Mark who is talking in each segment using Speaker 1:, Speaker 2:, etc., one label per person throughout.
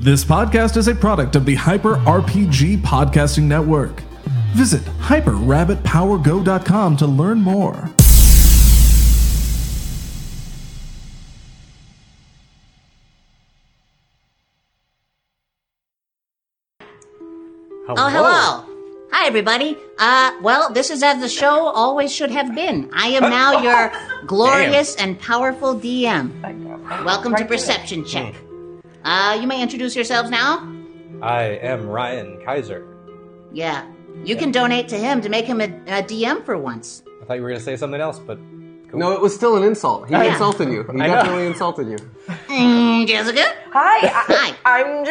Speaker 1: This podcast is a product of the Hyper RPG Podcasting Network. Visit hyperrabbitpowergo.com to learn more.
Speaker 2: Oh, hello. Hi, everybody. Uh, well, this is as the show always should have been. I am now your glorious and powerful DM. Welcome to
Speaker 3: Hmm.
Speaker 2: Perception Check. Uh, you may introduce yourselves now.
Speaker 4: I am Ryan Kaiser.
Speaker 2: Yeah. You can donate to him to make him a, a DM for once.
Speaker 4: I thought you were going to say something else, but
Speaker 5: No, it was still an insult. He
Speaker 2: Yeah.
Speaker 5: insulted you. He
Speaker 4: I know.
Speaker 5: definitely insulted you.
Speaker 2: Mm, Jessica?
Speaker 3: Hmm. Hi,
Speaker 2: Hi.
Speaker 3: I, am
Speaker 2: Or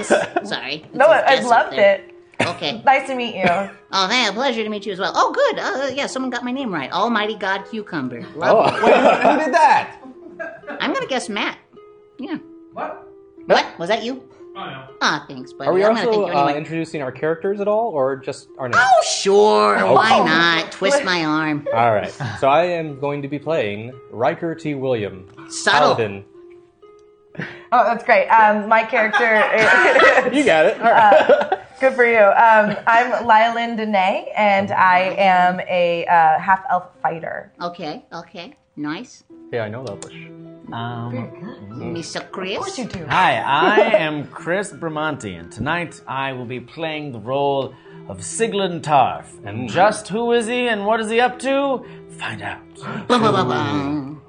Speaker 2: Jess.
Speaker 3: Jessica.
Speaker 2: Sorry. It says
Speaker 3: No, I, I
Speaker 2: Jess up
Speaker 3: loved
Speaker 2: there.
Speaker 3: it.
Speaker 2: Okay.
Speaker 3: Nice to meet you.
Speaker 2: Oh, man, pleasure to meet you as well. Oh, good. Uh, yeah, someone got my name right. Almighty God Cucumber. Love it.
Speaker 5: Who did that?
Speaker 2: I'm gonna guess Matt. Yeah. What? What? Was that you? Ah, thanks, buddy.
Speaker 4: are we
Speaker 2: I'm gonna
Speaker 4: also
Speaker 2: thank you
Speaker 4: uh,
Speaker 2: anyway.
Speaker 4: introducing our characters at all, or just our names?
Speaker 2: oh, sure. Why not? Twist my arm.
Speaker 4: All right. So I am going to be playing Riker T. William,
Speaker 2: Subtle.
Speaker 4: Paladin.
Speaker 3: Oh, that's great. Um, my character,
Speaker 4: You got it. All right.
Speaker 3: good for you. Um, I'm Lylin Dene, and I am a uh, half elf fighter.
Speaker 2: Okay. Okay. Nice.
Speaker 4: yeah, I know Elvish.
Speaker 6: Um,
Speaker 2: Mr. Chris.
Speaker 3: do.
Speaker 6: hi, I am Chris Bramanti, and tonight I will be playing the role of Siglin Tarf. And just who is he and what is he up to? Find out.
Speaker 2: Bum, bum, bum, bum.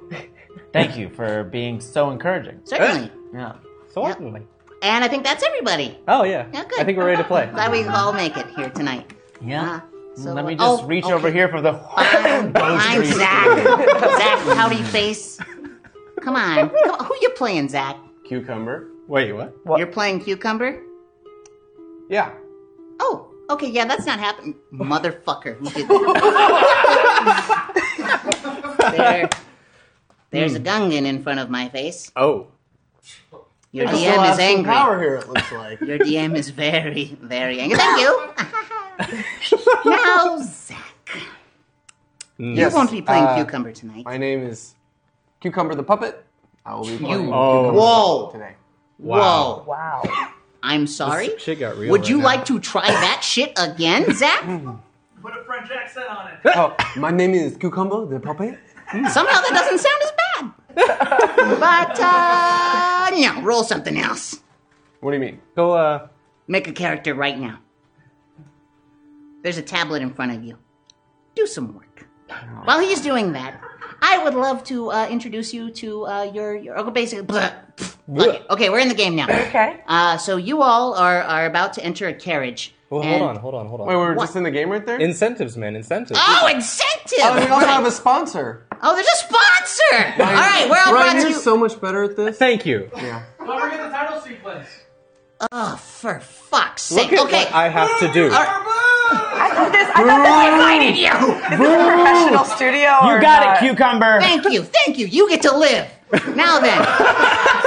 Speaker 6: Thank you for being so encouraging.
Speaker 2: Certainly.
Speaker 6: Yeah.
Speaker 4: Certainly.
Speaker 2: And I think that's everybody.
Speaker 4: Oh yeah.
Speaker 2: Yeah, good.
Speaker 4: I think we're ready to play.
Speaker 2: Glad we all make it here tonight. Uh,
Speaker 6: Yeah.
Speaker 2: so-
Speaker 6: Let me just
Speaker 2: oh,
Speaker 6: reach
Speaker 2: okay.
Speaker 6: over here for the.
Speaker 2: I'm, I'm Zach. Zach, howdy face. Come on. Come on. Who you playing, Zach?
Speaker 5: Cucumber.
Speaker 4: Wait, what?
Speaker 2: You're playing Cucumber?
Speaker 5: Yeah.
Speaker 2: Oh, okay, yeah, that's not happening. Motherfucker, who did that? there. There's a gungan in front of my face.
Speaker 4: Oh.
Speaker 2: Your
Speaker 5: I still
Speaker 2: DM
Speaker 5: have
Speaker 2: is
Speaker 5: some
Speaker 2: angry.
Speaker 5: power here. It looks like.
Speaker 2: Your DM is very, very angry. Thank you. now, Zach,
Speaker 5: yes.
Speaker 2: you won't be playing
Speaker 5: uh,
Speaker 2: cucumber tonight.
Speaker 5: My name is Cucumber the Puppet. I will be playing
Speaker 4: Oh.
Speaker 5: Cucumber
Speaker 2: Whoa.
Speaker 5: the Puppet today.
Speaker 2: Whoa,
Speaker 3: Wow.
Speaker 2: I'm sorry.
Speaker 4: Shit got real.
Speaker 2: Would
Speaker 4: right
Speaker 2: you
Speaker 4: now.
Speaker 2: like to try that shit again, Zach?
Speaker 7: Put a French accent on it.
Speaker 5: Oh, my name is Cucumber the Puppet.
Speaker 2: Somehow that doesn't sound as bad. but uh, no, roll something else.
Speaker 5: What do you mean?
Speaker 4: go? Uh,
Speaker 2: Make a character right now. There's a tablet in front of you. Do some work. While he's doing that, I would love to uh, introduce you to uh, your your okay, basically. Blah, pff, fuck it. Okay, we're in the game now.
Speaker 3: Okay.
Speaker 2: Uh, so you all are are about to enter a carriage.
Speaker 4: well, hold
Speaker 2: and-
Speaker 4: on, hold on, hold on.
Speaker 5: Wait, we Oh, were
Speaker 2: What?
Speaker 5: just in the game right there.
Speaker 4: Incentives, man, incentives.
Speaker 2: Oh, incentive!
Speaker 5: oh, we also have a sponsor.
Speaker 2: oh, there's a sponsor. all right, we're all
Speaker 5: Ryan,
Speaker 2: brought to
Speaker 5: you're
Speaker 2: you.
Speaker 5: so much better at this.
Speaker 4: Thank you.
Speaker 5: Yeah.
Speaker 7: Don't forget the title sequence.
Speaker 2: oh, for fuck's sake!
Speaker 4: Look at
Speaker 2: okay,
Speaker 4: what I have to do.
Speaker 3: I thought this. I thought
Speaker 2: I did you.
Speaker 3: this was a professional studio.
Speaker 6: You
Speaker 3: or
Speaker 6: got
Speaker 3: not.
Speaker 6: it, cucumber.
Speaker 2: Thank you, thank you. You get to live. Now then.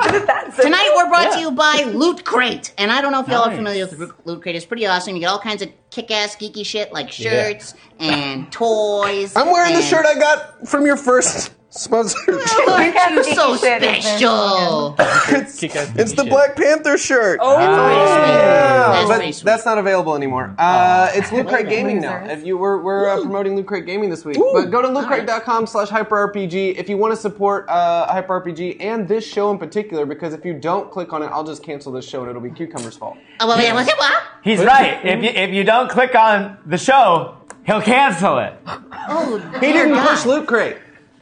Speaker 3: That's it.
Speaker 2: Tonight we're brought to you by Loot Crate, and I don't know if y'all are
Speaker 6: Nice.
Speaker 2: familiar with Loot Crate. It's pretty awesome. You get all kinds of kick-ass geeky shit like shirts and toys.
Speaker 5: I'm wearing the
Speaker 2: and-
Speaker 5: shirt I got from your first sponsor.
Speaker 2: Oh, aren't you so
Speaker 3: Geeky shit is there.
Speaker 2: special?
Speaker 5: it's,
Speaker 4: Kick ass
Speaker 5: it's the
Speaker 4: shit.
Speaker 5: Black Panther shirt. Oh,
Speaker 2: That's
Speaker 5: but
Speaker 2: pretty sweet.
Speaker 5: that's not available anymore.
Speaker 4: Oh.
Speaker 5: Uh, it's Loot Crate Gaming now.
Speaker 3: Losers.
Speaker 5: If you we're, we're uh, promoting Loot Crate Gaming this week, but go to lootcrate.com slash hyperrpg if you want to support uh, hyperrpg and this show in particular. Because if you don't click on it, I'll just cancel this show and it'll be Cucumber's fault.
Speaker 2: Oh, well, yeah, well, yeah, well.
Speaker 6: He's right. If you, if you don't click on the show, he'll cancel it.
Speaker 2: Oh,
Speaker 5: He
Speaker 2: dear
Speaker 5: didn't
Speaker 2: God.
Speaker 5: push Loot Crate.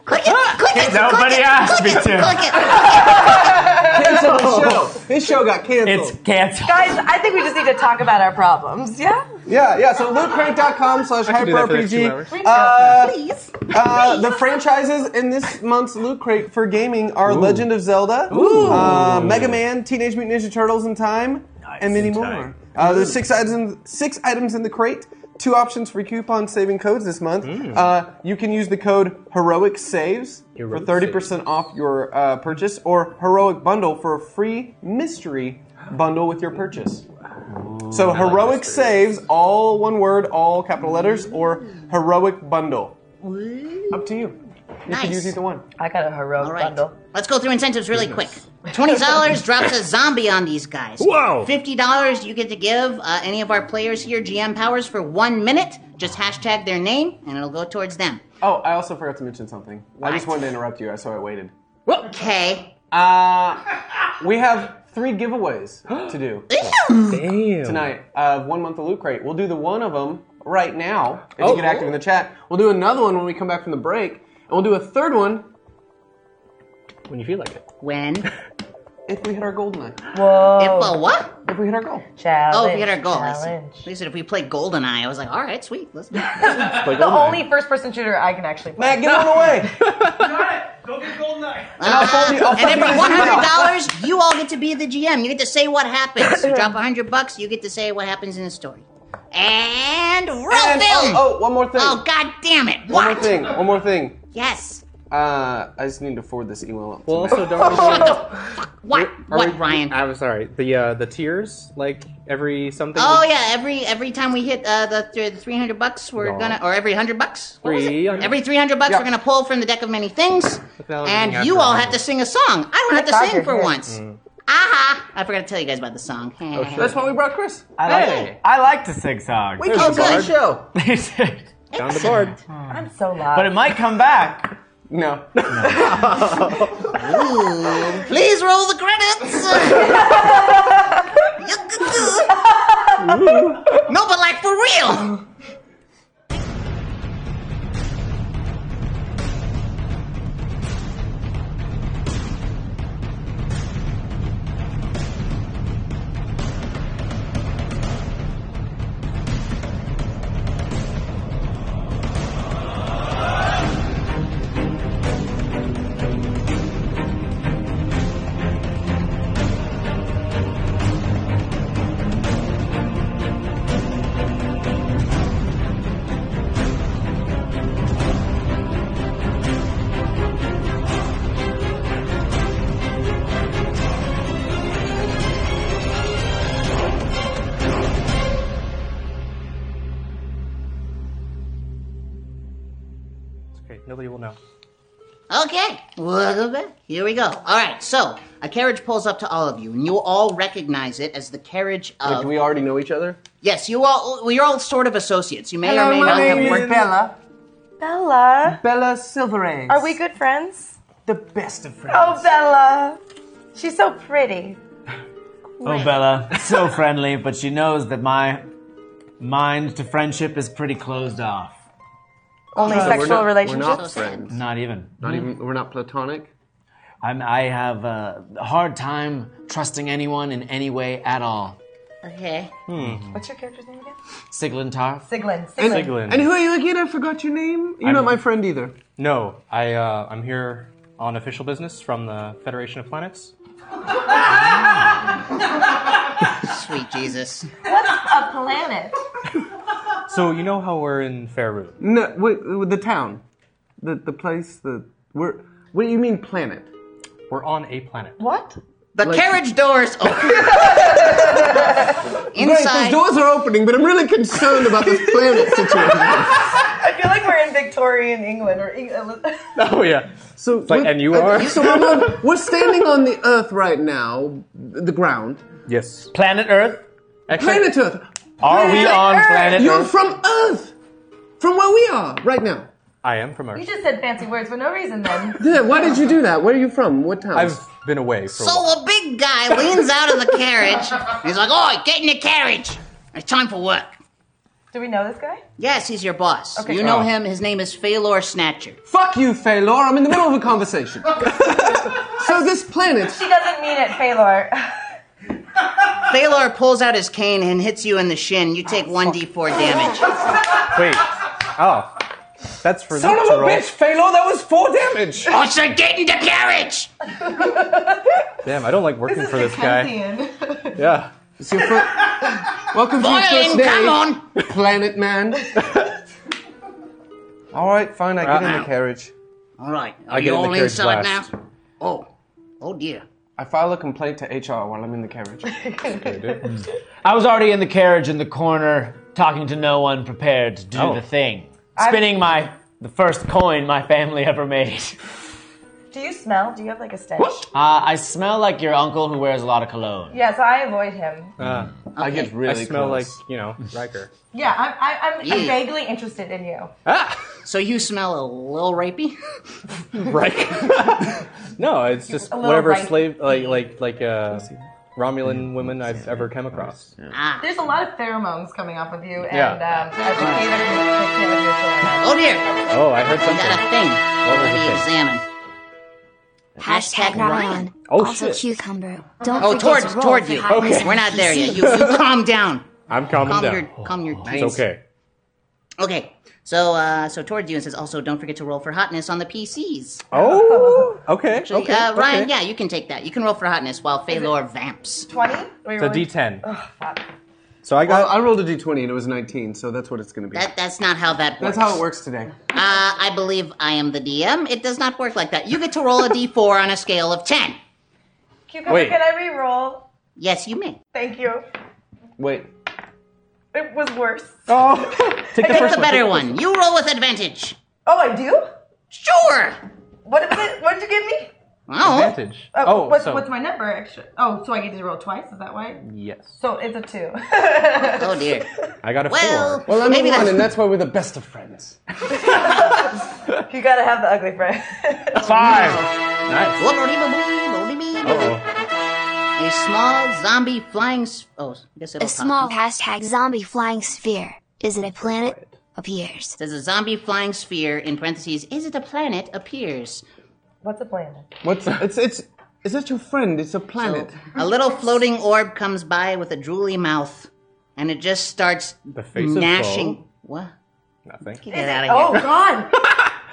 Speaker 2: Click it, click it, click
Speaker 6: Nobody
Speaker 2: it,
Speaker 6: asked
Speaker 2: click
Speaker 6: me
Speaker 2: it,
Speaker 6: to.
Speaker 2: click it.
Speaker 5: Cancel the show. His show got canceled.
Speaker 6: It's canceled.
Speaker 3: Guys, I think we just need to talk about our problems. Yeah.
Speaker 5: yeah, yeah. So lootcrate.com slash
Speaker 4: I could do that for the next two
Speaker 5: hyperrpg.
Speaker 4: hours.
Speaker 5: Uh,
Speaker 2: Please.
Speaker 5: Uh, the franchises in this month's Loot Crate for gaming are Legend of Zelda, uh, Mega Man, Teenage Mutant Ninja Turtles in Time, and many more. Uh, there's six items, six items in the crate. Two options for coupon saving codes this month. Uh, you can use the code Heroic Saves for
Speaker 4: Heroic
Speaker 5: thirty percent off your uh, purchase, or Heroic Bundle for a free mystery bundle with your purchase. So Heroic Saves, all one word, all capital letters, or Heroic Bundle. Up to you. You
Speaker 2: Nice.
Speaker 5: could use either one.
Speaker 3: I got a heroic
Speaker 2: All right.
Speaker 3: bundle.
Speaker 2: Let's go through incentives really quick. Twenty dollars drops a zombie on these guys.
Speaker 6: Whoa.
Speaker 2: Fifty dollars you get to give uh, any of our players here GM powers for one minute. Just hashtag their name and it'll go towards them.
Speaker 5: Oh, I also forgot to mention something. I just
Speaker 2: What?
Speaker 5: wanted to interrupt you, so I waited.
Speaker 2: Okay.
Speaker 5: Uh, we have three giveaways to do
Speaker 4: Damn.
Speaker 5: tonight of one month of loot crate. We'll do the one of them right now if
Speaker 4: Oh,
Speaker 5: you get active in the chat. We'll do another one when we come back from the break, and we'll do a third one
Speaker 4: When you feel like it.
Speaker 2: When? If,
Speaker 5: if we hit our gold night.
Speaker 3: Whoa.
Speaker 2: uh, what?
Speaker 5: If we hit our goal.
Speaker 3: Challenge.
Speaker 2: Oh, we hit our goal. I see.
Speaker 3: Challenge.
Speaker 2: At least if we play Goldeneye, I was like, all right, sweet. Let's Uh, do it.
Speaker 4: Like,
Speaker 3: The
Speaker 4: oh my.
Speaker 3: only first person shooter I can actually play.
Speaker 5: Matt, get on away.
Speaker 7: Got it. Go get Golden Knight.
Speaker 5: I'll fold you- I'll
Speaker 2: and
Speaker 5: fold
Speaker 2: every
Speaker 5: you
Speaker 2: one hundred
Speaker 5: out.
Speaker 2: dollars, you all get to be the GM. You get to say what happens. You drop hundred bucks, you get to say what happens in the story. And roll
Speaker 5: And-
Speaker 2: film.
Speaker 5: oh, oh, one more thing.
Speaker 2: Oh, god damn it!
Speaker 5: one
Speaker 2: What?
Speaker 5: more thing. One more thing.
Speaker 2: Yes.
Speaker 5: Uh, I just need to forward this email up. to
Speaker 4: Well,
Speaker 5: Matt.
Speaker 4: also don't we,
Speaker 2: What?
Speaker 4: are
Speaker 2: what,
Speaker 4: we-
Speaker 2: Ryan?
Speaker 4: I'm sorry. The uh, the tiers, like every something.
Speaker 2: Oh yeah, every every time we hit uh, the th- the three hundred bucks, we're gonna or every hundred bucks, What was it?
Speaker 4: 300.
Speaker 2: every three hundred bucks,
Speaker 5: Yeah.
Speaker 2: we're gonna pull from the deck of many things,
Speaker 4: that was
Speaker 2: and
Speaker 4: getting
Speaker 2: you
Speaker 4: after
Speaker 2: all
Speaker 4: that.
Speaker 2: have to sing a song. I don't have to
Speaker 3: Roger,
Speaker 2: sing for
Speaker 3: yeah.
Speaker 2: once. Aha! I forgot to tell you guys about the song.
Speaker 5: That's why we brought Chris.
Speaker 6: I like, I like to sing songs.
Speaker 5: We can
Speaker 2: good.
Speaker 5: the show.
Speaker 4: Down the board.
Speaker 3: I'm so loud.
Speaker 6: but it might come back.
Speaker 5: No.
Speaker 2: Ooh, please roll the credits. no, but like for real.
Speaker 4: Okay, nobody will know.
Speaker 2: Okay, welcome back. Here we go. All right, so a carriage pulls up to all of you, and you all recognize it as the carriage of.
Speaker 5: Do we already know each other?
Speaker 2: yes, you all. Well, you're all sort of associates. You may or may not have worked.
Speaker 5: Bella.
Speaker 3: Bella,
Speaker 5: Bella Silverane.
Speaker 3: are we good friends?
Speaker 5: the best of friends?
Speaker 3: Oh, Bella. She's so pretty.
Speaker 6: Oh, Bella, so friendly, but she knows that my mind to friendship is pretty closed off.
Speaker 3: Only sexual relationships.
Speaker 5: We're not friends.
Speaker 6: Not even.
Speaker 5: Not even. We're not platonic.
Speaker 6: I'm, I have a hard time trusting anyone in any way at all.
Speaker 2: Okay.
Speaker 3: What's your character's name again?
Speaker 6: Siglin Tarf.
Speaker 3: Siglin. Siglin.
Speaker 4: Siglin.
Speaker 5: And who are you again? I forgot your name. You're not my friend either.
Speaker 4: No, I uh, I'm here on official business from the Federation of Planets.
Speaker 2: Sweet Jesus.
Speaker 3: What's a planet?
Speaker 4: So you know how we're in Faerun.
Speaker 5: No, wait, wait, the town, the the place, the we're. What do you mean planet?
Speaker 4: We're on a planet.
Speaker 3: What?
Speaker 2: The carriage doors open. Inside.
Speaker 5: Right, those doors are opening, but I'm really concerned about this planet situation.
Speaker 3: I feel like we're in Victorian England or England.
Speaker 4: Oh yeah.
Speaker 5: So,
Speaker 4: like,
Speaker 5: we're-
Speaker 4: and you
Speaker 5: uh,
Speaker 4: are?
Speaker 5: So we're, not, we're standing on the Earth right now, the ground.
Speaker 4: Yes.
Speaker 6: Planet Earth?
Speaker 4: Actually,
Speaker 5: Planet Earth.
Speaker 6: Are we
Speaker 3: Planet
Speaker 6: on
Speaker 3: Earth.
Speaker 6: planet
Speaker 5: You're
Speaker 6: Earth?
Speaker 5: from Earth, from where we are right now.
Speaker 4: I am from Earth.
Speaker 3: You just said fancy words for no reason then.
Speaker 5: Yeah, why did you do that? Where are you from? What town?
Speaker 4: I've been away for a while.
Speaker 2: So a big guy leans out of the carriage. He's like, "Oi, get in the carriage. It's time for work."
Speaker 3: Do we know this guy?
Speaker 2: Yes, he's your boss.
Speaker 3: Okay.
Speaker 2: You know
Speaker 3: Oh.
Speaker 2: him. His name is Phalor Snatcher.
Speaker 5: Fuck you, Phalor. I'm in the middle of a conversation. so this planet.
Speaker 3: She doesn't mean it, Phalor.
Speaker 2: Phalor pulls out his cane and hits you in the shin. You take one d4 damage.
Speaker 4: Wait. Oh. That's for
Speaker 5: Son
Speaker 4: Luke
Speaker 5: of
Speaker 4: to
Speaker 5: a
Speaker 4: roll.
Speaker 5: bitch, Phalor. That was four damage.
Speaker 2: I said, Oh, "Get in the carriage."
Speaker 4: Damn, I don't like working for this guy.
Speaker 3: Dickensian.
Speaker 4: Yeah.
Speaker 5: It's your fir- Welcome to your first
Speaker 2: Boylan,
Speaker 5: day,
Speaker 2: come on.
Speaker 5: Planet Man. All right, fine. I get in
Speaker 2: Uh-uh.
Speaker 5: the carriage.
Speaker 2: All right. Are
Speaker 4: get
Speaker 2: you
Speaker 4: in the
Speaker 2: all
Speaker 4: carriage
Speaker 2: inside
Speaker 4: last.
Speaker 2: now? Oh, oh dear.
Speaker 5: I file a complaint to HR while I'm in the carriage.
Speaker 6: I was already
Speaker 5: Oh.
Speaker 6: in the carriage in the corner, talking to no one, prepared to do the thing. Spinning my the first coin my family ever made.
Speaker 3: Do you smell? Do you have like a stench?
Speaker 6: Uh, I smell like your uncle who wears a lot of cologne.
Speaker 3: Yeah, so I avoid him.
Speaker 4: Uh,
Speaker 5: I get
Speaker 2: Okay.
Speaker 5: really
Speaker 4: I smell
Speaker 5: close.
Speaker 4: like you know Riker.
Speaker 3: Yeah, I'm, I, I'm
Speaker 2: Yeah.
Speaker 3: vaguely interested in you.
Speaker 2: So you smell a little rapey?
Speaker 4: Riker. no, it's just
Speaker 3: A little
Speaker 4: whatever
Speaker 3: Riker.
Speaker 4: slave like like like uh, Romulan women I've ever come across.
Speaker 2: ah.
Speaker 3: There's a lot of pheromones coming off of you, and
Speaker 4: Yeah.
Speaker 3: um, I think either can kill you or not.
Speaker 2: Oh dear.
Speaker 4: Oh, I heard
Speaker 2: We got
Speaker 4: something.
Speaker 2: a thing.
Speaker 4: What was
Speaker 2: Let
Speaker 4: the
Speaker 2: me
Speaker 4: thing?
Speaker 2: examine. Hashtag Ryan.
Speaker 4: Oh
Speaker 8: also
Speaker 4: shit!
Speaker 8: cucumber. Don't
Speaker 2: Oh, towards
Speaker 8: forget to roll
Speaker 2: towards
Speaker 8: for
Speaker 2: you.
Speaker 8: hot
Speaker 4: Okay.
Speaker 2: We're not there yet. You, you calm down.
Speaker 4: I'm calming
Speaker 2: Calm
Speaker 4: down.
Speaker 2: your calm your
Speaker 4: It's
Speaker 2: tits.
Speaker 4: okay.
Speaker 2: Okay. So uh, so towards you and says also don't forget to roll for hotness on the PCs.
Speaker 4: Oh, okay.
Speaker 2: Actually,
Speaker 4: okay.
Speaker 2: uh, Ryan,
Speaker 4: okay.
Speaker 2: yeah, you can take that. You can roll for hotness while Phalor vamps.
Speaker 3: 20? We
Speaker 4: It's a
Speaker 3: rolled-
Speaker 4: D10.
Speaker 3: fuck.
Speaker 4: So I
Speaker 5: Well,
Speaker 4: got.
Speaker 5: I rolled a d20 and it was 19, so that's what it's going to be.
Speaker 2: That that's not how that works.
Speaker 5: that's how it works today.
Speaker 2: Uh, I believe I am the DM. It does not work like that. You get to roll a d4 on a scale of 10.
Speaker 3: Cucumber,
Speaker 4: Wait.
Speaker 3: can I re-roll?
Speaker 2: Yes, you may.
Speaker 3: Thank you.
Speaker 5: Wait.
Speaker 3: It was worse.
Speaker 4: oh, take the
Speaker 2: Pick
Speaker 4: first one.
Speaker 2: the better one. You roll with advantage.
Speaker 3: Oh, I do?
Speaker 2: Sure.
Speaker 3: What is it? What did you give me?
Speaker 2: Oh,
Speaker 4: Advantage.
Speaker 3: Oh,
Speaker 4: Oh,
Speaker 3: what's,
Speaker 4: so
Speaker 3: what's my number? Actually? Oh, so I get to roll twice? Is that why?
Speaker 4: yes.
Speaker 3: So it's a two.
Speaker 2: oh dear.
Speaker 4: I got a
Speaker 2: Well,
Speaker 4: four.
Speaker 5: Well, I'm
Speaker 2: maybe
Speaker 5: a one,
Speaker 2: that's
Speaker 5: and that's why we're the best of friends.
Speaker 3: you gotta have the ugly friend.
Speaker 4: Five. Nice.
Speaker 2: a
Speaker 4: Uh-oh.
Speaker 2: small zombie flying. s oh, I guess it'll
Speaker 8: A small
Speaker 2: pop.
Speaker 8: hashtag zombie flying sphere. Is it a planet? Appears.
Speaker 2: Says a zombie flying sphere in parentheses. Is it a planet? Appears.
Speaker 3: What's the plan?
Speaker 5: What's it's it's is that your friend? It's a planet.
Speaker 2: A little floating orb comes by with a drooly mouth, and it just starts
Speaker 4: The face of
Speaker 2: gnashing.
Speaker 4: Paul.
Speaker 2: What?
Speaker 4: Nothing.
Speaker 2: Get out of
Speaker 3: Oh,
Speaker 2: here.
Speaker 3: God.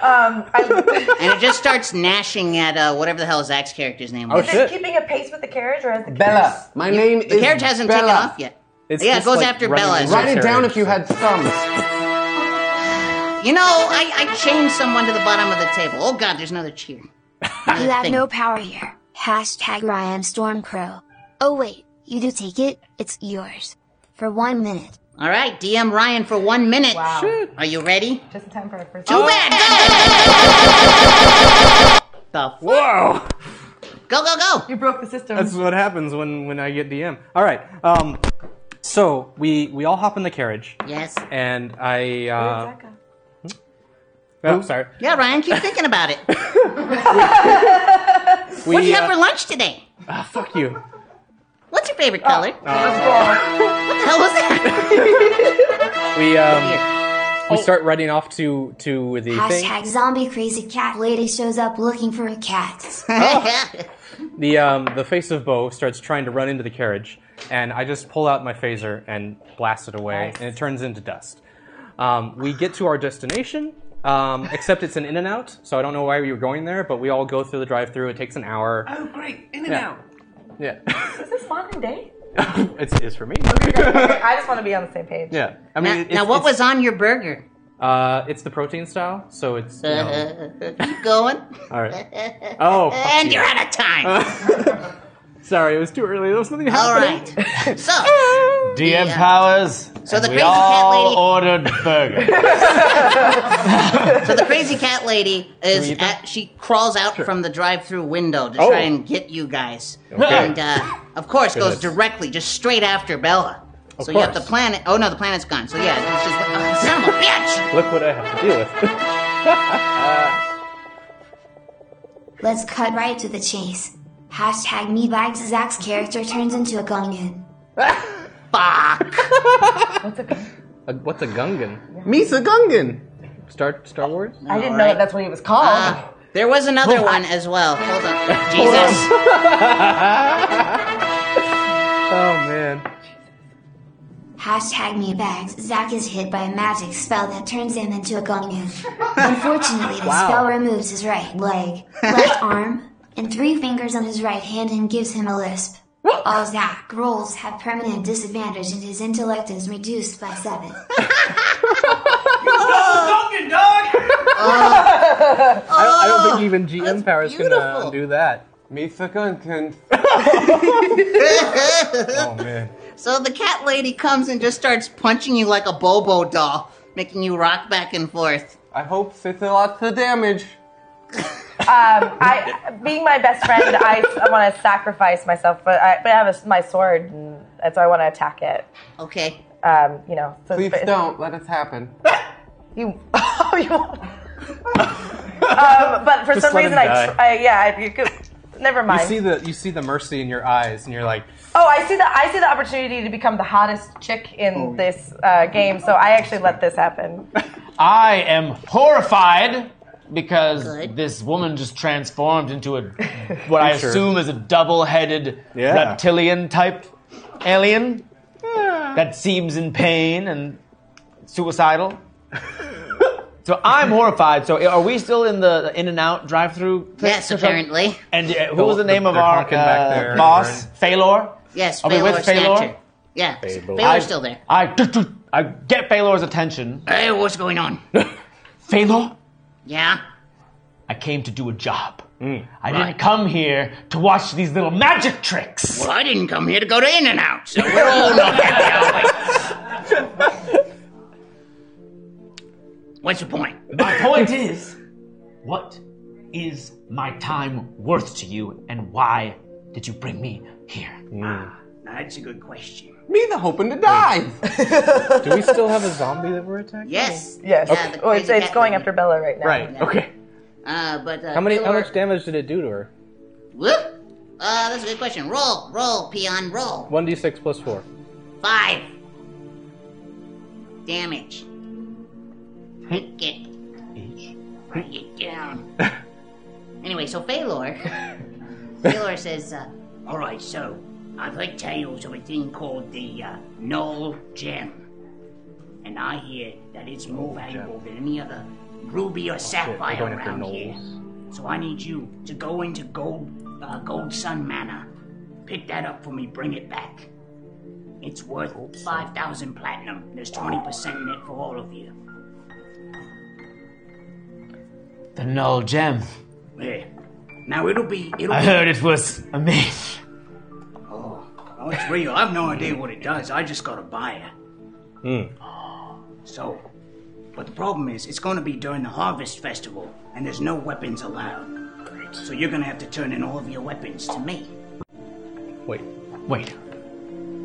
Speaker 3: um, I,
Speaker 2: And it just starts gnashing at uh, whatever the hell Zach's character's name
Speaker 4: Oh
Speaker 2: was.
Speaker 3: is it
Speaker 4: shit!
Speaker 3: keeping a pace with the carriage or has the
Speaker 5: Bella. My name is
Speaker 2: the carriage hasn't
Speaker 5: Bella.
Speaker 2: taken off yet.
Speaker 4: It's
Speaker 2: yeah, it
Speaker 4: just
Speaker 2: goes
Speaker 4: like
Speaker 2: after
Speaker 4: running
Speaker 2: Bella.
Speaker 4: in
Speaker 2: So-
Speaker 5: Write it down
Speaker 4: Carriage.
Speaker 5: if you had thumbs.
Speaker 2: You know, I, I chained someone to the bottom of the table. Oh god, there's another cheer. Another
Speaker 8: You have
Speaker 2: thing.
Speaker 8: no power here. Hashtag Ryan Stormcrow. Oh wait, you do take it? It's yours. For one minute.
Speaker 2: All right, DM Ryan for one minute.
Speaker 3: Wow.
Speaker 2: Are you ready?
Speaker 3: Just in time for our first
Speaker 2: Do it! Go, go, go. The f-
Speaker 4: Whoa!
Speaker 2: go, go, go.
Speaker 3: You broke the system.
Speaker 4: That's what happens when when I get DM. All right. Um, so we we all hop in the carriage,
Speaker 2: Yes.
Speaker 4: and I.
Speaker 3: Where'd
Speaker 4: Uh,
Speaker 3: that go?
Speaker 4: oh, sorry.
Speaker 2: Yeah, Ryan, keep thinking about it. What
Speaker 4: We,
Speaker 2: do you have
Speaker 4: uh,
Speaker 2: for lunch today?
Speaker 4: ah, fuck you.
Speaker 2: What's your
Speaker 4: Uh,
Speaker 2: favorite color? what the hell was that?
Speaker 4: We um,
Speaker 3: Oh.
Speaker 4: we start running off to to the thing.
Speaker 8: Hashtag zombie crazy cat lady shows up looking for a cat.
Speaker 4: The um, the face of Bo starts trying to run into the carriage, and I just pull out my phaser and blast it away, and it turns into dust. Um, we get to our destination, um, except it's an in and out, so I don't know why we were going there, but we all go through the drive-through. It takes an hour.
Speaker 5: Oh great, in and out.
Speaker 4: Yeah,
Speaker 3: Is this fun and day?
Speaker 4: it's, it's for me.
Speaker 3: I just want to be on the same page.
Speaker 4: yeah, I mean,
Speaker 2: now,
Speaker 4: it's,
Speaker 2: now, what
Speaker 4: it's-
Speaker 2: was on your burger?
Speaker 4: Uh, it's the protein style, so it's you know,
Speaker 2: Keep going.
Speaker 4: all right. Oh, fuck
Speaker 2: And
Speaker 4: you.
Speaker 2: you're out of
Speaker 4: Uh-huh.
Speaker 2: time.
Speaker 4: sorry, it was too early. There was nothing
Speaker 2: All
Speaker 4: happening.
Speaker 2: right. So,
Speaker 6: DM
Speaker 2: Yeah.
Speaker 6: powers.
Speaker 2: So the
Speaker 6: we
Speaker 2: crazy cat lady-
Speaker 6: all ordered burger.
Speaker 2: So the crazy cat lady is at, she crawls out from the drive-through window to
Speaker 4: Oh.
Speaker 2: try and get you guys, and uh, of course goes
Speaker 4: Goodness.
Speaker 2: directly, just straight after Bella. so you have the
Speaker 4: course.
Speaker 2: planet. Oh no, the planet's gone. So yeah, it's just oh, son of a bitch.
Speaker 4: Look what I have to deal with.
Speaker 8: Let's cut right to the chase. Hashtag me bags Zach's character turns into a gungan.
Speaker 2: Fuck.
Speaker 4: Uh, what's a Gungan?
Speaker 5: Misa Gungan.
Speaker 4: Star Star Wars?
Speaker 3: I didn't know
Speaker 2: Alright.
Speaker 3: that that's what he was called.
Speaker 2: There was another one as well. Hold on, Jesus.
Speaker 4: Oh man.
Speaker 8: Hashtag me bags. Zach is hit by a magic spell that turns him into a gungan. Unfortunately, the spell removes his right leg, left arm, and three fingers on his right hand and gives him a lisp. All Zach rolls have permanent disadvantage and his intellect is reduced by seven.
Speaker 7: Duncan, dog!
Speaker 4: I don't think even GM powers can
Speaker 2: beautiful.
Speaker 4: uh, do that.
Speaker 5: Misa Gungan.
Speaker 4: Oh man.
Speaker 2: So the cat lady comes and just starts punching you like a Bobo doll, making you rock back and forth.
Speaker 5: I hope it's a lot of damage.
Speaker 3: Um, I, being my best friend, I, want to sacrifice myself, but I, but I have a s my sword, and that's why I want to attack it.
Speaker 2: Okay.
Speaker 3: Um, you know, so
Speaker 5: Please
Speaker 3: but-
Speaker 5: don't let it happen.
Speaker 3: You, oh, you won't. um, but for
Speaker 4: Just
Speaker 3: some
Speaker 4: let
Speaker 3: reason,
Speaker 4: him
Speaker 3: I,
Speaker 4: die.
Speaker 3: tr- I yeah, I, you could, never
Speaker 4: You
Speaker 3: mind.
Speaker 4: see the you see the mercy in your eyes, and you're like,
Speaker 3: oh, I see the I see the opportunity to become the hottest chick in
Speaker 4: Oh,
Speaker 3: this uh, game, so I actually let this happen.
Speaker 6: I am horrified because
Speaker 2: Good.
Speaker 6: this woman just transformed into a what I
Speaker 4: Creature.
Speaker 6: assume is a double-headed
Speaker 4: Yeah.
Speaker 6: reptilian type alien that seems in pain and suicidal. so I'm horrified. So are we still in the in and out drive-through? place,
Speaker 2: Yes,
Speaker 6: Trisha?
Speaker 2: apparently.
Speaker 6: And uh, who was the
Speaker 4: They're
Speaker 6: name of our
Speaker 4: honking back
Speaker 6: uh,
Speaker 4: there.
Speaker 6: boss? Phalor.
Speaker 2: Yes,
Speaker 6: Are we
Speaker 2: Baylor
Speaker 6: with Baylor?
Speaker 2: Snatcher. Yeah, Baylor's still there.
Speaker 6: I, I get Phalor's attention.
Speaker 2: Hey, what's going on?
Speaker 6: Phalor,
Speaker 2: Yeah?
Speaker 6: I came to do a job.
Speaker 2: Mm,
Speaker 6: I didn't come here to watch these little magic tricks.
Speaker 2: Well, I didn't come here to go to In and Out, so we're all not happy, are we? What's the point?
Speaker 6: My point is, what is my time worth to you, and why did you bring me here?
Speaker 2: Mm. That's a good question.
Speaker 5: Me the hoping to die.
Speaker 4: do we still have a zombie that we're attacking?
Speaker 2: Yes.
Speaker 3: Yes,
Speaker 2: Yeah, the
Speaker 3: oh, it's,
Speaker 2: crazy
Speaker 3: it's
Speaker 2: cat
Speaker 3: going
Speaker 2: lady.
Speaker 3: after Bella right now.
Speaker 6: Right. Okay.
Speaker 2: Uh, but uh,
Speaker 4: How many? How
Speaker 2: Baylor-
Speaker 4: much damage did it do to her?
Speaker 2: Whoop. Uh, that's a good question. Roll, roll, peon, roll.
Speaker 4: One d six plus four.
Speaker 2: Five. Damage. Get, get down. anyway, so Phalor, Phalor says, uh, "All right, so I've heard tales of a thing called the uh, Null Gem, and I hear that it's more valuable than any other ruby or sapphire
Speaker 4: Oh, going after
Speaker 2: around here.
Speaker 4: gnolls.
Speaker 2: So I need you to go into Gold uh, Gold Sun Manor, pick that up for me, bring it back." It's worth 5,000 platinum. There's 20% in it for all of you.
Speaker 6: The null gem.
Speaker 2: Yeah. Now it'll be it'll
Speaker 6: I
Speaker 2: be
Speaker 6: heard it was a myth.
Speaker 2: oh, oh it's real. I have no idea what it does. I just gotta buy it.
Speaker 6: Hmm.
Speaker 2: Oh, So but the problem is it's gonna be during the harvest festival and there's no weapons allowed. So you're gonna have to turn in all of your weapons to me.
Speaker 4: Wait.
Speaker 6: Wait.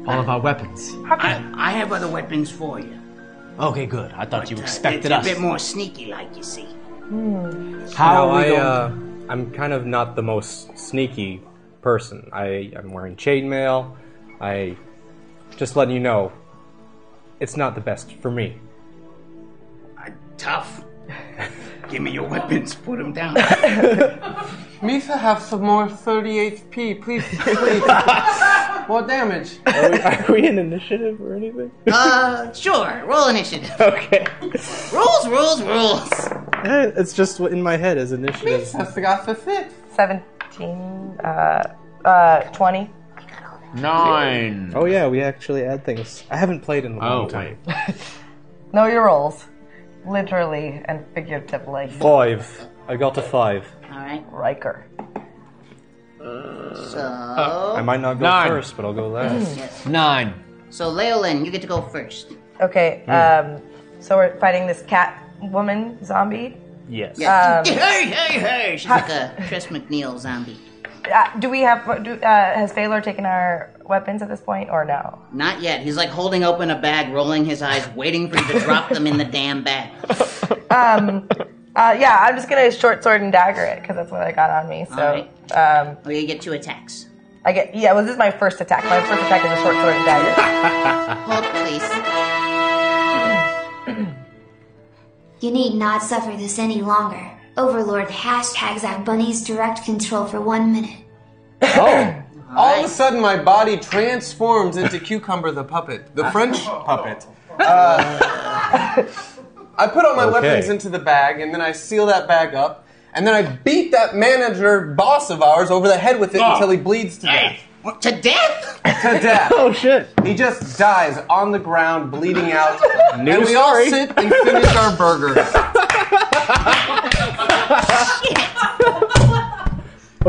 Speaker 6: All of our weapons.
Speaker 2: I, I have other weapons for you.
Speaker 6: Okay, good. I thought you
Speaker 2: Uh,
Speaker 6: expected
Speaker 2: it's
Speaker 6: us.
Speaker 2: a bit more sneaky like you see.
Speaker 4: Now
Speaker 6: How are we
Speaker 4: I,
Speaker 6: going?
Speaker 4: uh, I'm kind of not the most sneaky person. I I'm wearing chainmail. I just letting you know, it's not the best for me.
Speaker 2: Uh, tough. Give me your weapons, put them down.
Speaker 5: Misa have some more 30 HP. Please, please. what damage?
Speaker 4: Are we, are we in initiative or anything?
Speaker 2: uh, sure, roll initiative.
Speaker 4: okay.
Speaker 2: Rules, rules, rules.
Speaker 4: Eh, It's just in my head as initiative.
Speaker 5: That's got the six.
Speaker 3: Seventeen, uh, uh, twenty.
Speaker 6: Nine.
Speaker 4: Oh yeah, we actually add things. I haven't played in a long
Speaker 6: Oh,
Speaker 4: time.
Speaker 3: Know your roles, literally and figuratively.
Speaker 4: Five. I got a five.
Speaker 2: All right.
Speaker 3: Riker.
Speaker 2: So,
Speaker 4: I might not go
Speaker 6: Nine.
Speaker 4: first, but I'll go last.
Speaker 6: Nine.
Speaker 2: so Leolin, you get to go first.
Speaker 3: Okay. Um, so we're fighting this cat woman zombie.
Speaker 4: yes.
Speaker 2: Yeah. hey, hey, hey! She's like a Chris McNeil zombie.
Speaker 3: Uh, do we have? Do, uh, has Baylor taken our weapons at this point, or no?
Speaker 2: Not yet. He's like holding open a bag, rolling his eyes, waiting for you to drop them in the damn bag.
Speaker 3: Uh, yeah, I'm just gonna short sword and dagger it because that's what I got on me. So
Speaker 2: Alright.
Speaker 3: um,
Speaker 2: Oh, you get two attacks.
Speaker 3: I get. Yeah, well, this is my first attack. My first attack is a short sword and dagger.
Speaker 2: Hold, please.
Speaker 8: You need not suffer this any longer. Overlord hashtags out Bunny's direct control for one minute.
Speaker 5: All of a sudden, my body transforms into Cucumber the puppet, the French puppet. Uh, I put all my
Speaker 4: Okay.
Speaker 5: weapons into the bag, and then I seal that bag up, and then I beat that manager boss of ours over the head with it until he bleeds to death.
Speaker 2: What, to death?
Speaker 5: To death.
Speaker 4: Oh shit.
Speaker 5: He just dies on the ground, bleeding out.
Speaker 4: New
Speaker 5: and we all
Speaker 4: story.
Speaker 5: sit and finish our burgers.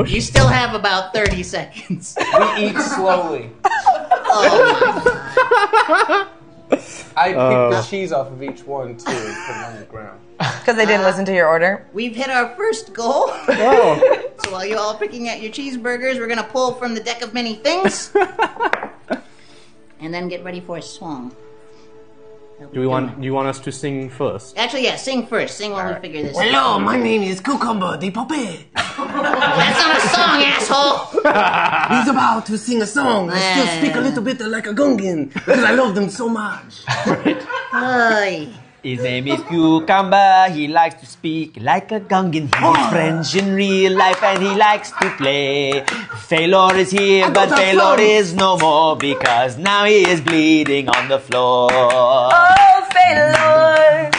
Speaker 2: You still have about 30 seconds.
Speaker 5: We eat slowly.
Speaker 2: Oh, my.
Speaker 5: I picked
Speaker 4: Uh.
Speaker 5: the cheese off of each one too and put it on the ground.
Speaker 3: Because they didn't listen to your order.
Speaker 2: We've hit our first goal.
Speaker 5: Oh,
Speaker 2: so while you all are picking out your cheeseburgers, we're gonna pull from the deck of many things, and then get ready for a song.
Speaker 4: Do we want? Do you want us to sing first?
Speaker 2: Actually, yeah, sing first. Sing while we figure this out.
Speaker 5: hello, my name is Cucumber the Puppet.
Speaker 2: That's not a song, asshole.
Speaker 5: He's about to sing a song. I still
Speaker 2: Yeah.
Speaker 5: speak a little bit like a Gungan because I love them so much.
Speaker 2: Ay.
Speaker 6: His name is Cucumber. He likes to speak like a Gungan. He is French in real life and he likes to play. Failor is here,
Speaker 5: I
Speaker 6: but
Speaker 5: got that
Speaker 6: Failor
Speaker 5: phone.
Speaker 6: is no more because now he is bleeding on the floor.
Speaker 3: Oh, Failure,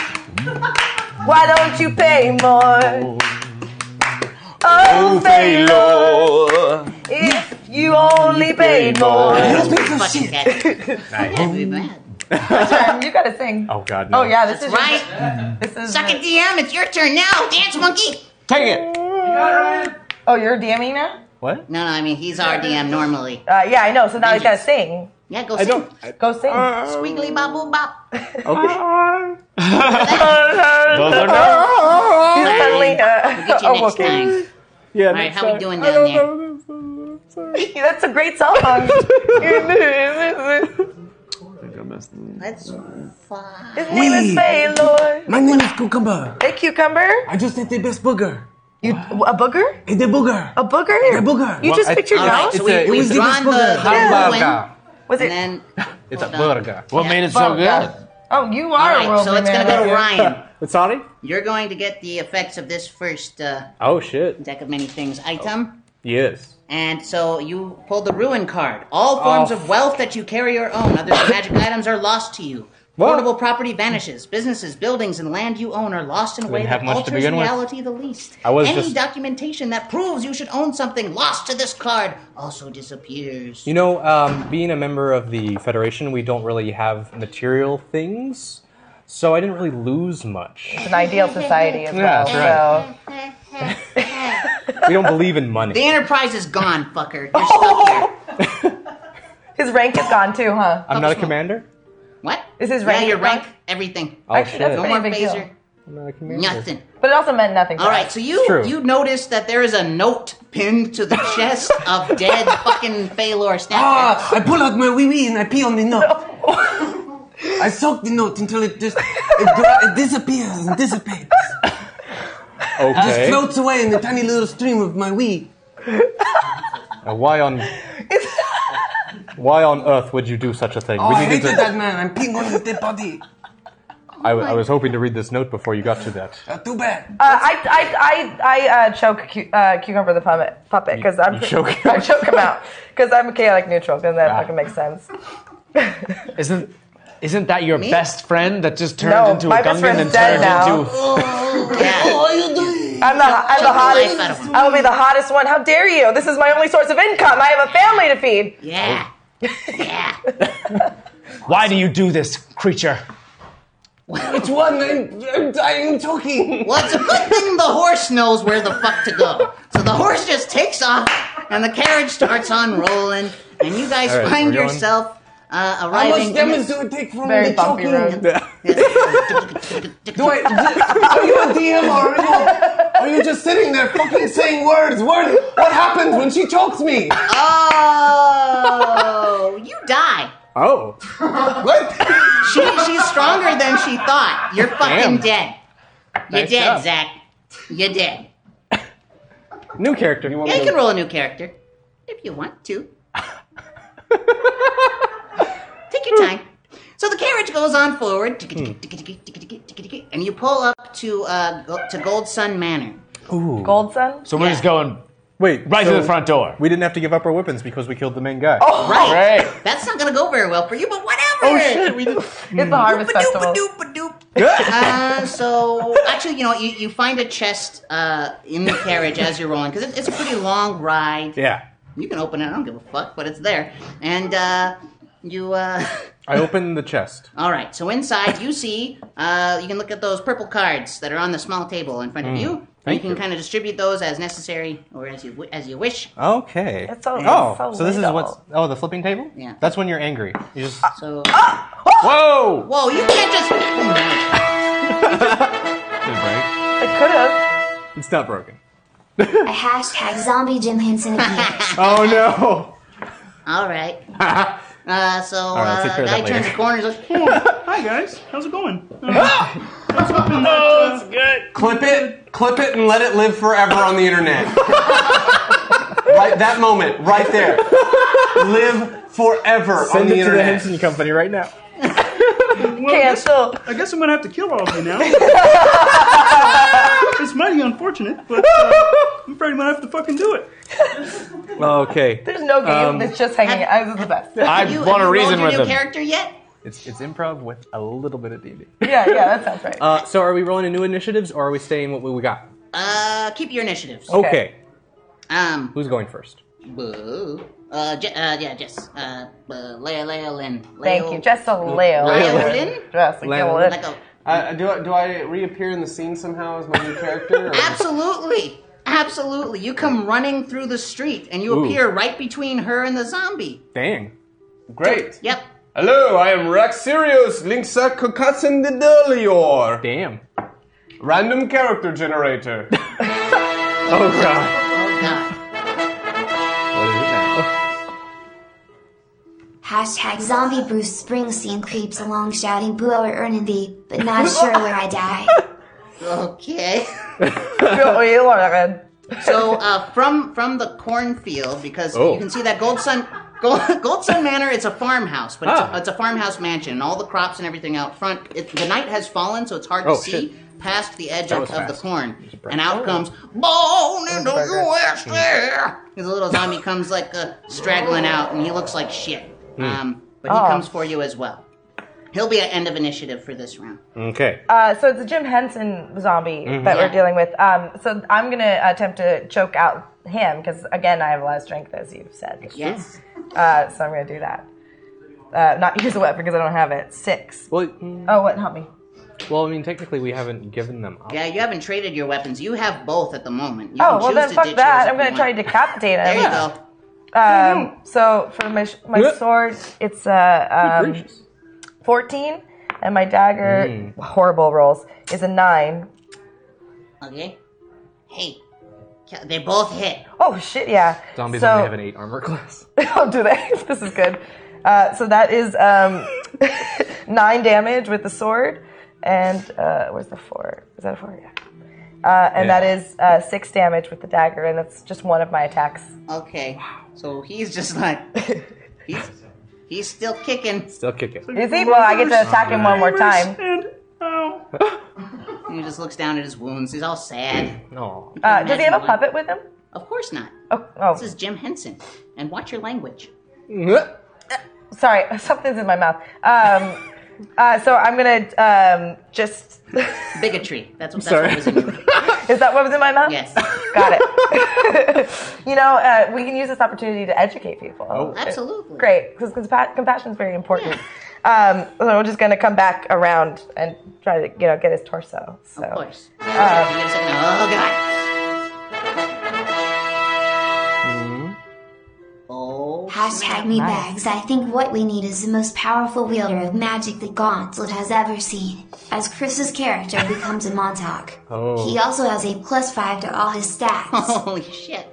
Speaker 3: why don't you pay more? Oh, Failure, if you only paid more.
Speaker 2: fucking cat. That'd be bad.
Speaker 3: Turn, you gotta sing.
Speaker 4: Oh God, no.
Speaker 3: Oh yeah, this is
Speaker 2: Right?
Speaker 3: This is
Speaker 2: Suck it, DM. It's your turn now. Dance monkey.
Speaker 6: Take it.
Speaker 3: Oh, you're DMing now?
Speaker 6: What?
Speaker 2: No, no. I mean, he's our DM normally.
Speaker 3: Uh, yeah, I know. So now he's gotta sing.
Speaker 2: Yeah, go sing.
Speaker 3: Go sing.
Speaker 2: Squiggly bobble bop.
Speaker 6: Those are no.
Speaker 3: Suddenly, uh,
Speaker 2: We'll get you
Speaker 3: oh,
Speaker 2: next
Speaker 3: okay.
Speaker 2: time.
Speaker 4: Yeah.
Speaker 2: All right, how we doing down there?
Speaker 3: That's a great song. His
Speaker 2: Let's fly.
Speaker 3: name is
Speaker 5: Wait.
Speaker 3: Failure.
Speaker 5: My name is Cucumber.
Speaker 3: Hey, cucumber.
Speaker 5: I just ate the best booger.
Speaker 3: You a booger?
Speaker 5: Ate the booger.
Speaker 3: A booger?
Speaker 5: A booger.
Speaker 3: You just
Speaker 4: I-
Speaker 3: picked your
Speaker 2: All right,
Speaker 3: nose?
Speaker 2: so we, we've
Speaker 5: was the
Speaker 2: drawn the,
Speaker 5: best
Speaker 2: the
Speaker 5: burger.
Speaker 2: ruin,
Speaker 3: Was
Speaker 2: and
Speaker 3: it?
Speaker 2: then
Speaker 4: It's a
Speaker 2: Hold on.
Speaker 4: burger.
Speaker 6: What made it so good?
Speaker 3: Oh, you
Speaker 2: all
Speaker 3: are a
Speaker 2: right,
Speaker 3: world
Speaker 2: so it's gonna go to Ryan.
Speaker 4: Sorry.
Speaker 2: You're going to get the effects of this first uh,
Speaker 4: Oh shit. Oh,
Speaker 2: deck of many things item,
Speaker 4: Yes.
Speaker 2: and so you pull the ruin card. All forms
Speaker 4: Oh.
Speaker 2: of wealth that you carry or own, other than magic items, are lost to you. Portable property vanishes. Businesses, buildings, and land you own are lost in a way
Speaker 4: Didn't have
Speaker 2: that
Speaker 4: much to
Speaker 2: alters
Speaker 4: begin with.
Speaker 2: reality the least.
Speaker 4: I was
Speaker 2: Any
Speaker 4: just-
Speaker 2: documentation that proves you should own something lost to this card also disappears.
Speaker 4: You know, um, being a member of the Federation, we don't really have material things, so I didn't really lose much.
Speaker 3: It's an ideal society as
Speaker 4: Yeah,
Speaker 3: well.
Speaker 4: that's right.
Speaker 3: So
Speaker 4: We don't believe in money.
Speaker 2: The Enterprise is gone, fucker. You're stuck here.
Speaker 3: his rank is gone too, huh?
Speaker 4: I'm not a commander.
Speaker 2: What?
Speaker 3: Is his
Speaker 2: Yeah,
Speaker 3: rank
Speaker 2: your
Speaker 3: gone?
Speaker 2: rank, everything.
Speaker 4: Oh shit!
Speaker 3: Actually, that's
Speaker 2: No
Speaker 3: pretty
Speaker 2: more
Speaker 3: big deal.
Speaker 2: phaser.
Speaker 4: I'm not a commander.
Speaker 2: Nothing.
Speaker 3: But it also meant nothing. To
Speaker 2: All
Speaker 3: us.
Speaker 2: right, so you
Speaker 4: true.
Speaker 2: you notice that there is a note pinned to the chest of dead fucking Phalor Snapchat.
Speaker 5: Ah, I pull out my wee wee and I pee on the note. I soak the note until it just it, dri- it disappears and dissipates. Just
Speaker 4: Okay.
Speaker 5: floats away in the tiny little stream of my wee.
Speaker 4: Now, Uh, why on? Why on earth would you do such a thing?
Speaker 5: Oh, I
Speaker 4: needed
Speaker 5: hated
Speaker 4: to.
Speaker 5: that man. I'm peeing on his dead body.
Speaker 4: I, I was hoping to read this note before you got to that.
Speaker 5: Uh, too bad.
Speaker 3: Uh, I I I, I uh, choke cu- uh, cucumber the puppet puppet because I'm
Speaker 4: you choke- Ah.
Speaker 3: I choke him out because I'm chaotic neutral because that fucking makes sense.
Speaker 6: Isn't isn't that your best friend that just turned
Speaker 3: No,
Speaker 6: into
Speaker 3: my
Speaker 6: a
Speaker 3: best
Speaker 6: Gungan
Speaker 3: friend's
Speaker 6: and
Speaker 3: dead
Speaker 6: turned
Speaker 3: now.
Speaker 6: into
Speaker 2: Yeah.
Speaker 5: What are you doing?
Speaker 3: I'm the I'm the
Speaker 2: choke the life out of
Speaker 3: hottest.
Speaker 2: him.
Speaker 3: I will be the hottest one. How dare you? This is my only source of income. I have a family to feed.
Speaker 2: Yeah. Yeah.
Speaker 6: Why do you do this, creature?
Speaker 5: Which one? I'm, I'm dying talking.
Speaker 2: Well, it's a good thing the horse knows where the fuck to go. So the horse just takes off, and the carriage starts on rolling, and you guys
Speaker 4: All right,
Speaker 2: find
Speaker 4: we're going.
Speaker 2: yourself uh,
Speaker 5: How
Speaker 2: arriving.
Speaker 5: much damage do it take from
Speaker 3: Very
Speaker 5: the
Speaker 3: bumpy road.
Speaker 5: choking? Do I, do- are you a DM or are you, are you just sitting there fucking saying words? Word, what happens when she chokes me?
Speaker 2: oh, you die.
Speaker 4: Oh,
Speaker 5: What?
Speaker 2: She, she's stronger than she thought. You're fucking dead. You're
Speaker 4: Nice
Speaker 2: dead,
Speaker 4: job.
Speaker 2: Zach. You're dead.
Speaker 4: new character.
Speaker 2: Yeah, you can roll a new character if you want to. Take your time. So the carriage goes on forward,
Speaker 4: Hmm.
Speaker 2: and you pull up to uh, go- to Gold Sun Manor.
Speaker 3: Gold Sun.
Speaker 6: So we're
Speaker 2: Yeah.
Speaker 6: just going
Speaker 4: Wait,
Speaker 6: right
Speaker 4: so
Speaker 6: to the front door.
Speaker 4: We didn't have to give up our weapons because we killed the main guy.
Speaker 2: Right.
Speaker 6: Great.
Speaker 2: That's not gonna go very well for you, but whatever.
Speaker 4: Oh, We did.
Speaker 3: It's the harvest festival.
Speaker 2: Ba-doop-a-doop-a-doop. Uh, so actually, you know, you, you find a chest uh, in the carriage as you're rolling because it, it's a pretty long ride.
Speaker 4: Yeah.
Speaker 2: You can open it. I don't give a fuck, but it's there. And uh, you uh,
Speaker 4: I open the chest.
Speaker 2: All right. So inside, you see, uh, you can look at those purple cards that are on the small table in front of you. and you
Speaker 4: Mm. Thank
Speaker 2: can
Speaker 4: you.
Speaker 2: kind of distribute those as necessary or as you as you wish.
Speaker 4: Uh. Okay.
Speaker 3: It's so-
Speaker 4: oh,
Speaker 3: it's so
Speaker 4: so this is
Speaker 3: little.
Speaker 4: what's oh the flipping table.
Speaker 2: Yeah.
Speaker 4: That's when you're angry. You just
Speaker 2: So,
Speaker 6: Whoa!
Speaker 2: whoa, you can't just.
Speaker 3: It could have.
Speaker 4: it's not broken.
Speaker 8: I hashtag zombie Jim Henson again.
Speaker 4: Oh no!
Speaker 2: All right. Uh, so
Speaker 4: right, I'll take
Speaker 2: uh,
Speaker 4: care of
Speaker 2: guy
Speaker 4: that
Speaker 2: turns
Speaker 4: later.
Speaker 2: the corner. He's like, "Hmm,
Speaker 9: Hi guys, how's it going? Um,
Speaker 6: Oh, it's
Speaker 9: uh,
Speaker 6: good.
Speaker 5: Clip it, clip it, and let it live forever on the internet. right, that moment, right there. Live forever on
Speaker 4: Send it to
Speaker 5: the
Speaker 4: the
Speaker 5: internet.
Speaker 4: Henson Company right now.
Speaker 9: Well, I guess,
Speaker 3: Cancel.
Speaker 9: I guess I'm gonna have to kill all of you now. it's mighty unfortunate, but uh, I'm afraid I'm gonna have to fucking do it.
Speaker 4: Okay.
Speaker 3: There's no game.
Speaker 4: Um,
Speaker 3: it's just hanging out. This is the best.
Speaker 6: I
Speaker 2: you,
Speaker 6: want
Speaker 2: have
Speaker 6: to
Speaker 2: you
Speaker 6: reason
Speaker 2: rolled
Speaker 6: with
Speaker 2: your new
Speaker 6: him.
Speaker 2: character yet?
Speaker 4: It's it's improv with a little bit of D&D.
Speaker 3: Yeah, yeah, that sounds right.
Speaker 4: Uh, so are we rolling in new initiatives or are we staying what we got?
Speaker 2: Uh, keep your initiatives.
Speaker 6: Oh.
Speaker 4: Okay.
Speaker 2: Um,
Speaker 4: Who's going first?
Speaker 2: boo. Uh, Je- uh, yeah, Jess. Uh, uh, Leo, Leo, Lynn.
Speaker 3: Thank
Speaker 2: Leo-
Speaker 3: you. Just a little.
Speaker 2: Leo, Lynn.
Speaker 3: Just a
Speaker 4: Leo.
Speaker 3: little.
Speaker 2: Like a,
Speaker 5: Uh, do, I, do I reappear in the scene somehow as my new character? or-
Speaker 2: absolutely, absolutely. You come running through the street and you
Speaker 4: Ooh.
Speaker 2: appear right between her and the zombie.
Speaker 4: Dang.
Speaker 5: Great.
Speaker 2: Yep.
Speaker 5: Hello, I am Raxirius Linksa Kokatsin Didalior.
Speaker 4: Damn.
Speaker 5: Random character generator.
Speaker 4: Oh god.
Speaker 2: Oh God.
Speaker 4: What is it now?
Speaker 8: Hashtag zombie Bruce Springsteen creeps along shouting boo or earning thee, but not sure where I die.
Speaker 2: Okay.
Speaker 3: Oh, you are good.
Speaker 2: So uh, from from the cornfield, because
Speaker 4: Oh.
Speaker 2: you can see that Gold Sun Gold, Gold Sun Manor. It's a farmhouse, but it's,
Speaker 4: Ah.
Speaker 2: a, it's a farmhouse mansion, and all the crops and everything out front. It, the night has fallen, so it's hard
Speaker 4: Oh,
Speaker 2: to see past the edge
Speaker 4: That
Speaker 2: of,
Speaker 4: was
Speaker 2: of the
Speaker 4: fast.
Speaker 2: corn. And
Speaker 4: Oh.
Speaker 2: out comes Born in the
Speaker 3: burger.
Speaker 2: USA. And the little zombie comes like uh, straggling out, and he looks like shit.
Speaker 4: Hmm.
Speaker 2: Um, but he
Speaker 3: Ah.
Speaker 2: comes for you as well. He'll be at end of initiative for this round.
Speaker 4: Okay.
Speaker 3: Uh, so it's a Jim Henson zombie
Speaker 2: Mm-hmm.
Speaker 3: that we're dealing with. Um, so I'm gonna attempt to choke out him because again, I have a lot of strength, as you've said.
Speaker 2: Yes.
Speaker 3: Uh, so I'm gonna do that. Uh, not use a weapon because I don't have it. Six.
Speaker 4: Well, mm,
Speaker 3: Oh, what? Help me.
Speaker 4: well, I mean, technically we haven't given them up.
Speaker 2: Yeah, you haven't traded your weapons. You have both at the moment. You
Speaker 3: Oh,
Speaker 2: can
Speaker 3: well
Speaker 2: choose
Speaker 3: then
Speaker 2: to
Speaker 3: fuck
Speaker 2: ditch
Speaker 3: that.
Speaker 2: yours
Speaker 3: I'm
Speaker 2: if
Speaker 3: gonna
Speaker 2: you
Speaker 3: try to
Speaker 2: want.
Speaker 3: decapitate him.
Speaker 2: There you go.
Speaker 3: Um, so for my sh- my
Speaker 4: Yeah.
Speaker 3: sword, it's a um,
Speaker 4: Gracious.
Speaker 3: 14, and my dagger
Speaker 2: Mm.
Speaker 3: horrible rolls is a nine.
Speaker 2: Okay. Hey, ca- they both hit.
Speaker 3: Oh shit, yeah.
Speaker 4: Zombies
Speaker 3: so,
Speaker 4: only have an eight armor class.
Speaker 3: oh, do they? this is good. Uh, so that is um, nine damage with the sword, and uh, where's the four? Is that a four? Yeah. Uh, and
Speaker 4: Yeah.
Speaker 3: that is uh, six damage with the dagger, and that's just one of my attacks.
Speaker 2: Okay. So he's just like he's he's still kicking.
Speaker 4: Still kick it.
Speaker 3: Is he? Well, I get to attack him one more time.
Speaker 9: And oh,
Speaker 2: And he just looks down at his wounds. He's all sad.
Speaker 4: No.
Speaker 3: Uh, does he have a
Speaker 2: Imagine one.
Speaker 3: puppet with him?
Speaker 2: Of course not.
Speaker 3: Oh, oh.
Speaker 2: This is Jim Henson. And watch your language.
Speaker 3: sorry, something's in my mouth. Um, uh, so I'm gonna um, just. is
Speaker 2: Bigotry. That's what that's what was in your
Speaker 3: that what was in my mouth?
Speaker 2: Yes.
Speaker 3: Got it. you know, uh, we can use this opportunity to educate people. Oh,
Speaker 2: Absolutely.
Speaker 3: Great, because compassion is very important. Um, so we're just gonna come back around and try to, you know, get his torso. So.
Speaker 2: Of course. You get a second- Oh god. Oh
Speaker 8: Hashtag me bags. I think what we need is the most powerful wielder of magic the gauntlet has ever seen. As Chris's character becomes a Montauk, he also has a plus five to all his stats.
Speaker 2: Holy shit.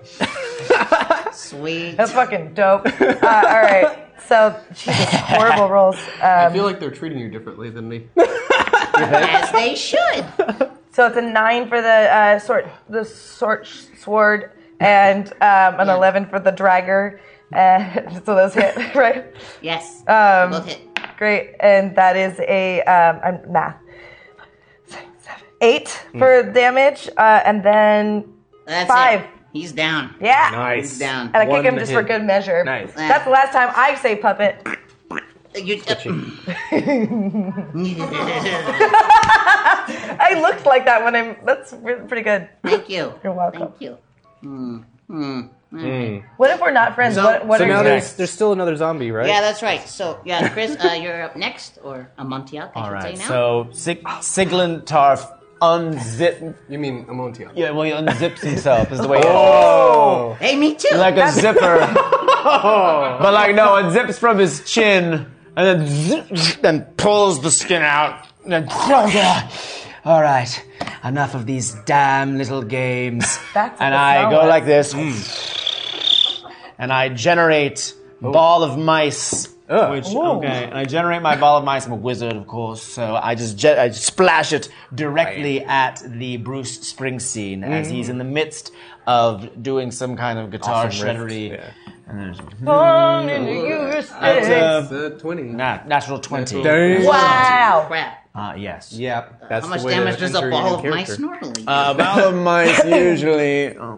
Speaker 2: Sweet.
Speaker 3: That's fucking dope. Uh, all right. So, Jesus, horrible rolls. Um,
Speaker 5: I feel like they're treating you differently than me.
Speaker 2: As they should.
Speaker 3: so it's a nine for the uh, sword, the sword, sword, and um, an eleven for the dragger. And so those hit, right?
Speaker 2: Yes.
Speaker 3: Um,
Speaker 2: Both hit.
Speaker 3: Great, and that is a um, I'm math. Eight for damage, uh, and then
Speaker 2: That's
Speaker 3: five.
Speaker 2: It. He's down.
Speaker 3: yeah,
Speaker 2: He's down.
Speaker 3: and I
Speaker 4: One
Speaker 3: kick him just for
Speaker 4: hit.
Speaker 3: good measure.
Speaker 4: Nice.
Speaker 3: That's the last time I say puppet.
Speaker 2: You-
Speaker 3: I looked like that when I'm. That's re- pretty good.
Speaker 2: Thank you.
Speaker 3: You're welcome.
Speaker 2: Thank you. Hmm. Hmm.
Speaker 3: What if we're not friends? what what
Speaker 4: so
Speaker 3: are
Speaker 4: now
Speaker 3: you
Speaker 4: there's,
Speaker 3: next?
Speaker 4: there's still another zombie, right?
Speaker 2: Yeah, that's right. So, yeah, Chris, uh, you're up next, or Amontiak, I
Speaker 6: All
Speaker 2: should
Speaker 6: right,
Speaker 2: say now.
Speaker 6: so Sig- Siglin Tarf unzip.
Speaker 5: You mean Amontia?
Speaker 6: Yeah, well, he unzips himself is the way.
Speaker 2: hey, me too.
Speaker 6: like a zipper, but like no, it zips from his chin and then zip, then pulls the skin out. And then, all right, enough of these damn little games.
Speaker 3: That's
Speaker 6: and
Speaker 3: the
Speaker 6: I go
Speaker 3: flowers.
Speaker 6: like this, and I generate
Speaker 4: Oh.
Speaker 6: ball of mice.
Speaker 4: Uh.
Speaker 6: Which okay, and I generate my ball of mice. I'm a wizard, of course, so I just jet, I splash it directly at the Bruce Springsteen as he's in the midst of doing some kind of guitar
Speaker 4: Mm. Awesome riff,
Speaker 6: shreddery.
Speaker 4: yeah.
Speaker 6: And there's-
Speaker 3: Come into your
Speaker 6: That's
Speaker 3: space.
Speaker 6: a
Speaker 5: The twenty.
Speaker 6: nat- natural twenty.
Speaker 3: Wow.
Speaker 2: Crap.
Speaker 6: Uh, yes.
Speaker 5: Yep.
Speaker 4: That's
Speaker 2: How much
Speaker 4: the way to
Speaker 2: damage does a
Speaker 4: enter your
Speaker 2: ball of
Speaker 4: character.
Speaker 2: mice normally?
Speaker 3: Uh,
Speaker 6: Uh,
Speaker 5: About mice usually. Oh,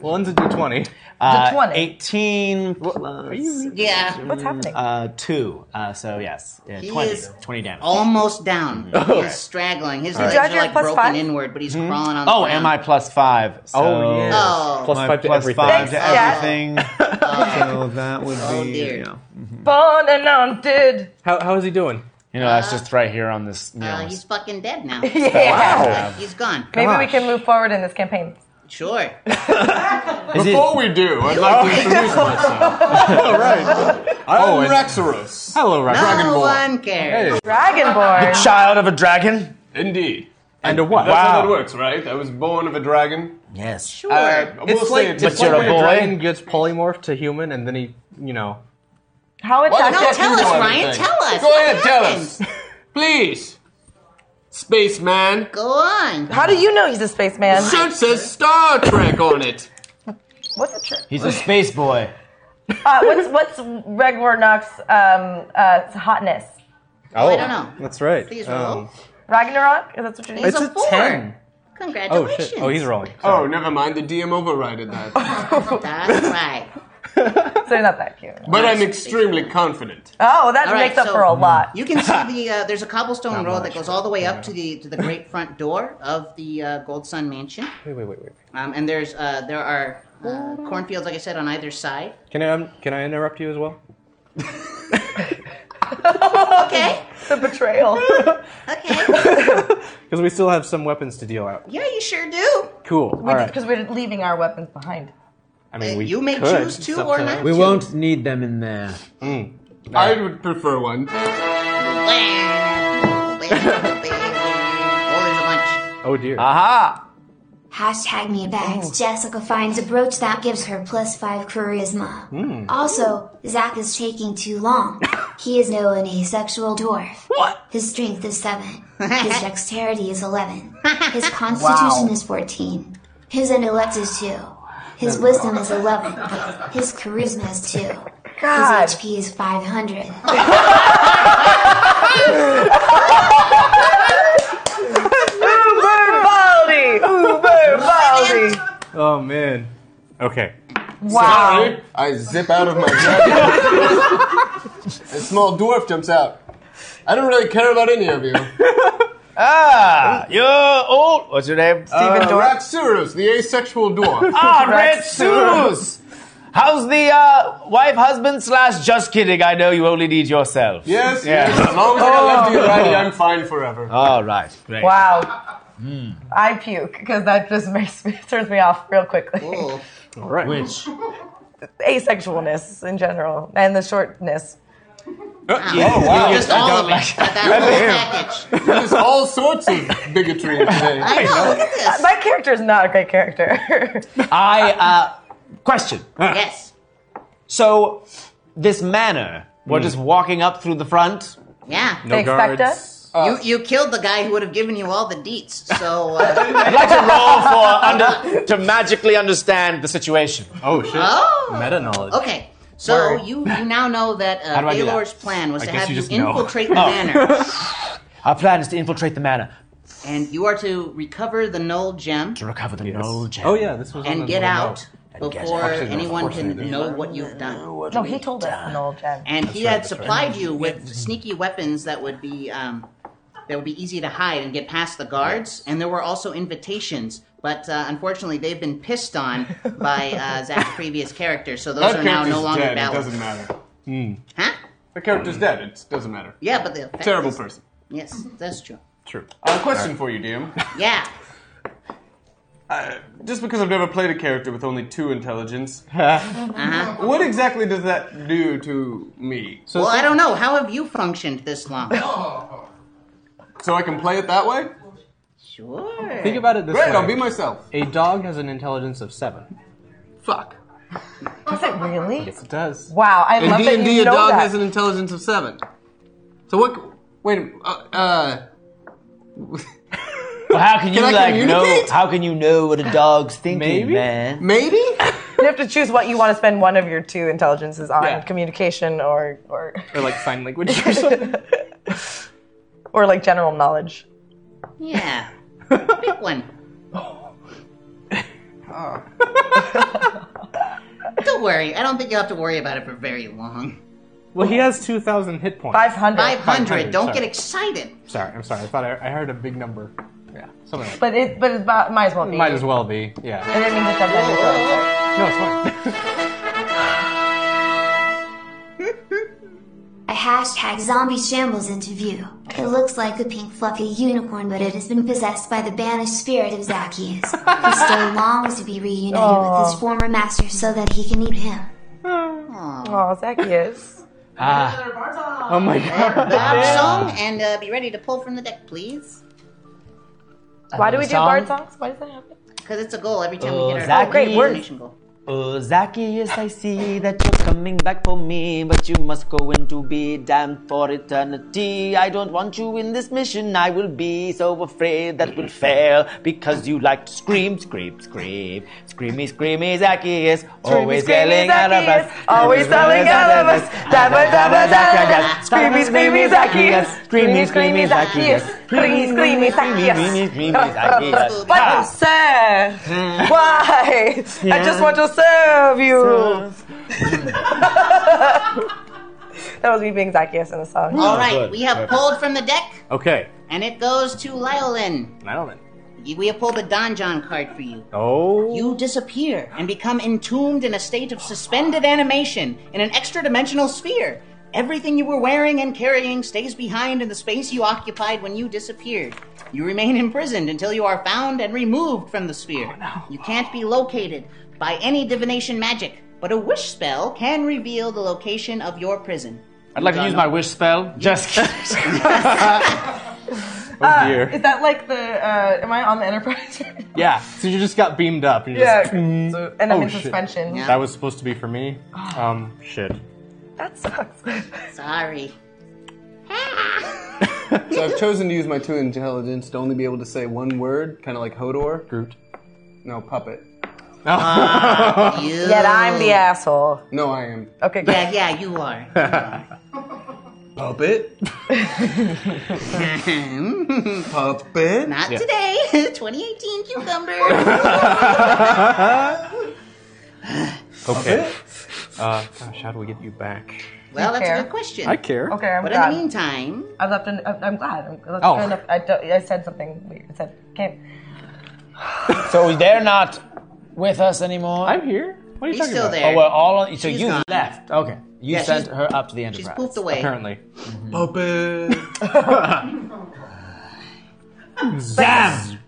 Speaker 4: One's a d20.
Speaker 6: Uh,
Speaker 3: 20.
Speaker 6: Eighteen plus
Speaker 2: yeah,
Speaker 3: What's happening?
Speaker 6: uh, two. Uh, so yes, yeah,
Speaker 2: He
Speaker 6: twenty.
Speaker 2: is-
Speaker 6: Twenty damage.
Speaker 2: almost down. He's straggling. His legs
Speaker 3: you have
Speaker 2: are
Speaker 3: your
Speaker 2: like
Speaker 3: plus
Speaker 2: broken
Speaker 3: five?
Speaker 2: inward, but he's crawling on.
Speaker 6: Oh,
Speaker 2: the
Speaker 6: and
Speaker 2: ground.
Speaker 6: my plus five. So
Speaker 4: Oh, yeah.
Speaker 2: Oh.
Speaker 4: Plus
Speaker 6: my
Speaker 4: five to
Speaker 6: plus
Speaker 4: everything.
Speaker 6: five to
Speaker 3: Thanks, Jack.
Speaker 6: everything.
Speaker 5: so that would
Speaker 2: Oh
Speaker 5: be.
Speaker 2: dear.
Speaker 3: Born and undead.
Speaker 4: How, how is he doing?
Speaker 6: You know, that's just right here on this. You know,
Speaker 2: Uh, he's fucking dead now.
Speaker 3: Yeah.
Speaker 2: Like, he's gone.
Speaker 3: Maybe we can move forward in this campaign.
Speaker 2: Sure.
Speaker 6: is it-
Speaker 5: Before Oh, we do, I'd like to introduce myself. All right. I'm
Speaker 6: Oh, and-
Speaker 5: Raxorus.
Speaker 6: Hello, Rock.
Speaker 2: No one cares.
Speaker 3: Dragonborn.
Speaker 6: Child of a dragon.
Speaker 5: Indeed.
Speaker 6: And a what?
Speaker 5: That's how that
Speaker 6: Wow.
Speaker 5: works, right? I was born of a dragon.
Speaker 6: Yes.
Speaker 2: Sure.
Speaker 5: Uh, we'll
Speaker 4: it's
Speaker 5: say
Speaker 4: like,
Speaker 5: it's
Speaker 4: it's
Speaker 6: But you're
Speaker 4: like
Speaker 6: a
Speaker 4: when
Speaker 6: boy.
Speaker 4: dragon gets polymorphed to human and then he, you know.
Speaker 3: How
Speaker 5: Why
Speaker 3: attack
Speaker 5: the
Speaker 2: No,
Speaker 5: fuck
Speaker 2: tell
Speaker 5: you
Speaker 2: us,
Speaker 5: know
Speaker 2: Ryan.
Speaker 5: everything?
Speaker 2: Tell us.
Speaker 5: Go
Speaker 2: What
Speaker 5: ahead, tell
Speaker 2: happened?
Speaker 5: us. Please. Spaceman.
Speaker 2: Go on.
Speaker 3: How do you know he's a spaceman?
Speaker 5: Suit says Star Trek on it.
Speaker 3: What's a trick?
Speaker 6: He's a space boy.
Speaker 3: Uh, what's what's Reg Warnock's um, uh, hotness?
Speaker 4: Oh,
Speaker 2: I don't know.
Speaker 4: That's right.
Speaker 2: Please roll.
Speaker 4: Um,
Speaker 3: Ragnarok? Is that what you need?
Speaker 2: He's
Speaker 4: it's
Speaker 2: a
Speaker 4: a
Speaker 2: four.
Speaker 4: 10. oh,
Speaker 2: Congratulations.
Speaker 4: shit. Oh, he's rolling.
Speaker 5: Oh, never mind. The DM overrided that.
Speaker 2: That's right.
Speaker 3: So you're not that cute.
Speaker 5: But I'm extremely confident.
Speaker 3: Oh, that
Speaker 2: All right,
Speaker 3: makes up
Speaker 2: so
Speaker 3: for a lot.
Speaker 2: You can see the uh, there's a cobblestone road that goes all the way up to the to the great front door of the uh, Gold Sun Mansion.
Speaker 4: Wait, wait, wait, wait.
Speaker 2: Um, and there's uh, there are uh, cornfields, like I said, on either side.
Speaker 4: Can I, um, can I interrupt you as well?
Speaker 2: Okay.
Speaker 3: The betrayal.
Speaker 2: Okay.
Speaker 4: Because we still have some weapons to deal out.
Speaker 2: yeah, you sure do.
Speaker 4: Cool. All right.
Speaker 3: Because we're leaving our weapons behind.
Speaker 4: I mean, we
Speaker 2: Uh, you may
Speaker 4: could.
Speaker 2: choose to
Speaker 4: It's up
Speaker 2: or not.
Speaker 4: us.
Speaker 2: to.
Speaker 6: need them in there.
Speaker 5: I would prefer one.
Speaker 2: Bam, bam, bam. Oh, there's a bunch.
Speaker 4: Oh, dear.
Speaker 6: Aha!
Speaker 8: Hashtag me back. Jessica finds a brooch that gives her plus five charisma. Also, Zach is taking too long. He is now an asexual dwarf. What? His strength is seven. His dexterity is eleven. His constitution is fourteen. His intellect is two. His wisdom is eleven. His charisma is two.
Speaker 3: God.
Speaker 8: His HP is five hundred.
Speaker 3: Uber Baldy! Uber Baldy!
Speaker 4: Oh, man. Okay.
Speaker 3: Wow.
Speaker 5: I zip out of my jacket. a small dwarf jumps out. I don't really care about any of you.
Speaker 6: Ah! You're old. What's your name?
Speaker 3: Steven
Speaker 5: Uh,
Speaker 3: Dorff.
Speaker 5: Raxurus, the asexual dwarf.
Speaker 6: Ah, Red
Speaker 3: Rex
Speaker 6: Sumus! How's the uh, wife, husband, slash just kidding? I know you only need yourself.
Speaker 5: yes,
Speaker 6: Yeah.
Speaker 5: yes. As long as I got lefty and righty, I'm fine forever.
Speaker 6: All right, great.
Speaker 3: Wow.
Speaker 4: Hmm.
Speaker 3: I puke because that just makes me turns me off real quickly.
Speaker 2: Cool.
Speaker 4: All right.
Speaker 6: Which?
Speaker 3: Asexualness in general and the shortness.
Speaker 6: wow.
Speaker 2: Just all of it. Got that whole package.
Speaker 5: There's all sorts of bigotry in today.
Speaker 2: I know. Look at this.
Speaker 3: My character is not a great character.
Speaker 6: I, uh, question.
Speaker 2: Yes.
Speaker 6: So, this manor, we're
Speaker 4: Hmm.
Speaker 6: just walking up through the front.
Speaker 2: Yeah.
Speaker 4: No
Speaker 3: expect
Speaker 4: guards.
Speaker 3: us?
Speaker 2: You you killed the guy who would have given you all the deets. So. Uh,
Speaker 6: I'd like to roll for under, to magically understand the situation.
Speaker 4: Oh, shit.
Speaker 2: oh.
Speaker 4: Meta knowledge.
Speaker 2: Okay. So you, you now know that uh,
Speaker 6: do I do that?
Speaker 2: Baylor's plan was
Speaker 4: I
Speaker 2: to
Speaker 4: guess
Speaker 2: have
Speaker 4: you
Speaker 2: you,
Speaker 4: just know. Oh.
Speaker 2: infiltrate the manor,
Speaker 6: Our plan is to infiltrate the manor
Speaker 2: and you are to recover the null gem
Speaker 6: to recover the null gem.
Speaker 4: Oh, yeah. This was on
Speaker 2: and
Speaker 4: the
Speaker 2: get
Speaker 4: little
Speaker 2: out
Speaker 6: And get
Speaker 2: before
Speaker 6: out.
Speaker 2: anyone can know what you've done.
Speaker 3: no, he told us an old gem.
Speaker 2: And he had supplied you with sneaky weapons that would be um, that would be easy to hide and get past the guards. And there were also invitations, But uh, unfortunately, they've been pissed on by uh, Zach's previous characters, so those
Speaker 5: That
Speaker 2: are now
Speaker 5: character's
Speaker 2: no longer
Speaker 5: dead. It
Speaker 2: valid.
Speaker 5: doesn't matter.
Speaker 2: Huh?
Speaker 5: The character's dead. It doesn't matter.
Speaker 2: Yeah, but the fact
Speaker 5: Terrible
Speaker 2: is-
Speaker 5: person.
Speaker 2: Yes, that's true.
Speaker 4: True.
Speaker 5: Uh, question for you, DM.
Speaker 2: Yeah.
Speaker 5: Just because I've never played a character with only two intelligence,
Speaker 2: Uh-huh.
Speaker 5: what exactly does that do to me? So,
Speaker 2: Well, I don't know. How have you functioned this long?
Speaker 5: so I can play it that way?
Speaker 2: Sure.
Speaker 4: Think about it this
Speaker 5: Great,
Speaker 4: way.
Speaker 5: I'll be myself.
Speaker 4: a dog has an intelligence of seven.
Speaker 5: Fuck.
Speaker 3: Does it really?
Speaker 4: It does.
Speaker 3: Wow, I
Speaker 5: In
Speaker 3: love
Speaker 5: D
Speaker 3: that
Speaker 5: and D,
Speaker 3: you
Speaker 5: a
Speaker 3: know
Speaker 5: dog
Speaker 3: that.
Speaker 5: has an intelligence of seven. So what? Wait. a minute, Uh, uh,
Speaker 6: Well, how can you
Speaker 5: I
Speaker 6: like know?
Speaker 5: communicate?
Speaker 6: How can you know what a dog's thinking,
Speaker 4: Maybe.
Speaker 6: man?
Speaker 5: maybe.
Speaker 3: You have to choose what you want to spend one of your two intelligences on:
Speaker 4: Yeah.
Speaker 3: communication or or
Speaker 4: Or like sign language or something.
Speaker 3: or like general knowledge.
Speaker 2: Yeah. Pick one. don't worry. I don't think you'll have to worry about it for very long.
Speaker 4: Well,
Speaker 2: Oh.
Speaker 4: he has two thousand hit points.
Speaker 3: Five hundred.
Speaker 2: 500.
Speaker 4: 500,
Speaker 2: Don't
Speaker 4: sorry.
Speaker 2: get excited.
Speaker 4: Sorry, I'm sorry. I thought I, I heard a big number. Yeah, something like that.
Speaker 3: But it but it might as well be.
Speaker 4: Might as well be. Yeah.
Speaker 3: I didn't mean to shove that in your throat. Sorry.
Speaker 4: No, it's fine.
Speaker 8: A hashtag zombie shambles into view. It looks like a pink fluffy unicorn, but it has been possessed by the banished spirit of Zacchaeus, who still longs to be reunited with his former master so that he can eat him.
Speaker 3: Aw, Zacchaeus.
Speaker 4: oh my god.
Speaker 2: Bob song and uh, be ready to pull from the deck, please.
Speaker 3: Why do we do
Speaker 6: Song?
Speaker 3: bard songs? Why does that happen?
Speaker 2: Because it's a goal every time
Speaker 6: Oh,
Speaker 2: we get our
Speaker 6: Zach,
Speaker 2: oh,
Speaker 3: great work.
Speaker 2: elimination goal.
Speaker 6: Oh, Zacchaeus, I see that you're coming back for me, but you must go in to be damned for eternity. I don't want you in this mission. I will be so afraid that will fail because you like to scream, scream, scream, screamy, screamy, Zacchaeus, always
Speaker 3: screamy
Speaker 6: yelling out of us,
Speaker 3: Zacchaeus, always yelling out of us. Dabba, dabba, dabba, screamy, screamy Zacchaeus,
Speaker 6: screamy, screamy Zacchaeus,
Speaker 3: screamy, screamy
Speaker 6: screamy,
Speaker 3: Zacchaeus.
Speaker 6: screamy Ah. Zacchaeus.
Speaker 3: Why you serve? Why? I just want to serve you. that was me being Zacchaeus in the song.
Speaker 2: All right,
Speaker 6: good.
Speaker 2: we have pulled from the deck,
Speaker 4: Okay.
Speaker 2: and it goes to Lyolin.
Speaker 4: Now then.
Speaker 2: You- We have pulled the Donjon card for you.
Speaker 4: Oh.
Speaker 2: You disappear and become entombed in a state of suspended animation in an extra dimensional sphere. Everything you were wearing and carrying stays behind in the space you occupied when you disappeared. You remain imprisoned until you are found and removed from the sphere. You can't be located by any divination magic, but a wish spell can reveal the location of your prison.
Speaker 6: I'd like to use my wish spell. Just kidding.
Speaker 4: oh dear.
Speaker 3: Is that like the? Uh, am I on the Enterprise?
Speaker 4: Yeah. So you just got beamed up. And you
Speaker 3: yeah.
Speaker 4: Just,
Speaker 3: So, and I'm
Speaker 4: Oh,
Speaker 3: in
Speaker 4: shit.
Speaker 3: suspension.
Speaker 2: Yeah.
Speaker 4: that was supposed to be for me. Um. Shit.
Speaker 3: That sucks.
Speaker 2: Sorry.
Speaker 5: So I've chosen to use my two intelligence to only be able to say one word, kind of like Hodor.
Speaker 4: Groot.
Speaker 5: No, puppet.
Speaker 2: You.
Speaker 3: Yet I'm the asshole.
Speaker 5: No, I am
Speaker 3: Okay, good.
Speaker 2: Yeah, yeah, you are.
Speaker 5: puppet. puppet.
Speaker 2: Not today. 2018 cucumber.
Speaker 4: Okay. Uh, gosh, how do we get you back?
Speaker 2: well, that's
Speaker 3: care.
Speaker 2: a good question.
Speaker 4: I care.
Speaker 3: Okay, I'm
Speaker 2: But in
Speaker 3: glad.
Speaker 2: the meantime,
Speaker 3: I left. An, I- I'm glad. I'm glad.
Speaker 4: Oh.
Speaker 3: I, left, I, don't- I said something weird. I said, "Can't."
Speaker 6: so they're not with us anymore.
Speaker 4: I'm here. What are you
Speaker 2: He's
Speaker 4: talking
Speaker 2: still
Speaker 4: about?
Speaker 2: there.
Speaker 6: Oh, we're all on. So
Speaker 2: She's
Speaker 6: you
Speaker 2: gone.
Speaker 6: left. Okay. You
Speaker 2: Yeah,
Speaker 6: sent
Speaker 2: she's-
Speaker 6: her up to the
Speaker 2: she's
Speaker 6: Enterprise.
Speaker 2: pooped away.
Speaker 4: Apparently.
Speaker 5: Puppet.
Speaker 6: Zam!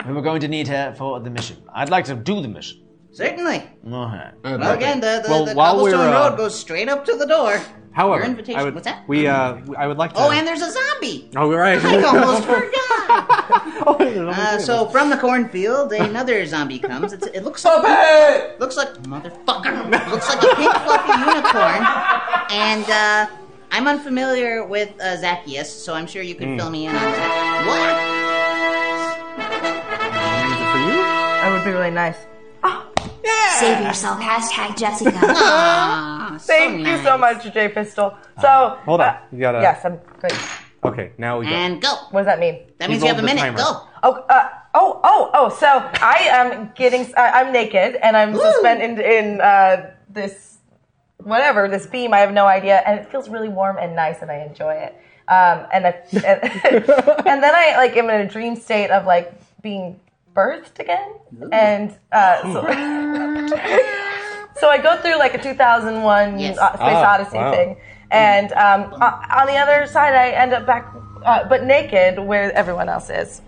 Speaker 6: And we're going to need her for the mission. I'd like to do the mission.
Speaker 2: Certainly.
Speaker 6: Okay.
Speaker 2: Well, again, the, the,
Speaker 4: Well,
Speaker 2: the
Speaker 4: while we're,
Speaker 2: cobblestone
Speaker 4: uh,
Speaker 2: road goes straight up to the door.
Speaker 4: However,
Speaker 2: Your invitation-
Speaker 4: I would,
Speaker 2: what's that?
Speaker 4: We, uh, we- I would like to.
Speaker 2: Oh, and there's a zombie.
Speaker 4: Oh, right.
Speaker 2: I almost forgot.
Speaker 4: Oh, there's only three
Speaker 2: Uh,
Speaker 4: of
Speaker 2: so
Speaker 4: us.
Speaker 2: from the cornfield, another zombie comes. It's, it looks like looks like motherfucker. looks like a pink fluffy unicorn. And uh, I'm unfamiliar with uh, Zacchaeus, so I'm sure you
Speaker 3: Hmm.
Speaker 2: can fill me in on that.
Speaker 4: Is it for you?
Speaker 3: That would be really nice.
Speaker 8: Save yourself, hashtag Jessica.
Speaker 2: What? Ah, so
Speaker 3: Thank you so
Speaker 2: nice.
Speaker 3: much, J Pistol. So
Speaker 4: Hold on.
Speaker 3: uh,
Speaker 4: You gotta.
Speaker 3: yes, I'm great.
Speaker 4: Okay. Now we go.
Speaker 2: And go.
Speaker 3: What does that mean?
Speaker 2: That
Speaker 4: He
Speaker 2: means you have a
Speaker 4: rolled the
Speaker 2: minute.
Speaker 4: timer.
Speaker 2: Go.
Speaker 3: Oh, uh, oh, oh, oh. So I am getting. I, I'm naked and I'm suspended in uh, this whatever this beam. I have no idea, and it feels really warm and nice, and I enjoy it. Um, and I, and, and then I like am in a dream state of like being. birthed again, and uh, so, so I go through like a 2001
Speaker 2: Yes.
Speaker 3: uh, Space
Speaker 4: Ah,
Speaker 3: Odyssey
Speaker 4: wow.
Speaker 3: thing, and um, o- on the other side I end up back, uh, but naked where everyone else is,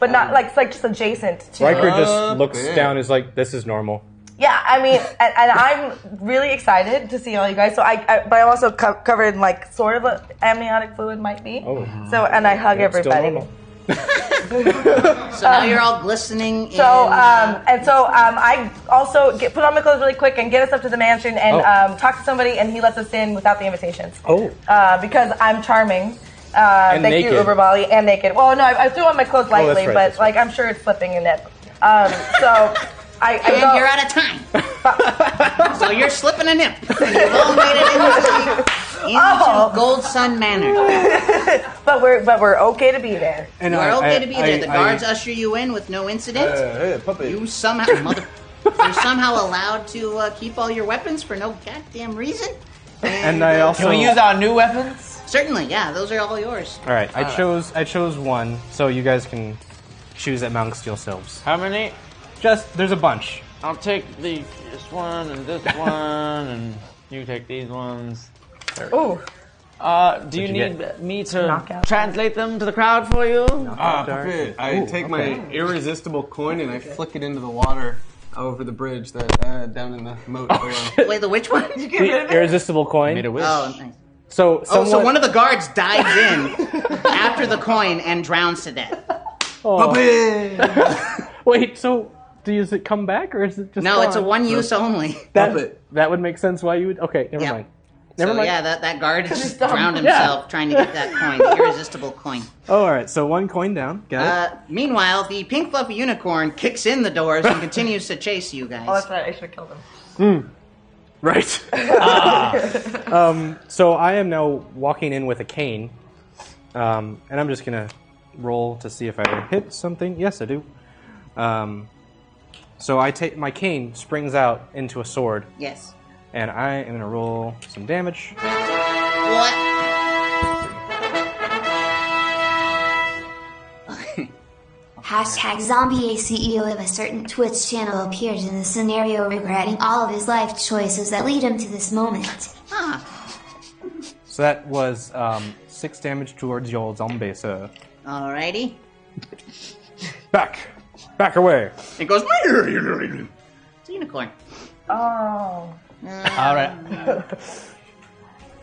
Speaker 3: but
Speaker 4: Um,
Speaker 3: not like it's like just adjacent to.
Speaker 4: Riker just looks
Speaker 5: man.
Speaker 4: down. Is like, this is normal.
Speaker 3: Yeah, I mean, and, and I'm really excited to see all you guys. So I, I but I'm also co- covered in like sort of a amniotic fluid might be.
Speaker 4: Oh.
Speaker 3: So and I hug
Speaker 4: It's still
Speaker 3: everybody.
Speaker 4: normal.
Speaker 2: So now you're all glistening.
Speaker 3: Um, So
Speaker 2: in,
Speaker 3: um, and so um, I also get, put on my clothes really quick and get us up to the mansion and
Speaker 4: Oh.
Speaker 3: um, talk to somebody, and he lets us in without the invitations.
Speaker 4: Oh.
Speaker 3: Uh, because I'm charming. Uh,
Speaker 4: And
Speaker 3: thank you,
Speaker 4: naked. Oh,
Speaker 3: Uber Molly, and naked. Well, no, I, I threw on my clothes
Speaker 4: that's
Speaker 3: lightly,
Speaker 4: right,
Speaker 3: but
Speaker 4: that's right.
Speaker 3: like I'm sure it's slipping in it. Um, so I, I
Speaker 2: and
Speaker 3: go,
Speaker 2: you're out of time. so you're slipping a nip. You've all made it into, into
Speaker 3: Oh.
Speaker 2: Gold Sun Manor.
Speaker 3: but we're but we're okay to be there.
Speaker 4: And
Speaker 2: You're
Speaker 4: I-
Speaker 2: okay
Speaker 4: I-
Speaker 2: to be
Speaker 4: I-
Speaker 2: there. The
Speaker 4: I- Uh,
Speaker 2: guards usher you in with no incident.
Speaker 5: Hey, puppy.
Speaker 2: you somehow, mother, you're somehow allowed to uh, keep all your weapons for no goddamn reason.
Speaker 4: and I also
Speaker 6: Can we use our new weapons?
Speaker 2: Certainly, yeah, those are all yours.
Speaker 4: All right, I chose I chose one, so you guys can choose amongst yourselves.
Speaker 6: How many?
Speaker 4: Just there's a bunch.
Speaker 6: I'll take the this one and this one, and you take these ones.
Speaker 3: Ooh, Oh,
Speaker 6: Uh, do you,
Speaker 4: you
Speaker 6: need me to
Speaker 3: Knockout.
Speaker 6: translate them to the crowd for you?
Speaker 5: Ah, puppet. I take my irresistible coin and I flick it into the water over the bridge that uh, down in the moat
Speaker 4: Oh,
Speaker 5: below.
Speaker 2: Wait, the which one?
Speaker 4: Uh, The irresistible coin.
Speaker 2: Oh, nice.
Speaker 4: So
Speaker 2: Oh,
Speaker 4: someone,
Speaker 2: so one of the guards dives in after the coin and drowns to death.
Speaker 5: Puppet!
Speaker 4: wait. So does it come back or is it just
Speaker 2: No, it's a
Speaker 4: gone?
Speaker 2: one use only.
Speaker 4: That,
Speaker 5: Puppet.
Speaker 4: that would make sense. Why you would? Okay, never
Speaker 2: Yeah.
Speaker 4: mind. Never
Speaker 2: so
Speaker 4: mind.
Speaker 2: yeah, that, that guard just
Speaker 3: dumb.
Speaker 2: drowned himself trying to get that coin, the irresistible coin.
Speaker 4: Oh, all right. So one coin down. Got it.
Speaker 2: Uh, meanwhile, the pink fluffy unicorn kicks in the doors and continues to chase you
Speaker 3: oh,
Speaker 2: guys.
Speaker 3: that's right. I should have killed him.
Speaker 4: Right. um, so I am now walking in with a cane, um, and I'm just gonna roll to see if I hit something. Yes, I do. Um, so I take my cane, springs out into a sword,
Speaker 2: Yes.
Speaker 4: and I am gonna roll some damage.
Speaker 2: What?
Speaker 8: Hashtag zombie ACEO if a certain Twitch channel appears in the scenario regretting all of his life choices that lead him to this moment.
Speaker 4: So that was um, six damage towards your zombie, sir.
Speaker 2: Alrighty.
Speaker 4: Back, back away.
Speaker 2: It goes. It's a unicorn.
Speaker 3: Oh,
Speaker 6: All right.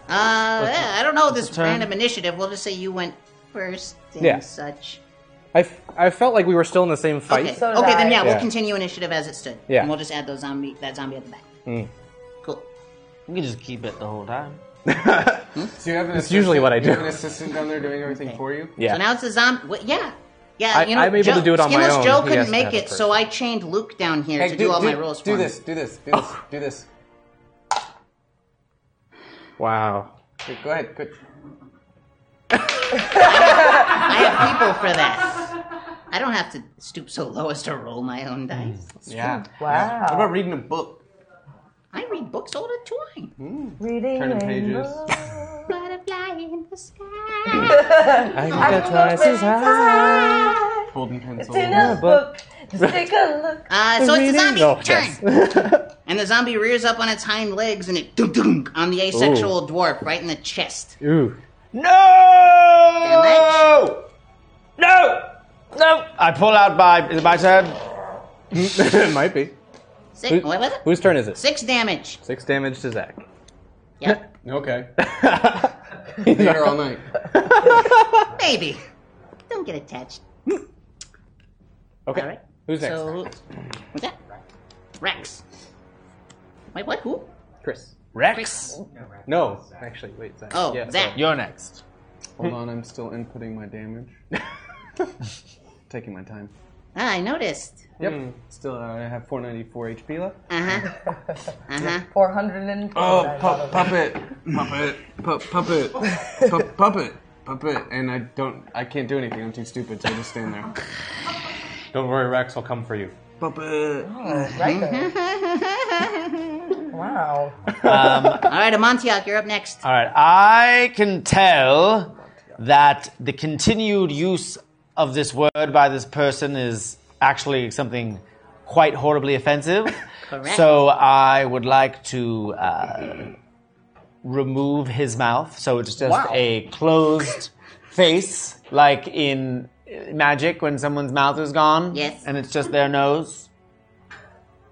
Speaker 2: Uh, yeah, I don't know this random initiative. We'll just say you went first and
Speaker 4: Yeah.
Speaker 2: such.
Speaker 4: I, f- I felt like we were still in the same fight.
Speaker 2: Okay.
Speaker 3: So did
Speaker 2: okay, then
Speaker 3: I.
Speaker 2: yeah, we'll
Speaker 4: Yeah.
Speaker 2: continue initiative as it stood.
Speaker 4: Yeah. Mm.
Speaker 2: And we'll just add those zombie that zombie at the back. Cool.
Speaker 6: We can just keep it the whole time.
Speaker 5: So you have an
Speaker 4: It's usually what I
Speaker 5: You have
Speaker 4: do.
Speaker 5: an assistant down there doing everything for you?
Speaker 4: Yeah.
Speaker 2: So now it's a zombie. What, yeah. Yeah,
Speaker 4: I-
Speaker 2: you know,
Speaker 4: I'm able
Speaker 2: Joe,
Speaker 4: to do it on my
Speaker 2: Skinless
Speaker 4: own.
Speaker 2: Joe
Speaker 4: He has
Speaker 2: couldn't
Speaker 4: to
Speaker 2: make
Speaker 4: have a
Speaker 2: it, so I chained Luke down here to do, all my rolls
Speaker 5: Do
Speaker 2: for me.
Speaker 5: this, do this, do this, do this.
Speaker 4: Wow.
Speaker 5: Quick, Go ahead, quick.
Speaker 2: I have people for that. I don't have to stoop so low as to roll my own dice.
Speaker 4: Mm,
Speaker 5: Yeah.
Speaker 3: wow.
Speaker 5: What about reading a book?
Speaker 2: I read books all the time.
Speaker 3: Reading
Speaker 5: Turning pages.
Speaker 8: Butterfly in the sky.
Speaker 4: I got twice as
Speaker 5: Holding pencil.
Speaker 3: It's in a book. Just take a look.
Speaker 2: Uh, so it's the
Speaker 4: Reading?
Speaker 2: zombie
Speaker 4: No,
Speaker 2: turn. and the zombie rears up on its hind legs and it dunk dunk on the asexual dwarf right in the chest.
Speaker 4: Ooh.
Speaker 2: Damage?
Speaker 6: No! No! No! I pull out my. Is it my turn?
Speaker 4: it might be.
Speaker 2: Six, what was it?
Speaker 4: Whose turn is it?
Speaker 2: Six damage.
Speaker 4: Six damage to Zach.
Speaker 2: Yep.
Speaker 5: Okay. Be here all night.
Speaker 2: Maybe. Don't get attached.
Speaker 4: Okay.
Speaker 2: All right.
Speaker 4: Who's next?
Speaker 2: So, what's that? Rex. Wait, what? Who?
Speaker 4: Chris.
Speaker 6: Rex?
Speaker 4: No. Actually, wait, Zach.
Speaker 2: Oh, Zach.
Speaker 6: You're next.
Speaker 5: Hold on, I'm still inputting my damage. Taking my time.
Speaker 2: Ah, I noticed.
Speaker 5: Yep. Still, uh, I have 494 HP left.
Speaker 2: Uh huh. Uh huh.
Speaker 3: 404.
Speaker 5: Oh, pu- puppet, puppet, pu- puppet, pu- puppet, puppet, and I don't, I can't do anything. I'm too stupid, so I just stand there.
Speaker 4: Don't worry, Rex. I'll come for you.
Speaker 5: Puppet.
Speaker 2: Oh.
Speaker 3: Right there. wow.
Speaker 2: All right, Amontillak, you're up next.
Speaker 6: Uh, All right. I can tell that the continued use of this word by this person is actually something quite horribly offensive.
Speaker 2: Correct.
Speaker 6: So I would like to uh, remove his mouth. So it's just
Speaker 2: Wow.
Speaker 6: a closed face, like in uh, magic when someone's mouth is gone.
Speaker 2: Yes.
Speaker 6: And it's just their nose.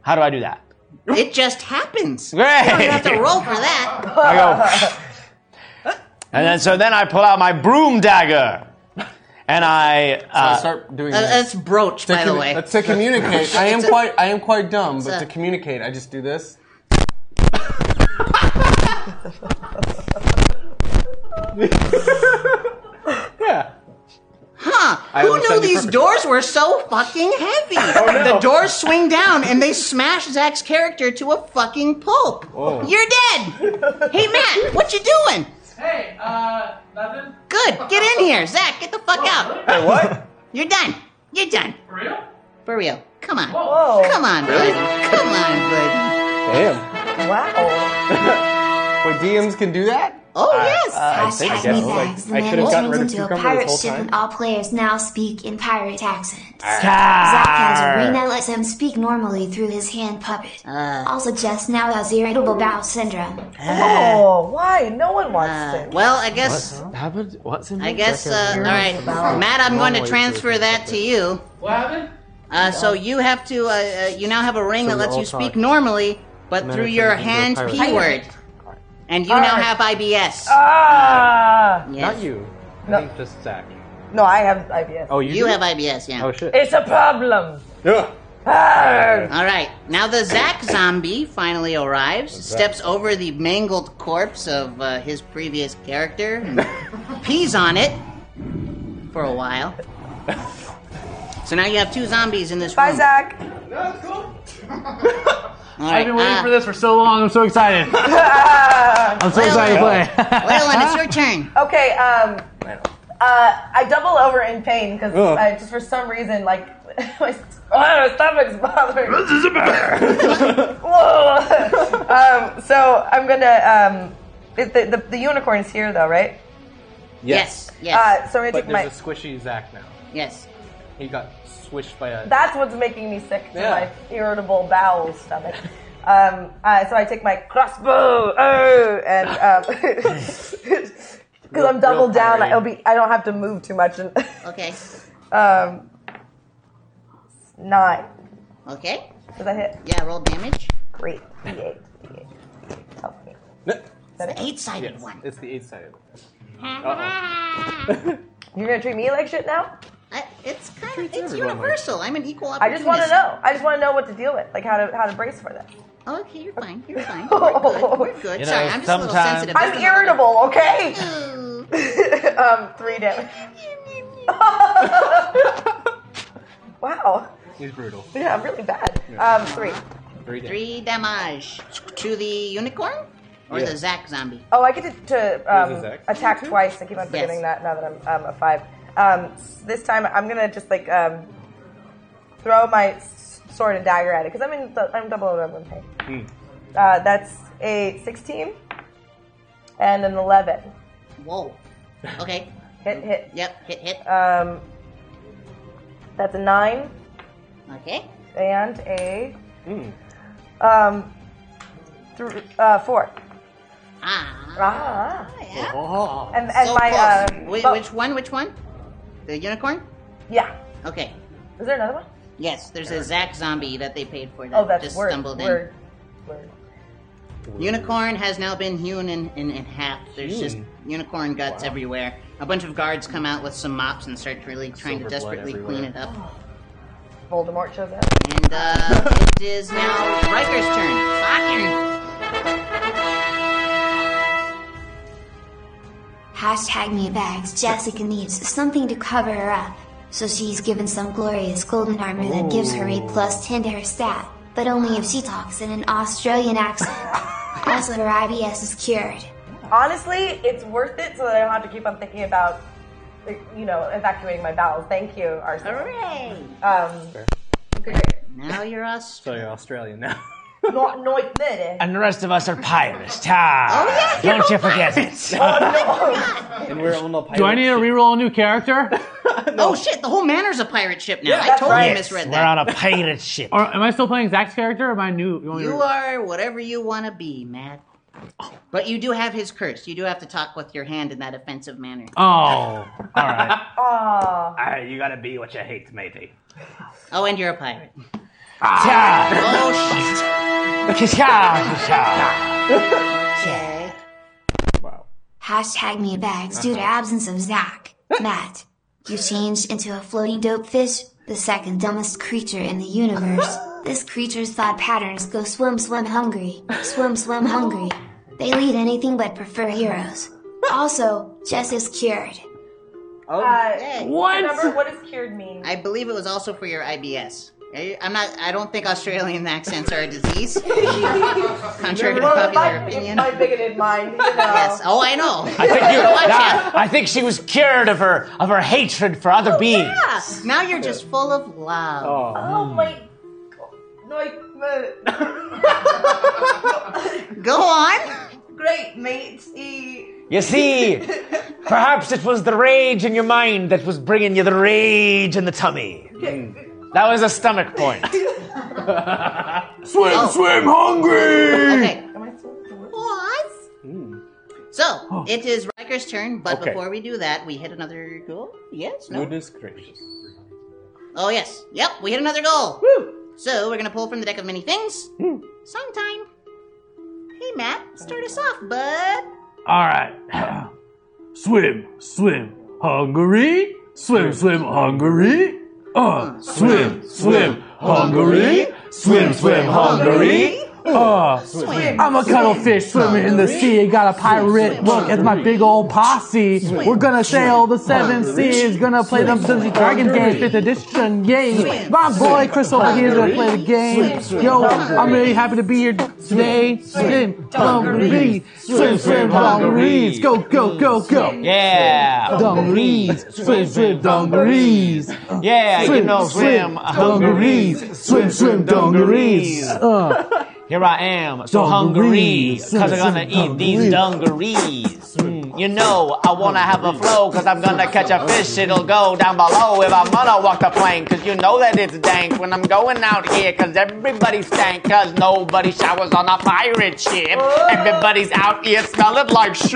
Speaker 6: How do I do that?
Speaker 2: It just happens.
Speaker 6: Great.
Speaker 2: You don't have to roll for that.
Speaker 6: I go, and then so then I pull out my broom dagger, and I
Speaker 5: I
Speaker 6: uh,
Speaker 5: start doing
Speaker 2: Uh,
Speaker 5: this.
Speaker 2: that's brooch, by the
Speaker 5: commu-
Speaker 2: way.
Speaker 5: to communicate. I am
Speaker 2: It's a-
Speaker 5: quite I am quite dumb, but
Speaker 2: a-
Speaker 5: to communicate, I just do this. yeah.
Speaker 2: Huh? Who
Speaker 5: almost
Speaker 2: knew
Speaker 5: sounded
Speaker 2: these
Speaker 5: perfect.
Speaker 2: doors were so fucking heavy? The doors swing down and they smash Zach's character to a fucking pulp. You're dead. Hey Matt, what you doing?
Speaker 7: Hey, uh, nothing?
Speaker 2: Good. Get in here, Zach. Get the fuck out.
Speaker 7: Hey,
Speaker 5: What?
Speaker 2: You're done. You're done.
Speaker 7: For real?
Speaker 2: For real. Come on.
Speaker 3: Oh,
Speaker 7: Whoa.
Speaker 2: Come on, buddy. Come on, buddy.
Speaker 5: Damn.
Speaker 3: Wow.
Speaker 5: Wait, DMs can do that?
Speaker 2: Oh yes.
Speaker 8: uh,
Speaker 4: think
Speaker 8: Hashtag
Speaker 4: so.
Speaker 8: me
Speaker 4: Like,
Speaker 8: bags. The
Speaker 4: I
Speaker 8: man
Speaker 4: could've
Speaker 8: who
Speaker 4: gotten
Speaker 8: turns
Speaker 4: rid of
Speaker 8: into a
Speaker 4: cucumber this
Speaker 8: pirate
Speaker 4: whole
Speaker 8: ship
Speaker 4: time.
Speaker 8: and all players now speak in pirate accents. Zach has a
Speaker 6: scar.
Speaker 8: ring that lets him speak normally through his hand puppet. also, Jess now has irritable bowel syndrome.
Speaker 3: Oh, why? No one wants
Speaker 2: Uh,
Speaker 3: to.
Speaker 2: well, I guess.
Speaker 6: happened? What's in
Speaker 2: I guess. Uh, all right, Matt. I'm going to transfer that to you.
Speaker 7: What happened?
Speaker 2: Uh, so you have to. Uh, uh, you now have a ring that
Speaker 4: we're
Speaker 2: lets
Speaker 4: all
Speaker 2: you speak
Speaker 4: talking.
Speaker 2: normally, but
Speaker 4: Matter
Speaker 2: through
Speaker 4: of
Speaker 2: your
Speaker 4: fact, I'm
Speaker 2: hand
Speaker 4: gonna
Speaker 2: p
Speaker 4: pirate.
Speaker 2: word, and you now
Speaker 3: Alright.
Speaker 2: have IBS.
Speaker 3: Ah.
Speaker 2: Yes.
Speaker 4: Not you. I think just Zach.
Speaker 3: No, I have IBS.
Speaker 4: Oh, you.
Speaker 2: You
Speaker 4: do?
Speaker 2: have IBS, yeah.
Speaker 4: Oh shit.
Speaker 3: It's a problem.
Speaker 4: Ugh.
Speaker 3: Arrgh.
Speaker 2: All right, now the Zack zombie finally arrives, steps over the mangled corpse of uh, his previous character, and pees on it for a while. So now you have two zombies in this
Speaker 3: Bye,
Speaker 2: room.
Speaker 3: Zach.
Speaker 2: All right,
Speaker 6: I've been waiting
Speaker 2: uh,
Speaker 6: for this for so long. I'm so excited. I'm so excited to play.
Speaker 2: Waylon, it's your turn.
Speaker 3: Okay, um, uh, I double over in pain because I just for some reason like my st- my stomach's bothering. This is a Whoa. um, so I'm gonna um, it, the, the the unicorn is here though, right?
Speaker 2: Yes, yes,
Speaker 3: Uh, so I'm gonna
Speaker 4: But
Speaker 3: take my.
Speaker 4: there's a squishy Zach now.
Speaker 6: Uh,
Speaker 2: yes.
Speaker 4: He got swished by a.
Speaker 3: That's what's making me sick to
Speaker 4: Yeah.
Speaker 3: my irritable bowel stomach. Um, uh, so I take my crossbow oh, and because I'm doubled down,
Speaker 4: pirate.
Speaker 3: I'll be I don't have to move too much. And
Speaker 2: Okay,
Speaker 3: um, nine.
Speaker 2: okay.
Speaker 3: Does that hit?
Speaker 2: Yeah, roll damage.
Speaker 3: Great. D8. D8. Help me.
Speaker 2: Eight sided one.
Speaker 4: It's the eight sided.
Speaker 3: You're gonna treat me like shit now?
Speaker 2: I, Uh, it's kind of it's
Speaker 4: everyone like-
Speaker 2: universal. I'm an equal
Speaker 3: I just
Speaker 2: opportunist.
Speaker 3: want to know. I just want to know what to deal with, like how to how to brace for this.
Speaker 2: know. Okay, you're fine. You're fine. We're good. We're good.
Speaker 6: You
Speaker 2: Sorry,
Speaker 6: know,
Speaker 2: I'm just a little
Speaker 6: sometimes-
Speaker 2: sensitive.
Speaker 3: Oh. I'm
Speaker 2: That's
Speaker 3: irritable, okay?
Speaker 2: another-
Speaker 3: um, three damage. wow.
Speaker 4: He's brutal.
Speaker 3: Yeah, I'm really bad. Um, three.
Speaker 4: Three days.
Speaker 2: Three damage to the unicorn or the Zack zombie.
Speaker 3: Oh, I get to, to
Speaker 4: There's a
Speaker 3: um,
Speaker 4: Zac.
Speaker 3: attack twice. I keep on forgetting that now that I'm um, a five. Um, s- this time I'm gonna just like um, throw my s- sword and dagger at it because I'm in the, I'm double over one pain. Uh, that's a 16 and an 11.
Speaker 2: Whoa. Okay.
Speaker 3: Hit hit.
Speaker 2: Yep. Hit. Hit.
Speaker 3: Um, that's a nine
Speaker 2: Okay.
Speaker 3: and a um, th- uh, four.
Speaker 2: Ah.
Speaker 3: Ah,
Speaker 2: Yeah.
Speaker 6: Oh.
Speaker 3: and and
Speaker 2: so
Speaker 3: my
Speaker 2: close.
Speaker 3: uh,
Speaker 2: Whi-
Speaker 3: bo-
Speaker 2: which one? Which one? The unicorn.
Speaker 3: yeah.
Speaker 2: Okay.
Speaker 3: Is there another one?
Speaker 2: Yes, there's a Zack zombie that they paid for that
Speaker 3: Oh, that's
Speaker 2: just
Speaker 3: word,
Speaker 2: stumbled
Speaker 3: word, word.
Speaker 2: in. Unicorn has now been hewn in, in, in half. There's just unicorn guts everywhere. A bunch of guards come out with some mops and start really trying
Speaker 4: Silver blood
Speaker 2: to desperately
Speaker 4: everywhere.
Speaker 2: clean it up.
Speaker 3: Voldemort shows up.
Speaker 2: And uh, it is now Riker's turn. Fucking
Speaker 8: Hashtag me bags. Jessica needs something to cover her up, so she's given some glorious golden armor that gives her a plus 10 to her stat, but only if she talks in an Australian accent. also, her IBS is cured.
Speaker 3: Honestly, it's worth it so that I don't have to keep on thinking about, like, you know, evacuating my bowels. Thank you, Arson.
Speaker 2: hooray!
Speaker 3: Um, okay, great.
Speaker 2: Now you're us.
Speaker 4: So you're Australian now.
Speaker 3: not not there.
Speaker 6: And the rest of us are pirates. Ha! Don't you forget it.
Speaker 4: And we're on a pirate
Speaker 6: Do I need to
Speaker 4: ship.
Speaker 6: reroll a new character?
Speaker 2: Oh shit! The whole manor's a pirate ship now. I totally
Speaker 3: right.
Speaker 2: misread
Speaker 6: We're
Speaker 2: that.
Speaker 6: on a pirate ship.
Speaker 10: Or am I still playing Zach's character? Or am I new? You want me to-
Speaker 2: You are whatever you want to be, Matt. But you do have his curse. You do have to talk with your hand in that offensive manner.
Speaker 6: Oh, all right.
Speaker 3: Oh,
Speaker 9: you gotta be what you hate, matey.
Speaker 2: Oh, and you're a pirate.
Speaker 6: Ta.
Speaker 2: Oh shit!
Speaker 6: Kisha, kisha.
Speaker 2: Okay.
Speaker 8: Hashtag me bags due to absence of Zach. Matt, you changed into a floating dope fish, the second dumbest creature in the universe. This creature's thought patterns go swim, swim, hungry, swim, swim, hungry. They lead anything but prefer heroes. Also, Jess is cured.
Speaker 3: uh,
Speaker 2: Hey.
Speaker 3: remember what does cured mean?
Speaker 2: I believe it was also for your IBS. I- I'm not. I don't think Australian accents are a disease, contrary to
Speaker 3: Well, in my,
Speaker 2: popular
Speaker 3: in
Speaker 2: opinion.
Speaker 3: my bigoted mind, you know.
Speaker 2: Yes. Oh, I know.
Speaker 6: I think you.
Speaker 2: Watch
Speaker 6: Nah,
Speaker 2: out.
Speaker 6: I think she was cured of her of her hatred for other beings.
Speaker 2: Yeah. Now you're just full of love.
Speaker 3: Oh my. God. Like,
Speaker 4: Oh.
Speaker 2: Go on.
Speaker 3: great E, matey.
Speaker 6: You see, perhaps it was the rage in your mind that was bringing you the rage in the tummy. That was a stomach point.
Speaker 5: Swim, swim, hungry.
Speaker 2: Oh. Okay. What? So it is Riker's turn,
Speaker 4: Hmm.
Speaker 2: but
Speaker 4: Oh. Okay.
Speaker 2: before we do that, we hit another goal. Yes. No.
Speaker 4: Goodness gracious.
Speaker 2: Oh yes. Yep. We hit another goal. So we're gonna pull from the deck of many things. Sometime. Hey Matt, start us off, bud.
Speaker 10: All right. swim, swim, hungry. Swim, swim, hungry. Uh, swim, swim, hungry. Swim, swim, hungry. Uh, I'm a cuttlefish swimming in the sea. Got a pirate look at my big old posse. We're gonna sail the seven seas. Gonna play them Dungeons Dragon game, fifth edition game. My boy Chris over here is gonna play the game. Yo, I'm really happy to be here today. Swim, dungarees, swim, swim, dungarees. Go, go, go, go.
Speaker 6: Yeah,
Speaker 10: Dungarees, swim, swim, dungarees.
Speaker 6: yeah, you know, swim, hungry.
Speaker 10: dungarees, swim, swim, dungarees. Uh,
Speaker 6: Here I am, so hungry,
Speaker 10: Dungarees.
Speaker 6: cause I'm gonna eat these dungarees. Mm, you know, I wanna have a flow, cause I'm gonna catch a fish, it'll go down below if I'm gonna walk the plank, cause you know that it's dank when I'm going out here, cause everybody stank, cause nobody showers on a pirate ship. Everybody's out here smelling like shit.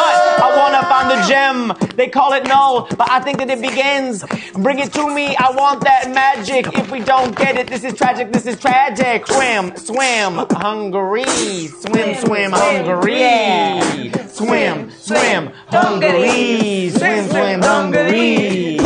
Speaker 6: But I wanna find the gem, they call it null, but I think that it begins. Bring it to me, I want that magic. If we don't get it, this is tragic, this is tragic. Swim, swim, hungry. Swim, swim, hungry. Swim, swim, hungry. Swim, swim, hungry.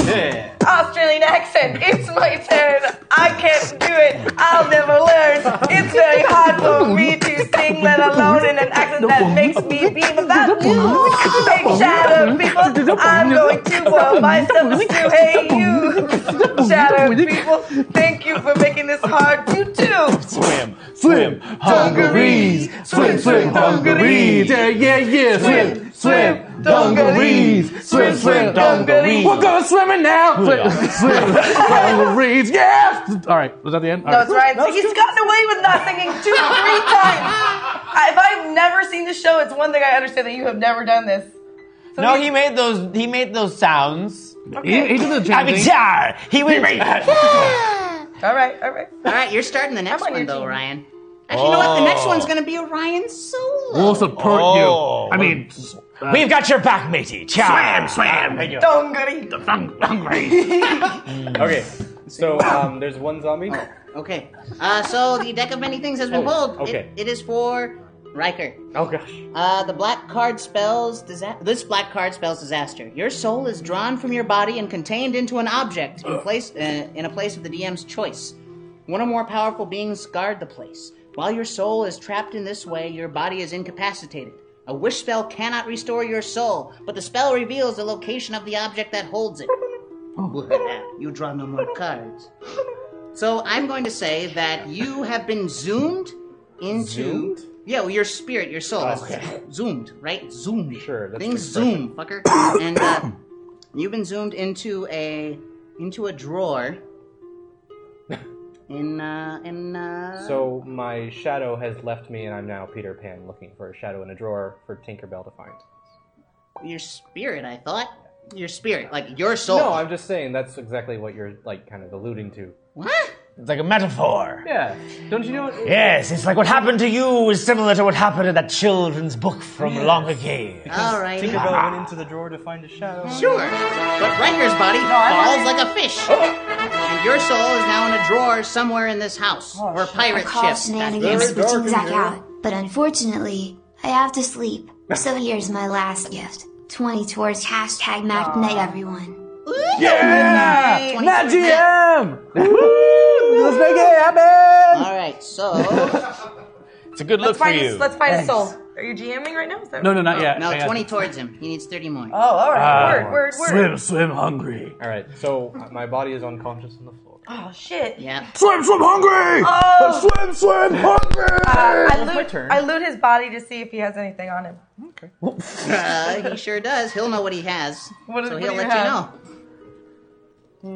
Speaker 3: Australian accent. It's my turn. I can't do it. I'll never learn. It's very hard for me to sing, let alone in an accent that makes me beam about you. Big shadow people, I'm going to blow myself to hey you. Shadow people, thank you for making this hard. You too.
Speaker 6: Swim,
Speaker 10: swim, dungarees, swim, swim, dungarees. Yeah, yeah, yeah. Swim, swim, dungarees, swim, swim, dungarees. We're going swimming now. Swim, swim, dungarees. Yeah. All right, was that the end? All
Speaker 3: No,
Speaker 10: right.
Speaker 3: it's Ryan. So he's gotten away with not singing two, three times. I- If I've never seen the show, it's one thing I understand that you have never done this. So
Speaker 6: No, he made those. He made those sounds.
Speaker 10: He, he did the
Speaker 6: I
Speaker 10: jam
Speaker 6: mean,
Speaker 10: thing.
Speaker 6: jar. He was.
Speaker 3: All right, all right.
Speaker 2: All right, you're starting the next
Speaker 3: I'm on
Speaker 2: one
Speaker 3: your
Speaker 2: though,
Speaker 3: team.
Speaker 2: Ryan. Actually, you know what? The next
Speaker 6: Oh.
Speaker 2: one's gonna be Orion solo.
Speaker 10: We'll support
Speaker 6: Oh.
Speaker 10: you. I mean,
Speaker 6: We've got your back, matey. Swim, swim.
Speaker 3: Dongari.
Speaker 4: Okay, so um, there's one zombie.
Speaker 2: Okay. Uh, so the deck of many things has been
Speaker 4: Oh,
Speaker 2: pulled.
Speaker 4: okay.
Speaker 2: It, it is for Riker.
Speaker 4: Oh gosh.
Speaker 2: Uh, the black card spells disa- this black card spells disaster. Your soul is drawn from your body and contained into an object in place uh, in a place of the DM's choice. One or more powerful beings guard the place. While your soul is trapped in this way, your body is incapacitated. A wish spell cannot restore your soul, but the spell reveals the location of the object that holds it. Look at that. You draw no more cards. So I'm going to say that you have been zoomed into.
Speaker 4: Zoomed? Oh,
Speaker 2: Yeah, well, your spirit, your soul. Zoomed, right? Zoomed.
Speaker 4: Sure, that's
Speaker 2: Things
Speaker 4: the expression.
Speaker 2: zoom, fucker. and uh, you've been zoomed into a into a drawer in uh, in uh,
Speaker 4: So my shadow has left me, and I'm now Peter Pan looking for a shadow in a drawer for Tinkerbell to find.
Speaker 2: your spirit. I thought your spirit, like your soul.
Speaker 4: No, I'm just saying that's exactly what you're like, kind of alluding to.
Speaker 2: what?
Speaker 6: It's like a metaphor.
Speaker 4: Yeah, don't you know? What,
Speaker 6: Yes, it's like what happened to you is similar to what happened in that children's book from long ago.
Speaker 2: All right.
Speaker 4: Tinkerbell went into the drawer to find a shadow.
Speaker 2: Sure, but Riker's body falls like a fish,
Speaker 11: Oh.
Speaker 2: and your soul is now in a drawer somewhere in this house
Speaker 11: Oh,
Speaker 2: or pirate
Speaker 8: Call
Speaker 2: ship. That's-
Speaker 8: shenanigans switching Zack out, but unfortunately, I have to sleep. So here's my last gift. 20 towards hashtag Mac Night, everyone.
Speaker 12: Yeah!
Speaker 2: Twenty
Speaker 12: Not
Speaker 2: towards
Speaker 12: GM! Woo! Let's make it happen!
Speaker 2: All right, so
Speaker 6: It's a good
Speaker 3: Let's
Speaker 6: look for
Speaker 3: find,
Speaker 6: you.
Speaker 3: a, let's find a soul. Are you GMing right now? Is that
Speaker 11: No, no, not yet.
Speaker 2: no,
Speaker 11: Hang on.
Speaker 2: twenty towards him. He needs thirty more.
Speaker 3: Oh, all right.
Speaker 11: Ah.
Speaker 3: word, word, word.
Speaker 11: Swim, swim, hungry.
Speaker 4: All right, so uh, my body is unconscious on the floor.
Speaker 3: Oh shit.
Speaker 2: Yeah.
Speaker 11: Swim, swim, hungry.
Speaker 3: Oh.
Speaker 11: Swim, swim, hungry.
Speaker 3: Uh, I
Speaker 4: my
Speaker 3: loot,
Speaker 4: turn.
Speaker 3: I loot his body to see if he has anything on him.
Speaker 2: Uh, he sure does. He'll know what he has,
Speaker 3: What-
Speaker 2: so
Speaker 3: what
Speaker 2: he'll
Speaker 3: do you
Speaker 2: let
Speaker 3: have? Mm.
Speaker 2: you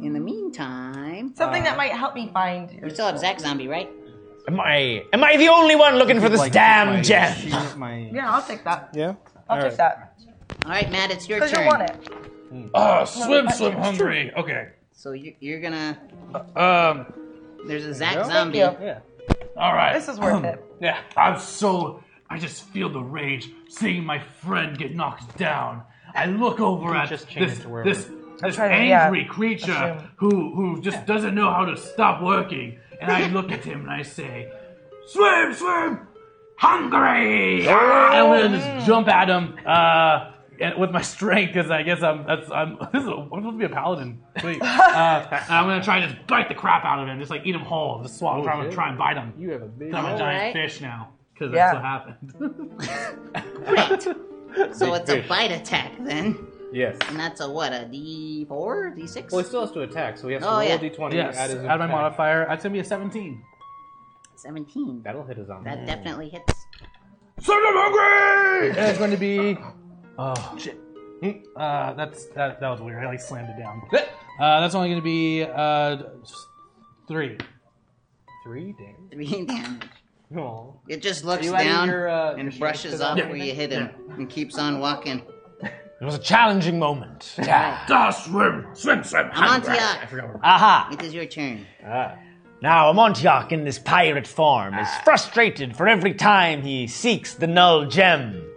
Speaker 2: know. In the meantime,
Speaker 3: Something that might help me find. Your
Speaker 2: we still have Zack Zombie, right?
Speaker 6: Am I am I the only one looking for this
Speaker 4: Like,
Speaker 6: damn
Speaker 4: my
Speaker 6: gem?
Speaker 4: sheet, my-
Speaker 3: Yeah, I'll take that.
Speaker 4: Yeah.
Speaker 3: I'll take that.
Speaker 2: All right, Matt, it's your
Speaker 3: Because
Speaker 2: turn.
Speaker 3: you want it.
Speaker 11: Ah, swim, swim, hungry. Okay.
Speaker 2: So you- you're gonna.
Speaker 11: Um.
Speaker 2: There's a Zack
Speaker 4: Yeah.
Speaker 2: Zombie.
Speaker 3: Thank you.
Speaker 4: Yeah.
Speaker 11: All right.
Speaker 3: This is worth it.
Speaker 11: Yeah, I'm so. I just feel the rage seeing my friend get knocked down. I look over at
Speaker 4: just change
Speaker 11: this
Speaker 4: it to wherever.
Speaker 11: this, this
Speaker 3: trying to- yeah,
Speaker 11: angry creature
Speaker 3: assume.
Speaker 11: who who just doesn't know how to stop working, and I look at him and I say, "Swim, swim, hungry!" Ah, And we'll just jump at him uh, and with my strength, because I guess I'm that's I'm this is a, I'm supposed to be a paladin. Sweet. Uh, and I'm gonna try to just bite the crap out of him, just like eat him whole, just swallow. I'm gonna
Speaker 4: Oh, shit.
Speaker 11: try and bite him.
Speaker 4: You have a big.
Speaker 11: I'm a
Speaker 2: Alright.
Speaker 11: giant fish now because
Speaker 3: Yeah.
Speaker 11: that's what happened.
Speaker 2: So it's a
Speaker 4: fish.
Speaker 2: bite attack then,
Speaker 4: Yes.
Speaker 2: and that's a what? A D four, D six?
Speaker 4: Well, he still has to attack, so he has to
Speaker 2: Oh,
Speaker 4: roll
Speaker 2: yeah.
Speaker 4: d20.
Speaker 11: yes,
Speaker 4: Add, his
Speaker 11: add my
Speaker 4: attack.
Speaker 11: modifier. That's gonna be a 17.
Speaker 2: Seventeen.
Speaker 4: That'll hit his zombie.
Speaker 2: That definitely hits.
Speaker 11: So I'm hungry. And it's going to be. Oh shit.
Speaker 12: Hmm?
Speaker 11: Uh, that's that, that was weird. I like slammed it down. Uh, that's only gonna be uh, three.
Speaker 4: Three damage.
Speaker 2: Three damage.
Speaker 4: Aw.
Speaker 2: It just looks
Speaker 4: you adding
Speaker 2: down
Speaker 4: your, uh, your
Speaker 2: and
Speaker 4: strength to
Speaker 2: brushes
Speaker 4: that?
Speaker 2: off
Speaker 4: Yeah.
Speaker 2: where you hit him and keeps on walking.
Speaker 6: It was a challenging moment. Yeah.
Speaker 11: Ah, swim, swim, swim. hungry.
Speaker 2: Amontillado.
Speaker 11: I forgot where.
Speaker 6: Aha!
Speaker 2: It is your turn.
Speaker 6: Now Amontillak in this pirate form is frustrated for every time he seeks the null gem.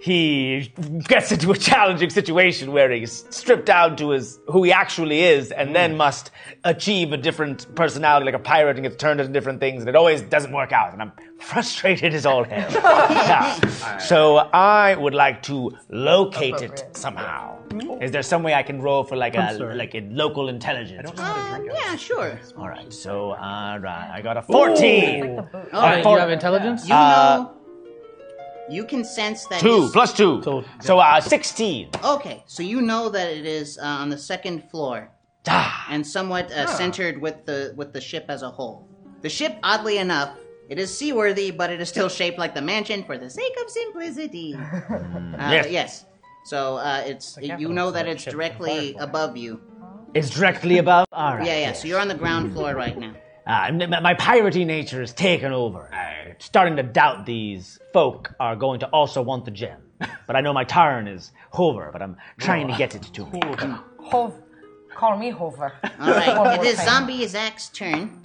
Speaker 6: He gets into a challenging situation where he's stripped down to his who he actually is, and then must achieve a different personality, like a pirate, and gets turned into different things, and it always doesn't work out. And I'm frustrated as all hell. Yeah. So I would like to locate it
Speaker 3: Appropriate.
Speaker 6: somehow. Is there some way I can roll for like a like a local intelligence?
Speaker 2: Um, yeah, sure.
Speaker 6: All right, so all right, I got a fourteen.
Speaker 2: All right.
Speaker 6: Four-
Speaker 12: intelligence?
Speaker 2: You
Speaker 4: Uh,
Speaker 2: know, you can sense that
Speaker 6: two
Speaker 2: his-
Speaker 6: plus two, so uh, sixteen.
Speaker 2: Okay, so you know that it is uh, on the second floor
Speaker 6: Ah,
Speaker 2: and somewhat uh, centered with the with the ship as a whole. The ship, oddly enough, it is seaworthy, but it is still shaped like the mansion for the sake of simplicity. uh,
Speaker 6: yes.
Speaker 2: So uh, it's you know that it's directly above you.
Speaker 6: it's directly above. All right.
Speaker 2: Yeah, yeah. So you're on the ground floor right now.
Speaker 6: Ah, m- m- my piratey nature is taken over. I'm starting to doubt these folk are going to also want the gem. But I know my turn is hover, but I'm trying to get it to me.
Speaker 3: Hov, call me Hover.
Speaker 2: All
Speaker 3: One
Speaker 2: right,
Speaker 3: more
Speaker 2: it is
Speaker 3: time.
Speaker 2: Zombie Zach's turn.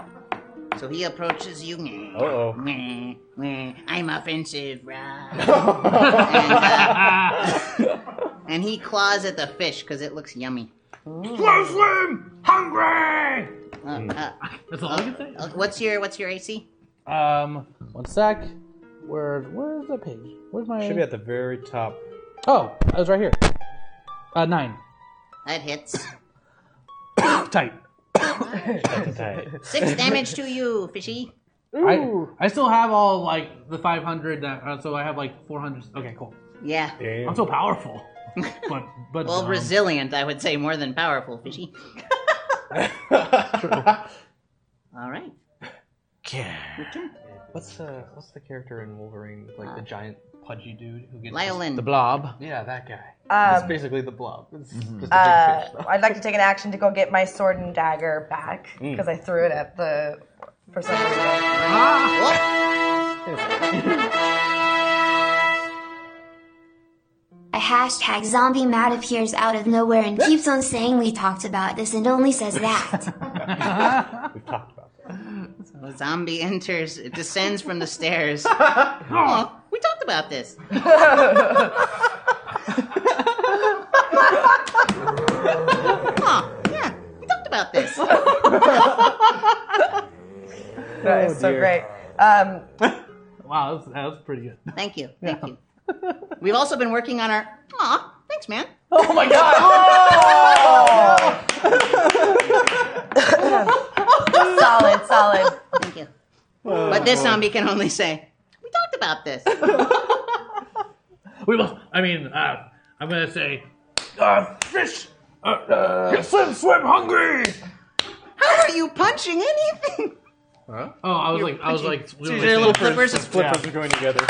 Speaker 2: So he approaches you.
Speaker 4: Uh-oh.
Speaker 2: Meh, meh, I'm offensive, right? and, uh, and he claws at the fish because it looks yummy.
Speaker 11: Swim, swim, hungry.
Speaker 2: Uh, uh,
Speaker 11: That's all I can say.
Speaker 2: uh, what's your What's your AC?
Speaker 12: Um, one sec. Where, where's the page? Where's my.
Speaker 4: Should be at the very top.
Speaker 12: Oh, I was right here. Uh, nine.
Speaker 2: That hits
Speaker 12: Tight.
Speaker 2: six damage to you, fishy.
Speaker 12: I, I still have all, like, the 500 that. Uh, so I have, like, 400. Okay, cool.
Speaker 2: Yeah.
Speaker 12: I'm so powerful. But, but.
Speaker 2: Well,
Speaker 12: dumb.
Speaker 2: resilient, I would say, more than powerful, fishy. All right.
Speaker 6: Okay.
Speaker 4: Uh, What's the What's the character in Wolverine? Like the giant pudgy dude who gets
Speaker 2: Leyland.
Speaker 4: the
Speaker 6: blob.
Speaker 4: Yeah, that guy.
Speaker 3: Um,
Speaker 4: It's basically the blob. It's
Speaker 10: Mm-hmm.
Speaker 4: just a big
Speaker 3: Uh,
Speaker 4: fish.
Speaker 3: I'd like to take an action to go get my sword and dagger back
Speaker 4: Mm.
Speaker 3: because I threw it at the for some reason.
Speaker 8: A hashtag zombie Matt appears out of nowhere and keeps on saying we talked about this and only says that.
Speaker 4: We've talked about
Speaker 2: A zombie enters, descends from the stairs. oh, we talked about this. oh, yeah, we talked about this.
Speaker 3: That is so great. Um,
Speaker 10: Wow, that's, that was pretty good.
Speaker 2: Thank you, thank you. We've also been working on our. Aw, thanks, man.
Speaker 3: oh my god! solid, solid.
Speaker 2: Thank you.
Speaker 3: Oh.
Speaker 2: But this zombie can only say, "We talked about this."
Speaker 10: We must. I mean, uh, I'm gonna say, uh, fish. Uh, uh, swim, swim, hungry.
Speaker 2: How are you punching anything?
Speaker 10: Oh, I was like, I was like, we were
Speaker 2: These are little
Speaker 10: saying-
Speaker 2: clippers.
Speaker 4: Flippers are going together.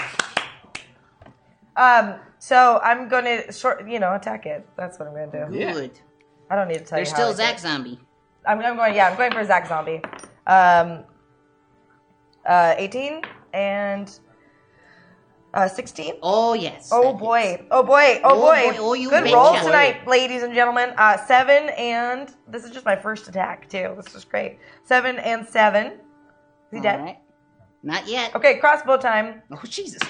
Speaker 3: Um, so I'm gonna short, you know, attack it. That's what I'm gonna do.
Speaker 2: Good.
Speaker 3: I don't need to tell
Speaker 2: There's
Speaker 3: you.
Speaker 2: still
Speaker 3: how I
Speaker 2: Zach
Speaker 3: did.
Speaker 2: zombie.
Speaker 3: I'm, I'm going. Yeah, I'm going for Zach Zombie. Um, uh, 18 and uh, 16.
Speaker 2: Oh yes.
Speaker 3: Oh
Speaker 2: that
Speaker 3: boy. oh boy! Oh
Speaker 2: Oh,
Speaker 3: boy!
Speaker 2: boy. Oh, you
Speaker 3: Good
Speaker 2: betcha.
Speaker 3: roll tonight, ladies and gentlemen. Uh, seven and this is just my first attack too. This is great. Seven and seven. Is he
Speaker 2: is.
Speaker 3: dead?
Speaker 2: All right. Not yet.
Speaker 3: Okay, crossbow time.
Speaker 2: Oh Jesus.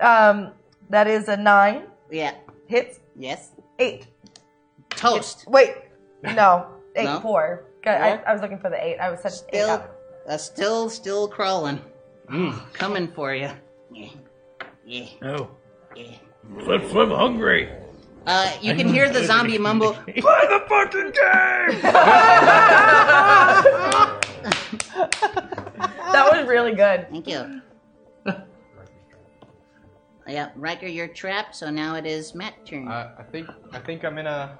Speaker 3: um, that is a nine.
Speaker 2: Yeah.
Speaker 3: Hits
Speaker 2: Yes.
Speaker 3: eight.
Speaker 2: Toast.
Speaker 3: Wait, no, eight
Speaker 2: No?
Speaker 3: four. Good,
Speaker 2: Yeah.
Speaker 3: I, I was looking for the eight. I was such eight
Speaker 2: Still,
Speaker 3: up.
Speaker 2: uh, still, still crawling. Coming for you. Yeah. Yeah.
Speaker 10: No.
Speaker 2: Yeah.
Speaker 10: Swim, swim, hungry.
Speaker 2: Uh, you can hear the zombie mumble.
Speaker 10: Play the fucking game.
Speaker 3: That was really good.
Speaker 2: Thank you. yeah, Riker, you're trapped. So now it is Matt's turn.
Speaker 4: Uh, I think I think I'm in a.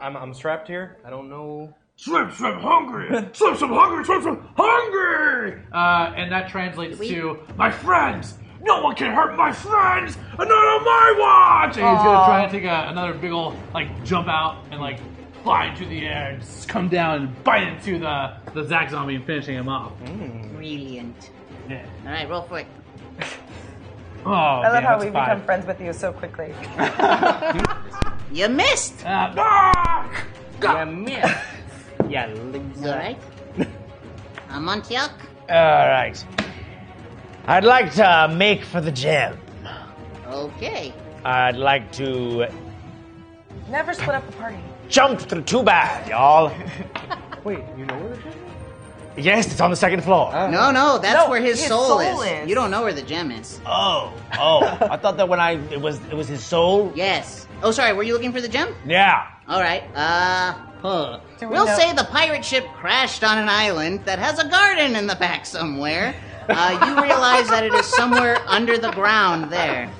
Speaker 4: I'm I'm strapped here. I don't know.
Speaker 10: swim, swim, hungry. Swim, swim, hungry. Swim, swim, hungry. Uh, and that translates to my friends. No one can hurt my friends, and not on my watch. And he's gonna try and take a, another big ol' like jump out and like fly into the air and s- come down and bite into the the Zack zombie and finishing him off.
Speaker 2: Brilliant.
Speaker 10: Yeah.
Speaker 2: All right, roll for it.
Speaker 10: Oh,
Speaker 3: Mm-hmm. I love
Speaker 10: man,
Speaker 3: how
Speaker 10: that's
Speaker 3: we
Speaker 10: five.
Speaker 3: become friends with you so quickly.
Speaker 2: You missed.
Speaker 10: Uh, ah!
Speaker 4: Yeah, man. yeah,
Speaker 2: All right. Amontiac.
Speaker 6: All right. I'd like to make for the gem.
Speaker 2: Okay.
Speaker 6: I'd like to
Speaker 3: Never split up the party.
Speaker 6: jump through too bad, y'all.
Speaker 4: Wait, you know where this is?
Speaker 6: Yes, it's on the second floor.
Speaker 2: No, no, that's
Speaker 3: No,
Speaker 2: where his,
Speaker 3: his
Speaker 2: soul,
Speaker 3: soul
Speaker 2: is.
Speaker 3: is.
Speaker 2: You don't know where the gem is.
Speaker 6: Oh, oh! I thought that when I it was it was his soul.
Speaker 2: Yes. Oh, sorry. Were you looking for the gem?
Speaker 6: Yeah.
Speaker 2: All right. Uh, huh.
Speaker 3: Do we
Speaker 2: we'll
Speaker 3: know-
Speaker 2: say the pirate ship crashed on an island that has a garden in the back somewhere. Uh, you realize that it is somewhere under the ground there.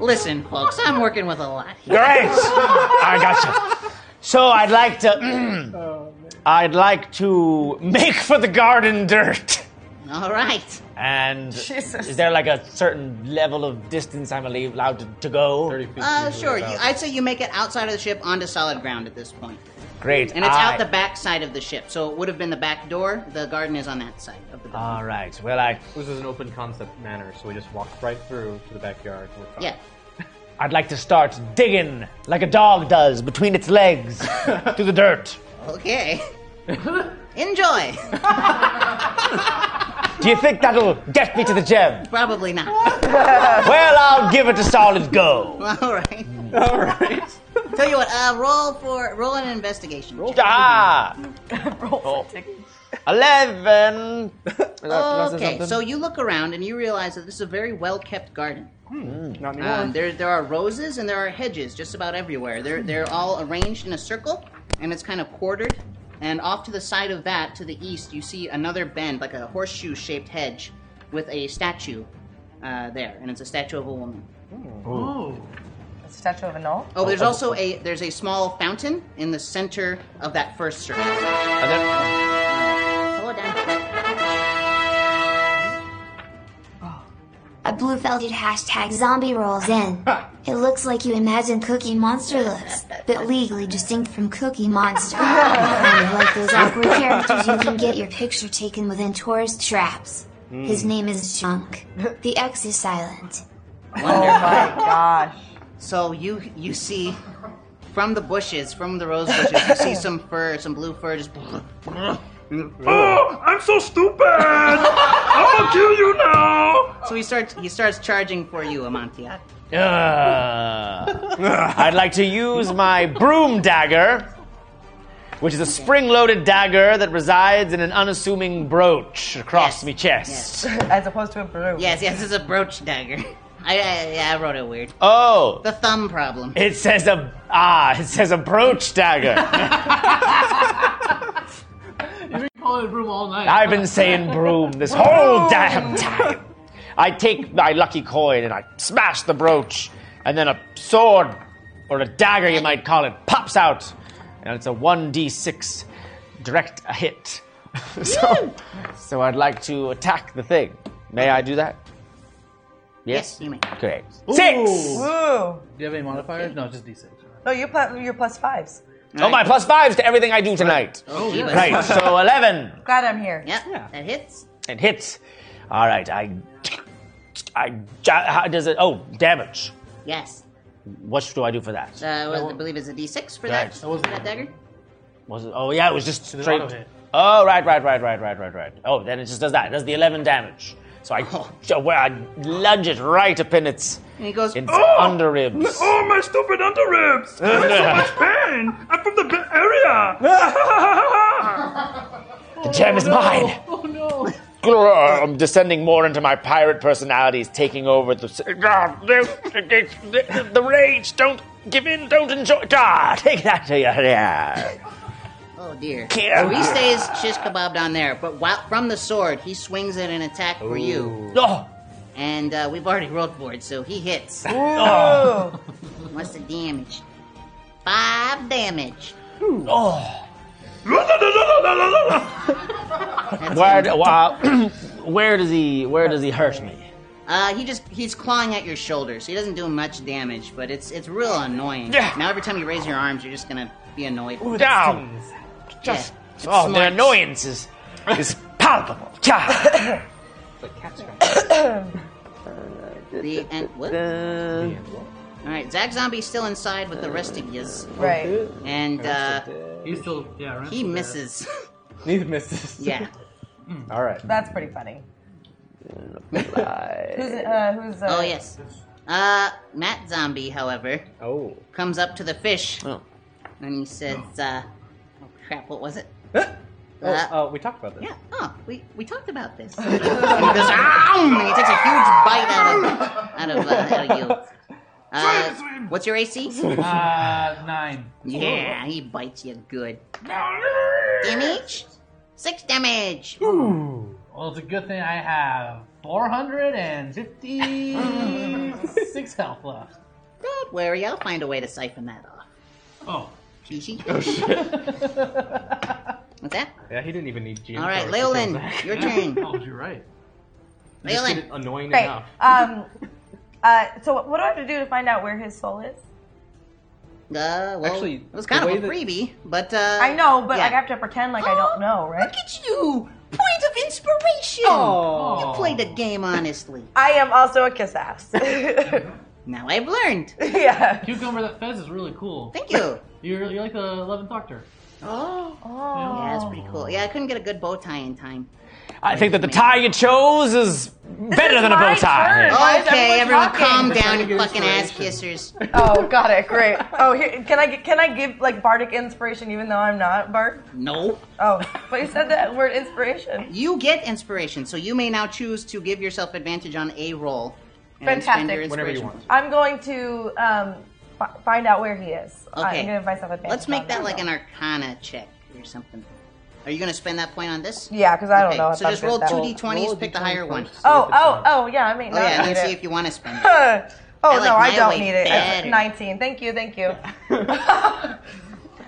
Speaker 2: Listen, folks, I'm working with a lot. here.
Speaker 6: Great. I gotcha. So I'd like
Speaker 4: Oh,
Speaker 6: to. mm, I'd like to make for the garden dirt.
Speaker 2: All right.
Speaker 6: And
Speaker 3: Jesus.
Speaker 6: is there like a certain level of distance I'm alli- allowed to, to go?
Speaker 4: Thirty feet.
Speaker 2: Uh,
Speaker 4: usually
Speaker 2: sure. You,
Speaker 4: about-
Speaker 2: I'd say you make it outside of the ship onto solid ground at this point.
Speaker 6: Great.
Speaker 2: And it's
Speaker 6: I-
Speaker 2: out the back side of the ship, so it would have been the back door. The garden is on that side of the building.
Speaker 6: All right. Well, I
Speaker 4: This is an open concept manor, so we just walked right through to the backyard. We're fine.
Speaker 2: yeah.
Speaker 6: I'd like to start digging like a dog does between its legs through the dirt.
Speaker 2: Okay. Enjoy.
Speaker 6: Do you think that'll get me to the gem?
Speaker 2: Probably not.
Speaker 6: Well, I'll give it a solid go.
Speaker 2: All right.
Speaker 4: All right.
Speaker 2: Tell you what. Uh, roll for roll an investigation. Roll.
Speaker 6: Ah! Eleven.
Speaker 2: Okay. So you look around and you realize that this is a very well kept garden.
Speaker 4: Hmm, Not anymore.
Speaker 2: Um, there, there are roses and there are hedges just about everywhere. They're they're all arranged in a circle, and it's kind of quartered. And off to the side of that, to the east, you see another bend, like a horseshoe-shaped hedge, with a statue uh, there, and it's a statue of a woman.
Speaker 3: A statue of a null.
Speaker 2: Oh, there's also a there's a small fountain in the center of that first circle. Hold on.
Speaker 8: a blue felted hashtag zombie rolls in. It looks like you imagine Cookie Monster looks, but legally distinct from Cookie Monster. kind of like those awkward characters you can get your picture taken within tourist traps. His name is Junk. The X is silent.
Speaker 2: Wonderful.
Speaker 3: my gosh.
Speaker 2: So you you see from the bushes, from the rose bushes, you see some fur, some blue fur just
Speaker 9: Oh, I'm so stupid! I'm gonna kill you now!
Speaker 2: So he starts he starts charging for you, Amantia.
Speaker 6: Uh, I'd like to use my broom dagger, which is a spring loaded dagger that resides in an unassuming brooch across me chest.
Speaker 3: As opposed to a broom.
Speaker 2: Yes, yes, this is a brooch dagger. I I, yeah, I wrote it weird.
Speaker 6: Oh,
Speaker 2: The thumb problem.
Speaker 6: it says a ah, it says a brooch dagger.
Speaker 7: Call it room all night.
Speaker 6: I've been saying broom this whole damn time. I take my lucky coin and I smash the brooch, and then a sword or a dagger, you might call it, pops out, and it's a one d six direct hit. so, so I'd like to attack the thing. May I do that? Yes.
Speaker 2: you may.
Speaker 6: Great. Six.
Speaker 3: Ooh.
Speaker 11: Do you have any modifiers? No, just D6.
Speaker 3: No, you're, pl- you're plus fives.
Speaker 6: Oh my! Plus fives to everything I do tonight.
Speaker 2: Oh, yeah.
Speaker 6: Right. So eleven.
Speaker 3: Glad I'm here.
Speaker 2: Yep, that hits.
Speaker 6: It hits. All right. I. I. How does it? Oh, damage.
Speaker 2: Yes.
Speaker 6: What do I do for that?
Speaker 2: Uh, well, I believe it's a D6 for
Speaker 6: Right.
Speaker 2: that, for that dagger.
Speaker 6: Was it? Oh yeah, it was just straight.
Speaker 11: auto hit.
Speaker 6: Oh right, right, right, right, right, right, right. Oh, then it just does that. It does the eleven damage. So I,
Speaker 11: Oh.
Speaker 6: so where I lunge it right up in its,
Speaker 2: And he goes,
Speaker 6: its
Speaker 9: Oh!
Speaker 6: under ribs.
Speaker 9: Oh, my stupid underribs! I'm in so much pain! I'm from the Bay
Speaker 11: Oh,
Speaker 9: Area!
Speaker 6: The gem is mine. Oh no. I'm descending more into my pirate personality is taking over the. God, no, the, the, the rage. Don't give in. Don't enjoy. God, take that to your yeah.
Speaker 2: oh dear.
Speaker 6: Yeah.
Speaker 2: So he stays shish kebabbed on there, but while, from the sword, he swings at an attack for you.
Speaker 6: Oh,
Speaker 2: And uh, we've already rolled for it, so he hits.
Speaker 6: oh,
Speaker 2: What's the damage? Five damage.
Speaker 6: oh. Where, wow. where does he? Where does he hurt me?
Speaker 2: Uh, he just he's clawing at your shoulders. He doesn't do much damage, but it's it's real annoying.
Speaker 6: Yeah.
Speaker 2: Now every time you raise your arms, you're just gonna be annoyed.
Speaker 6: Down.
Speaker 2: Yeah.
Speaker 6: Just.
Speaker 2: It
Speaker 6: Oh, the
Speaker 2: smarts.
Speaker 6: annoyance is, is palpable. Yeah.
Speaker 2: The and what? All right, Zach Zombie's still inside with the rest of yous,
Speaker 3: Right.
Speaker 2: and uh,
Speaker 11: He's still, yeah, right?
Speaker 2: he misses.
Speaker 4: Neither misses.
Speaker 2: yeah.
Speaker 6: All right.
Speaker 3: That's pretty funny. who's, uh, who's, uh,
Speaker 2: Oh yes. Uh, Matt Zombie, however,
Speaker 6: Oh.
Speaker 2: comes up to the fish
Speaker 6: Oh.
Speaker 2: and he says, uh, "Oh crap, what was it?"
Speaker 4: Oh, uh, we talked about this.
Speaker 2: Yeah. Oh, we, we talked about this. and he goes, "Ow!" and he takes a huge bite out of out of, uh, out of you. Uh, what's your AC?
Speaker 11: Uh, nine.
Speaker 2: Yeah, he bites you good. Damage. Six damage.
Speaker 11: Well, it's a good thing I have 456 health left.
Speaker 2: Don't worry, I'll find a way to siphon that off.
Speaker 11: Oh.
Speaker 2: Gigi. Oh shit. What's that?
Speaker 4: Yeah, he didn't even need GM.
Speaker 2: All right,
Speaker 4: powers to kill
Speaker 2: Leolin,
Speaker 4: Zach.
Speaker 2: your turn.
Speaker 11: Oh, you're right.
Speaker 4: You just did
Speaker 2: Leolin.
Speaker 4: it Annoying
Speaker 3: Great.
Speaker 4: enough.
Speaker 3: Um, uh, so what do I have to do to find out where his soul is?
Speaker 2: Uh, well,
Speaker 4: Actually,
Speaker 2: it was kind
Speaker 4: the
Speaker 2: of a
Speaker 4: way that-
Speaker 2: freebie, but uh,
Speaker 3: I know, but
Speaker 2: yeah.
Speaker 3: like, I have to pretend like I don't know, right?
Speaker 2: Look at you! Point of inspiration! You played the game honestly.
Speaker 3: I am also a kiss ass.
Speaker 2: Now I've learned.
Speaker 3: yeah.
Speaker 11: Cucumber that fez is really cool.
Speaker 2: Thank you. Oh.
Speaker 11: You're, you're like the 11th Doctor.
Speaker 2: Yeah, that's pretty cool. Yeah, I couldn't get a good bow tie in time.
Speaker 6: I think that the tie you chose is better
Speaker 3: is
Speaker 6: than a bow
Speaker 3: my
Speaker 6: tie.
Speaker 3: turn. Why is
Speaker 2: Okay, everyone,
Speaker 3: everyone
Speaker 2: calm
Speaker 3: talking?
Speaker 2: down, you fucking ass kissers.
Speaker 3: Oh, got it. Great. Oh, here, can I get- can I give like bardic inspiration even though I'm not bard?
Speaker 2: No.
Speaker 3: Oh, but you said that word inspiration.
Speaker 2: You get inspiration, so you may now choose to give yourself advantage on a roll. and
Speaker 3: Fantastic.
Speaker 2: spend your
Speaker 4: Whenever you
Speaker 2: inspiration.
Speaker 4: want.
Speaker 3: I'm going to um, f- find out where he is. Uh,
Speaker 2: Okay.
Speaker 3: I'm gonna give myself advantage.
Speaker 2: Let's
Speaker 3: on
Speaker 2: make that like an arcana check or something. Are you going to spend that point on this?
Speaker 3: Yeah, because I don't
Speaker 2: okay,
Speaker 3: know. If
Speaker 2: So
Speaker 3: I'm
Speaker 2: just
Speaker 3: good
Speaker 2: roll
Speaker 3: at that.
Speaker 2: two d20s, pick the higher one.
Speaker 3: Oh, oh, oh, yeah. I mean,
Speaker 2: Oh yeah, and
Speaker 3: need
Speaker 2: then see
Speaker 3: it.
Speaker 2: if you want to spend it.
Speaker 3: oh
Speaker 2: I
Speaker 3: no,
Speaker 2: like
Speaker 3: I
Speaker 2: my
Speaker 3: don't
Speaker 2: way
Speaker 3: need it.
Speaker 2: better.
Speaker 3: Nineteen. Thank you. Thank you.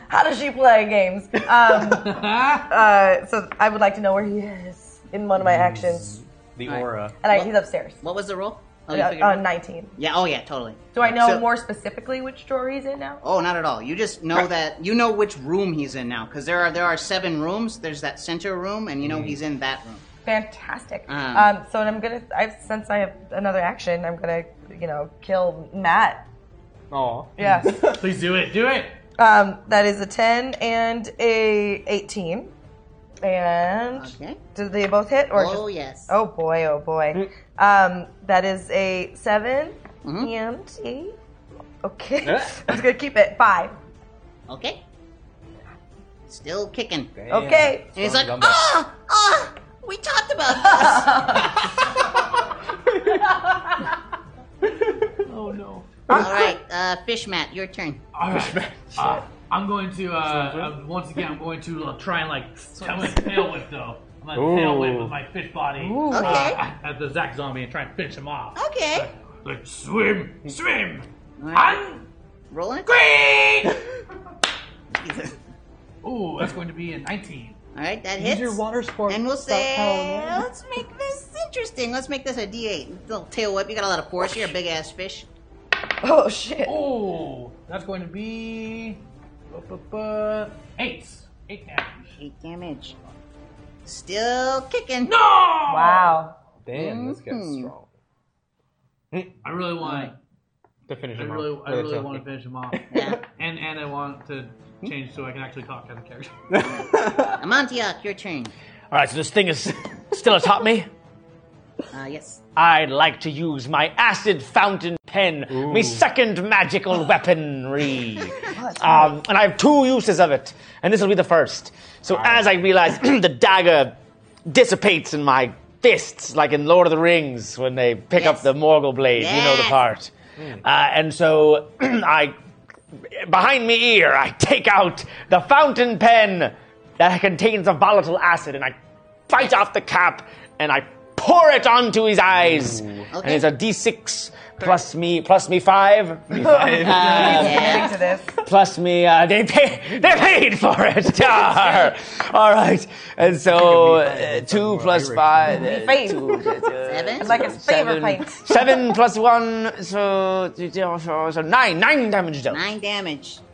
Speaker 3: How does she play games? Um, uh, so I would like to know where he is in one of my actions,
Speaker 4: The aura.
Speaker 3: and I, he's upstairs.
Speaker 2: What was the roll? Oh, you
Speaker 3: Uh,
Speaker 2: figured-
Speaker 3: uh, 19.
Speaker 2: Yeah. Oh, yeah. Totally.
Speaker 3: Do I know
Speaker 2: So-
Speaker 3: more specifically which drawer he's in now?
Speaker 2: Oh, not at all. You just know that you know which room he's in now because there are there are seven rooms. There's that center room, and you know he's in that room.
Speaker 3: Fantastic.
Speaker 2: Um.
Speaker 3: um, so I'm gonna. I've since I have another action, I'm gonna, you know, kill Matt.
Speaker 4: Oh.
Speaker 3: Yes.
Speaker 11: Please do it. Do it.
Speaker 3: Um, that is a 10 and a 18. And did they both hit or
Speaker 2: Oh,
Speaker 3: just-
Speaker 2: yes.
Speaker 3: Oh boy, oh boy. Um, that is a 7 and a Okay.
Speaker 2: Yeah.
Speaker 3: I'm just going to keep it 5.
Speaker 2: Okay. Still kicking.
Speaker 3: Okay.
Speaker 2: And he's like,
Speaker 3: Strong dumbbell.
Speaker 2: ah, ah. We talked about this.
Speaker 11: Oh no.
Speaker 2: all right, uh, Fish Matt, your turn.
Speaker 11: All right. Uh, I'm going to, uh, um, once again, I'm going to uh, try and like, I'm going to tail whip though. I'm going to tail whip with my fish body
Speaker 9: Ooh.
Speaker 11: uh,
Speaker 9: Okay.
Speaker 11: at the Zack zombie and try and finish him off.
Speaker 2: Okay.
Speaker 11: Like, swim, swim.
Speaker 2: I'm rolling.
Speaker 11: Great. Ooh, that's going to be a 19.
Speaker 2: All right, that
Speaker 11: Use
Speaker 2: hits.
Speaker 11: your
Speaker 2: water sport. And we'll say,
Speaker 11: power, man.
Speaker 2: let's make this interesting. Let's make this a D8. Little tail whip. You got a lot of force. You're a big ass fish.
Speaker 3: Oh shit.
Speaker 11: Oh, that's going to be bu- bu- bu- eight. Eight damage.
Speaker 2: Eight damage. Still kicking.
Speaker 11: No! Wow.
Speaker 4: Damn, this guy's strong.
Speaker 11: I really want.
Speaker 4: To finish
Speaker 11: I
Speaker 4: him
Speaker 11: really,
Speaker 4: off.
Speaker 11: I
Speaker 4: Really
Speaker 11: really
Speaker 4: tough.
Speaker 11: want to finish him off. And and I want to change so I can actually talk as a character.
Speaker 2: Amontillak, your turn.
Speaker 6: All right, so this thing is still atop me.
Speaker 2: Uh, yes.
Speaker 6: I'd like to use my acid fountain pen, my second magical weaponry. um, and I have two uses of it, and this will be the first. So as I realize the dagger dissipates in my fists, like in Lord of the Rings when they pick up the Morgul blade, you know the part. Uh, and so I, behind me ear, I take out the fountain pen that contains a volatile acid, and I bite off the cap and I pour it onto his eyes. And it's a D6 plus me plus me five. Um,
Speaker 3: Getting to this.
Speaker 6: Plus me, uh, they pay, they paid for it. Arr. All right, and so uh, two plus five, uh,
Speaker 3: Fate.
Speaker 2: Seven.
Speaker 3: Like his favorite
Speaker 6: seven,
Speaker 3: pint.
Speaker 6: seven plus one, so so nine, nine damage dealt.
Speaker 2: Nine damage.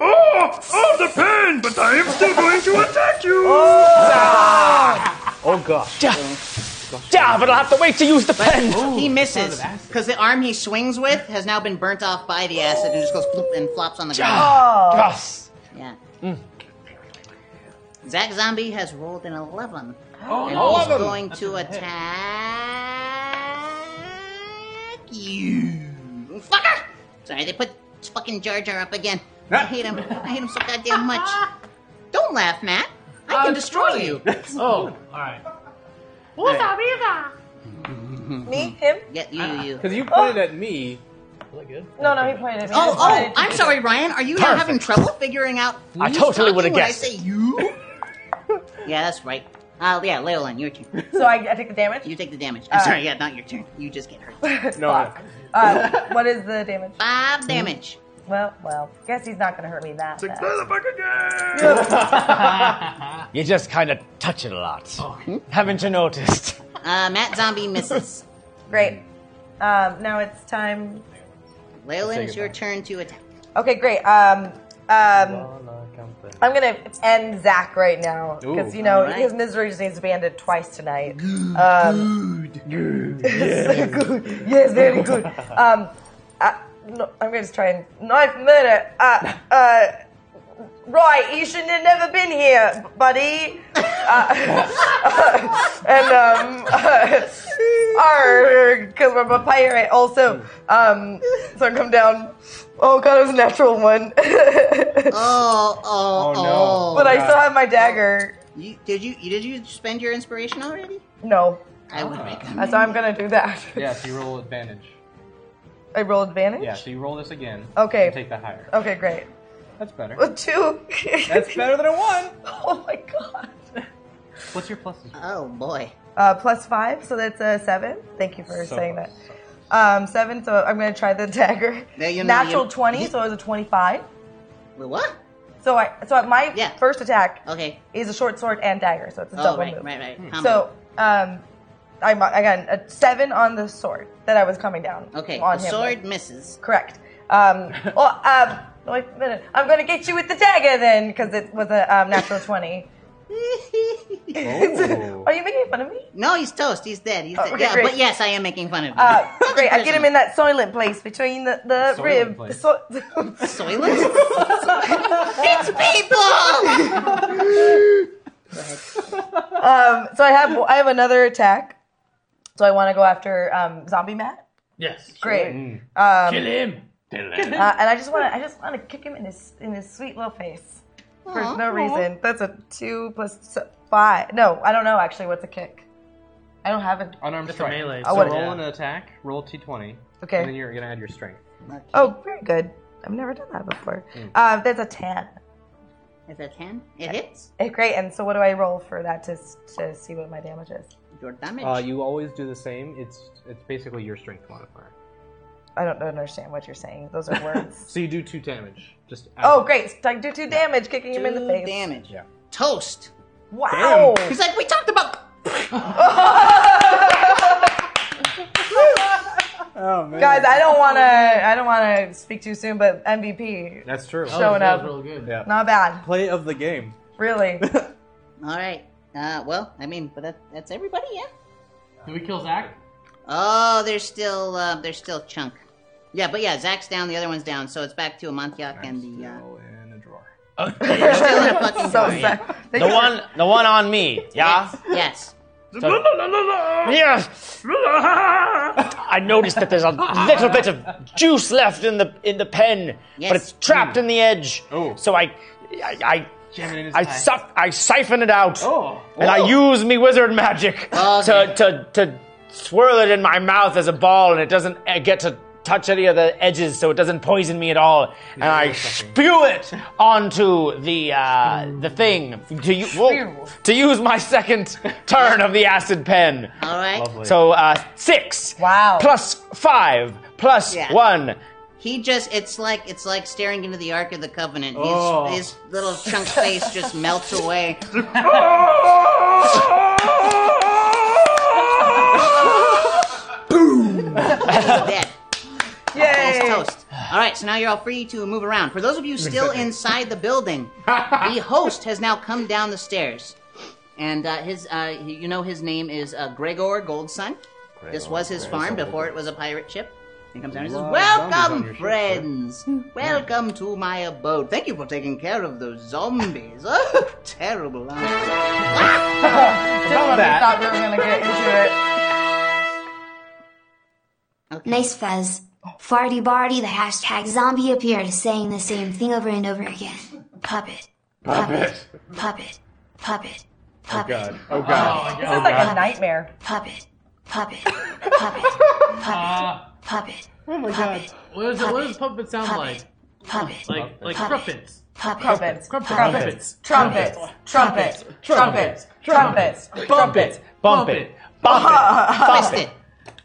Speaker 9: Oh, oh, the pain! But I am still going to attack you.
Speaker 6: Oh gosh. Yeah. Yeah, but I'll have to wait to use the pen.
Speaker 2: He misses because the arm he swings with has now been burnt off by the acid and just goes bloop and flops on the ground.
Speaker 6: Oh. Gosh.
Speaker 2: Yeah.
Speaker 6: Hmm.
Speaker 2: Zack Zombie has rolled an 11.
Speaker 11: Oh,
Speaker 2: and
Speaker 11: no.
Speaker 2: he's
Speaker 11: 11.
Speaker 2: going
Speaker 11: That's
Speaker 2: to
Speaker 11: a hit.
Speaker 2: attack you. Fucker! Sorry, they put fucking Jar Jar up again.
Speaker 11: Ah.
Speaker 2: I hate him. I hate him so goddamn much. Don't laugh, Matt. I can
Speaker 11: Uh,
Speaker 2: destroy
Speaker 11: sorry.
Speaker 2: you.
Speaker 11: Oh, alright.
Speaker 3: Me? Him?
Speaker 2: Yeah, you, you.
Speaker 4: Because you pointed at me.
Speaker 11: Was that good?
Speaker 3: No, no, he pointed at me. I
Speaker 2: Oh,
Speaker 3: just wanted
Speaker 2: oh,
Speaker 3: to-
Speaker 2: I'm sorry, Ryan. Are you not
Speaker 6: Perfect.
Speaker 2: having trouble figuring out?
Speaker 6: I
Speaker 2: who's
Speaker 6: totally
Speaker 2: talking
Speaker 6: would've
Speaker 2: when I
Speaker 6: guessed.
Speaker 2: say you. yeah, that's right. Uh, yeah, Leoline, your turn.
Speaker 3: So I, I take the damage?
Speaker 2: You take the damage. I'm
Speaker 3: Uh,
Speaker 2: sorry. Yeah, not your turn. You just get hurt.
Speaker 4: No, I-
Speaker 3: Uh, what is the damage?
Speaker 2: Five damage.
Speaker 3: Well, well, guess he's not gonna hurt me that
Speaker 9: Six
Speaker 3: bad.
Speaker 9: motherfucker again.
Speaker 6: You just kind of touch it a lot. Haven't you noticed?
Speaker 2: Uh, Matt Zombie misses.
Speaker 3: Great. Um, now it's time.
Speaker 2: Leoline, it's your turn to attack.
Speaker 3: Okay, great. Um, um, I'm gonna end Zach right now because you know
Speaker 2: Ooh.
Speaker 3: his misery just needs to be ended twice tonight. Um, yes. good. Yes, very good. Um, uh, no, I'm gonna just try and knife murder. Uh, uh, right, you shouldn't have never been here, buddy. Uh, and um, because I'm a pirate also. Um, so I come down. Oh god, it was a natural one.
Speaker 2: Oh, oh, oh.
Speaker 4: no.
Speaker 3: but I still have my dagger.
Speaker 2: You, did you did you spend your inspiration already?
Speaker 3: No,
Speaker 2: I would recommend.
Speaker 3: so I'm gonna do that.
Speaker 4: yeah, so you roll advantage.
Speaker 3: I roll advantage.
Speaker 4: Yeah, so you roll this again.
Speaker 3: Okay.
Speaker 4: and take the higher.
Speaker 3: Okay, great.
Speaker 4: That's better.
Speaker 3: A two.
Speaker 4: That's better than a one.
Speaker 3: oh my god.
Speaker 4: What's your pluses?
Speaker 2: Oh boy.
Speaker 3: Uh, plus five, so that's a seven. Thank you for
Speaker 4: So
Speaker 3: saying
Speaker 4: close,
Speaker 3: that. Um, seven, so I'm gonna try the dagger.
Speaker 2: Now you know
Speaker 3: Natural
Speaker 2: you-
Speaker 3: twenty, so it was a twenty-five.
Speaker 2: Wait, What?
Speaker 3: So I, so my
Speaker 2: Yeah.
Speaker 3: first attack
Speaker 2: Okay.
Speaker 3: is a short sword and dagger, so it's Hmm. a
Speaker 2: Oh
Speaker 3: double
Speaker 2: right,
Speaker 3: move.
Speaker 2: right, right. Combo.
Speaker 3: So, um, I, mu- I got a seven on the sword that I was coming down.
Speaker 2: Okay,
Speaker 3: on
Speaker 2: the
Speaker 3: him
Speaker 2: sword
Speaker 3: with.
Speaker 2: misses.
Speaker 3: Correct. Um, well, um, wait a minute. I'm going to get you with the dagger then, because it was a um, natural 20. Are you making fun of me?
Speaker 2: No, he's toast. He's dead. He's dead.
Speaker 3: okay,
Speaker 2: yeah,
Speaker 3: Oh, great.
Speaker 2: but yes, I am making fun of you.
Speaker 3: Uh, great, I get him in that soylent place between the, the
Speaker 2: Soylent
Speaker 3: rib.
Speaker 2: place.
Speaker 3: So-
Speaker 2: soylent? it's people!
Speaker 3: um, so I have I have another attack. So I want to go after um, zombie Matt.
Speaker 11: Yes.
Speaker 3: Great.
Speaker 11: Mm.
Speaker 3: Um,
Speaker 11: Kill him. Kill
Speaker 3: Uh,
Speaker 11: him.
Speaker 3: and I just want to I just want to kick him in his in his sweet little face for
Speaker 11: Aw,
Speaker 3: no
Speaker 11: aw.
Speaker 3: reason. That's a two plus s- five. No, I don't know actually what's a kick. I don't have an
Speaker 4: Unarmed
Speaker 3: strike.
Speaker 4: strike. Melee,
Speaker 3: Oh,
Speaker 4: so
Speaker 3: what-
Speaker 4: roll an attack. Roll t20.
Speaker 3: Okay.
Speaker 4: And then you're gonna add your strength.
Speaker 3: Oh, very good. I've never done that before.
Speaker 4: Mm.
Speaker 3: Uh, that's a ten. Eh,
Speaker 2: Is that ten? It hits.
Speaker 3: great. And so, what do I roll for that to s- to see what my damage is?
Speaker 2: Your damage.
Speaker 4: Uh, you always do the same. It's it's basically your strength modifier.
Speaker 3: I don't understand what you're saying. Those are words.
Speaker 4: So you do two damage. Just add
Speaker 3: oh, great! So I do two damage, kicking him in the
Speaker 2: Two
Speaker 3: face.
Speaker 2: damage. Toast.
Speaker 3: Wow.
Speaker 2: Damn. He's like, we talked about.
Speaker 4: Oh man.
Speaker 3: Guys, I don't want to. I don't want to speak too soon, but MVP
Speaker 4: That's true.
Speaker 11: Oh.
Speaker 3: showing up.
Speaker 4: Yeah.
Speaker 3: Not bad,
Speaker 4: Play of the game.
Speaker 3: really.
Speaker 2: All right. Uh, well, I mean, but that, that's everybody, yeah.
Speaker 11: Did we kill Zach?
Speaker 2: Oh, there's still uh, there's still chunk. Yeah, but yeah, Zach's down. The other one's down. So it's back to Amontyak and the. Uh...
Speaker 4: in a drawer.
Speaker 2: You're still in a fucking
Speaker 6: So
Speaker 2: drawer. yeah.
Speaker 6: The one, the one on me. Yeah.
Speaker 2: Yes.
Speaker 6: Yes. I noticed that there's a little bit of juice left in the in the pen,
Speaker 2: Yes.
Speaker 6: but it's trapped in the edge. Oh. So I, I, I, I, suff- I siphon it out,
Speaker 4: oh.
Speaker 6: and I use me wizard magic to, to to swirl it in my mouth as a ball, and it doesn't uh, get to touch any of the edges, so it doesn't poison me at all. And I spew it onto the uh, the thing to you to use my second turn of the acid pen.
Speaker 2: All right.
Speaker 6: So uh, six. Wow. Plus five. plus
Speaker 2: Yeah.
Speaker 6: one.
Speaker 2: He just it's like it's like staring into the Ark of the Covenant. His
Speaker 6: Oh.
Speaker 2: his little chunk face just melts away.
Speaker 3: Yay!
Speaker 2: toast. All right, so now you're all free to move around. For those of you still inside the building, the host has now come down the stairs, and uh, his uh, he- you know his name is uh, Gregor Goldson. this was his farm before it was a pirate ship. He comes down and says,
Speaker 11: Lot of zombies on
Speaker 2: "Welcome,
Speaker 11: your ship,
Speaker 2: friends. Welcome to my abode. Thank you for taking care of those zombies. Oh, terrible!"
Speaker 3: Just when we
Speaker 2: that.
Speaker 3: thought we were gonna get into it.
Speaker 8: Nice fuzz. Farty Barty, the hashtag zombie appeared as saying the same thing over and over again. Puppet, puppet, puppet, puppet,
Speaker 9: Oh god.
Speaker 8: Oh, God.
Speaker 3: This
Speaker 8: Oh,
Speaker 3: is like
Speaker 8: God.
Speaker 3: a nightmare.
Speaker 8: puppet, puppet,
Speaker 11: Uh,
Speaker 8: puppet,
Speaker 11: oh my god. What, is it, what does puppet sound like?
Speaker 8: Puppet.
Speaker 11: Like, like
Speaker 8: Puppet.
Speaker 3: Crumpets,
Speaker 11: crumpets. Crumpets.
Speaker 3: crumpets, trumpets, trumpets, trumpets, trumpets,
Speaker 6: Bump it. Bump it.
Speaker 2: Twist
Speaker 6: Bump it. Bump
Speaker 2: it.
Speaker 6: it.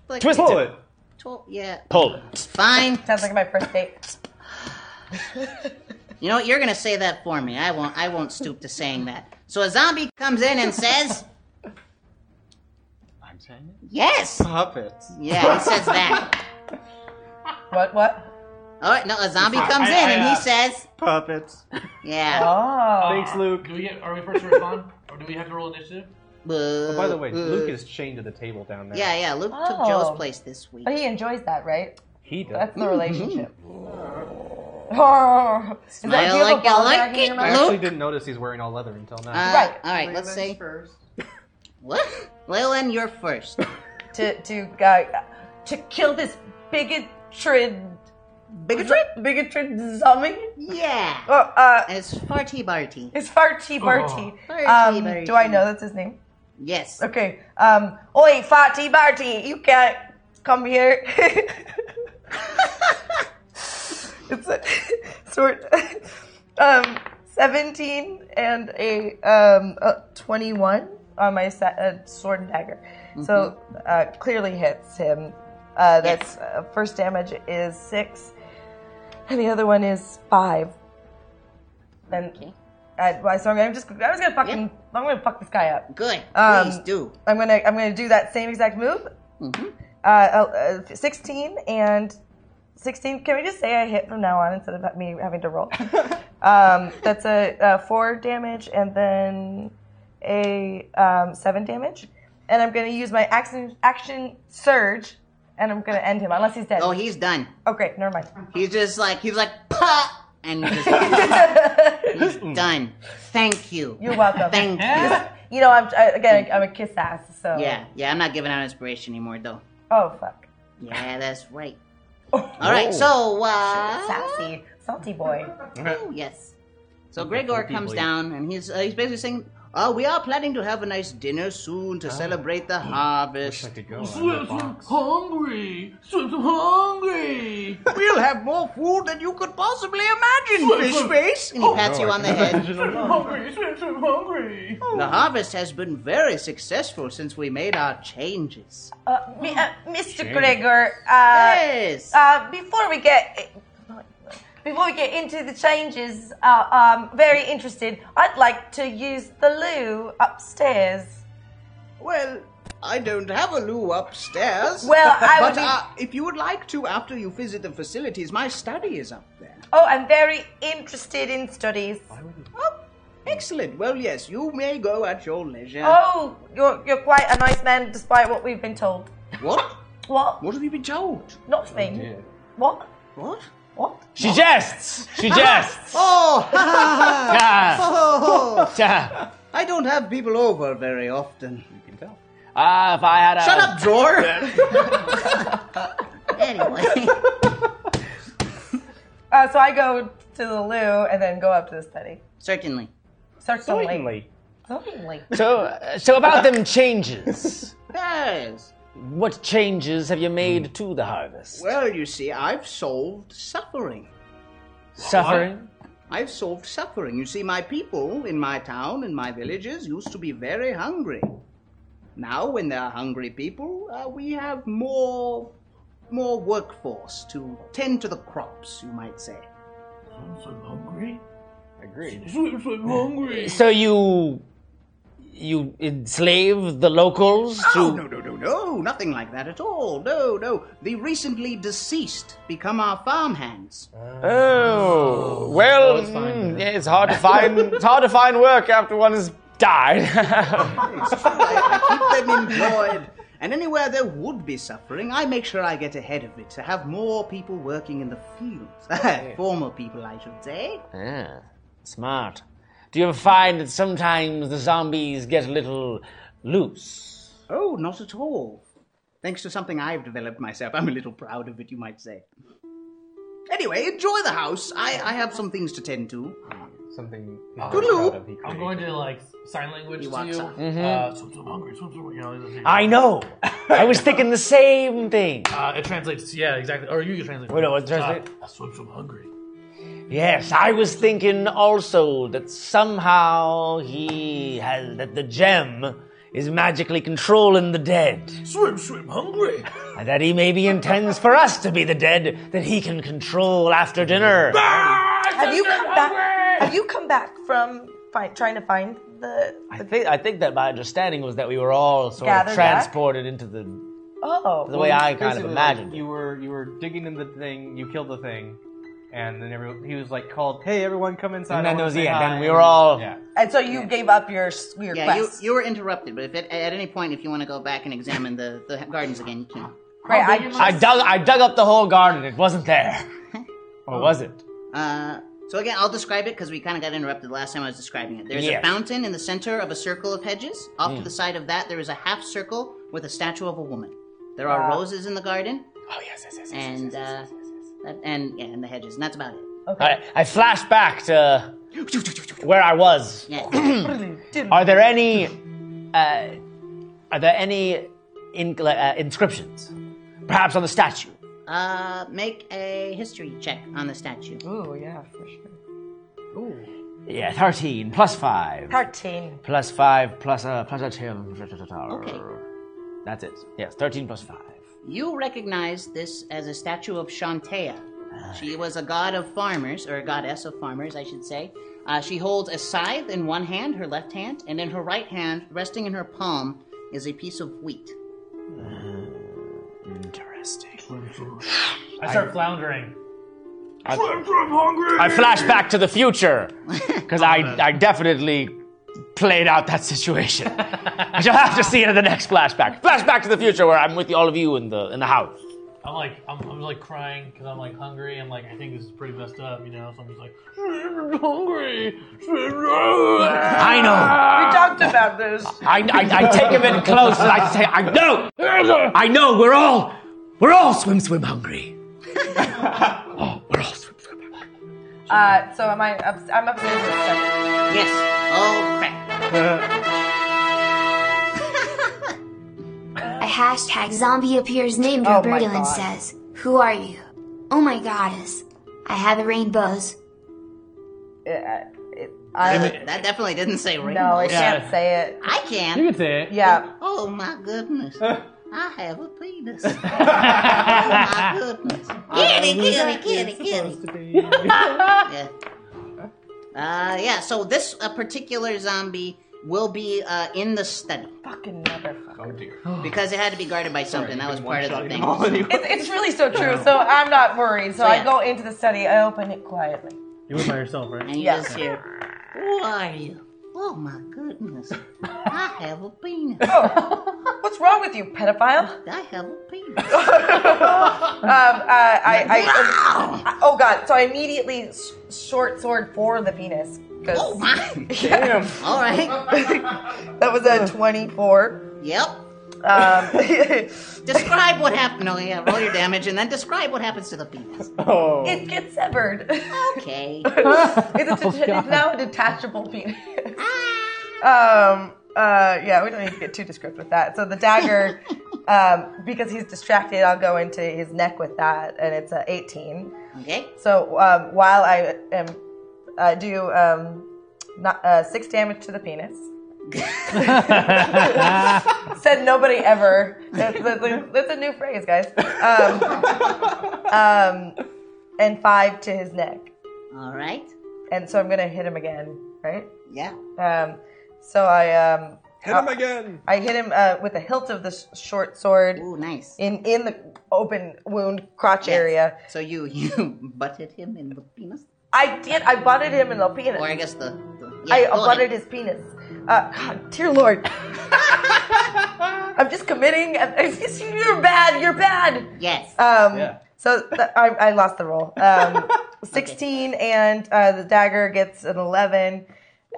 Speaker 2: Flick
Speaker 6: Twist
Speaker 2: it.
Speaker 6: it.
Speaker 2: Tw- yeah.
Speaker 6: Pull.
Speaker 2: Fine.
Speaker 3: Sounds like my first date.
Speaker 2: You know what? You're gonna say that for me. I won't. I won't stoop to saying that. So a zombie comes in and says,
Speaker 13: I'm saying it.
Speaker 2: "Yes."
Speaker 13: Puppets.
Speaker 2: Yeah, he says that.
Speaker 3: What? What?
Speaker 2: All right. No, a zombie
Speaker 13: I-
Speaker 2: comes
Speaker 13: I-
Speaker 2: in
Speaker 13: I,
Speaker 2: and he
Speaker 13: uh,
Speaker 2: says,
Speaker 13: Puppets.
Speaker 2: "Yeah."
Speaker 3: Oh.
Speaker 4: Thanks, Luke.
Speaker 11: Do we get, are we first to respond? Or do we have to roll initiative?
Speaker 4: Oh, by the way,
Speaker 2: Uh,
Speaker 4: Luke is chained to the table down there.
Speaker 2: Yeah, yeah. Luke took
Speaker 3: Oh.
Speaker 2: Joe's place this week. Mm-hmm.
Speaker 3: But he enjoys that, right?
Speaker 4: He does.
Speaker 3: That's the relationship. Oh. Is that- do
Speaker 2: Smile
Speaker 3: you have a
Speaker 2: like you
Speaker 3: ball
Speaker 2: like
Speaker 3: gag in
Speaker 2: it,
Speaker 3: your
Speaker 4: I
Speaker 3: mouth?
Speaker 4: actually didn't notice he's wearing all leather until now.
Speaker 2: Uh,
Speaker 3: Right.
Speaker 2: All right. Let's see.
Speaker 13: First.
Speaker 2: What? Lilin, you're first.
Speaker 3: to to uh, to kill this bigoted bigoted bigoted zombie.
Speaker 2: Yeah.
Speaker 3: Oh, uh,
Speaker 2: It's farty barty.
Speaker 3: it's Farty Barty.
Speaker 2: Farty
Speaker 3: Um,
Speaker 2: Barty.
Speaker 3: do I know that's his name?
Speaker 2: Yes.
Speaker 3: Okay. Um, Oi, Farty Barty, you can't come here. it's a sort um, seventeen and a um, uh, twenty-one on my sa- uh, sword and dagger. So uh, clearly hits him. Uh, that's uh, first damage is six, and the other one is five. Then I, well, so I'm gonna just. I was gonna fucking. I'm gonna fuck this guy up.
Speaker 2: Good.
Speaker 3: Um,
Speaker 2: Please do.
Speaker 3: I'm gonna. I'm gonna do that same exact move. Uh, uh, uh, 16 and 16. Can we just say I hit from now on instead of me having to roll? um, that's a, uh four damage and then a um, seven damage. And I'm gonna use my action action surge, and I'm gonna end him unless he's dead.
Speaker 2: Oh, he's done.
Speaker 3: Oh, great. Never mind.
Speaker 2: He's just like he's like pa, and just, he's done. Thank you.
Speaker 3: You're welcome.
Speaker 2: Thank you.
Speaker 3: You know, I'm I, again. I'm a kiss ass. So
Speaker 2: Yeah, yeah. I'm not giving out inspiration anymore though.
Speaker 3: Oh fuck.
Speaker 2: Yeah, that's right. All right, so uh,
Speaker 3: Oh. sassy, salty boy.
Speaker 2: Oh, yes. So Gregor
Speaker 3: people
Speaker 2: comes
Speaker 3: eat.
Speaker 2: down and he's uh, he's basically saying, "Oh, we are planning to have a nice dinner soon to celebrate the harvest."
Speaker 7: Swim, swim, hungry. Swim, swim, hungry.
Speaker 2: We'll have more food than you could possibly imagine, fish face. And he pats you on the head.
Speaker 7: Swim, hungry. Swim, swim, hungry.
Speaker 2: The harvest has been very successful since we made our changes.
Speaker 3: Uh, mi- uh, Mr.
Speaker 2: Shame.
Speaker 3: Gregor, uh,
Speaker 2: Yes.
Speaker 3: uh, before we get before we get into the changes, uh, um, very interested. I'd like to use the loo upstairs.
Speaker 2: Well, I don't have a loo upstairs.
Speaker 3: Well, I
Speaker 2: but
Speaker 3: would be-
Speaker 2: uh, if you would like to, after you visit the facilities, my study is up there.
Speaker 3: Oh, I'm very interested in studies. Oh,
Speaker 2: Excellent. Well, yes, you may go at your leisure.
Speaker 3: Oh, you're you're quite a nice man, despite what we've been told.
Speaker 2: What?
Speaker 3: What?
Speaker 2: What have you been told? Oh,
Speaker 3: Nothing. what?
Speaker 2: What?
Speaker 3: What?
Speaker 6: She jests. She jests.
Speaker 2: Oh, ha, ha, ha.
Speaker 6: Ah.
Speaker 2: Oh.
Speaker 6: Ah.
Speaker 2: I don't have people over very often. You can tell.
Speaker 6: Ah, if I had a
Speaker 2: Shut up, drawer. anyway.
Speaker 3: Uh, so I go to the loo and then go up to the study.
Speaker 2: Certainly.
Speaker 3: Certainly. Certainly.
Speaker 6: So, uh, so about them changes.
Speaker 2: Yes.
Speaker 6: What changes have you made to the harvest?
Speaker 2: Well, you see, I've solved suffering.
Speaker 6: Suffering?
Speaker 2: I've solved suffering. You see, my people in my town, in my villages, used to be very hungry. Now, when there are hungry people, uh, we have more, more workforce to tend to the crops, you might say.
Speaker 7: I'm so hungry.
Speaker 6: Agreed.
Speaker 7: Swim, swim, hungry.
Speaker 6: So you you enslave the locals to
Speaker 2: Oh, no, no, no, no, nothing like that at all. No, no. The recently deceased become our farmhands.
Speaker 6: Oh, well,
Speaker 2: it's
Speaker 6: mm, yeah, it's hard to find. it's hard to find work after one has died.
Speaker 2: keep them employed. And anywhere there would be suffering, I make sure I get ahead of it to have more people working in the fields. Former people, I should say.
Speaker 6: yeah, Ah, smart. Do you ever find that sometimes the zombies get a little loose?
Speaker 2: Oh, not at all. Thanks to something I've developed myself, I'm a little proud of it, you might say. Anyway, enjoy the house. I, I have some things to tend to.
Speaker 4: Something.
Speaker 2: Toodaloo.
Speaker 11: I'm going to like sign language
Speaker 2: He
Speaker 11: to
Speaker 2: walks
Speaker 11: you.
Speaker 2: off.
Speaker 11: Uh,
Speaker 6: Mhm.
Speaker 11: swim, swim, hungry. Swim, swim, you know, those things.
Speaker 6: I know. I was thinking the same thing.
Speaker 11: Uh, it translates. to- Yeah, exactly. Or you can translate.
Speaker 6: Wait, no, it translate-
Speaker 11: Uh, swim, swim, hungry.
Speaker 6: Yes, I was thinking also that somehow he has that the gem is magically controlling the dead.
Speaker 11: Swim, swim, hungry.
Speaker 6: and that he maybe intends for us to be the dead that he can control after dinner.
Speaker 3: Have you come back? Have you come back from fi- trying to find the?
Speaker 6: I think I think that my understanding was that we were all sort
Speaker 3: Gathered
Speaker 6: of
Speaker 3: back?
Speaker 6: transported into the
Speaker 3: Oh,
Speaker 6: the way I kind of
Speaker 4: Basically,
Speaker 6: imagined.
Speaker 4: like, you were you were digging in the thing, you killed the thing, and then everyone, he was like called, "Hey, everyone, come inside."
Speaker 6: And
Speaker 4: I
Speaker 6: then
Speaker 4: wanna
Speaker 6: there was
Speaker 4: say
Speaker 6: the end,
Speaker 4: hi."
Speaker 6: then we were all-
Speaker 4: Yeah.
Speaker 3: and so you gave up your s- your
Speaker 2: Yeah, you,
Speaker 3: quest.
Speaker 2: you were interrupted, but if at, at any point, if you want to go back and examine the, the gardens again, you can.
Speaker 3: Great, I,
Speaker 6: I dug I dug up the whole garden. It wasn't there, or was it?
Speaker 2: Uh, so again, I'll describe it because we kind of got interrupted last time I was describing it. There's
Speaker 6: Yes.
Speaker 2: a fountain in the center of a circle of hedges. Off to
Speaker 6: Mm.
Speaker 2: the side of that, there is a half circle with a statue of a woman. There are
Speaker 6: Wow.
Speaker 2: roses in the garden.
Speaker 6: Oh yes, yes, yes.
Speaker 2: And uh, that- and yeah, and the hedges. And that's about it.
Speaker 6: I, I flashed back to where I was. Are there any? Uh, are there any in, uh, inscriptions? Perhaps on the statue.
Speaker 2: Uh, make a history check on the statue.
Speaker 3: Ooh, yeah, for sure.
Speaker 2: Ooh.
Speaker 6: Yeah, thirteen plus five.
Speaker 3: Thirteen.
Speaker 6: Plus five, plus uh, plus a ten.
Speaker 2: Okay.
Speaker 6: That's it. Yes, thirteen plus five.
Speaker 2: You recognize this as a statue of Shantea. She was a god of farmers, or a goddess of farmers, I should say. Uh, she holds a scythe in one hand, her left hand, and in her right hand, resting in her palm, is a piece of wheat.
Speaker 6: Interesting.
Speaker 11: I start floundering.
Speaker 6: I,
Speaker 9: I'm hungry.
Speaker 6: I flash back to the future because I, I definitely played out that situation. You'll have to see it in the next flashback. Flashback to the future where I'm with all of you in the in the house.
Speaker 11: I'm like, I'm, I'm like crying because I'm like hungry. I'm like, I think this is pretty messed up, you know. So I'm just like,
Speaker 7: I'm hungry.
Speaker 6: I know.
Speaker 3: We talked about this.
Speaker 6: I, I, I take him in close and I say, I know. I know. We're all we're all swim swim hungry. oh, we're all swim swim. hungry.
Speaker 3: Uh, so am I? Up, I'm upstairs in a second.
Speaker 2: Yes. Oh crap.
Speaker 8: A hashtag zombie appears named
Speaker 3: Oh my
Speaker 8: Roberto
Speaker 3: God.
Speaker 8: and says, Who are you? Oh my goddess. I have a rainbows.
Speaker 3: Yeah, Uh, it, I,
Speaker 2: That definitely didn't say rainbow.
Speaker 3: no, I
Speaker 11: Yeah.
Speaker 3: can't say it.
Speaker 2: I can.
Speaker 11: you can say it.
Speaker 3: Yeah.
Speaker 2: Oh my goodness. I have a penis. oh my goodness. Kitty, kitty, kitty, kitty. yeah. Uh, yeah, so this uh, particular zombie will be uh, in the study
Speaker 3: Fucking motherfucker.
Speaker 2: because it had to be guarded by something. that was part of the thing.
Speaker 3: It's, it's really so true. So I'm not worried. So I go into the study. I open it quietly.
Speaker 11: You went by yourself, right?
Speaker 2: And you
Speaker 3: Yeah.
Speaker 2: just hear, Who are you? Oh my goodness. I have a penis.
Speaker 3: What's wrong with you, pedophile?
Speaker 2: I have a penis.
Speaker 3: Um, uh, I, I, I- oh god! So I immediately s- short sword for the penis because
Speaker 2: Oh my.
Speaker 3: Damn.
Speaker 2: All right.
Speaker 3: that was a twenty-four.
Speaker 2: Yep.
Speaker 3: Um,
Speaker 2: Describe what happened. Oh yeah, roll your damage and then describe what happens to the penis.
Speaker 3: it gets severed.
Speaker 2: Okay.
Speaker 3: it's, a det- it's now a detachable penis.
Speaker 2: Ah.
Speaker 3: um, uh, yeah, we don't need to get too descriptive with that. So the dagger, um, because he's distracted, I'll go into his neck with that, and it's a eighteen.
Speaker 2: Okay.
Speaker 3: So um, while I am, I do um, not, uh, six damage to the penis. Said nobody ever. That's, that's- that's a new phrase, guys. Um, um, and five to his neck.
Speaker 2: All right.
Speaker 3: And so I'm gonna hit him again, right?
Speaker 2: Yeah.
Speaker 3: Um, so I um,
Speaker 5: Hit him again.
Speaker 3: I hit him uh, with the hilt of the s short sword
Speaker 2: Ooh, Oh, nice.
Speaker 3: in in the open wound crotch
Speaker 2: Yes.
Speaker 3: area.
Speaker 2: So you you butted him in the penis,
Speaker 3: I did. I butted him in the penis.
Speaker 2: or I guess the. the yeah,
Speaker 3: I
Speaker 2: go ahead.
Speaker 3: butted his penis. Uh, God, dear Lord. I'm just committing. I'm- I'm just- You're bad. You're bad.
Speaker 2: Yes.
Speaker 3: Um, So th- I, I lost the roll. Um, 16 and uh, the dagger gets an 11,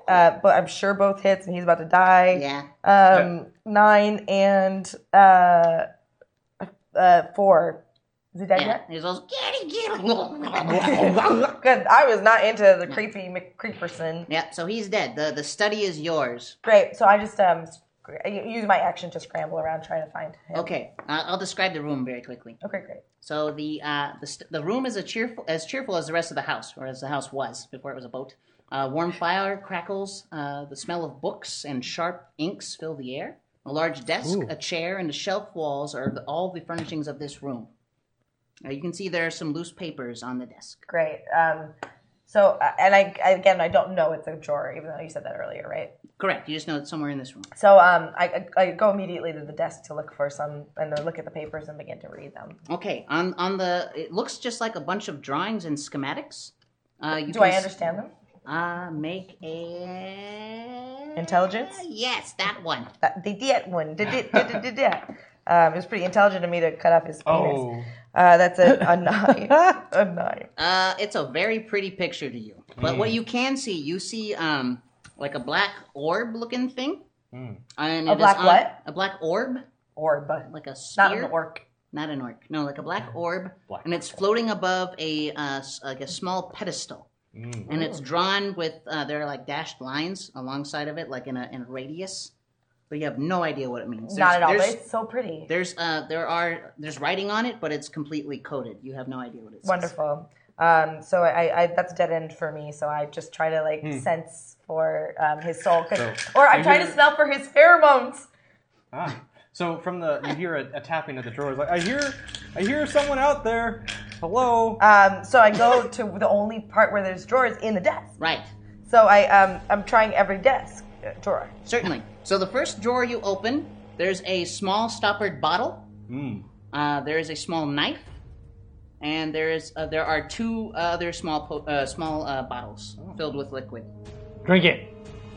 Speaker 3: uh, but I'm sure both hits and he's about to die.
Speaker 2: yeah.
Speaker 3: Um, Nine and uh, uh, four. Is he dead
Speaker 2: Yeah.
Speaker 3: yet?
Speaker 2: There's those kitty kitty.
Speaker 3: Good. I was not into the creepy McCreeperson.
Speaker 2: yeah. So he's dead. the The study is yours.
Speaker 3: Great. So I just um sc- I use my action to scramble around trying to find him.
Speaker 2: Okay. Uh, I'll describe the room very quickly.
Speaker 3: Okay, great.
Speaker 2: So the uh, the, st- the room is a cheerful, as cheerful as the rest of the house, or as the house was before it was a boat. Uh, warm fire crackles. Uh, the smell of books and sharp inks fill the air. A large desk, a chair, and the shelf walls are the, all the furnishings of this room. Uh, you can see there are some loose papers on the desk.
Speaker 3: Great. Um, so, uh, and I, I- again, I don't know it's a drawer, even though you said that earlier, right?
Speaker 2: Correct. You just know it's somewhere in this room.
Speaker 3: So, um, I, I I go immediately to the desk to look for some, and then look at the papers and begin to read them.
Speaker 2: Okay. On on the it looks just like a bunch of drawings and schematics. Uh, you
Speaker 3: Do
Speaker 2: can
Speaker 3: I
Speaker 2: s-
Speaker 3: understand them?
Speaker 2: Uh, make a
Speaker 3: Intelligence?
Speaker 2: Yes, that one.
Speaker 3: That, they did one. Did it? Did it? Did it? Um, it was pretty intelligent of me to cut off his
Speaker 2: Oh.
Speaker 3: penis. Uh, that's a, a nine. a nine.
Speaker 2: Uh, it's a very pretty picture to you. But what you can see, you see um like a black orb looking thing. And
Speaker 3: A
Speaker 2: it is
Speaker 3: black
Speaker 2: on-
Speaker 3: what?
Speaker 2: A black orb,
Speaker 3: Orb.
Speaker 2: like a sphere.
Speaker 3: Not an orc.
Speaker 2: Not an orc. No, like a Mm. black orb, and it's floating above a uh, s- like a small pedestal. And it's drawn with uh, there are like dashed lines alongside of it, like in a in a radius. But you have no idea what it means.
Speaker 3: Not at all. But
Speaker 2: There's,
Speaker 3: it's so pretty.
Speaker 2: there's uh there are there's writing on it, but it's completely coded. You have no idea what it says.
Speaker 3: Wonderful. Um, so I, I that's dead end for me. So I just try to like
Speaker 4: Hmm.
Speaker 3: sense for um, his soul, 'cause- or I'm trying to smell for his pheromones.
Speaker 4: Ah. So from the you hear a, a tapping at the door. It's like I hear, I hear someone out there. Hello.
Speaker 6: Ah.
Speaker 3: Um, so I go to the only part where there's drawers in the desk.
Speaker 2: Right.
Speaker 3: So So I um I'm trying every desk uh, drawer.
Speaker 2: Certainly. So the first drawer you open, there's a small stoppered bottle. Uh, there is a small knife, and there is uh, there are two other small po- uh, small uh, bottles filled with liquid.
Speaker 11: Drink it.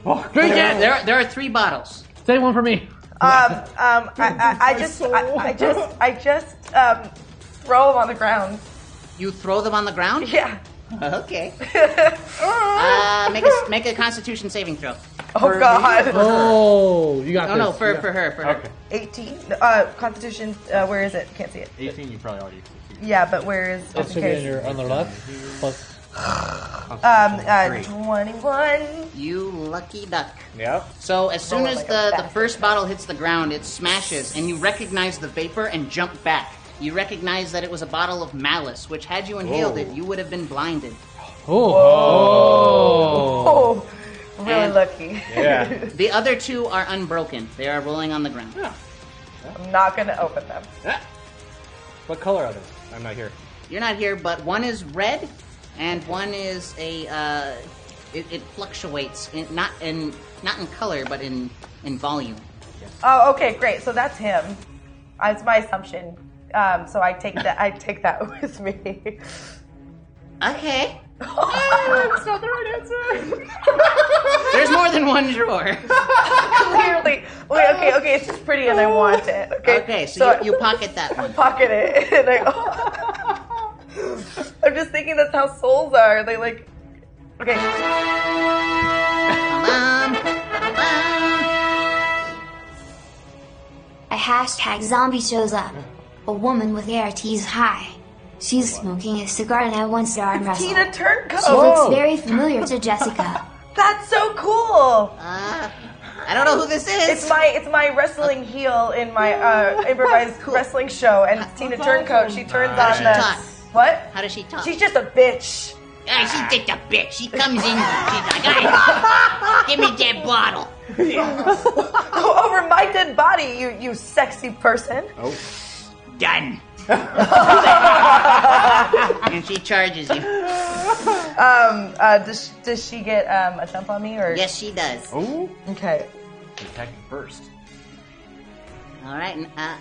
Speaker 6: Oh.
Speaker 2: Drink it. There there are three bottles.
Speaker 11: Save one for me.
Speaker 3: Um, um, I, I, I just, I, I just, I just, um, throw them on the ground.
Speaker 2: You throw them on the ground?
Speaker 3: Yeah.
Speaker 2: Okay. uh, make a make a Constitution saving throw.
Speaker 3: Oh God.
Speaker 11: Oh, you got
Speaker 2: No,
Speaker 11: this.
Speaker 2: no, for for her, for her.
Speaker 4: Okay.
Speaker 3: 18. Uh, Constitution. Uh, where is it? Can't see it.
Speaker 4: 18, you probably already.
Speaker 3: Yeah, but where is?
Speaker 7: That's
Speaker 3: just in
Speaker 7: okay.
Speaker 3: case.
Speaker 7: on the left. Plus.
Speaker 3: Um, uh, 21.
Speaker 2: You lucky duck.
Speaker 4: Yep.
Speaker 2: So as soon
Speaker 3: Roll it
Speaker 2: as
Speaker 3: like a
Speaker 2: the, the
Speaker 3: bastard.
Speaker 2: first bottle hits the ground, it smashes, and you recognize the vapor and jump back. You recognize that it was a bottle of malice, which had you inhaled it, you would have been blinded.
Speaker 3: Oh, really
Speaker 2: And-
Speaker 3: lucky.
Speaker 4: Yeah.
Speaker 2: The other two are unbroken. They are rolling on the ground.
Speaker 3: I'm not gonna open them.
Speaker 4: what color are they? I'm not here.
Speaker 2: You're not here, but one is red, and one is a. Uh, it, it fluctuates, in, not in not in color, but in in volume.
Speaker 3: Oh, okay, great. So that's him. That's my assumption. Um, so I take that. I take that with me.
Speaker 2: Okay.
Speaker 3: That's not the right answer.
Speaker 2: There's more than one drawer.
Speaker 3: Clearly, wait. Okay, okay. It's just pretty, and I want it. Okay.
Speaker 2: Okay, so you, you pocket that one.
Speaker 3: pocket it. And I, I'm just thinking that's how souls are. They like. Okay.
Speaker 2: Bum, bum.
Speaker 8: A hashtag zombie shows up. A woman with ARTs high. She's smoking a cigar and I once saw her arm wrestle.
Speaker 3: Tina Turncoat.
Speaker 8: She looks very familiar to Jessica.
Speaker 3: That's so cool.
Speaker 2: Uh, I don't know who this is.
Speaker 3: It's my it's my wrestling heel in my uh, improvised wrestling show, and it's Tina Turncoat. She turns
Speaker 2: How does she
Speaker 3: on the
Speaker 2: talk?
Speaker 3: what?
Speaker 2: How does she talk?
Speaker 3: She's just a bitch.
Speaker 2: Ah, she dicked a bitch. She comes in. She's like, I, give me that bottle.
Speaker 3: Go Oh, over my dead body, you you sexy person.
Speaker 2: Oh. Done. and she charges you.
Speaker 3: Um, uh, does does she get um, a jump on me or?
Speaker 2: Yes, she does.
Speaker 4: Oh.
Speaker 3: Okay.
Speaker 4: Attacking first.
Speaker 2: All right, and, uh,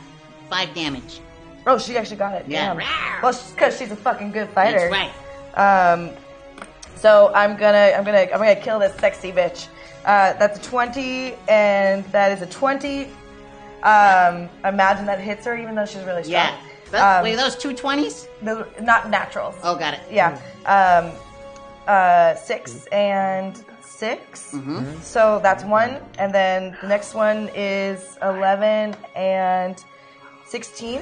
Speaker 2: five damage.
Speaker 3: Oh, she actually got it.
Speaker 2: Yeah.
Speaker 3: Damn. Well, because she's a fucking good fighter.
Speaker 2: That's right.
Speaker 3: Um, so I'm gonna, I'm gonna, I'm gonna kill this sexy bitch. Uh, that's a 20, and that is a 20. Um, imagine that hits her, even though she's really strong.
Speaker 2: Yeah. That-
Speaker 3: Um,
Speaker 2: wait, those two twenties?
Speaker 3: the- not naturals.
Speaker 2: Oh, got it.
Speaker 3: Yeah. Um, uh, six and 6
Speaker 2: Mm-hmm.
Speaker 3: So that's one, and then the next one is 11 and 16.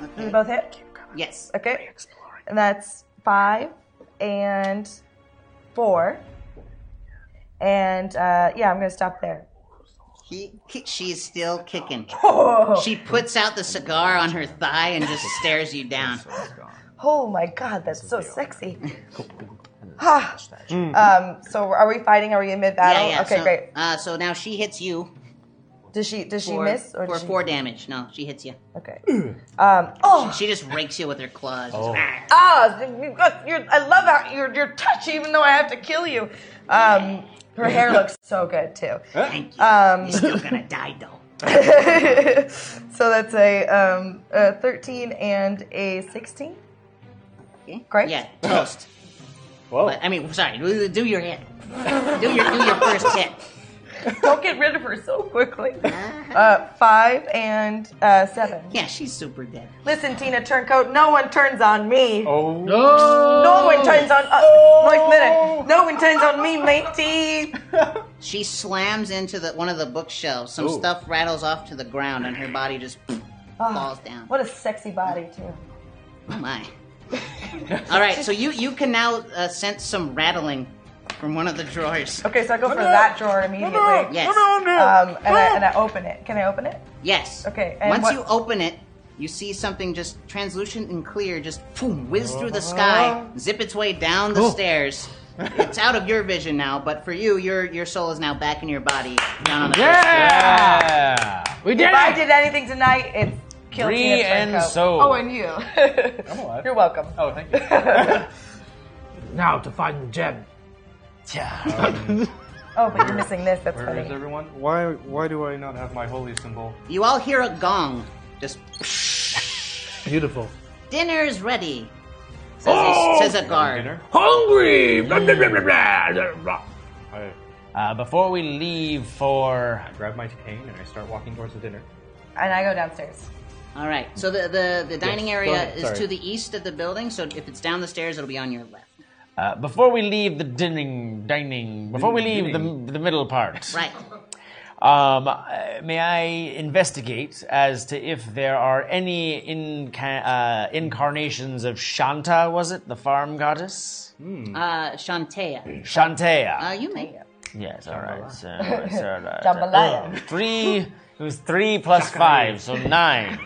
Speaker 3: Do they both hit?
Speaker 2: Yes.
Speaker 3: Okay. And that's five and four. And uh, yeah, I'm going to stop there.
Speaker 2: He, ki- she's still kicking.
Speaker 3: Oh.
Speaker 2: She puts out the cigar on her thigh and just stares you down.
Speaker 3: Oh my God, that's so sexy. Ah. um, so are we fighting? Are we in mid battle?
Speaker 2: Yeah, yeah.
Speaker 3: okay,
Speaker 2: so,
Speaker 3: great.
Speaker 2: Uh, so now she hits you
Speaker 3: Does she does she
Speaker 2: for,
Speaker 3: miss or
Speaker 2: for
Speaker 3: does she?
Speaker 2: four damage. No, she hits you.
Speaker 3: Okay. Um, oh,
Speaker 2: She just rakes you with her claws. Oh.
Speaker 3: ah, you got- you're, I love how you're you're touchy, even though I have to kill you. Um, her hair looks so good too.
Speaker 2: Thank you.
Speaker 3: Um,
Speaker 2: You're still gonna die though.
Speaker 3: so that's a, um, a 13 and a 16.
Speaker 2: Okay.
Speaker 3: Great.
Speaker 2: Yeah, toast.
Speaker 4: Whoa.
Speaker 2: But, I mean, sorry. Do do your hit. Do your do your first hit.
Speaker 3: Don't get rid of her so quickly. Uh, five and uh, seven.
Speaker 2: Yeah, she's super dead.
Speaker 3: Listen, Tina Turncoat, no one turns on me.
Speaker 4: Oh.
Speaker 3: No one turns on us. Wait a minute. No one turns on me, matey.
Speaker 2: She slams into the one of the bookshelves. Some stuff rattles off to the ground, and her body just falls down.
Speaker 3: Ah. What a sexy body, too.
Speaker 2: Oh my! All right, so you you can now uh, sense some rattling from one of the drawers.
Speaker 3: Okay, so I go for that drawer immediately.
Speaker 2: Yes.
Speaker 3: Um, and, I, and I open it. Can I open it?
Speaker 2: Yes.
Speaker 3: Okay, and
Speaker 2: Once
Speaker 3: what-
Speaker 2: you open it, you see something just translucent and clear, just boom, whiz
Speaker 6: Uh-huh.
Speaker 2: through the sky, zip its way down the stairs. It's out of your vision now, but for you, your your soul is now back in your body, down on the first floor.
Speaker 6: Yeah.
Speaker 11: We did
Speaker 3: If I
Speaker 11: it.
Speaker 3: did anything tonight, it's kill
Speaker 6: Free
Speaker 3: Tina
Speaker 6: and
Speaker 3: Turco.
Speaker 6: soul.
Speaker 3: Oh, and you. I'm
Speaker 4: alive.
Speaker 3: You're welcome.
Speaker 4: Oh, thank you.
Speaker 11: Now to find the gem.
Speaker 3: Oh, but you're missing this. That's
Speaker 4: Where
Speaker 3: funny.
Speaker 4: is everyone? Why why do I not have my holy symbol?
Speaker 2: You all hear a gong. Just
Speaker 4: Beautiful.
Speaker 2: dinner's ready. Says,
Speaker 6: Oh!
Speaker 2: a, says a guard.
Speaker 6: Hungry!
Speaker 2: Blah, blah, blah, blah,
Speaker 6: Uh, before we leave for. I
Speaker 4: grab my cane and I start walking towards the dinner.
Speaker 3: And I go downstairs.
Speaker 2: All right. So the the, the dining
Speaker 6: Yes, go
Speaker 2: area
Speaker 6: ahead,
Speaker 2: is
Speaker 6: sorry.
Speaker 2: to the east of the building. So if it's down the stairs, it'll be on your left.
Speaker 6: Uh, before we leave the dining, dining, before we leave the, the middle part,
Speaker 2: Right.
Speaker 6: um, uh, may I investigate as to if there are any inca- uh, incarnations of Shanta, was it? The farm goddess?
Speaker 2: Uh, Shantea.
Speaker 6: Shantea.
Speaker 2: Uh, you may.
Speaker 6: yes, all right. So, so, uh,
Speaker 2: Jambalaya.
Speaker 6: uh, three, it was three plus five, so nine.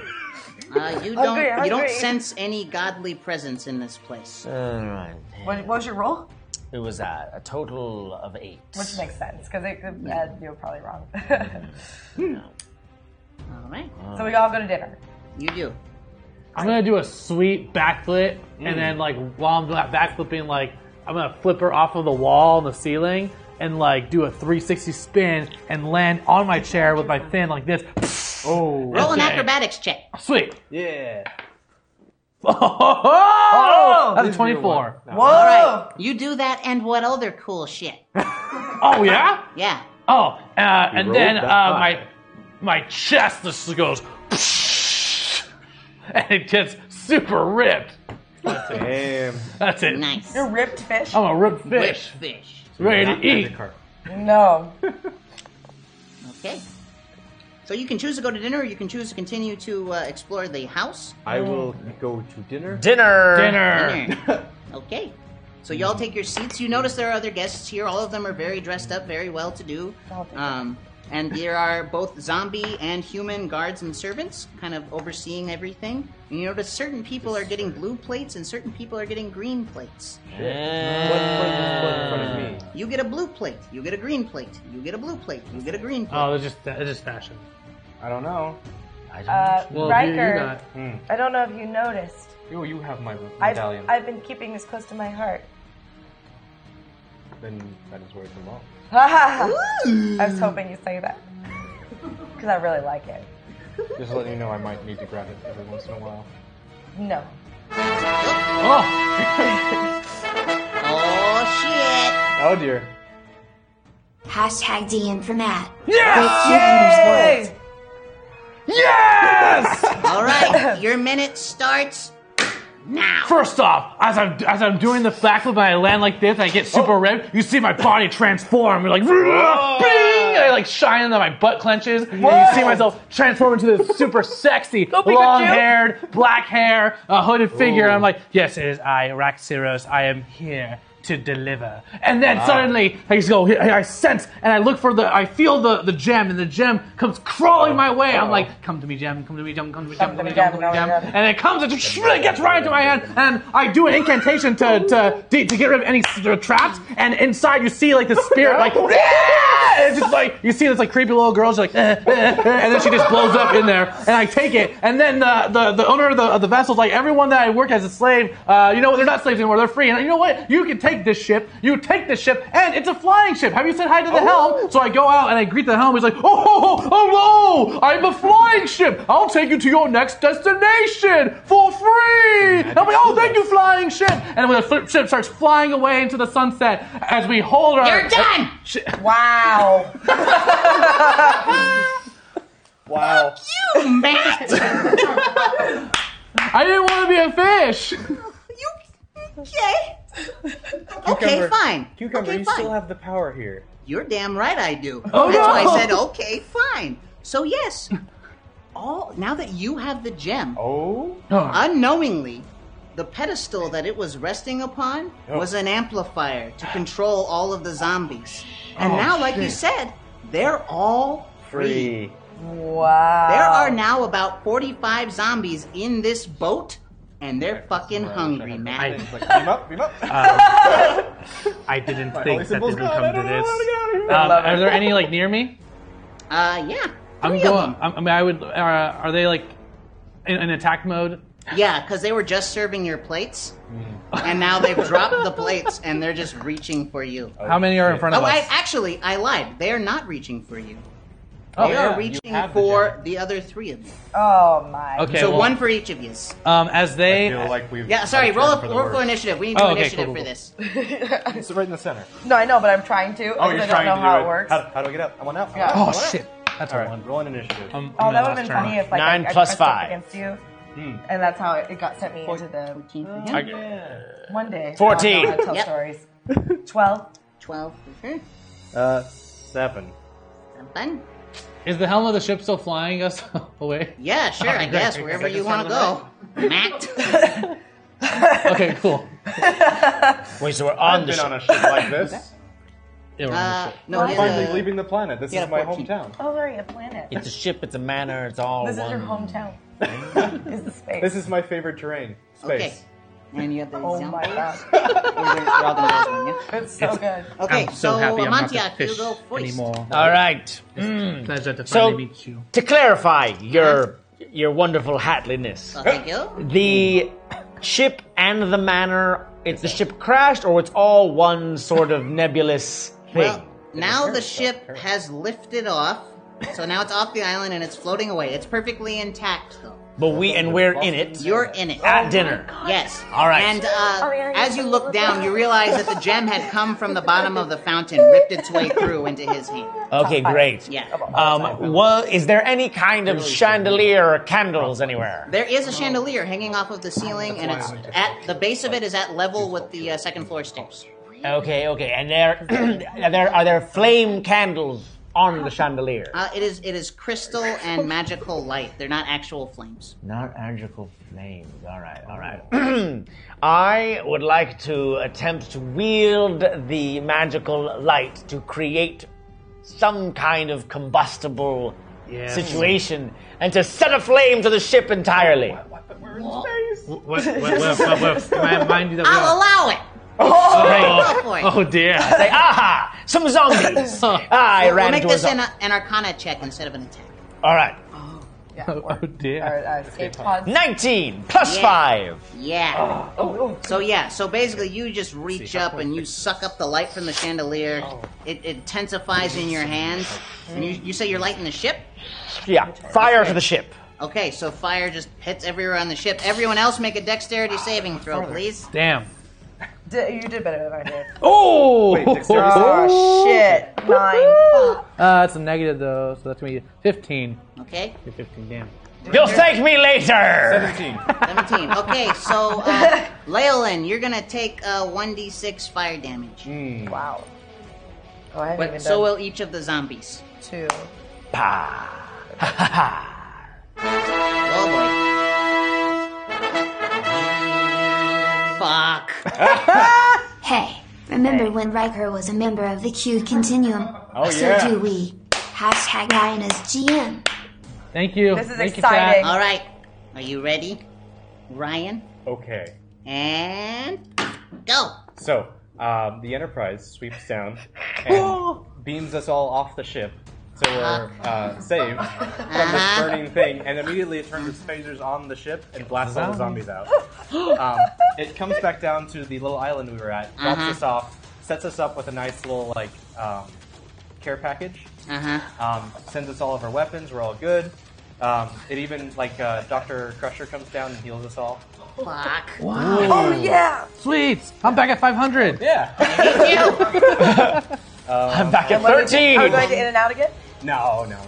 Speaker 2: Uh, you don't.
Speaker 3: Hungry,
Speaker 2: You don't
Speaker 3: hungry.
Speaker 2: sense any godly presence in this place.
Speaker 6: All right.
Speaker 3: What, what was your roll?
Speaker 6: It was uh, a total of eight.
Speaker 3: Which makes sense because uh, you're probably wrong.
Speaker 2: All right.
Speaker 3: So we all go to dinner.
Speaker 2: You do.
Speaker 11: I'm gonna do a sweet backflip,
Speaker 7: Mm.
Speaker 11: and then like while I'm like, backflipping, like I'm gonna flip her off of the wall and the ceiling, and like do a 360 spin and land on my chair with my fin like this. Oh,
Speaker 2: Roll an acrobatics check.
Speaker 11: Sweet.
Speaker 4: Yeah.
Speaker 11: Oh, that's
Speaker 4: These real
Speaker 11: 24.
Speaker 2: Whoa! All
Speaker 3: Oh.
Speaker 2: right. You do that, and what other cool shit?
Speaker 11: Oh yeah.
Speaker 2: Yeah.
Speaker 11: Oh, uh, and
Speaker 7: rolled
Speaker 11: then uh,
Speaker 7: that
Speaker 11: my
Speaker 7: high.
Speaker 11: my chest just goes, and it gets super ripped. That's it.
Speaker 4: Damn.
Speaker 11: That's it.
Speaker 2: Nice.
Speaker 3: You're ripped fish.
Speaker 11: I'm a ripped fish,
Speaker 2: Whip fish.
Speaker 11: ready
Speaker 4: Not
Speaker 11: to eat.
Speaker 4: magic heart.
Speaker 3: No.
Speaker 2: Okay. So you can choose to go to dinner, or you can choose to continue to uh, explore the house.
Speaker 4: I will go to dinner.
Speaker 6: Dinner.
Speaker 11: Dinner.
Speaker 2: Dinner. okay. So y'all take your seats. You notice there are other guests here. All of them are very dressed up, very well to do. Um, and there are both zombie and human guards and servants kind of overseeing everything. And you notice certain people are getting blue plates and certain people are getting green plates. You get a blue plate, you get a green plate, you get a blue plate, you get a green plate.
Speaker 11: Oh, it's just it's just fashion.
Speaker 4: I don't know.
Speaker 3: Uh,
Speaker 11: Well, you- you
Speaker 3: Riker,
Speaker 11: got-
Speaker 3: I don't know if you noticed.
Speaker 4: You, you have my
Speaker 3: I've,
Speaker 4: medallion.
Speaker 3: I've been keeping this close to my heart.
Speaker 4: Then that is where it belongs.
Speaker 3: I was hoping you'd say that. Because I really like it.
Speaker 4: Just letting you know I might need to grab it every once in a while.
Speaker 3: No.
Speaker 11: Oh,
Speaker 2: Oh shit!
Speaker 4: Oh dear.
Speaker 8: Hashtag DM for Matt.
Speaker 3: Yay!
Speaker 2: All right, your minute starts now.
Speaker 11: First off, as I'm as I'm doing the backflip, I land like this. I get super ripped. You see my body transform. You're like, "Rah!" bing! I like shine, and then my butt clenches, and you see myself transform into this super sexy,
Speaker 3: Pikachu.
Speaker 11: long-haired, black hair, a hooded figure. I'm like, yes, it is I, Raxiros. I am here to deliver. And then suddenly, I just go. I I sense, and I look for the. I feel the the gem, and the gem comes crawling my way. I'm like, come to me, gem. Come to me, gem. Come to me, gem. Come to me, gem. Come to me, gem. And it comes and just it gets right into my hand, and I do an incantation to to to, to get rid of any s- uh, traps. And inside, you see like the spirit, like "Yeah!" it's just like you see this like creepy little girl, she's like, "Eh, eh, eh," and then she just blows up in there. And I take it, and then the the, the owner of the, of the vessel's like, everyone that I work as a slave, uh, you know what? They're not slaves anymore. They're free. And you know what? You can take this ship. You take this ship, and it's a flying ship. Have you said hi to the helm? So I go out and I greet the helm. He's like, oh, oh, oh hello! I'm a flying ship. I'll take you to your next destination for free. And I'm like, oh, thank you, flying ship. And when the flip ship starts flying away into the sunset, as we hold our
Speaker 2: You're done.
Speaker 3: Wow.
Speaker 4: Wow.
Speaker 2: You Matt.
Speaker 11: I didn't want to be a fish.
Speaker 2: you okay? Okay,
Speaker 4: Cucumber.
Speaker 2: fine.
Speaker 4: Cucumber,
Speaker 2: okay,
Speaker 4: you
Speaker 2: fine.
Speaker 4: still have the power here.
Speaker 2: You're damn right I do.
Speaker 11: Oh,
Speaker 2: That's why
Speaker 11: no.
Speaker 2: I said okay, fine. So yes, all now that you have the gem,
Speaker 4: Oh.
Speaker 2: unknowingly. The pedestal that it was resting upon
Speaker 4: Oh.
Speaker 2: was an amplifier to control all of the zombies. And
Speaker 4: Oh,
Speaker 2: now, like you said, they're all free.
Speaker 4: Free.
Speaker 3: Wow.
Speaker 2: There are now about 45 zombies in this boat, and they're fucking hungry, man.
Speaker 4: It's like, beam up, beam up.
Speaker 11: I didn't
Speaker 4: holy
Speaker 11: think that
Speaker 4: symbol's
Speaker 11: this would
Speaker 4: gone. I
Speaker 11: come
Speaker 4: don't
Speaker 11: to
Speaker 4: know
Speaker 11: this.
Speaker 4: how to get out of here.
Speaker 11: Um, are there any like near me?
Speaker 2: Uh, yeah.
Speaker 11: I'm
Speaker 2: three of
Speaker 11: going.
Speaker 2: them.
Speaker 11: I'm, I mean, I would. Uh, are they like in, in attack mode?
Speaker 2: Yeah, because they were just serving your plates,
Speaker 11: Mm.
Speaker 2: and now they've dropped the plates and they're just reaching for you.
Speaker 11: How many are in front Uh, of
Speaker 2: oh, I,
Speaker 11: us?
Speaker 2: actually, I lied. They are not reaching for you.
Speaker 11: Oh,
Speaker 2: they
Speaker 11: yeah,
Speaker 2: are
Speaker 11: you
Speaker 2: reaching
Speaker 11: have the
Speaker 2: for the, other three of you.
Speaker 3: Oh my.
Speaker 11: Okay,
Speaker 2: So
Speaker 11: well-
Speaker 2: one for each of you.
Speaker 11: Um, as they.
Speaker 2: Yeah, sorry. Roll up. Roll for initiative. We need to do
Speaker 11: Oh, okay,
Speaker 2: initiative
Speaker 11: cool, cool,
Speaker 2: for this.
Speaker 4: It's right in the center.
Speaker 3: No, I know, but I'm trying to.
Speaker 4: Oh,
Speaker 3: because
Speaker 4: you're
Speaker 3: I
Speaker 4: trying to
Speaker 3: don't know
Speaker 4: do
Speaker 3: how
Speaker 4: it.
Speaker 3: it works.
Speaker 4: How, how do I get up? I want out.
Speaker 3: Yeah.
Speaker 4: I want
Speaker 3: Oh,
Speaker 4: out.
Speaker 3: shit.
Speaker 11: That's
Speaker 4: All right, one. Roll an initiative.
Speaker 3: oh, that would have been funny if like
Speaker 6: Nine
Speaker 3: I, I
Speaker 6: plus
Speaker 3: pressed up
Speaker 6: five.
Speaker 3: against you, and that's how it, it got sent me into the
Speaker 6: I-
Speaker 3: one day.
Speaker 6: Fourteen.
Speaker 3: I tell
Speaker 2: Yep.
Speaker 3: stories. Twelve.
Speaker 2: Twelve. Mhm.
Speaker 4: Uh, seven.
Speaker 2: Fun.
Speaker 11: Is the helm of the ship still flying us away?
Speaker 2: Yeah, sure. I
Speaker 11: Okay,
Speaker 2: guess
Speaker 11: Oh, great.
Speaker 2: wherever
Speaker 11: That
Speaker 2: you
Speaker 11: just
Speaker 2: want to go. Matt.
Speaker 11: okay, cool.
Speaker 6: Wait, so we're
Speaker 4: I've
Speaker 6: on the
Speaker 4: been
Speaker 6: ship.
Speaker 4: on a ship like this.
Speaker 11: Yeah, we're on
Speaker 2: Uh,
Speaker 11: the ship.
Speaker 2: no,
Speaker 3: What?
Speaker 2: he's
Speaker 4: Finally
Speaker 2: a-
Speaker 4: leaving the planet. This
Speaker 2: Yeah,
Speaker 4: is my
Speaker 2: 14.
Speaker 4: hometown.
Speaker 3: Oh, sorry, a planet.
Speaker 6: It's a ship. It's a manor. It's all
Speaker 3: this
Speaker 6: one.
Speaker 3: is your hometown. is the space?
Speaker 4: This is my favorite terrain.
Speaker 2: okay.
Speaker 4: Space.
Speaker 2: And you have the
Speaker 3: oh
Speaker 2: example.
Speaker 3: my god,
Speaker 2: We're gonna- we're all gonna do this one, yeah?
Speaker 3: it's so good.
Speaker 2: Okay,
Speaker 11: I'm so, happy I'm not
Speaker 2: Amontillado,
Speaker 11: a fish
Speaker 2: you go first.
Speaker 11: anymore.
Speaker 6: All right.
Speaker 11: Pleasure to finally
Speaker 6: So-
Speaker 11: meet you.
Speaker 6: To clarify your your wonderful hatliness,
Speaker 2: So thank you.
Speaker 6: the ship and the manor. It's the ship crashed, or it's all one sort of nebulous thing.
Speaker 2: Well, now the ship has lifted off, so now it's off the island and it's floating away. It's perfectly intact, though.
Speaker 6: but we and we're in it
Speaker 2: You're in it.
Speaker 6: at
Speaker 3: Oh
Speaker 6: dinner.
Speaker 2: Yes.
Speaker 6: All right.
Speaker 2: And uh,
Speaker 3: yeah, yeah.
Speaker 2: as you look down, you realize that the gem had come from the bottom of the fountain, ripped its way through into his hand.
Speaker 6: Okay, great.
Speaker 2: Yeah.
Speaker 6: Um, well, is there any kind of chandelier or candles anywhere?
Speaker 2: There is a chandelier hanging off of the ceiling, and it's at the base of it is at level with the uh, second floor stairs.
Speaker 6: Okay, okay. And there, are there are there flame candles on the chandelier?
Speaker 2: Uh, it is it is crystal and magical light. They're not actual flames.
Speaker 6: Not magical flames. All right, all right. I would like to attempt to wield the magical light to create some kind of combustible situation and to set aflame to the ship entirely.
Speaker 11: Mind you that we
Speaker 2: I'll
Speaker 11: are.
Speaker 2: allow it. Go for it.
Speaker 11: Oh dear.
Speaker 6: Say, aha! Some zombies. Ah, I
Speaker 2: we'll
Speaker 6: ran
Speaker 2: make
Speaker 6: into a
Speaker 2: this an,
Speaker 6: zombie.
Speaker 2: an Arcana check instead of an attack.
Speaker 6: All right,
Speaker 3: Yeah,
Speaker 11: Oh dear.
Speaker 3: or, uh, escape pods.
Speaker 6: nineteen plus
Speaker 2: Yeah.
Speaker 6: five.
Speaker 2: Yeah. So yeah. So basically, you just reach up and you suck up the light from the chandelier. It, it intensifies in your hands, and you, you say you're lighting the ship.
Speaker 6: Yeah, fire to the ship.
Speaker 2: Okay. So fire just hits everywhere on the ship. Everyone else, make a dexterity saving throw, please.
Speaker 11: Damn.
Speaker 3: D- you did better than I did.
Speaker 11: Oh.
Speaker 3: Oh shit! Nine.
Speaker 11: Uh, it's a negative though, so that's gonna be fifteen.
Speaker 2: Okay.
Speaker 11: Fifteen. Damn.
Speaker 6: You'll thank me later.
Speaker 4: Seventeen.
Speaker 2: Seventeen. Okay. So uh, Leyland, you're gonna take uh, one d six fire damage.
Speaker 3: Wow. Oh, I haven't even
Speaker 2: But so
Speaker 3: done
Speaker 2: will each of the zombies.
Speaker 3: two.
Speaker 2: Oh boy. Fuck.
Speaker 8: Hey, remember when Riker was a member of the Q Continuum? Oh, so
Speaker 4: yeah.
Speaker 8: do we. Hashtag Ryan is GM.
Speaker 11: Thank you.
Speaker 3: This is
Speaker 11: Thank
Speaker 3: exciting.
Speaker 11: You,
Speaker 2: All right. Are you ready? Ryan?
Speaker 4: Okay.
Speaker 2: And go.
Speaker 4: So, um, the Enterprise sweeps down and beams us all off the ship. So we're uh, saved from this
Speaker 2: Uh-huh.
Speaker 4: burning thing, and immediately it turns its phasers on the ship and blasts all the zombies out. Um, it comes back down to the little island we were at, drops
Speaker 2: Uh-huh.
Speaker 4: us off, sets us up with a nice little like um, care package,
Speaker 2: Uh-huh.
Speaker 4: um, sends us all of our weapons. We're all good. Um, it even like uh, Doctor Crusher comes down and heals us all.
Speaker 2: Fuck.
Speaker 3: Oh yeah!
Speaker 11: Sweet. I'm back at five hundred.
Speaker 4: Yeah.
Speaker 2: You.
Speaker 6: I'm back at
Speaker 3: Are we
Speaker 6: thirteen.
Speaker 3: going to in and out again?
Speaker 4: No, no,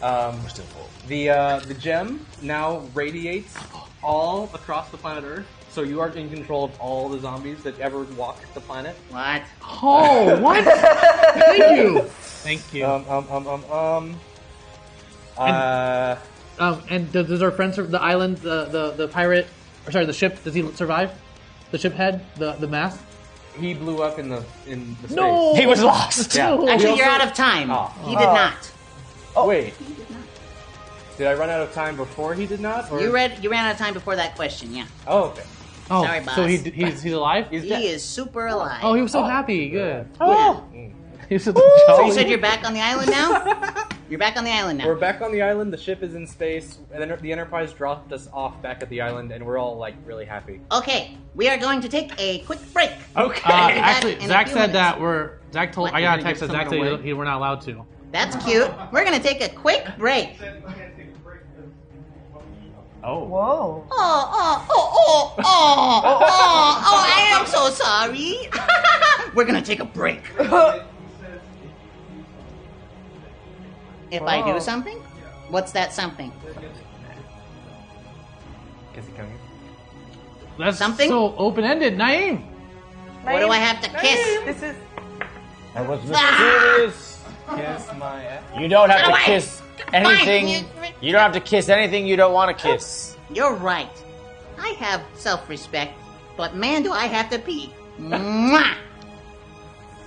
Speaker 4: no. Um, We're still full. The uh, the gem now radiates all across the planet Earth, so you are in control of all the zombies that ever walk the planet.
Speaker 2: What?
Speaker 11: Oh, what? Thank you. Thank you.
Speaker 4: Um, um, um, um, um. Uh,
Speaker 11: Um, and does, does our friend sur- the island, the, the the pirate, or sorry, the ship? Does he survive? The ship head, the the mast.
Speaker 4: he blew up in the in the space.
Speaker 6: He was lost.
Speaker 4: Yeah.
Speaker 2: Actually, you're out of time.
Speaker 4: Oh.
Speaker 2: He did not.
Speaker 4: Wait. Did I run out of time before he did not? Or?
Speaker 2: You read. You ran out of time before that question. Yeah.
Speaker 4: Oh, okay.
Speaker 11: Oh,
Speaker 2: Sorry, boss.
Speaker 11: so he, he's he's alive.
Speaker 4: He's
Speaker 2: He
Speaker 4: dead.
Speaker 2: is super alive.
Speaker 5: Oh.
Speaker 11: oh, he was so happy. Good.
Speaker 2: Yeah. Oh,
Speaker 11: He was so
Speaker 2: So
Speaker 11: jolly.
Speaker 2: you said you're back on the island now? You're back on the island now.
Speaker 4: We're back on the island. The ship is in space, and then the Enterprise dropped us off back at the island, and we're all like really happy.
Speaker 2: Okay, we are going to take a quick break.
Speaker 5: Okay. Uh,
Speaker 2: Back in
Speaker 5: actually,
Speaker 2: a
Speaker 5: Zach
Speaker 2: few
Speaker 5: said
Speaker 2: minutes.
Speaker 5: that we're Zach told I got a text that Zach said
Speaker 2: away?
Speaker 5: he- we're not allowed to.
Speaker 2: That's cute. We're going to take a quick break.
Speaker 5: Oh.
Speaker 14: Whoa.
Speaker 2: Oh, oh, oh, oh, oh, oh, oh, I am so sorry. We're going to take a break. if I
Speaker 15: Oh.
Speaker 14: Wow.
Speaker 2: do something? What's that something?
Speaker 4: Is he coming?
Speaker 5: That's something so open ended, Naeem.
Speaker 2: What do I have to kiss?
Speaker 14: This is
Speaker 16: That was
Speaker 2: mysterious.
Speaker 4: Kiss my ass.
Speaker 16: You don't have
Speaker 2: Get
Speaker 16: to
Speaker 2: away.
Speaker 16: kiss
Speaker 2: Fine,
Speaker 16: anything. You don't have to kiss anything you don't want to kiss.
Speaker 2: You're right. I have self respect, but man, do I have to pee. Mwah!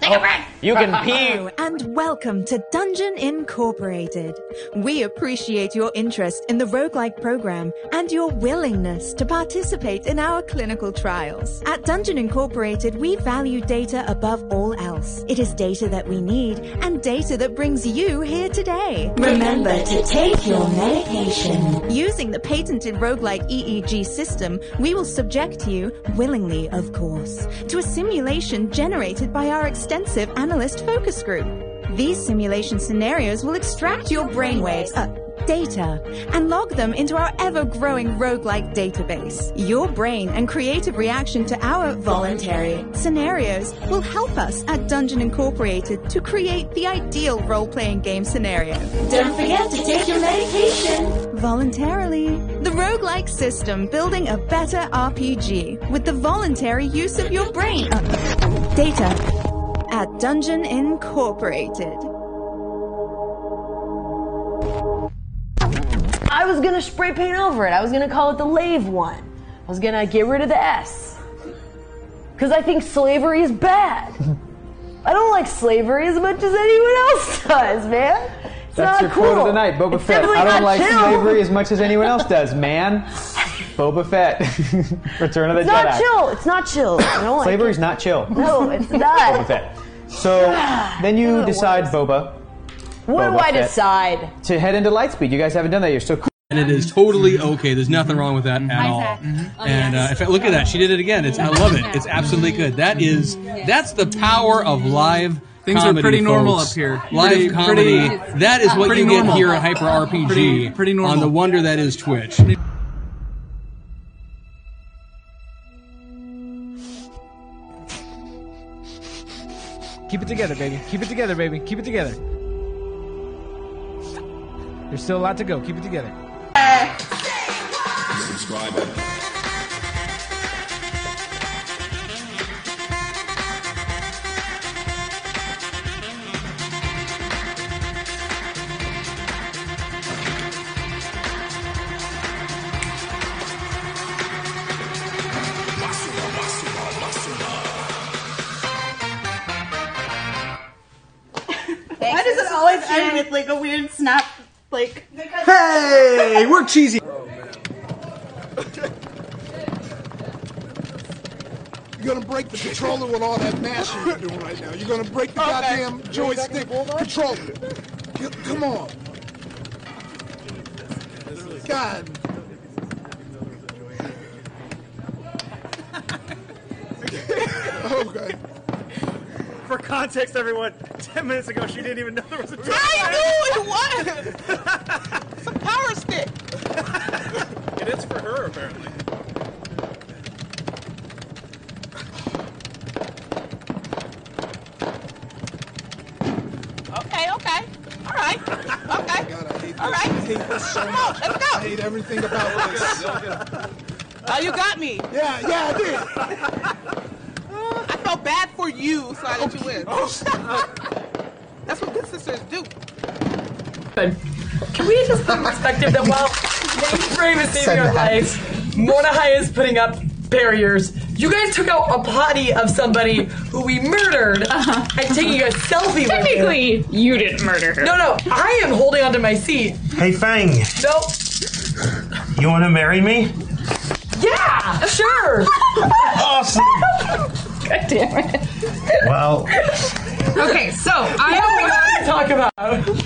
Speaker 2: Take
Speaker 15: Oh.
Speaker 2: a break!
Speaker 16: You can pee.
Speaker 11: Hello, and welcome to Dungeon Incorporated. We appreciate your interest in the roguelike program and your willingness to participate in our clinical trials. At Dungeon Incorporated, we value data above all else. It is data that we need and data that brings you here today.
Speaker 8: Remember to take your medication.
Speaker 11: Using the patented roguelike EEG system, we will subject you, willingly of course, to a simulation generated by our extensive analyst focus group. These simulation scenarios will extract your brainwaves, uh, data, and log them into our ever-growing roguelike database. Your brain and creative reaction to our voluntary scenarios will help us at Dungeon Incorporated to create the ideal role-playing game scenario.
Speaker 8: Don't forget to take your medication.
Speaker 11: Voluntarily. The roguelike system building a better RPG with the voluntary use of your brain. Uh, data at Dungeon Incorporated.
Speaker 3: I was gonna spray paint over it. I was gonna call it the Lave One. I was gonna get rid of the S. Because I think slavery is bad. I don't like slavery as much as anyone else does, man. It's not
Speaker 6: That's your
Speaker 3: cool.
Speaker 6: quote of the night, Boba
Speaker 3: It's
Speaker 6: Fett.
Speaker 3: definitely
Speaker 6: I don't
Speaker 3: not
Speaker 6: like
Speaker 3: chill.
Speaker 6: slavery as much as anyone else does, man. Boba Fett, Return of the
Speaker 3: It's
Speaker 6: Jedi.
Speaker 3: not chill. It's not chill. I don't like
Speaker 6: Slavery's not chill.
Speaker 3: it. No, it's not.
Speaker 6: Boba Fett. So then you decide, Boba.
Speaker 3: What do
Speaker 6: Boba
Speaker 3: I
Speaker 6: Fett,
Speaker 3: decide?
Speaker 6: To head into Lightspeed. You guys haven't done that. You're still cool.
Speaker 1: And it is totally okay. There's nothing wrong with that at all. And uh, in fact, look at that. She did it again. It's I love it. It's absolutely good. That is that's the power of live.
Speaker 5: Things are
Speaker 1: comedy,
Speaker 5: pretty normal
Speaker 1: folks.
Speaker 5: up here.
Speaker 1: Live
Speaker 5: Pretty-
Speaker 1: comedy.
Speaker 5: pretty-
Speaker 1: that is what
Speaker 5: pretty
Speaker 1: you
Speaker 5: normal.
Speaker 1: get here at Hyper RPG
Speaker 5: Pretty- pretty normal.
Speaker 1: on the wonder that is Twitch.
Speaker 6: Keep it together, baby. Keep it together, baby. Keep it together. There's still a lot to go. Keep it together.
Speaker 17: Why does it always end with like a weird snap? Like,
Speaker 1: Hey, we're cheesy.
Speaker 18: You're gonna break the controller with all that mashing you're doing right now. You're gonna break the goddamn joystick controller. C- Come on. God. okay.
Speaker 15: For context, everyone, ten minutes ago she didn't even know there was a.
Speaker 17: I knew it was. It's a power stick.
Speaker 15: It is for her apparently.
Speaker 17: Okay, okay, all right, okay, all right. Come on, let's go.
Speaker 18: I hate everything about this.
Speaker 17: Oh, you got me.
Speaker 18: Yeah, yeah, I did.
Speaker 17: I felt bad for you, so I let you win.
Speaker 19: Oh,
Speaker 17: That's what good sisters do.
Speaker 20: Can we just put in perspective that while mainframe is saving our lives, Monahai is putting up barriers. You guys took out a potty of somebody who we murdered and taking a selfie
Speaker 21: Technically,
Speaker 20: with Uh-huh. you. you didn't murder her. No, no, I am holding onto my seat.
Speaker 19: Hey, Fang,
Speaker 20: Nope.
Speaker 19: you want to marry me?
Speaker 20: Yeah, sure.
Speaker 19: awesome.
Speaker 20: God damn it.
Speaker 19: Well,
Speaker 20: Okay, so I what do we want to talk about.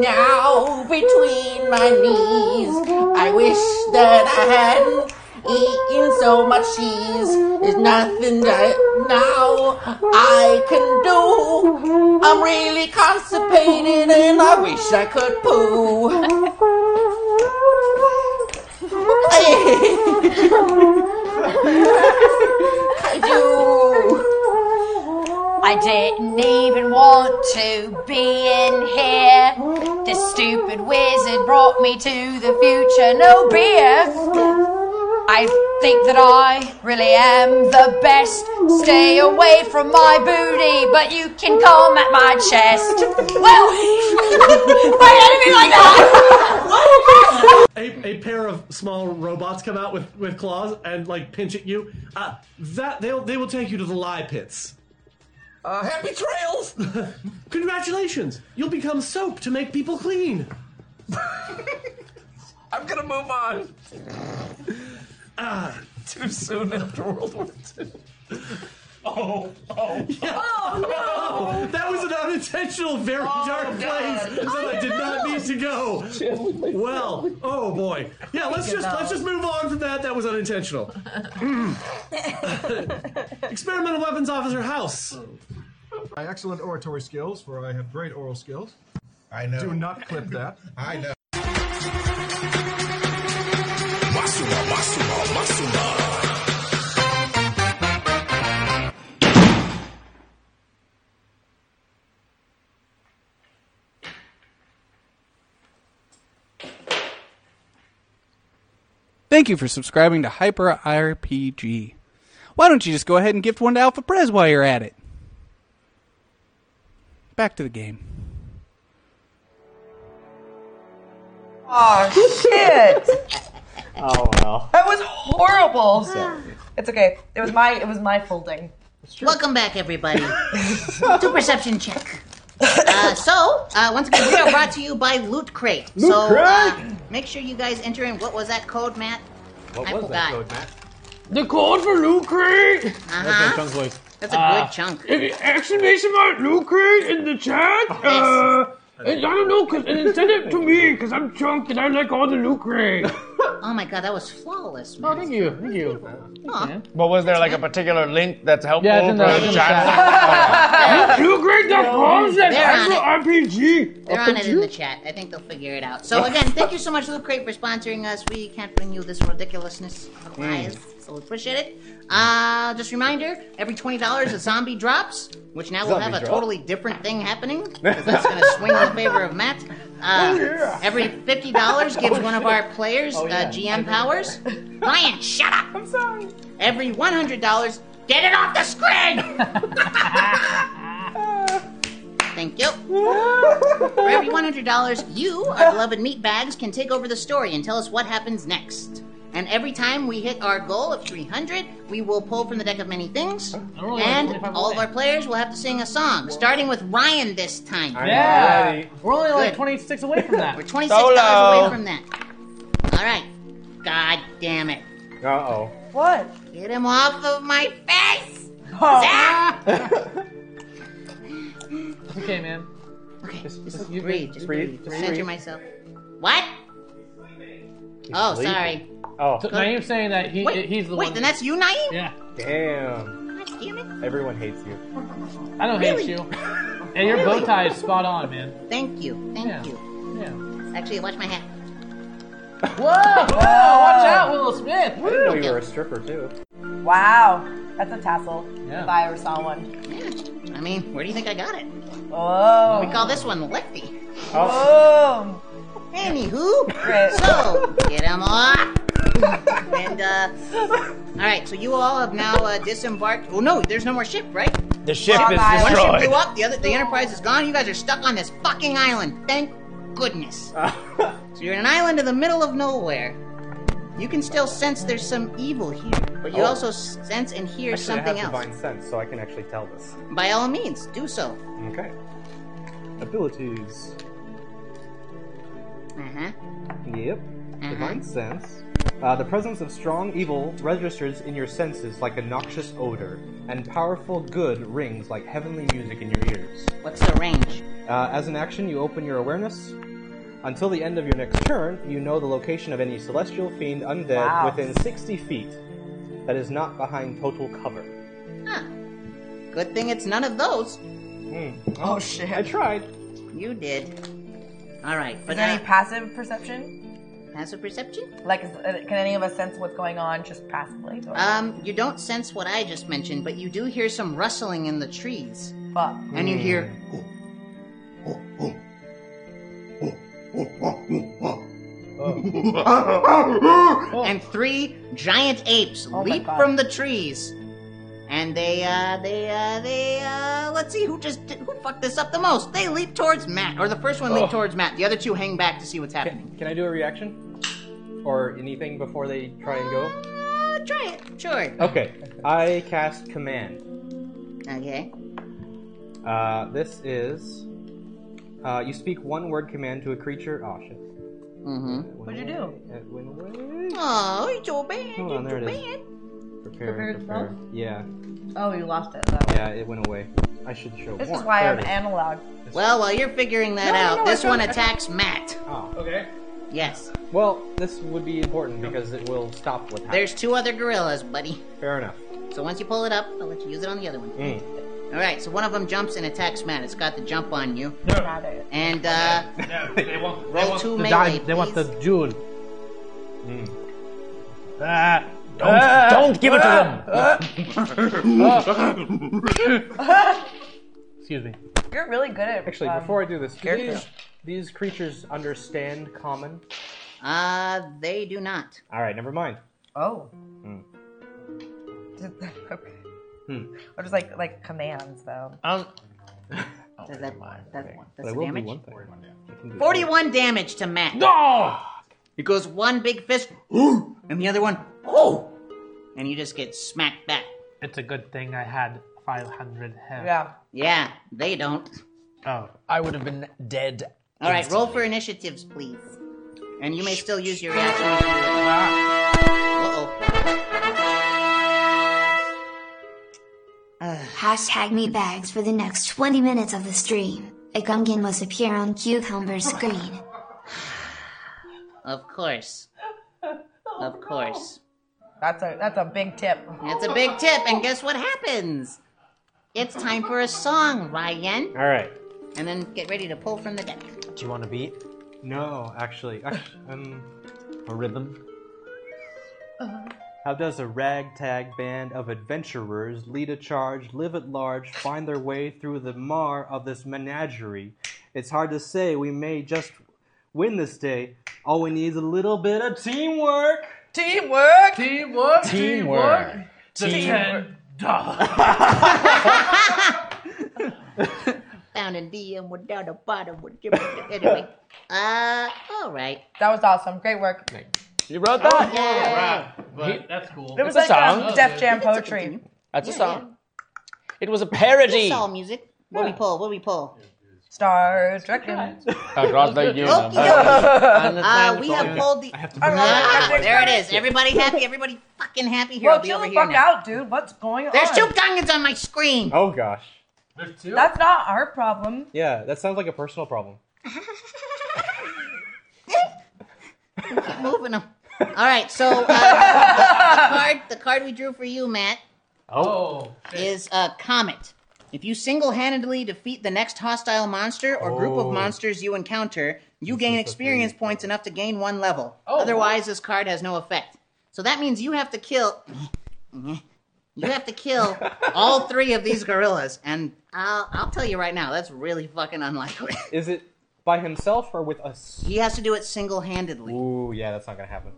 Speaker 6: now between my knees. I wish that I e- hadn't eaten so much cheese. There's nothing that now I can do. I'm really constipated and I wish I could poo. I do.
Speaker 22: I didn't even want to be in here. This stupid wizard brought me to the future. No beer. I think that I really am the best. Stay away from my booty, but you can come at my chest. Well, wait, I didn't mean like that.
Speaker 8: a, a pair of small robots come out with, with claws and like pinch at you. Uh, that they'll they will take you to the lie pits.
Speaker 5: Uh, happy trails!
Speaker 8: Congratulations! You'll become soap to make people clean.
Speaker 5: I'm gonna move on.
Speaker 8: Ah,
Speaker 5: too soon after World War II. Oh, oh,
Speaker 8: oh no! That was an unintentional, very dark place that I did not need to go. Well, oh boy, yeah. Let's just let's just move on from that. That was unintentional. Mm. Experimental weapons officer House.
Speaker 23: My excellent oratory skills, for I have great oral skills.
Speaker 5: I know.
Speaker 23: Do not clip that.
Speaker 5: I know.
Speaker 23: Basura, basura, basura.
Speaker 24: Thank you for subscribing to Hyper RPG. Why don't you just go ahead and gift one to Alpha Prez while you're at it? Back to the game.
Speaker 3: Oh shit!
Speaker 4: Oh well.
Speaker 3: That was horrible. It's okay. It was my it was my folding.
Speaker 2: Welcome back, everybody. to perception check. Uh, so, uh, once again, we are brought to you by Loot Crate.
Speaker 4: Loot
Speaker 2: so,
Speaker 4: Crate!
Speaker 2: Uh, make sure you guys enter in. What was that code, Matt? I forgot.
Speaker 4: Matt?
Speaker 11: The code for loot crate.
Speaker 2: Uh-huh. That's a
Speaker 11: Uh,
Speaker 2: good chunk.
Speaker 11: If- Exclamation mark loot crate in the chat.
Speaker 2: Oh,
Speaker 11: Uh, and I don't know, cause and send it to me, cause I'm drunk and I like all the loot crate.
Speaker 2: oh my god, that was flawless,
Speaker 11: man. Oh, thank you, thank you.
Speaker 4: But was there like a particular link that's helpful
Speaker 11: Yeah, it's in the-
Speaker 4: for
Speaker 11: it's in the
Speaker 4: chat?
Speaker 11: Lootcrate.com slash
Speaker 2: Uh, They're on it.
Speaker 11: RPG.
Speaker 2: They're on it in the chat. I think they'll figure it out. So again, thank you so much, Loot Crate, for sponsoring us. We can't bring you this ridiculousness otherwise, so we appreciate it. Uh, just a reminder: every twenty dollars, a zombie drops, which now we'll
Speaker 4: Zombie
Speaker 2: have a
Speaker 4: drop.
Speaker 2: totally different thing happening 'cause that's going to swing in favor of Matt. Uh, Every fifty dollars gives one of our players
Speaker 25: Oh, yeah.
Speaker 2: uh, GM powers. Ryan, shut up. I'm sorry. Every one hundred dollars, get it off the screen. Thank you. For every $100, you, our beloved meatbags, can take over the story and tell us what happens next. And every time we hit our goal of 300, we will pull from the deck of many things.
Speaker 11: only
Speaker 2: And
Speaker 11: like 25
Speaker 2: all of our players will have to sing a song, starting with Ryan this time.
Speaker 11: I'm Yeah. ready.
Speaker 26: We're only like
Speaker 2: Good.
Speaker 26: 26 away from that.
Speaker 2: We're 26
Speaker 26: Solo.
Speaker 2: dollars away from that. All right. God damn it.
Speaker 4: Uh oh.
Speaker 2: What? Get him off of my face! Zach!
Speaker 26: Okay, man.
Speaker 2: Okay. Just,
Speaker 26: you-
Speaker 2: breathe. Just
Speaker 26: breathe,
Speaker 2: breathe. Just
Speaker 26: breathe.
Speaker 2: center myself. What? Oh,
Speaker 26: Sleeping.
Speaker 2: sorry.
Speaker 4: Oh.
Speaker 26: So Naeem's saying that he,
Speaker 2: Wait,
Speaker 26: he's the
Speaker 2: wait,
Speaker 26: one.
Speaker 2: then that's you, Naeem?
Speaker 26: Yeah.
Speaker 4: Damn.
Speaker 2: God damn it.
Speaker 4: Everyone hates you.
Speaker 26: I don't hate
Speaker 2: Really?
Speaker 26: you. And your bow tie is spot on, man.
Speaker 2: Thank you. Thank
Speaker 26: Yeah.
Speaker 2: you. Yeah. Actually, watch my hat.
Speaker 26: Whoa! Whoa! Watch out, Willow Smith.
Speaker 4: I didn't know you were a stripper too.
Speaker 3: Wow, that's a tassel.
Speaker 4: Yeah.
Speaker 3: If I ever saw one.
Speaker 2: I mean, where do you think I got it?
Speaker 3: Oh.
Speaker 2: We call this one Liffy.
Speaker 3: Oh.
Speaker 2: Anywho, so get him off. and uh, all right, so you all have now uh, disembarked. Oh no, there's no more ship, right?
Speaker 4: The ship
Speaker 2: Well,
Speaker 4: is
Speaker 2: one
Speaker 4: destroyed.
Speaker 2: ship blew up. The other, the Enterprise is gone. You guys are stuck on this fucking island. Thank goodness. so you're in an island in the middle of nowhere. You can still sense there's some evil here, but you
Speaker 4: Oh.
Speaker 2: also sense and hear
Speaker 4: Actually,
Speaker 2: something
Speaker 4: I have
Speaker 2: else.
Speaker 4: divine sense, so I can actually tell this.
Speaker 2: By all means, do so.
Speaker 4: Okay. Abilities.
Speaker 2: Uh huh.
Speaker 4: Yep.
Speaker 2: Mm-hmm.
Speaker 4: Divine sense. Uh, the presence of strong evil registers in your senses like a noxious odor, and powerful good rings like heavenly music in your ears.
Speaker 2: What's the range?
Speaker 4: Uh, as an action, you open your awareness, Until the end of your next turn, you know the location of any celestial fiend undead
Speaker 5: Wow.
Speaker 4: within 60 feet that is not behind total cover.
Speaker 2: Good thing it's none of those. Oh shit! I
Speaker 4: tried.
Speaker 2: You did. All right,
Speaker 3: Is
Speaker 2: but
Speaker 3: there any
Speaker 2: now-
Speaker 3: passive perception?
Speaker 2: Passive perception?
Speaker 3: Like, is, uh, can any of us sense what's going on just passively? Or-
Speaker 4: Uh,
Speaker 2: um, you don't sense what I just mentioned, but you do hear some rustling in the trees.
Speaker 3: Fuck.
Speaker 2: And you hear. and three giant apes
Speaker 4: Oh
Speaker 2: leap from the trees, and they uh they uh they uh let's see who just did, who fucked this up the most. They leap towards Matt, or the first one leap
Speaker 4: Oh.
Speaker 2: towards Matt. The other two hang back to see what's happening.
Speaker 4: Can I do a reaction? Or anything before they try and go?
Speaker 2: Uh, try it, sure.
Speaker 4: Okay, I cast Command.
Speaker 2: Okay.
Speaker 4: Uh, this is. Uh, you speak one word command to a creature. Oh shit.
Speaker 2: Mm-hmm.
Speaker 3: What'd you do?
Speaker 4: It went away.
Speaker 2: Oh, it's so bad.
Speaker 4: Hold on,
Speaker 2: it's
Speaker 4: there
Speaker 2: so
Speaker 4: it is.
Speaker 2: bad.
Speaker 4: Prepare,
Speaker 3: Prepared
Speaker 4: prepare. Yeah,
Speaker 3: Oh, you lost it. Though.
Speaker 4: yeah, it went away. I should show
Speaker 3: This
Speaker 4: more.
Speaker 3: is why
Speaker 4: There
Speaker 3: I'm
Speaker 4: it is.
Speaker 3: analog.
Speaker 2: Well, while you're figuring that
Speaker 3: No, no,
Speaker 2: out,
Speaker 3: no, I
Speaker 2: this
Speaker 3: found
Speaker 2: one
Speaker 3: it, I found
Speaker 2: attacks Matt.
Speaker 4: Oh, okay.
Speaker 2: Yes.
Speaker 4: Well, this would be important because it will stop what happens.
Speaker 2: There's two other gorillas, buddy.
Speaker 4: Fair enough.
Speaker 2: So once you pull it up, I'll let you use it on the other one.
Speaker 4: Mm.
Speaker 2: All right. So one of them jumps and attacks Matt. It's got the jump on you. And uh,
Speaker 5: No, they want, they
Speaker 2: roll
Speaker 5: want
Speaker 2: two
Speaker 5: the
Speaker 2: melee.
Speaker 5: dime.
Speaker 2: They want the
Speaker 5: jewel.
Speaker 4: Hmm.
Speaker 11: Ah,
Speaker 5: Don't, don't give it
Speaker 4: Ah.
Speaker 5: to them.
Speaker 4: Ah. Excuse me.
Speaker 3: You're really good at
Speaker 4: Actually,
Speaker 3: um,
Speaker 4: before I do this, do
Speaker 3: character.
Speaker 4: these, these creatures understand common?
Speaker 2: Uh, they do not.
Speaker 4: All right, never mind.
Speaker 3: Oh.
Speaker 4: Mm.
Speaker 3: okay.
Speaker 4: Hmm. Uh.
Speaker 3: Or just like like commands though.
Speaker 6: Um.
Speaker 4: Oh,
Speaker 2: Does that does, does
Speaker 4: But I
Speaker 2: it
Speaker 4: will do
Speaker 2: damage?
Speaker 4: one thing. I can do-
Speaker 2: Forty-one damage to Matt. No. He goes one big fist, "Ooh," and the other one, oh, and you just get smacked back.
Speaker 11: It's a good thing I had 500 health.
Speaker 2: Yeah. They don't.
Speaker 11: Oh.
Speaker 6: I would have been dead.
Speaker 2: All right. Roll for initiatives, please. And you may still use your reaction. Ah.
Speaker 27: Hashtag me bags for the next 20 minutes of the stream. A gunkin must appear on Cucumber's screen.
Speaker 2: Of course.
Speaker 3: Oh,
Speaker 2: Of course.
Speaker 3: That's a that's a big tip.
Speaker 2: That's a big tip, and guess what happens? It's time for a song, Ryan.
Speaker 4: All right.
Speaker 2: And then get ready to pull from the deck.
Speaker 6: Do you want a beat?
Speaker 4: No, actually, act- um,
Speaker 6: a rhythm.
Speaker 4: How does a ragtag band of adventurers lead a charge, live at large, find their way through the mar of this menagerie? It's hard to say. We may just win this day. All we need is a little bit of teamwork.
Speaker 3: Teamwork.
Speaker 11: Teamwork.
Speaker 4: Teamwork.
Speaker 11: The
Speaker 4: Teamwork.
Speaker 11: ten dollars.
Speaker 2: Found in DM without a bottom. with- Anyway, uh, all right.
Speaker 3: That was awesome. Great work.
Speaker 6: You wrote that?
Speaker 11: But that's cool.
Speaker 3: It was
Speaker 6: It's a
Speaker 3: like
Speaker 6: song.
Speaker 3: Um, Def Jam poetry.
Speaker 6: That's a
Speaker 3: Yeah,
Speaker 6: song. It was a parody.
Speaker 2: It's all music. What we pull? What we pull?
Speaker 3: Star Trek.
Speaker 2: Okey-dokey. Uh, we have pulled the. All right,
Speaker 3: Alright.
Speaker 2: Ah, there it is. Everybody happy. Everybody fucking happy here. I'll
Speaker 3: Well,
Speaker 2: be
Speaker 3: chill
Speaker 2: over
Speaker 3: the
Speaker 2: here
Speaker 3: fuck
Speaker 2: now.
Speaker 3: out, dude. What's going on?
Speaker 2: There's two gungans on my screen.
Speaker 4: Oh gosh.
Speaker 3: That's not our problem.
Speaker 4: Yeah, that sounds like a personal problem.
Speaker 2: Keep moving them. All right, so uh, the card the card we drew for you, Matt,
Speaker 11: Oh.
Speaker 2: is a comet. If you single-handedly defeat the next hostile monster or group
Speaker 11: Oh.
Speaker 2: of monsters you encounter, you gain experience points enough to gain one level.
Speaker 11: Oh.
Speaker 2: Otherwise, this card has no effect. So that means you have to kill. You have to kill all three of these gorillas, and I'll, I'll tell you right now, that's really fucking unlikely.
Speaker 4: Is it by himself or with us?
Speaker 2: He has to do it single-handedly.
Speaker 4: Ooh, yeah, that's not gonna happen.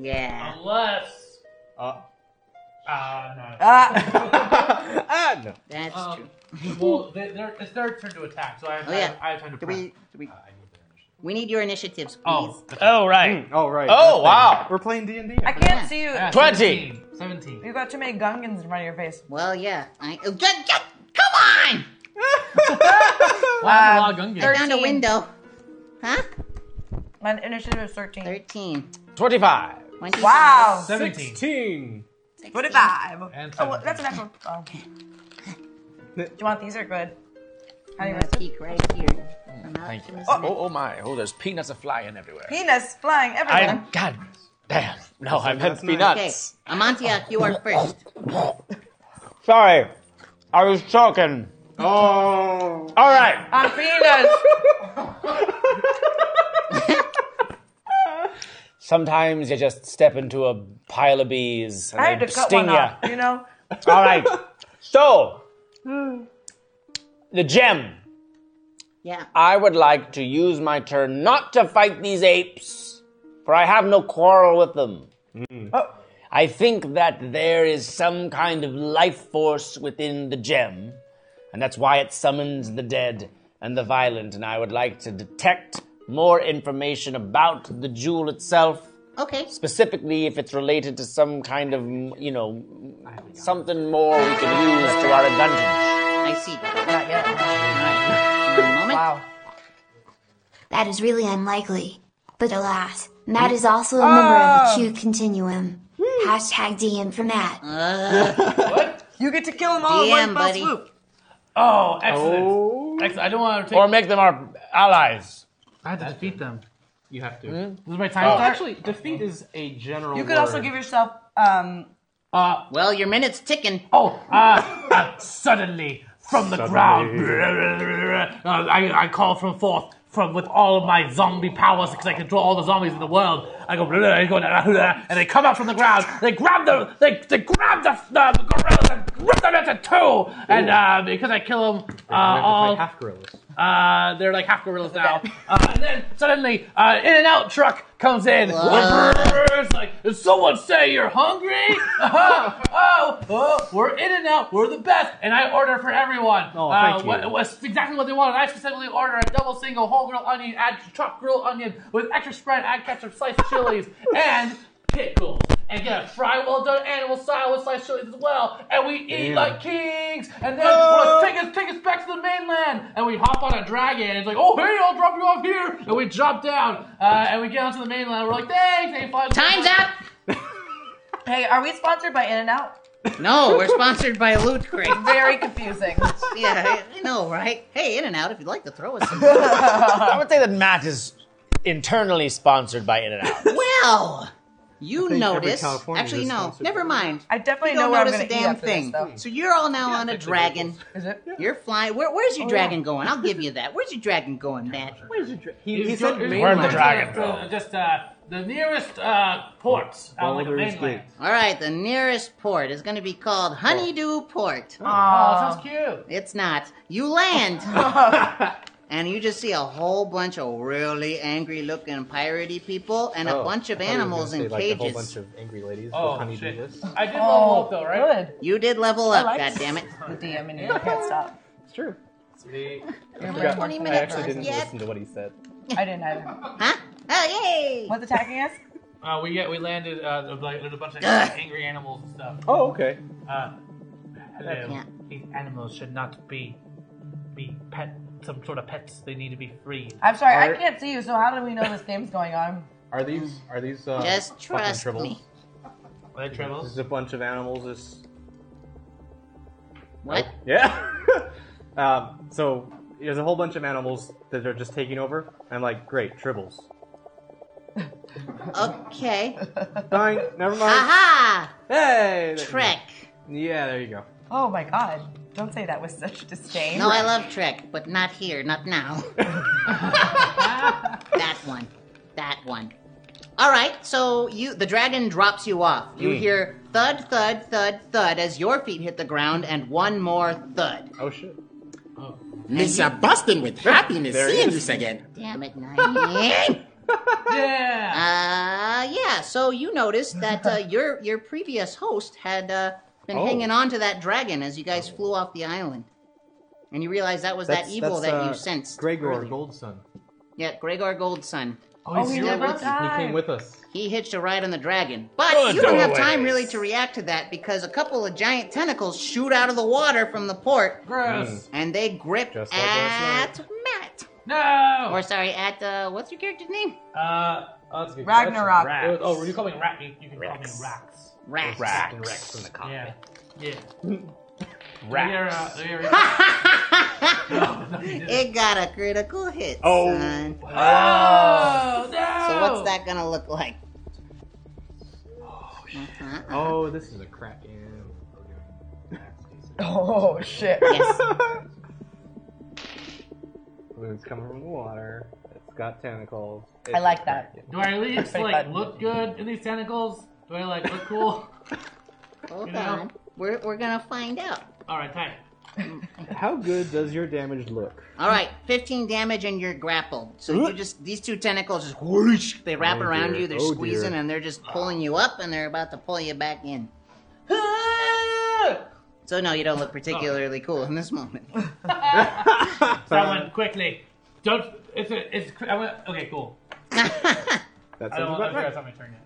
Speaker 2: Yeah.
Speaker 11: Unless.
Speaker 4: Uh,
Speaker 11: Ah, no.
Speaker 3: Uh,
Speaker 4: Ah. ah, no.
Speaker 2: That's
Speaker 11: Um,
Speaker 2: true.
Speaker 11: well, they, they're, it's their turn to attack, so I have,
Speaker 2: Oh
Speaker 11: time,
Speaker 2: yeah.
Speaker 11: I have time to
Speaker 2: do
Speaker 11: prep.
Speaker 2: we, do
Speaker 6: Uh,
Speaker 2: we, we need your initiatives, please.
Speaker 11: Oh.
Speaker 6: Oh right.
Speaker 4: oh right.
Speaker 6: Oh wow.
Speaker 4: We're playing D and D.
Speaker 3: I can't see you.
Speaker 6: Yeah, 20.
Speaker 11: 17.
Speaker 3: You got too many gungans in front of your face.
Speaker 2: Well, yeah. I, oh, get, get, come on!
Speaker 11: Wow,
Speaker 2: I found a window. Huh?
Speaker 3: My initiative is 13.
Speaker 2: 13.
Speaker 6: Oh, 25.
Speaker 2: 25.
Speaker 3: Wow.
Speaker 4: 16.
Speaker 3: 45.
Speaker 11: And
Speaker 3: oh, that's an actual. Oh. Do you want these? Are good. How do you
Speaker 2: I'm gonna peek right here.
Speaker 6: Thank you. Oh, oh, oh my! Oh, there's peanuts are flying everywhere.
Speaker 3: Penis flying everywhere.
Speaker 6: I God damn! No, I meant
Speaker 2: Okay,
Speaker 6: peanuts.
Speaker 2: Amantiak, you are first.
Speaker 6: Sorry, I was talking.
Speaker 3: Oh.
Speaker 6: All right.
Speaker 3: On penis.
Speaker 6: Sometimes you just step into a pile of bees and
Speaker 3: I had
Speaker 6: they
Speaker 3: to cut
Speaker 6: sting
Speaker 3: one
Speaker 6: you.
Speaker 3: off, you know?
Speaker 6: All right. So
Speaker 3: Hmm.
Speaker 6: the gem.
Speaker 2: Yeah.
Speaker 6: I would like to use my turn not to fight these apes, for I have no quarrel with them. Oh. I think that there is some kind of life force within the gem, and that's why it summons the dead and the violent, and I would like to detect more information about the jewel itself.
Speaker 2: Okay.
Speaker 6: Specifically, if it's related to some kind of, you know, something more we can use to our advantage.
Speaker 2: I see.
Speaker 3: Not yet.
Speaker 2: Wow.
Speaker 27: That is really unlikely. But alas, Matt is also a member of
Speaker 3: Ah.
Speaker 27: the Q Continuum. Hashtag DM for Matt.
Speaker 3: You get to kill them all in one fell swoop.
Speaker 11: Oh, excellent. excellent. I don't want to take.
Speaker 6: Or make them our allies.
Speaker 11: I had to defeat them. You have to. This is
Speaker 4: my
Speaker 11: time. start?
Speaker 4: Oh, Actually, defeat is a general.
Speaker 3: Mm-hmm. You could also
Speaker 4: word.
Speaker 3: give yourself. Um,
Speaker 11: Uh,
Speaker 2: well, your minute's ticking.
Speaker 11: Oh, uh, uh, suddenly from the
Speaker 28: Suddenly.
Speaker 11: ground, uh, I, I call from forth from with all of my zombie powers because I control all the zombies in the world. I go, I go, and they come out from the ground. They grab the, they, they grab the, the gorillas and rip them into two. And uh, because I kill them, uh, all
Speaker 4: half gorillas.
Speaker 11: uh, they're like half gorillas now. Uh, and then suddenly, uh, In and Out truck comes in. It's like, did someone say you're hungry? Uh-huh. oh, oh, we're In and Out, we're the best. And I order for everyone.
Speaker 4: Oh,
Speaker 11: uh,
Speaker 4: thank you.
Speaker 11: What, what's exactly what they wanted. I specifically order a double single whole grilled onion, add chopped grilled onion with extra spread, add ketchup, sliced chilies, and pickles. And get a fry well done animal style with sliced chilies as well. And we eat
Speaker 28: Ew.
Speaker 11: like kings. And then we're like, take us, take us back to the mainland. And we hop on a dragon. And it's like, oh, hey, I'll drop you off here. And we drop down. Uh, and we get onto the mainland. We're like, thanks. And
Speaker 2: Time's up.
Speaker 3: hey, are we sponsored by In and Out?
Speaker 2: No, we're sponsored by Loot Crate.
Speaker 3: Very confusing.
Speaker 2: yeah, I know, right? Hey, In and Out, if you'd like to throw us some.
Speaker 6: I would say that Matt is internally sponsored by In and Out.
Speaker 2: well, you
Speaker 6: think every
Speaker 2: notice.
Speaker 6: Californian
Speaker 2: Actually,
Speaker 6: is
Speaker 2: no,
Speaker 6: sponsored
Speaker 2: never mind.
Speaker 3: I definitely
Speaker 2: you don't
Speaker 3: know where I'm
Speaker 2: notice a
Speaker 3: gonna eat
Speaker 2: damn
Speaker 3: after this,
Speaker 2: thing.
Speaker 3: though.
Speaker 2: so you're all now on a dragon.
Speaker 3: Is it?
Speaker 2: You're flying. Where, where's your
Speaker 3: Oh,
Speaker 2: dragon
Speaker 3: yeah.
Speaker 2: going? I'll give you that. Where's your dragon going, Matt?
Speaker 11: Where's the dragon?
Speaker 4: He- he said
Speaker 6: Where's the dragon,
Speaker 11: Just uh, the nearest uh, ports on like a
Speaker 2: Baldur's
Speaker 11: mainland.
Speaker 2: All right, the nearest port is going to be called Honeydew Port.
Speaker 11: Oh, sounds cute.
Speaker 2: It's not. You land,
Speaker 3: Oh.
Speaker 2: and you just see a whole bunch of really angry-looking piratey people and
Speaker 6: Oh,
Speaker 2: a bunch of animals in cages.
Speaker 4: of angry ladies
Speaker 11: Oh,
Speaker 4: honeydew lists.
Speaker 11: I did
Speaker 2: Oh,
Speaker 11: level up though, right?
Speaker 3: Good.
Speaker 2: You did level
Speaker 3: I
Speaker 2: up.
Speaker 3: like
Speaker 2: God damn it.
Speaker 3: The DM in you. I can't stop.
Speaker 4: It's true.
Speaker 3: You're
Speaker 4: I
Speaker 3: only
Speaker 4: forgot- I
Speaker 3: 20 minutes
Speaker 4: actually didn't
Speaker 3: yet.
Speaker 4: listen to what he said.
Speaker 3: I didn't either.
Speaker 2: Huh? Oh, yay!
Speaker 3: What's attacking us?
Speaker 11: Uh, we get we landed. Uh, there's like- there's a bunch of angry animals and stuff.
Speaker 4: Oh, okay.
Speaker 11: Uh, hello.
Speaker 4: Yeah.
Speaker 11: These animals should not be be pet some sort of pets. They need to be freed.
Speaker 3: I'm sorry,
Speaker 4: Are-
Speaker 3: I can't see you, so how do we know this game's going on?
Speaker 4: Are these are these uh,
Speaker 3: Just
Speaker 4: fucking
Speaker 3: trust
Speaker 4: tribbles?
Speaker 3: me.
Speaker 11: Are they tribbles?
Speaker 4: This is a bunch of animals. Just
Speaker 2: what?
Speaker 4: Yeah. um, so there's a whole bunch of animals that they're just taking over. I'm like, great tribbles.
Speaker 2: Okay.
Speaker 4: Fine, never mind.
Speaker 2: Uh-huh. Aha!
Speaker 4: Hey.
Speaker 2: Trek.
Speaker 4: Yeah, there you go.
Speaker 3: Oh my god. Don't say that with such disdain.
Speaker 2: No, I love Trek, but not here, not now. that one. That one. All right, so you the dragon drops you off. You
Speaker 4: Mm.
Speaker 2: hear thud, thud, thud, thud as your feet hit the ground, and one more thud.
Speaker 4: Oh shit!
Speaker 2: Miss
Speaker 1: Mr. Bustin with happiness
Speaker 2: There it
Speaker 1: seeing
Speaker 2: is.
Speaker 1: this again.
Speaker 2: Damn it, Nine. yeah. Uh, yeah. So you noticed that uh, your your previous host had uh, been
Speaker 4: Oh.
Speaker 2: hanging on to that dragon as you guys
Speaker 11: Oh.
Speaker 2: flew off the island, and you realized that was that evil that
Speaker 11: uh,
Speaker 2: you sensed.
Speaker 4: uh, Gregor
Speaker 2: earlier.
Speaker 4: Goldson.
Speaker 2: Yeah, Gregor Goldson.
Speaker 3: Oh,
Speaker 4: he's here with us. He came with us.
Speaker 2: He hitched a ride on the dragon, but
Speaker 4: Good
Speaker 2: you don't have
Speaker 4: old
Speaker 2: time
Speaker 4: ways.
Speaker 2: really to react to that because a couple of giant tentacles shoot out of the water from the port.
Speaker 11: Gross.
Speaker 2: And they grip
Speaker 11: Just like
Speaker 2: at
Speaker 11: last
Speaker 2: Matt.
Speaker 11: No.
Speaker 2: Or sorry, at uh, what's your character's name?
Speaker 11: Uh, oh, that's a good
Speaker 2: Ragnarok.
Speaker 11: question. Oh, oh, you call me Rack? You, you can call me Rax.
Speaker 2: Rax.
Speaker 11: Rax.
Speaker 2: Rax
Speaker 11: from the cockpit. Yeah. yeah.
Speaker 2: Rax.
Speaker 11: They're, uh, they're,
Speaker 2: it got a critical hit.
Speaker 5: Oh.
Speaker 2: son.
Speaker 5: Oh,
Speaker 2: So
Speaker 5: no.
Speaker 2: what's that gonna look like?
Speaker 6: Oh, this is a crap game.
Speaker 3: Oh shit.
Speaker 2: Yes.
Speaker 4: Balloon's coming from the water. It's got tentacles.
Speaker 3: I like that.
Speaker 11: Do I at least like look good in these tentacles? Do I like look cool?
Speaker 2: Hold
Speaker 11: You know?
Speaker 2: on. We're, we're gonna find out.
Speaker 11: All right, tight.
Speaker 4: How good does your damage look?
Speaker 2: All right, 15 damage and you're grappled. So you just these two tentacles just whoosh, they wrap
Speaker 4: Oh,
Speaker 2: around
Speaker 4: dear.
Speaker 2: you, they're
Speaker 4: Oh,
Speaker 2: squeezing,
Speaker 4: dear.
Speaker 2: and they're just pulling you up, and they're about to pull you back in. so no, you don't look particularly cool in this moment.
Speaker 4: Uh,
Speaker 11: Someone quickly. Don't. It's a. It's. I want. Okay, cool.
Speaker 2: That's
Speaker 11: I don't want. I'm sure it's not my turn yet.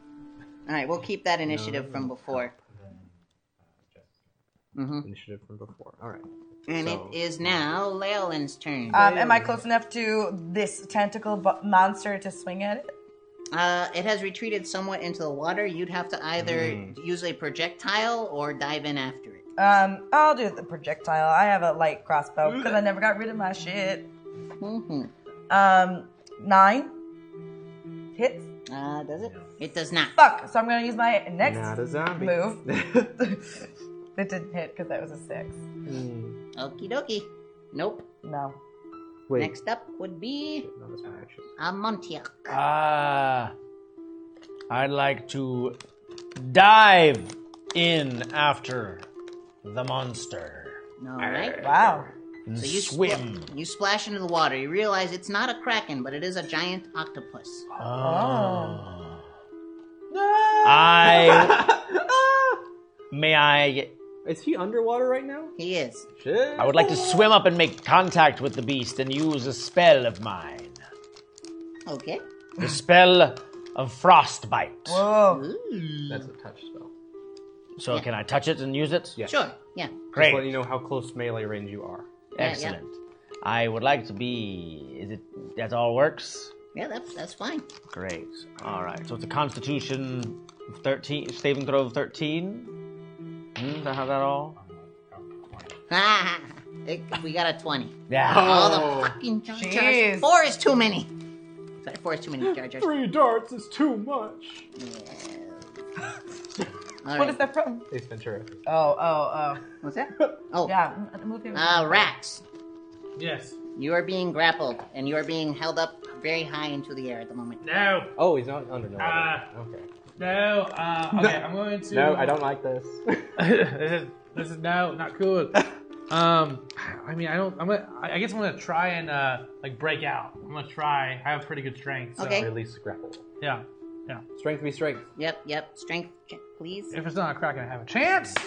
Speaker 2: All right, we'll keep that initiative from before. Mm-hmm.
Speaker 4: Initiative from before. All right.
Speaker 2: And
Speaker 4: So-
Speaker 2: it is now Leolin's turn.
Speaker 3: Um, am I close enough to this tentacle bu- monster to swing at it?
Speaker 2: Uh, it has retreated somewhat into the water. You'd have to either
Speaker 4: Hmm.
Speaker 2: use a projectile or dive in after it.
Speaker 3: Um, I'll do the projectile. I have a light crossbow because I never got rid of my shit. Um, nine hits.
Speaker 2: Uh, does it? It does not.
Speaker 3: Fuck. So I'm gonna use my next
Speaker 2: Not a zombie.
Speaker 3: move. it didn't hit because that was a six.
Speaker 2: Okie dokie. Nope.
Speaker 3: No.
Speaker 4: Wait.
Speaker 2: Next up would be Amontia.
Speaker 11: uh,
Speaker 6: Ah, I'd like to dive in after the monster.
Speaker 2: All right.
Speaker 3: Wow.
Speaker 6: And
Speaker 2: So you
Speaker 6: swim.
Speaker 2: spl- you splash into the water. You realize it's not a kraken, but it is a giant octopus.
Speaker 6: Oh. I may I.
Speaker 4: Is he underwater right now?
Speaker 2: He is.
Speaker 4: Shit.
Speaker 6: I would like to swim up and make contact with the beast and use a spell of mine.
Speaker 2: Okay.
Speaker 6: The spell of frostbite.
Speaker 3: Whoa.
Speaker 4: That's a touch spell.
Speaker 6: So can I touch it and use it?
Speaker 4: Yeah.
Speaker 2: Sure. Yeah.
Speaker 6: Great.
Speaker 4: Just let you know how close melee range you are.
Speaker 2: yeah.
Speaker 6: Excellent. I would like to be. Is it that all works?
Speaker 2: Yeah, that's that's fine.
Speaker 6: Great. All right. So it's a Constitution thirteen saving throw of thirteen. Hmm, did I have that all?
Speaker 2: It- we got a twenty.
Speaker 6: Yeah.
Speaker 2: All the fucking Jar Jars.
Speaker 6: Oh. Jeez.
Speaker 2: Four is too many. Sorry, four is too many Jar Jars.
Speaker 4: Three darts is too much.
Speaker 2: All
Speaker 3: What
Speaker 2: right.
Speaker 3: is that from?
Speaker 4: Ace Ventura.
Speaker 3: Oh, oh, oh.
Speaker 2: What's that? Oh.
Speaker 3: Yeah. m- Move him.
Speaker 2: Uh, Rax,
Speaker 11: Yes.
Speaker 2: you are being grappled and you are being held up very high into the air at the moment.
Speaker 11: No.
Speaker 4: Oh, he's not under no.
Speaker 11: Ah.
Speaker 4: okay.
Speaker 11: No. Uh, okay, I'm going to.
Speaker 4: No, I don't like this.
Speaker 11: this is this is no not cool. Um, I mean, I don't. I'm gonna. I I guess I'm gonna try and uh like break out. I'm gonna try. I have pretty good strength. So.
Speaker 2: Okay.
Speaker 4: Release the grapple.
Speaker 11: Yeah. Yeah.
Speaker 4: Strength be strength.
Speaker 2: Yep, yep. Strength check, please.
Speaker 11: If it's not a kraken, I have a chance.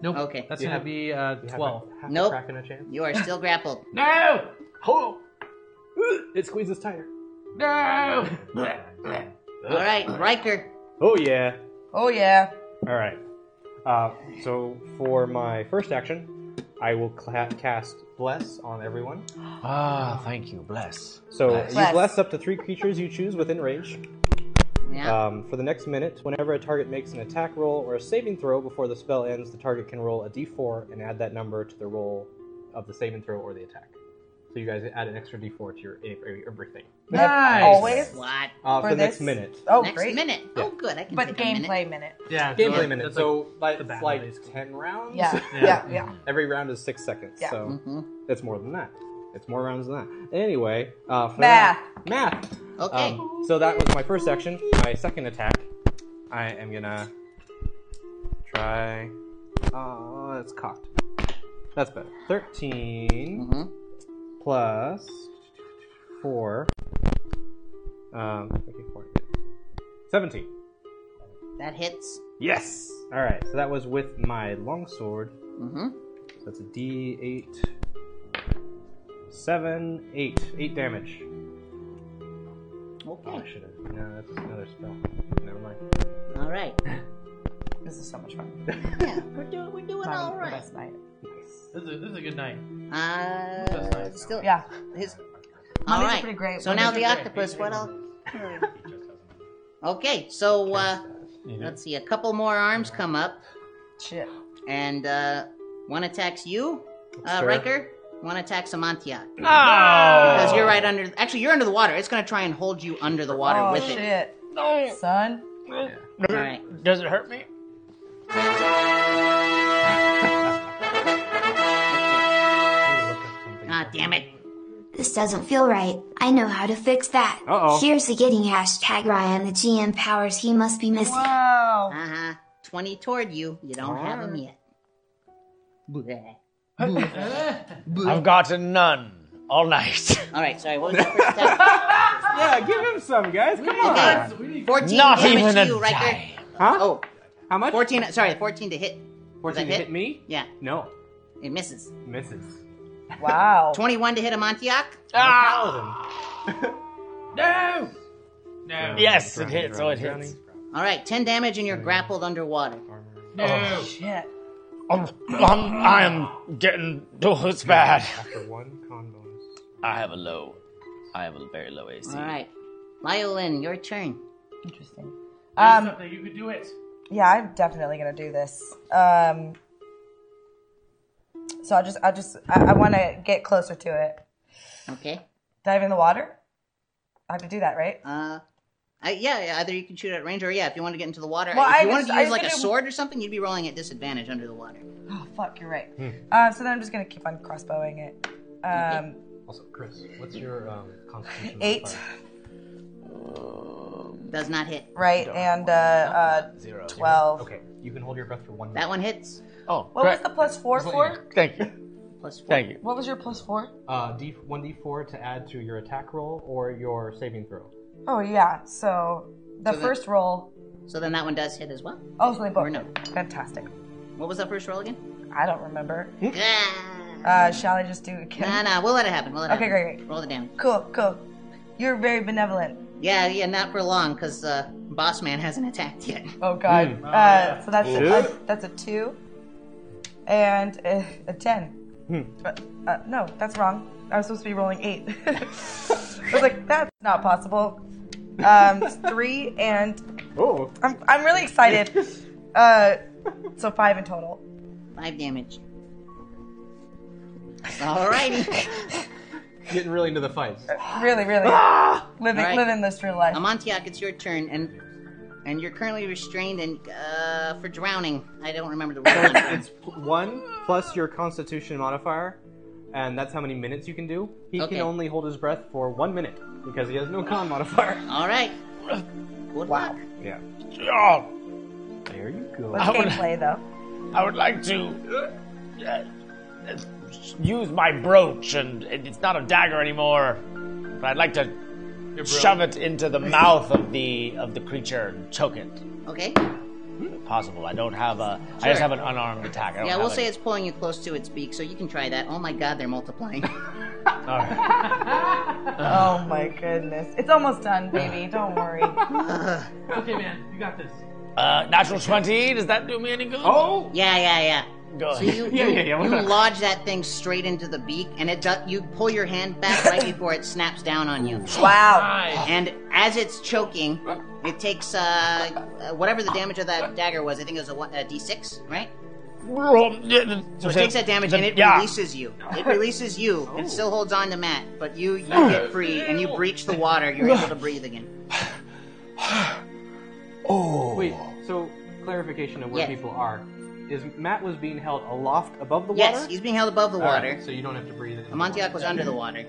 Speaker 11: Nope.
Speaker 2: Okay.
Speaker 11: That's
Speaker 2: You
Speaker 11: gonna
Speaker 2: have-
Speaker 11: be uh
Speaker 2: have a-
Speaker 11: twelve.
Speaker 2: have a Nope. kraken You are still grappled.
Speaker 11: No.
Speaker 4: Oh. It squeezes tighter.
Speaker 11: No.
Speaker 2: All right, Riker.
Speaker 4: Oh yeah.
Speaker 3: Oh yeah.
Speaker 4: All right. Uh, so for my first action, I will cla cast bless on everyone.
Speaker 6: Ah, thank you. Bless.
Speaker 4: So
Speaker 6: Bless.
Speaker 4: you
Speaker 6: Bless.
Speaker 4: bless up to three creatures you choose within range.
Speaker 2: Yeah.
Speaker 4: Um, for the next minute, whenever a target makes an attack roll or a saving throw before the spell ends, the target can roll a d4 and add that number to the roll of the saving throw or the attack. So you guys add an extra d4 to your everything.
Speaker 3: Nice. Always?
Speaker 2: What?
Speaker 4: Uh, for,
Speaker 3: For
Speaker 4: the next
Speaker 3: this?
Speaker 4: minute.
Speaker 3: Oh,
Speaker 2: Next
Speaker 3: great.
Speaker 2: minute. Oh, good. I can take
Speaker 3: But gameplay minute.
Speaker 11: Yeah.
Speaker 4: Gameplay
Speaker 11: so
Speaker 4: minute.
Speaker 11: that's
Speaker 4: so like,
Speaker 11: battle,
Speaker 4: it's like ten rounds.
Speaker 3: Yeah. Yeah. Yeah.
Speaker 4: Every round is six seconds.
Speaker 3: Yeah.
Speaker 4: So
Speaker 6: Mm-hmm.
Speaker 2: Mhm.
Speaker 4: it's more than that. It's more rounds than that. Anyway, uh, for
Speaker 3: Math.
Speaker 4: that- math.
Speaker 2: Okay.
Speaker 4: Um, so that was my first action. My second attack, I am gonna try. Oh, that's cocked. That's better. 13 plus four. Um, okay, four. seventeen.
Speaker 2: That hits.
Speaker 4: Yes. All right. So that was with my longsword.
Speaker 2: Mm-hmm.
Speaker 4: That's a D8, seven, eight, eight damage.
Speaker 2: Okay.
Speaker 4: Oh, I should have. No, that's another spell. Never mind.
Speaker 2: All right.
Speaker 3: This is so much fun.
Speaker 2: Yeah, we're doing we're doing
Speaker 3: Probably
Speaker 2: all
Speaker 3: the
Speaker 2: right.
Speaker 3: best night.
Speaker 11: This is, this is a good night.
Speaker 2: Uh, still.
Speaker 3: Yeah.
Speaker 2: His, all
Speaker 3: Mondays are
Speaker 2: right.
Speaker 3: pretty great.
Speaker 2: So
Speaker 3: Mondays
Speaker 2: now
Speaker 3: are
Speaker 2: the
Speaker 3: great.
Speaker 2: octopus. What else? Okay. So uh, let's see. A couple more arms come up,
Speaker 3: Shit.
Speaker 2: and uh, one attacks you, uh,
Speaker 4: Sure.
Speaker 2: Riker. One attack Samantia.
Speaker 6: No!
Speaker 2: Because you're right under. Actually, you're under the water. It's going to try and hold you under the water
Speaker 3: oh
Speaker 2: with
Speaker 3: shit,
Speaker 2: it.
Speaker 3: no, son.
Speaker 2: All right.
Speaker 6: Does it hurt me?
Speaker 2: Ah, damn it.
Speaker 27: This doesn't feel right. I know how to fix that.
Speaker 2: Uh-oh.
Speaker 27: Here's the getting hashtag Ryan, the GM powers he must be missing.
Speaker 3: Wow.
Speaker 2: Uh huh. 20 toward you. You don't have them yet.
Speaker 6: I've gotten none all night.
Speaker 2: All right, sorry. What was that first attack?
Speaker 6: yeah, give him some, guys. Come
Speaker 2: Okay. 14
Speaker 6: Not
Speaker 2: damage
Speaker 6: even
Speaker 2: to
Speaker 6: a
Speaker 2: you right there. Huh? Oh. How much? 14, sorry, 14 to hit.
Speaker 4: 14 to hit me?
Speaker 2: Yeah.
Speaker 4: No.
Speaker 2: It misses.
Speaker 4: Misses.
Speaker 3: Wow.
Speaker 2: 21 to hit a Montiac?
Speaker 6: Ah! No!
Speaker 2: No.
Speaker 6: Yes, it hits. Oh, it hits.
Speaker 2: All right, 10 damage and you're grappled underwater.
Speaker 6: No.
Speaker 3: shit.
Speaker 6: I'm, I'm, I'm getting. Oh, it's bad.
Speaker 4: After one con bonus.
Speaker 6: I have a low. I have a very low AC.
Speaker 2: All right. Violin, your turn.
Speaker 3: Interesting.
Speaker 11: Um, you could do it.
Speaker 3: Yeah, I'm definitely gonna do this. Um, so I just, I just, I, I want to get closer to it.
Speaker 2: Okay.
Speaker 3: Dive in the water. I have to do that, right?
Speaker 2: Uh, I, yeah, yeah, either you can shoot at range or yeah, if you want to get into the water.
Speaker 3: Well,
Speaker 2: if
Speaker 3: I
Speaker 2: you wanted
Speaker 3: just-
Speaker 2: to
Speaker 3: I
Speaker 2: use like a
Speaker 3: couldn't-
Speaker 2: sword or something, you'd be rolling at disadvantage under the water.
Speaker 3: Oh fuck, you're right. Uh, so then I'm just gonna keep on crossbowing it. Um,
Speaker 4: Also, Chris, what's your um, constitution?
Speaker 3: eight,
Speaker 2: Does not hit.
Speaker 3: right, and uh, uh, twelve.
Speaker 4: Okay, you can hold your breath for one minute.
Speaker 2: That one hits.
Speaker 6: Oh,
Speaker 3: What was the plus four for?
Speaker 6: Thank you.
Speaker 2: Plus four.
Speaker 6: Thank you.
Speaker 3: What was your plus four?
Speaker 4: Uh, D one D four to add to your attack roll or your saving throw.
Speaker 3: Oh yeah. So the
Speaker 2: So then-
Speaker 3: first roll.
Speaker 2: So then that one does hit as well.
Speaker 3: Oh, so they both.
Speaker 2: Or no.
Speaker 3: Fantastic.
Speaker 2: What was that first roll again?
Speaker 3: I don't remember.
Speaker 6: Hmm?
Speaker 2: Ah,
Speaker 3: Uh, shall I just do it again?
Speaker 2: nah, nah, we'll let it happen. We'll let it
Speaker 3: Okay,
Speaker 2: happen.
Speaker 3: great, great.
Speaker 2: Roll the damage.
Speaker 3: Cool, cool. You're very benevolent.
Speaker 2: Yeah, yeah, not for long because uh, Boss Man hasn't attacked yet.
Speaker 3: Oh God. Uh, so that's a,
Speaker 2: Yeah.
Speaker 3: uh, that's a two, and a, a ten.
Speaker 2: Hmm.
Speaker 3: Uh, uh, no, that's wrong. I was supposed to be rolling eight. I was like, that's not possible. Um, three and
Speaker 4: oh,
Speaker 3: I'm I'm really excited. Uh, so five in total.
Speaker 2: Five damage. Alrighty.
Speaker 4: Getting really into the fights.
Speaker 3: Really, really living
Speaker 2: Ah! All right.
Speaker 3: living this real life.
Speaker 2: Amontiac, it's your turn, and and you're currently restrained and uh, for drowning. I don't remember the rule. on it.
Speaker 4: it's one plus your constitution modifier, and that's how many minutes you can do. He
Speaker 2: Okay.
Speaker 4: can only hold his breath for one minute because he has no con modifier.
Speaker 2: All right.
Speaker 6: Uh,
Speaker 2: Good luck.
Speaker 4: Yeah. There you go.
Speaker 3: What's gameplay though?
Speaker 6: I would like to uh, uh, use my brooch, and it- it's not a dagger anymore, but I'd like to shove it into the mouth of the of the creature and choke it.
Speaker 2: Okay.
Speaker 6: If possible. I don't have a. I just
Speaker 2: Sure.
Speaker 6: have an unarmed attack. I don't
Speaker 2: Yeah,
Speaker 6: have
Speaker 2: we'll
Speaker 6: a-
Speaker 2: say it's pulling you close to its beak, so you can try that. Oh my god, they're multiplying.
Speaker 3: Oh my goodness, it's almost done, baby. Don't worry.
Speaker 11: Okay, man, you got this.
Speaker 6: Uh, natural twenty. Does that do me any good?
Speaker 11: Oh!
Speaker 2: Yeah, yeah, yeah.
Speaker 6: Good.
Speaker 2: So you,
Speaker 6: Yeah,
Speaker 2: you,
Speaker 6: yeah, yeah,
Speaker 2: you
Speaker 6: whatever.
Speaker 2: lodge that thing straight into the beak, and it does, you pull your hand back right before it snaps down on you.
Speaker 3: Wow.
Speaker 2: And as it's choking, it takes uh, uh, whatever the damage of that dagger was. I think it was a, one- a d6, right? So it takes that damage and it
Speaker 6: Yeah. Oh.
Speaker 2: releases you. It releases you. It still holds on to Matt, but you you get free and you breach the water. You're able to breathe again.
Speaker 4: Oh. Wait. So clarification of where
Speaker 2: Yes.
Speaker 4: people are is Matt was being held aloft above the water.
Speaker 2: Yes, he's being held above the
Speaker 4: All right,
Speaker 2: water.
Speaker 4: so you don't have to breathe. in the
Speaker 2: Amontiac
Speaker 4: water.
Speaker 2: was under the water.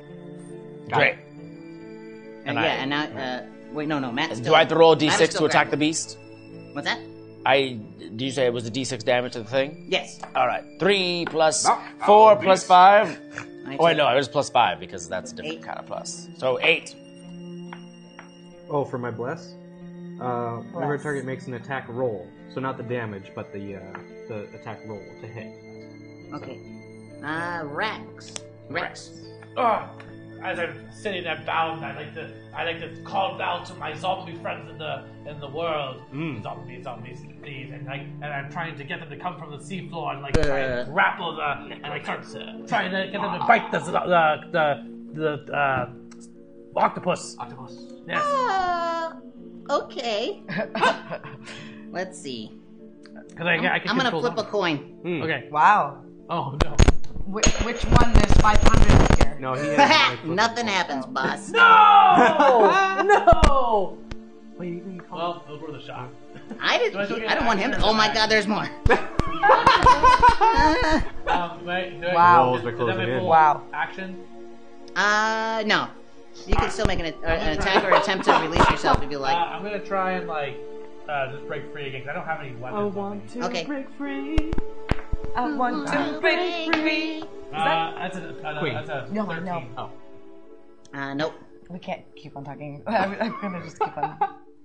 Speaker 4: Got it.
Speaker 2: And,
Speaker 6: And I-
Speaker 2: yeah, and now uh, wait, no, no, Matt's still.
Speaker 6: Do I have to roll a
Speaker 2: Matt is
Speaker 6: d6
Speaker 2: still
Speaker 6: to attack the
Speaker 2: grappled.
Speaker 6: beast?
Speaker 2: What's that?
Speaker 6: I. Do you say it was a d6 damage to the thing?
Speaker 2: Yes.
Speaker 6: All right. Three plus four plus five. Oh wait, no, it was plus five because that's a different kind of plus. So eight.
Speaker 4: Oh, for my bless. Uh, whenever a
Speaker 6: Bless.
Speaker 4: target makes an attack roll, so not the damage, but the uh, the attack roll to hit.
Speaker 2: Okay. Uh, Rex. Rex.
Speaker 11: Oh, as I'm sitting there bound, I like to I like to call out to my zombie friends in the in the world.
Speaker 4: Mm.
Speaker 11: Zombies, zombies, please! And like, and I'm trying to get them to come from the seafloor and like try and grapple the and like start uh, trying to get them to bite the the the, the uh, octopus. Octopus. Yes.
Speaker 2: Uh, okay. Let's see.
Speaker 11: Cause I, I can
Speaker 2: am gonna
Speaker 11: control
Speaker 2: flip
Speaker 11: them.
Speaker 2: a coin.
Speaker 11: Okay.
Speaker 3: Wow.
Speaker 11: Oh no.
Speaker 3: Which, which one? There's 500 here.
Speaker 29: No, he
Speaker 2: Nothing happens, boss.
Speaker 11: no! Wait, you didn't call Well, those were the shots.
Speaker 2: I
Speaker 11: Do I still
Speaker 2: didn't.
Speaker 11: get
Speaker 2: I don't want him to. Oh my God, there's more.
Speaker 11: Um, wait, do I-
Speaker 2: Wow.
Speaker 11: Is, is that
Speaker 2: Closing
Speaker 11: my
Speaker 2: in.
Speaker 11: full
Speaker 2: Wow.
Speaker 11: action?
Speaker 2: Uh, no. You can still make an, uh, an attack or attempt to release yourself if you
Speaker 11: Uh,
Speaker 2: like.
Speaker 11: I'm gonna try and like uh, just break free again. 'cause I don't have any weapons. Uh,
Speaker 2: I
Speaker 5: Oh,
Speaker 11: want
Speaker 2: to Okay.
Speaker 11: break
Speaker 3: free. I want
Speaker 11: to
Speaker 3: break free.
Speaker 11: Uh, that's a, uh, no,
Speaker 3: Queen.
Speaker 11: that's a
Speaker 3: No,
Speaker 11: 13.
Speaker 3: no.
Speaker 2: Uh, nope.
Speaker 3: We can't keep on talking. I'm, I'm gonna just keep on.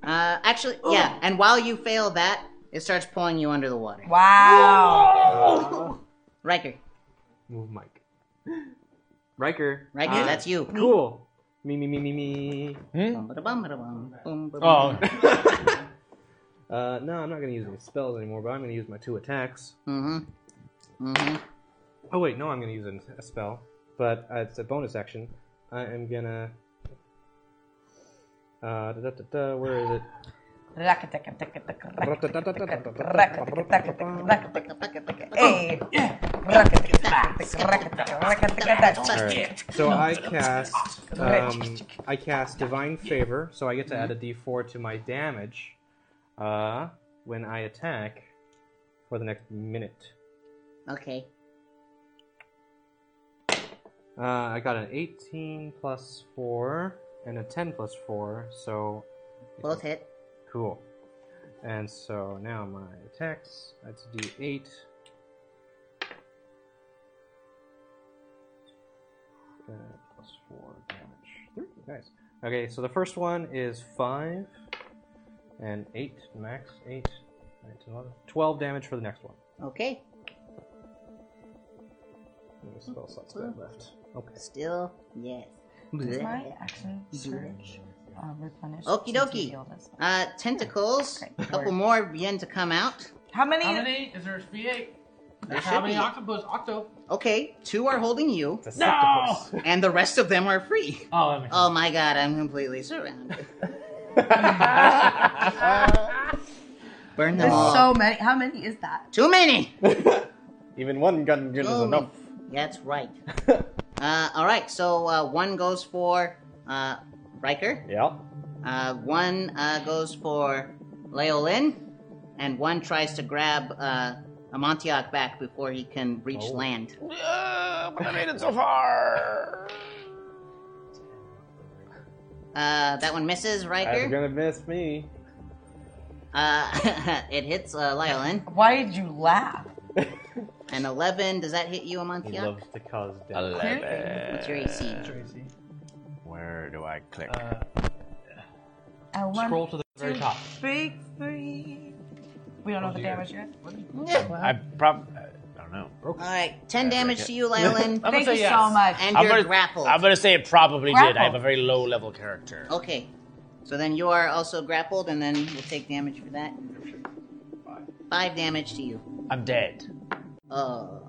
Speaker 2: Uh, actually,
Speaker 11: Oh.
Speaker 2: yeah. And while you fail that, it starts pulling you under the water.
Speaker 3: Wow.
Speaker 2: Riker.
Speaker 6: Move Mike. Riker.
Speaker 2: Riker,
Speaker 6: Ah.
Speaker 2: that's you.
Speaker 6: Cool. Me, me, me, me, me.
Speaker 2: Oh.
Speaker 6: Uh, no, I'm not going to use any spells anymore, but I'm going to use my two attacks.
Speaker 2: Mm-hmm. Mm-hmm.
Speaker 6: Oh, wait, no, I'm going to use an- a spell, but uh, it's a bonus action. I am going to. Uh, da, da, da, da, where is it?
Speaker 3: Hey.
Speaker 6: Alright, So I cast um, I cast divine favor, so I get to add a d4 to my damage uh, when I attack for the next minute.
Speaker 2: Okay.
Speaker 6: Uh, I got an 18 plus 4 and a 10 plus 4, so
Speaker 2: Both hit.
Speaker 6: cool. And so now my attacks, that's d8. Uh, plus 4 damage. Nice. Okay, so the first one is 5 and 8, max 8, 9, 10, 11, 12 damage for the next one.
Speaker 2: Okay.
Speaker 6: Let me spell slots that left. Okay.
Speaker 2: Still, yes.
Speaker 3: Does my action surge uh, replenish?
Speaker 2: Okie
Speaker 3: since we
Speaker 2: dokie.
Speaker 3: healed us?
Speaker 2: Uh, tentacles. A couple
Speaker 3: Sure.
Speaker 2: more begin to come out.
Speaker 3: How many?
Speaker 11: How many? Is there a V8?
Speaker 2: There
Speaker 11: How
Speaker 2: should
Speaker 11: many
Speaker 2: be.
Speaker 11: octopus? Octo.
Speaker 2: Okay, two are holding you.
Speaker 11: No!
Speaker 2: And the rest of them are free.
Speaker 11: Oh, that
Speaker 2: Oh my god, I'm completely surrounded. Burn them
Speaker 3: There's
Speaker 2: all.
Speaker 3: so many. How many is that?
Speaker 2: Too many!
Speaker 6: Even one gun
Speaker 2: is Oh. enough. That's right. Uh, all right, so uh, one goes for uh, Riker.
Speaker 6: Yep.
Speaker 2: Uh, one uh, goes for Leolin, and one tries to grab uh, Amontillak back before he can reach land.
Speaker 30: but I made it so far.
Speaker 2: Uh, that one misses,
Speaker 6: That's
Speaker 2: Riker.
Speaker 6: gonna miss me.
Speaker 2: Uh, it hits uh, Leolin.
Speaker 3: Why did you laugh?
Speaker 2: An 11, does that hit you, Amontillak?
Speaker 6: to cause
Speaker 2: What's your AC?
Speaker 31: Where do I click?
Speaker 6: Uh,
Speaker 3: I want
Speaker 31: Scroll to the very
Speaker 3: to
Speaker 31: top.
Speaker 3: Break free. We don't know
Speaker 31: Oh,
Speaker 3: the
Speaker 31: dear.
Speaker 3: damage yet.
Speaker 31: I prob. I don't know. Broke.
Speaker 2: All right, 10 damage
Speaker 31: it.
Speaker 2: to you, Leolin.
Speaker 3: I'm gonna Thank say you yes. so much.
Speaker 2: And
Speaker 31: I'm
Speaker 2: you're
Speaker 31: gonna,
Speaker 2: grappled.
Speaker 31: I'm gonna say it probably did. I have a
Speaker 2: Grappled. Oh.
Speaker 31: very low level character.
Speaker 2: Okay. So then you are also grappled, and then we'll take damage for that. Five damage to you.
Speaker 31: I'm dead.
Speaker 2: Oh.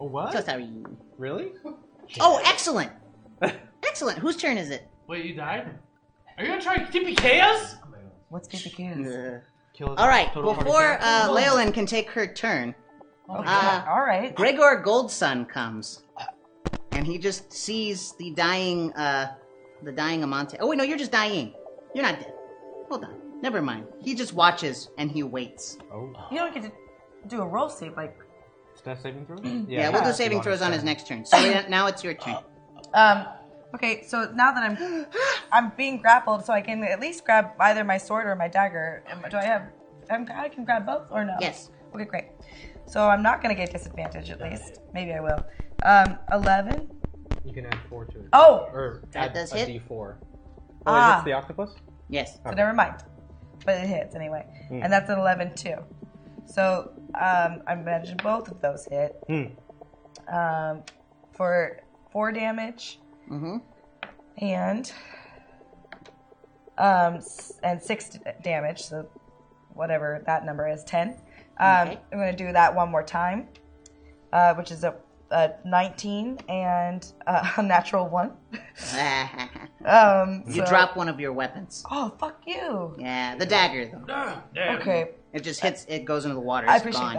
Speaker 6: Oh, what?
Speaker 2: So sorry.
Speaker 6: Really?
Speaker 2: Oh, excellent! excellent! Whose turn is it?
Speaker 11: Wait, you died? Are you gonna try TPK us?
Speaker 3: What's KPK
Speaker 2: is?
Speaker 11: Kill
Speaker 2: All right, before uh, Leyland can take her turn, uh,
Speaker 3: all right.
Speaker 2: Gregor Goldson comes, and he just sees the dying, uh, the dying Amante. Oh wait, no, you're just dying. You're not dead. Hold on. Never mind. He just watches and he waits.
Speaker 6: Oh.
Speaker 3: You don't get to do a roll save like.
Speaker 6: Stat saving throw?
Speaker 2: uh, Yeah, we'll do saving throws on his next turn. Oh, So yeah, now it's your turn.
Speaker 3: Um. Okay, so now that I'm, I'm being grappled, so I can at least grab either my sword or my dagger. Am- Do I have? I'm, I can grab both or no?
Speaker 2: Yes.
Speaker 3: Okay, great. So I'm not gonna get disadvantage at least. Maybe I will. Um, eleven.
Speaker 6: You can add four to it.
Speaker 3: Oh!
Speaker 6: Or
Speaker 3: That
Speaker 6: add
Speaker 3: does
Speaker 6: a
Speaker 3: hit.
Speaker 6: D4. Oh,
Speaker 3: Ah.
Speaker 6: ah. the octopus?
Speaker 2: Yes.
Speaker 3: So Oh, never mind. But it hits anyway.
Speaker 6: Hmm.
Speaker 3: And that's an 11 too. So um, I imagine both of those hit
Speaker 6: Hmm.
Speaker 3: um, for four damage.
Speaker 2: Mm-hmm.
Speaker 3: And um, s- and six d- damage. So whatever that number is, 10. Um,
Speaker 2: Okay.
Speaker 3: I'm going to do that one more time, uh, which is a, a 19 and uh, a natural one.
Speaker 2: Oh.
Speaker 3: Um,
Speaker 2: you
Speaker 3: so-
Speaker 2: drop one of your weapons.
Speaker 3: Oh, fuck you.
Speaker 2: Yeah, the dagger though.
Speaker 3: Okay.
Speaker 2: It just hits. It goes into the water.
Speaker 3: I
Speaker 2: It's
Speaker 3: appreciate
Speaker 2: gone.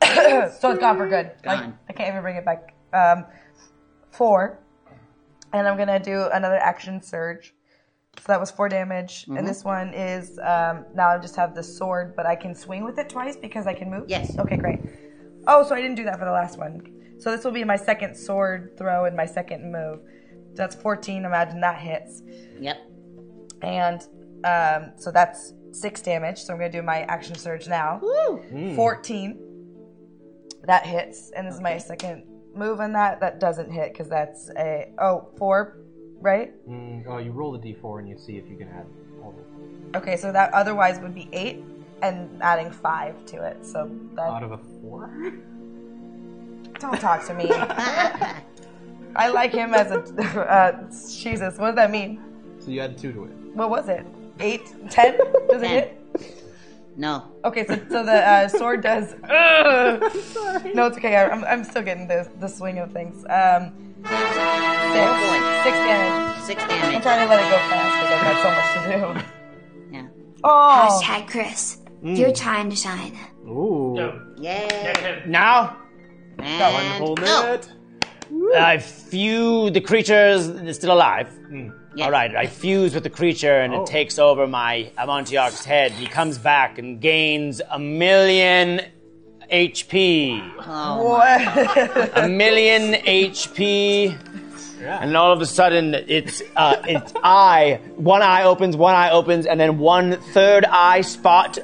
Speaker 3: that. so it's gone for good. Like, I can't even bring it back. Um, four, and I'm gonna do another action surge. So that was four damage,
Speaker 8: Mhm.
Speaker 3: and this one is um, now I just have the sword, but I can swing with it twice because I can move. Yes. Okay, great. Oh, so I didn't do that for the last one. So this will be my second sword throw and my second move. That's 14. Imagine that hits.
Speaker 2: Yep.
Speaker 3: And um, so that's six damage. So I'm going to do my action surge now.
Speaker 8: Mm.
Speaker 3: 14. That hits. And this is my second move on that. That doesn't hit because that's a. Oh, four, right?
Speaker 4: Mm, oh, you roll the d4 and you see if you can add all the
Speaker 3: Okay, so that otherwise would be eight and adding five to it. So that.
Speaker 4: out of a four.
Speaker 3: Don't talk to me. I like him as a. Uh, Jesus, what does that mean?
Speaker 4: So you add two to it.
Speaker 3: What was it? Eight? Ten? Does it hit?
Speaker 2: No.
Speaker 3: Okay, so, so the uh, sword does. Ugh. No, it's okay. I- I'm, I'm still getting the, the swing of things. Um, six. Six damage.
Speaker 2: Six damage.
Speaker 3: I'm trying to let it go fast because I've got so much to do.
Speaker 27: Oh. Hashtag Chris,
Speaker 6: Mm.
Speaker 27: your time to shine.
Speaker 6: Ooh.
Speaker 2: Yay.
Speaker 6: Now.
Speaker 2: That one And hold go.
Speaker 6: I fuse the creatures that's still alive. All right, I fuse with the creature and
Speaker 5: Oh.
Speaker 6: it takes over my Amontillac's head. He comes back and gains a million HP.
Speaker 3: What?
Speaker 6: a million HP. And all of a sudden, it's uh, its eye. One eye opens, one eye opens, and then one third eye spot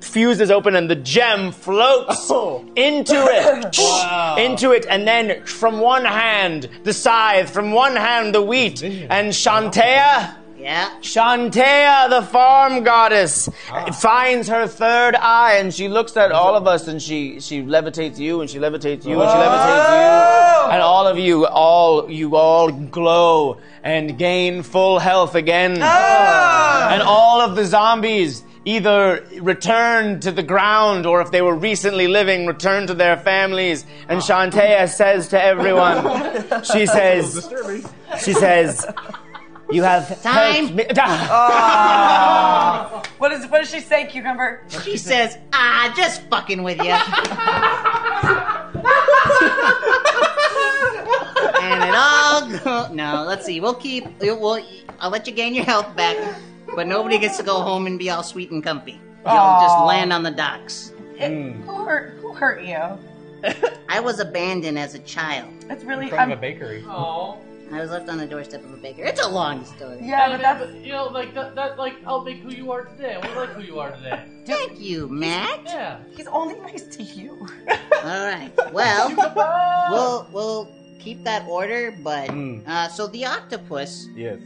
Speaker 6: fuses open, and the gem floats into it, into it, and then from one hand the scythe, from one hand the wheat, and Shantea.
Speaker 2: Yeah.
Speaker 6: Shantea, the farm goddess, finds her third eye, and she looks at all of us, and she she levitates you, and she levitates you, and she levitates you, and all of you, all you all glow and gain full health again, and all of the zombies. Either return to the ground, or if they were recently living, return to their families. And Shantea says to everyone, she says, she says, you have
Speaker 3: Time.
Speaker 6: helped me- Ah.
Speaker 4: Ah.
Speaker 3: Oh. what, is, what does she say, Cucumber?
Speaker 2: She says, ah, just fucking with you. and it all go- no. Let's see. We'll keep. We'll, I'll let you gain your health back, but nobody gets to go home and be all sweet and comfy. You'll just
Speaker 3: Aw.
Speaker 2: land on the docks.
Speaker 3: Who hurt, who hurt you?
Speaker 2: I was abandoned as a child.
Speaker 3: That's really. um,
Speaker 4: From a bakery.
Speaker 2: I was left on the doorstep of a bakery. It's a long story.
Speaker 11: but you know, like that, that, like I'll make who you are today. I will like who you are today.
Speaker 2: Thank you, Matt.
Speaker 11: Yeah.
Speaker 3: He's only nice to you.
Speaker 2: All right. Well, we'll we'll keep that order, but
Speaker 4: Hmm.
Speaker 2: uh, so the octopus.
Speaker 4: Yes.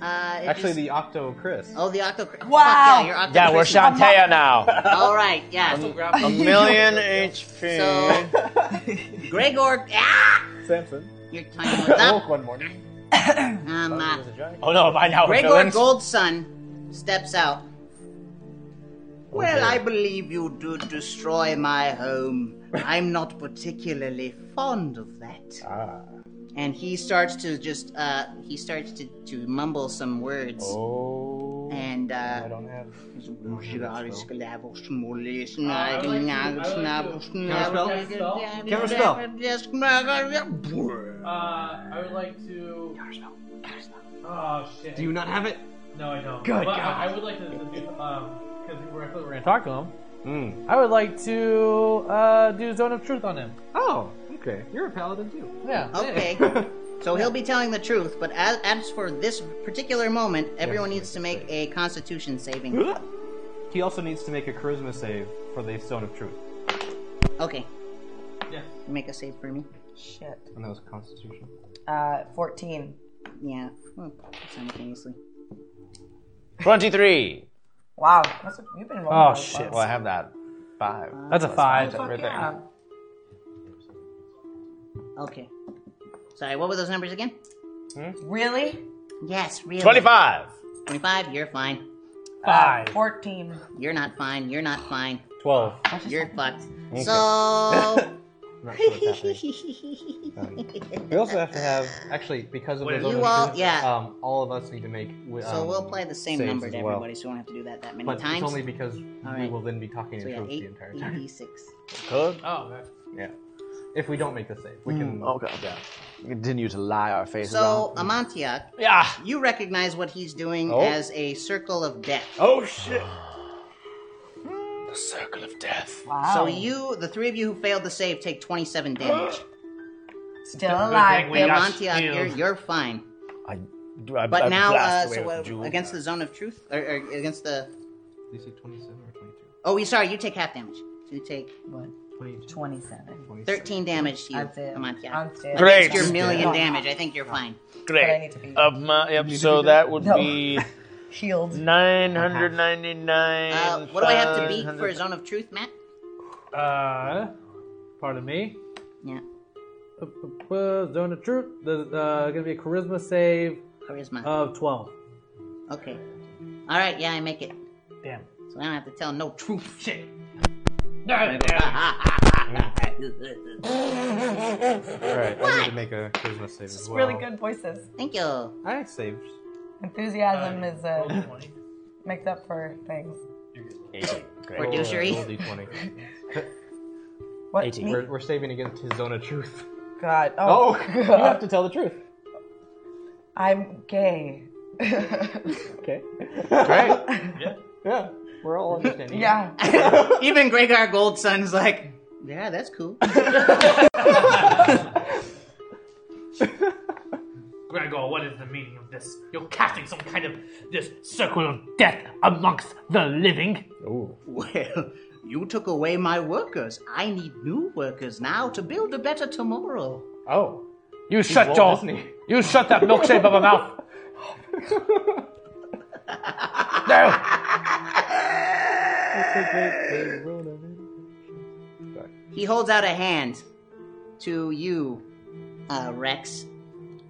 Speaker 2: Uh, it
Speaker 4: Actually,
Speaker 2: just-
Speaker 4: the Octo Chris.
Speaker 2: Oh, the octo. Wow.
Speaker 6: Wow.
Speaker 2: yeah, you're octo-
Speaker 6: Yeah, we're Shantea now.
Speaker 2: All right. Yeah.
Speaker 6: A million HP.
Speaker 2: So, Gregor. Ah!
Speaker 4: Samson.
Speaker 2: Your time was up.
Speaker 6: one morning.
Speaker 2: Um, uh,
Speaker 6: Oh no, by now we're
Speaker 2: Gregor
Speaker 6: villains.
Speaker 2: Goldson steps out. Well,
Speaker 6: Okay.
Speaker 2: I believe you did destroy my home. I'm not particularly fond of that.
Speaker 6: Ah.
Speaker 2: And he starts to just, uh, he starts to, to mumble some words.
Speaker 4: Oh.
Speaker 2: And, uh. I
Speaker 4: don't have.
Speaker 6: er
Speaker 2: er
Speaker 11: Uh, I would like to. Oh shit.
Speaker 4: Do you not have it?
Speaker 11: No, I don't.
Speaker 4: Good
Speaker 11: But
Speaker 4: God.
Speaker 11: I, I would like to, to do um because we were I thought we were gonna
Speaker 4: Talk
Speaker 11: talk
Speaker 4: to
Speaker 11: to
Speaker 4: him. Mm.
Speaker 11: I would like to uh, do Zone of Truth on him.
Speaker 4: Oh, okay. You're a paladin too.
Speaker 11: Yeah.
Speaker 2: Okay. So he'll be telling the truth, but as, as for this particular moment, everyone needs to make a Constitution saving. throw.
Speaker 4: He also needs to make a charisma save for the Stone of Truth.
Speaker 2: Okay.
Speaker 11: Yeah.
Speaker 2: Make a save for me.
Speaker 3: Shit.
Speaker 4: And that was Constitution.
Speaker 3: Uh, 14.
Speaker 2: Yeah. Well, simultaneously.
Speaker 6: 23.
Speaker 3: Wow. That's what you've been rolling
Speaker 6: Oh
Speaker 3: really
Speaker 6: shit.
Speaker 3: close.
Speaker 6: Well, I have that. Five.
Speaker 11: That's a five.
Speaker 6: Right there.
Speaker 3: Yeah.
Speaker 2: Okay. Sorry, what were those numbers again?
Speaker 3: Really?
Speaker 2: Yes, really.
Speaker 6: 25.
Speaker 2: 25, you're fine.
Speaker 3: Uh, Five. 14.
Speaker 2: You're not fine. You're not fine.
Speaker 4: Twelve.
Speaker 2: You're fucked.
Speaker 3: Okay.
Speaker 2: So
Speaker 6: not sure what's happening. We also have to have, actually, because of
Speaker 2: What
Speaker 6: the
Speaker 2: is
Speaker 6: bonus,
Speaker 2: it? You all- yeah.
Speaker 6: um, all of us need to make. wi-
Speaker 2: So
Speaker 6: um,
Speaker 2: we'll play the same
Speaker 6: saves
Speaker 2: number
Speaker 6: as
Speaker 2: to
Speaker 6: well.
Speaker 2: everybody, so we won't have to do that that many
Speaker 6: but
Speaker 2: times.
Speaker 6: It's only because
Speaker 2: All
Speaker 6: we
Speaker 2: right.
Speaker 6: will then be talking in
Speaker 2: So yeah,
Speaker 6: truth
Speaker 2: eight-
Speaker 6: the entire time.
Speaker 2: eight D6.
Speaker 4: Oh, man.
Speaker 6: Yeah. If we don't make the save, we can.
Speaker 11: Mm, Okay.
Speaker 6: Yeah.
Speaker 11: Continue to lie our faces
Speaker 2: So
Speaker 11: off.
Speaker 2: Amantia,
Speaker 11: yeah,
Speaker 2: you recognize what he's doing
Speaker 11: Oh.
Speaker 2: as a circle of death.
Speaker 11: Oh shit!
Speaker 2: The circle of death.
Speaker 3: Wow.
Speaker 2: So you, the three of you who failed the save, take twenty-seven damage.
Speaker 3: Still alive, bitch.
Speaker 2: Amantia, you're, you're fine.
Speaker 11: I, I,
Speaker 2: But
Speaker 11: I
Speaker 2: now, uh,
Speaker 11: blast away
Speaker 2: so
Speaker 11: with
Speaker 2: uh,
Speaker 11: Jewel.
Speaker 2: against the zone of truth, or, or against the.
Speaker 6: Did you say 27 or 22?
Speaker 2: Oh, you sorry, you take half damage. So you take what?
Speaker 3: 27.
Speaker 2: 13 damage to you,
Speaker 3: That's it.
Speaker 2: Amantia.
Speaker 3: I'm dead.
Speaker 2: Against
Speaker 11: Great.
Speaker 2: your million
Speaker 3: Yeah.
Speaker 2: damage. I think you're fine.
Speaker 11: Great.
Speaker 6: Uh,
Speaker 11: Of my, yep, so that would be
Speaker 3: shield
Speaker 11: nine hundred ninety nine.
Speaker 2: Uh, what do I have to beat for a zone of truth, Matt?
Speaker 4: Uh, pardon me.
Speaker 2: Yeah.
Speaker 4: Uh, zone of truth. There's uh, gonna be a charisma save.
Speaker 2: Charisma.
Speaker 6: Uh,
Speaker 4: Of twelve.
Speaker 2: Okay. All right, yeah, I make it.
Speaker 4: Damn.
Speaker 2: So I don't have to tell no truth. Shit.
Speaker 6: Alright, I need to make a charisma save as well.
Speaker 3: Really good voices.
Speaker 2: Thank you.
Speaker 6: I had saved.
Speaker 3: Enthusiasm is uh, makes up for things.
Speaker 6: Great.
Speaker 2: For douchery.
Speaker 6: Roll d20.
Speaker 3: What?
Speaker 6: We're, we're saving against his zone of truth.
Speaker 3: God. Oh,
Speaker 6: you
Speaker 3: God.
Speaker 6: have to tell the truth.
Speaker 3: I'm gay.
Speaker 6: Okay. Great. yeah. Yeah. We're all understanding.
Speaker 3: Yeah.
Speaker 2: Even Gregor Goldson's like, yeah, that's cool.
Speaker 4: Gregor, what is the meaning of this? You're casting some kind of this circle of death amongst the living.
Speaker 2: Well, you took away my workers. I need new workers now to build a better tomorrow.
Speaker 6: Oh.
Speaker 4: You
Speaker 2: He's
Speaker 4: shut
Speaker 2: Walt
Speaker 4: your.
Speaker 2: Disney.
Speaker 4: You shut that milkshake of a mouth.
Speaker 2: He holds out a hand to you, uh, Rex.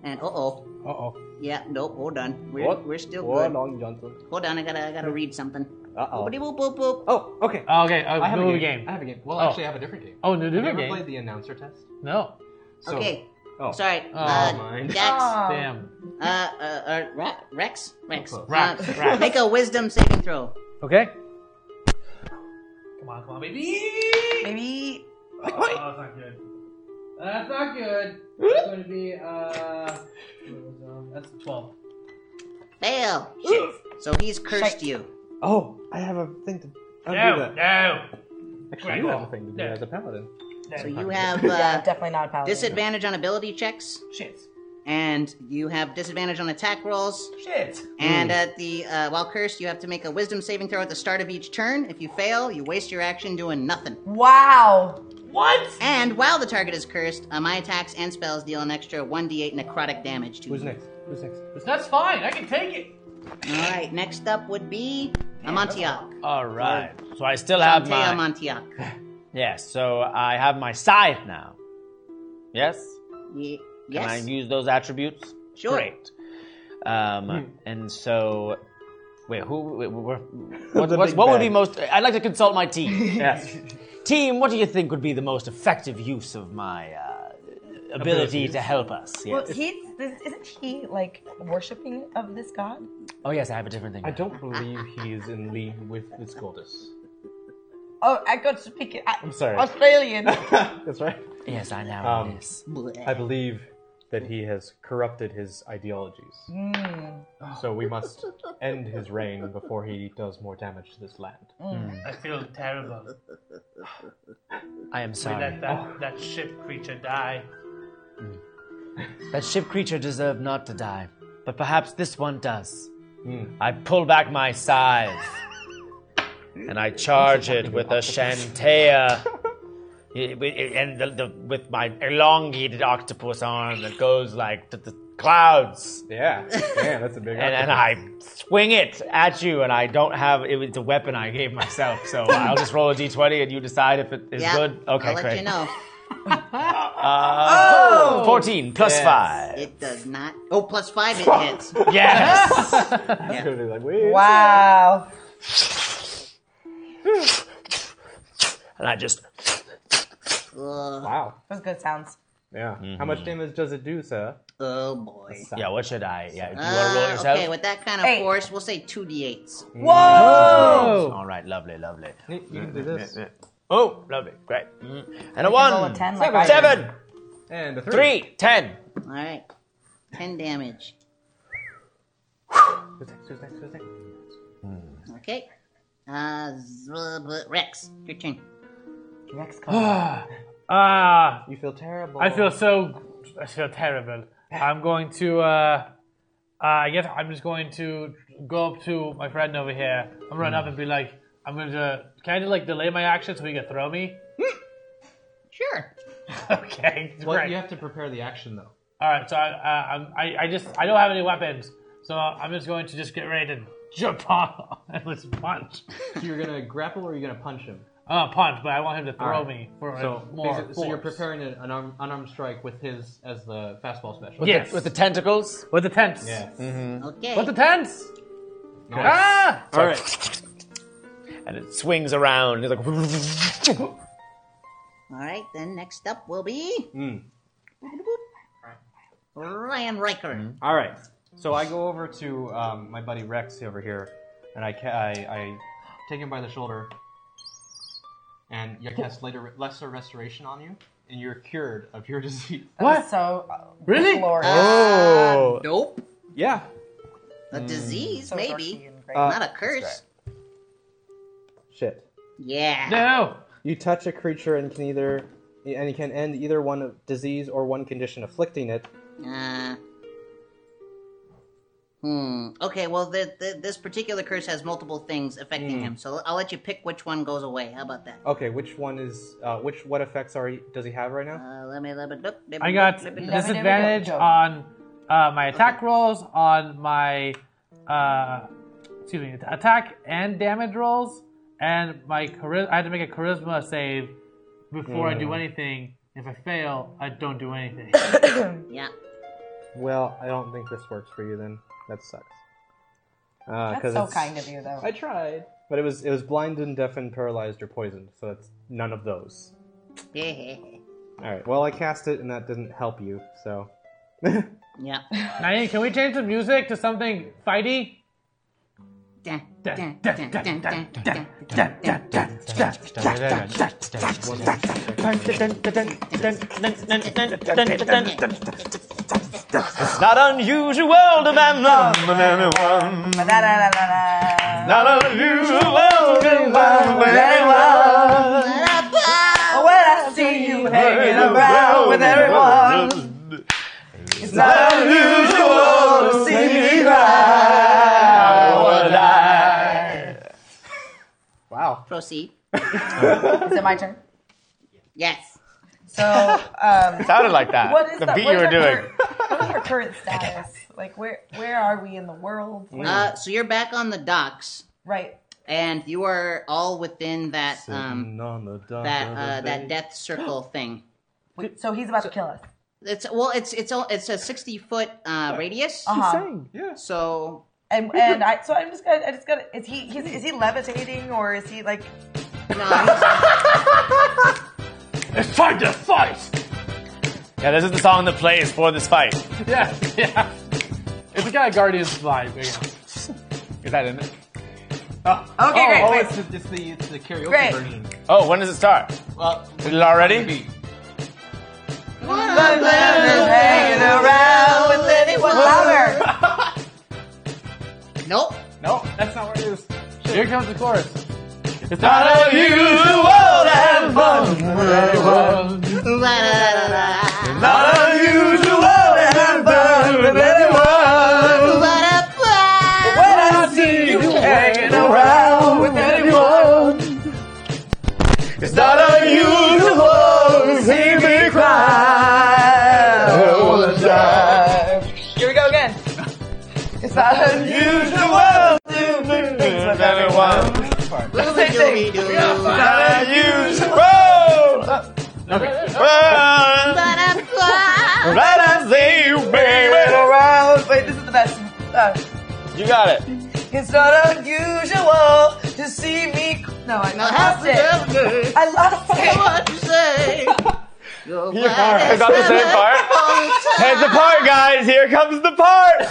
Speaker 2: And uh oh.
Speaker 6: Uh oh.
Speaker 2: Yeah, nope, hold on. We're,
Speaker 6: What?
Speaker 2: we're still
Speaker 6: What
Speaker 2: good.
Speaker 6: long Johnson?
Speaker 2: Hold on, I gotta, I gotta read something.
Speaker 6: Uh-oh.
Speaker 2: Boop, boop, boop.
Speaker 6: Oh, okay.
Speaker 4: okay, uh,
Speaker 6: I have
Speaker 4: move
Speaker 6: a
Speaker 4: the
Speaker 6: game.
Speaker 4: game.
Speaker 6: I have a game. Well,
Speaker 4: Oh.
Speaker 6: actually, I have a different game.
Speaker 4: Oh, no, different
Speaker 6: have you
Speaker 4: game?
Speaker 6: Ever played the announcer test?
Speaker 4: No.
Speaker 6: So,
Speaker 2: okay.
Speaker 6: Oh.
Speaker 2: Sorry.
Speaker 6: Oh,
Speaker 2: uh,
Speaker 6: mine.
Speaker 2: Dex.
Speaker 3: Ah.
Speaker 6: Oh. Damn.
Speaker 2: Uh, uh, uh, Ra- Rex? Rex.
Speaker 4: Rex,
Speaker 2: Uh,
Speaker 4: Rex.
Speaker 2: Make a wisdom saving throw.
Speaker 4: Okay. Come on, come on, baby.
Speaker 3: Baby.
Speaker 4: Oh, that's not good. That's not good. It's going to be uh. That's twelve.
Speaker 2: Fail. So he's cursed you.
Speaker 6: Oh, I have a thing to undo
Speaker 4: No,
Speaker 6: that.
Speaker 4: no.
Speaker 6: Actually, you have a thing to do as a paladin.
Speaker 2: So you have uh,
Speaker 3: Yeah, definitely not a paladin.
Speaker 2: disadvantage on ability checks.
Speaker 4: Shit.
Speaker 2: And you have disadvantage on attack rolls.
Speaker 4: Shit.
Speaker 2: And
Speaker 6: Hmm.
Speaker 4: Mm.
Speaker 2: at the uh, while cursed, you have to make a wisdom saving throw at the start of each turn. If you fail, you waste your action doing nothing.
Speaker 3: Wow.
Speaker 4: What?
Speaker 2: And while the target is cursed, uh, my attacks and spells deal an extra 1d8 necrotic damage to
Speaker 6: Who's
Speaker 2: you.
Speaker 6: next? Who's next?
Speaker 4: That's fine. I can take it.
Speaker 2: All right, next up would be Amontillak.
Speaker 11: All right. So I still have
Speaker 2: Shantae
Speaker 11: my.
Speaker 2: Amontillak.
Speaker 11: Yes. So I have my scythe now. Yes.
Speaker 2: Ye-
Speaker 11: Can I
Speaker 2: Yes.
Speaker 11: use those attributes?
Speaker 2: Sure.
Speaker 11: Great. Um, and so, wait, who? Wait, what
Speaker 32: The
Speaker 11: what, what's-
Speaker 32: big
Speaker 11: what would be
Speaker 32: bad.
Speaker 11: most? I'd like to consult my team. yes. Team, what do you think would be the most effective use of my uh, ability
Speaker 32: Abilities.
Speaker 11: to help us?
Speaker 3: Well,
Speaker 11: Yes.
Speaker 3: he's this, isn't he like worshiping of this god?
Speaker 11: oh yes, I have a different thing.
Speaker 6: I don't believe he is in league with this Goldus.
Speaker 3: Oh, I got to speak it.
Speaker 6: I'm sorry.
Speaker 2: Oh,
Speaker 3: Australian.
Speaker 6: That's right.
Speaker 11: Yes, I now
Speaker 6: Um,
Speaker 3: Bleh.
Speaker 6: I believe that he has corrupted his ideologies.
Speaker 2: Hmm.
Speaker 3: Mm.
Speaker 6: So we must end his reign before he does more damage to this land.
Speaker 11: Mm.
Speaker 4: I feel terrible.
Speaker 11: I am
Speaker 4: We
Speaker 11: sorry. Oh.
Speaker 4: let
Speaker 11: Hmm.
Speaker 4: that, that ship creature die.
Speaker 11: That ship creature deserved not to die, but perhaps this one does.
Speaker 6: Hmm.
Speaker 11: I pull back my scythe, and I charge it with a shantea, and the, the, with my elongated octopus arm that goes like to the clouds.
Speaker 6: Yeah, man, that's a big.
Speaker 11: And, and I swing it at you, and I don't have it was a weapon I gave myself, so I'll just roll a d20, and you decide if it is
Speaker 2: Yeah,
Speaker 11: good. Okay,
Speaker 2: I'll let
Speaker 11: great.
Speaker 2: you know.
Speaker 11: Uh, 14 plus 5.
Speaker 2: It does not. Oh, plus five it hits.
Speaker 11: Yes.
Speaker 4: uh,
Speaker 3: Wow.
Speaker 11: And I just
Speaker 4: Wow.
Speaker 3: Those good sounds.
Speaker 4: Yeah. How much damage does it do, sir?
Speaker 2: Oh boy.
Speaker 6: Yeah, what should I? Yeah, do you want to roll it
Speaker 2: Uh,
Speaker 6: yourself?
Speaker 2: okay, with that kind of force, we'll say two d8s.
Speaker 11: Oh.
Speaker 6: Whoa! All right, lovely, lovely. You can do this. Oh, lovely, great. Mm. And a
Speaker 2: You can
Speaker 6: one,
Speaker 2: roll a 10 like I did.
Speaker 6: seven,
Speaker 4: and a
Speaker 6: three, ten.
Speaker 2: All right, ten damage. Hmm. Okay. Uh, z- blah, blah, Rex, your turn.
Speaker 3: Rex,
Speaker 11: Ah,
Speaker 4: you feel terrible.
Speaker 11: I feel so. I feel terrible. I'm going to. Uh, uh, I guess I'm just going to go up to my friend over here. I'm gonna run up and be like, I'm going to kind of like delay my action so he can throw me.
Speaker 2: Sure.
Speaker 11: okay.
Speaker 4: Well,
Speaker 11: great.
Speaker 4: you have to prepare the action though.
Speaker 11: All right. So I, uh, I'm, I, I just, I don't have any weapons, so I'm just going to just get ready to jump on and let's punch.
Speaker 4: You're gonna grapple or you're gonna punch him.
Speaker 11: Uh, punch, but I want him to throw
Speaker 4: All right.
Speaker 11: me for
Speaker 4: so,
Speaker 11: a more.
Speaker 4: basi- So you're
Speaker 11: force.
Speaker 4: preparing an unarmed, unarmed strike with his as the fastball special.
Speaker 11: With Yes. the- with the
Speaker 6: tentacles.
Speaker 11: With the tents.
Speaker 4: Yeah.
Speaker 2: Okay.
Speaker 11: With the tents.
Speaker 6: Nice.
Speaker 11: Ah!
Speaker 6: All right. And it swings around. It's like.
Speaker 2: All right, then next up will be Ryan Riker.
Speaker 6: Hmm.
Speaker 4: All right. So I go over to um, my buddy Rex over here, and I, ca- I I take him by the shoulder, and I cast later, lesser restoration on you, and you're cured of your disease.
Speaker 3: What? So uh,
Speaker 4: Really?
Speaker 3: glorious.
Speaker 4: Oh.
Speaker 2: nope. Hmm.
Speaker 4: Yeah.
Speaker 2: A disease,
Speaker 3: So
Speaker 2: maybe.
Speaker 4: Uh,
Speaker 2: Not a curse.
Speaker 4: Shit.
Speaker 2: Yeah.
Speaker 11: No.
Speaker 4: You touch a creature and can either and it can end either one of disease or one condition afflicting it.
Speaker 2: Uh, hmm. Okay, well, the, the, this particular curse has multiple things affecting
Speaker 4: Hmm.
Speaker 2: him, so I'll let you pick which one goes away. How about that?
Speaker 4: Okay, which one is uh, which? What effects are he, does he have right now?
Speaker 2: Uh, let me, let me, look, let me
Speaker 11: I got
Speaker 2: look, let me look.
Speaker 11: disadvantage on uh, my attack rolls, on my uh, excuse me, attack and damage rolls, and my charisma. I had to make a charisma save before I do
Speaker 4: Mm.
Speaker 11: anything. If I fail, I don't do anything.
Speaker 2: yeah.
Speaker 4: Well, I don't think this works for you then. That sucks. Uh,
Speaker 3: That's
Speaker 4: 'cause
Speaker 3: so
Speaker 4: it's-
Speaker 3: kind of you, though.
Speaker 4: I tried. But it was it was blinded, deafened, paralyzed, or poisoned. So that's none of those. All right. Well, I cast it, and that didn't help you. So
Speaker 2: yeah.
Speaker 11: Naeem, can we change the music to something fighty?
Speaker 6: It's not unusual to man love with anyone. Not unusual to man with anyone.
Speaker 3: When I see you hanging around with everyone, it's
Speaker 6: not unusual to see me cry or die.
Speaker 4: Wow.
Speaker 2: Proceed.
Speaker 3: Is it my turn?
Speaker 2: Yes.
Speaker 3: So, um,
Speaker 6: Sounded like that.
Speaker 3: What is
Speaker 6: The
Speaker 3: that-
Speaker 6: beat
Speaker 3: what
Speaker 6: you
Speaker 3: is
Speaker 6: were
Speaker 3: our
Speaker 6: doing.
Speaker 3: current- What is our current status? Like, where where are we in the world?
Speaker 2: Uh, so you're back on the docks,
Speaker 3: right?
Speaker 2: And you are all within that um,
Speaker 4: on the
Speaker 2: that uh, that death circle thing.
Speaker 3: Wait, so he's about to kill us.
Speaker 2: It's well, it's it's all it's a sixty foot uh, radius.
Speaker 3: Uh-huh.
Speaker 4: Yeah.
Speaker 2: So
Speaker 3: And and I so I'm just gonna I just gonna is he he's, is he levitating or is he like?
Speaker 6: It's time to fight! Yeah, this is the song that plays for this fight.
Speaker 11: Yeah, yeah. It's a guy Guardian's vibe. Again.
Speaker 6: Is that in it?
Speaker 3: Oh,
Speaker 4: oh,
Speaker 6: great,
Speaker 4: oh,
Speaker 6: great.
Speaker 4: It's, the, it's the it's the karaoke
Speaker 6: Great.
Speaker 4: version.
Speaker 6: Oh, when does it start? Did it already?
Speaker 3: hanging around with anyone lover.
Speaker 2: Nope.
Speaker 4: Nope. That's not where it is.
Speaker 11: Here comes the chorus. It's
Speaker 6: not unusual to have fun with anyone. Not unusual to have fun with anyone. When I see you hanging around with anyone, it's not unusual to see me cry all the time.
Speaker 3: Here we go again.
Speaker 6: It's not unusual to do things with anyone. Same thing. It's not unusual. Well, Right, I see you, baby.
Speaker 3: around. Wait, this is the best. Uh,
Speaker 6: You got it.
Speaker 3: It's not unusual to see me. No, I
Speaker 2: No,
Speaker 3: lost
Speaker 2: that's
Speaker 3: it. I lost it.
Speaker 2: what you say.
Speaker 6: Is that the same part? Here's the part, guys. Here comes the part.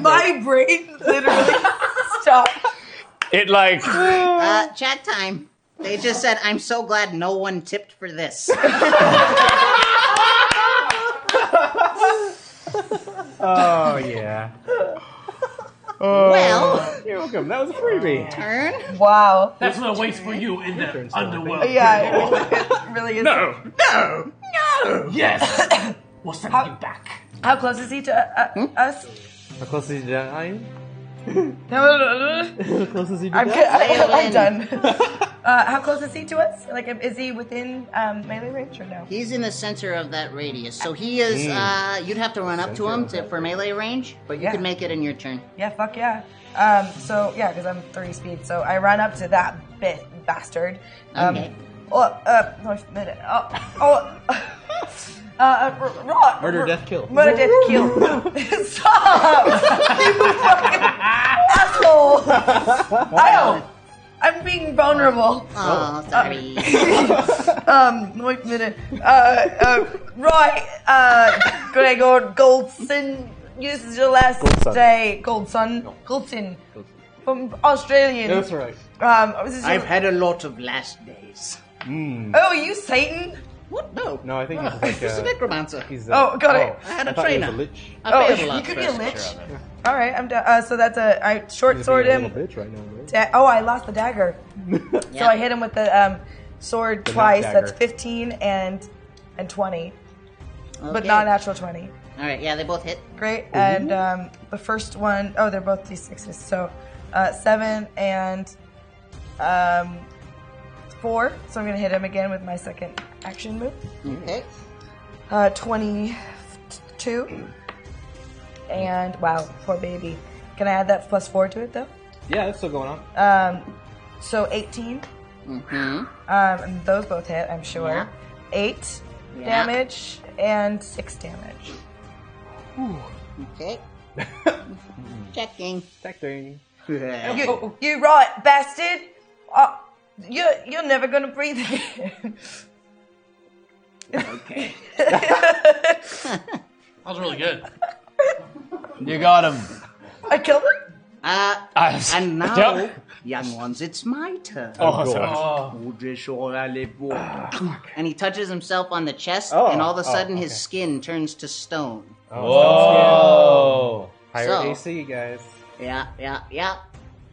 Speaker 3: My brain literally stopped.
Speaker 6: It like
Speaker 2: uh, chat time. They just said, "I'm so glad no one tipped for this."
Speaker 6: Oh yeah.
Speaker 2: well,
Speaker 6: you're welcome. That was a freebie.
Speaker 2: Turn.
Speaker 3: Wow.
Speaker 11: That's what waits for you in the underworld.
Speaker 3: Yeah, it really, it really is.
Speaker 11: No.
Speaker 3: No. No.
Speaker 11: Yes. We'll send you back.
Speaker 3: How close is he to uh, uh, us?
Speaker 6: How close is he to dying?
Speaker 3: No, no, no,
Speaker 6: How close is he to
Speaker 3: I'm,
Speaker 6: dying?
Speaker 3: good. I, am done. Uh, how close is he to us? Like, is he within um, melee range or no?
Speaker 2: He's in the center of that radius, so he is.
Speaker 3: Mm.
Speaker 2: Uh, you'd have to run up to him to, for melee range, but you
Speaker 3: Yeah.
Speaker 2: can make it in your turn.
Speaker 3: Yeah, fuck yeah. Um, so yeah, because I'm 30 speed, so I run up to that bit bastard. Um,
Speaker 2: Okay.
Speaker 3: Oh, uh, no, wait a minute. Oh, oh. Uh, uh, r- Rod.
Speaker 6: Murder, death, kill.
Speaker 3: Murder, death, kill. Stop! you fucking asshole! Ow! I'm being vulnerable.
Speaker 2: Oh, sorry.
Speaker 3: um, wait a minute. Uh, uh, right, uh, Gregor Goldson uses your last
Speaker 6: Goldson.
Speaker 3: day. Goldson. Goldson. From Australian.
Speaker 6: That's right.
Speaker 3: Um, this is
Speaker 2: I've had a lot of last days.
Speaker 3: Oh, are you Satan?
Speaker 2: What? No.
Speaker 6: No, I think he's like
Speaker 2: He's a
Speaker 6: uh,
Speaker 2: necromancer.
Speaker 6: He's uh,
Speaker 3: Oh, got it.
Speaker 2: I had a
Speaker 6: thought he was
Speaker 2: trainer.
Speaker 6: a lich.
Speaker 2: I failed a
Speaker 3: oh,
Speaker 2: lot
Speaker 3: you could be a
Speaker 2: first.
Speaker 3: lich. All right, I'm done. Uh, so that's a I short sword
Speaker 6: He's being a
Speaker 3: him.
Speaker 6: little bitch right now, right?
Speaker 3: Da- oh, I lost the dagger. So I hit him with the um, sword
Speaker 6: The
Speaker 3: twice.
Speaker 6: knock dagger.
Speaker 3: That's 15 and and 20, but
Speaker 2: Okay.
Speaker 3: not natural 20.
Speaker 2: All right. Yeah, they both hit.
Speaker 3: Great. And um, the first one, oh, they're both d6s. So uh, seven and um, four. So I'm gonna hit him again with my second action move.
Speaker 2: Okay.
Speaker 3: Uh, 22. And wow, poor baby. Can I add that plus four to it though?
Speaker 6: Yeah, that's still going on.
Speaker 3: Um, so 18.
Speaker 2: Mm-hmm.
Speaker 3: Um, and those both hit, I'm sure.
Speaker 2: Yeah.
Speaker 3: Eight
Speaker 2: Yeah.
Speaker 3: damage and six damage.
Speaker 2: Okay. Checking.
Speaker 6: Checking.
Speaker 3: You, you right, bastard. Uh, you're you're never gonna breathe again.
Speaker 2: Okay.
Speaker 11: That was really good.
Speaker 6: You got him.
Speaker 3: I killed him.
Speaker 2: Uh, and now,
Speaker 6: Yep.
Speaker 2: young ones, it's my turn.
Speaker 6: Oh, Oh, sorry.
Speaker 2: Would you sure I live warm? And he touches himself on the chest,
Speaker 6: Oh,
Speaker 2: and all of a
Speaker 6: oh,
Speaker 2: sudden
Speaker 6: okay.
Speaker 2: his skin turns to stone.
Speaker 6: Whoa. Higher
Speaker 2: So-
Speaker 6: AC, guys.
Speaker 2: Yeah, yeah, yeah.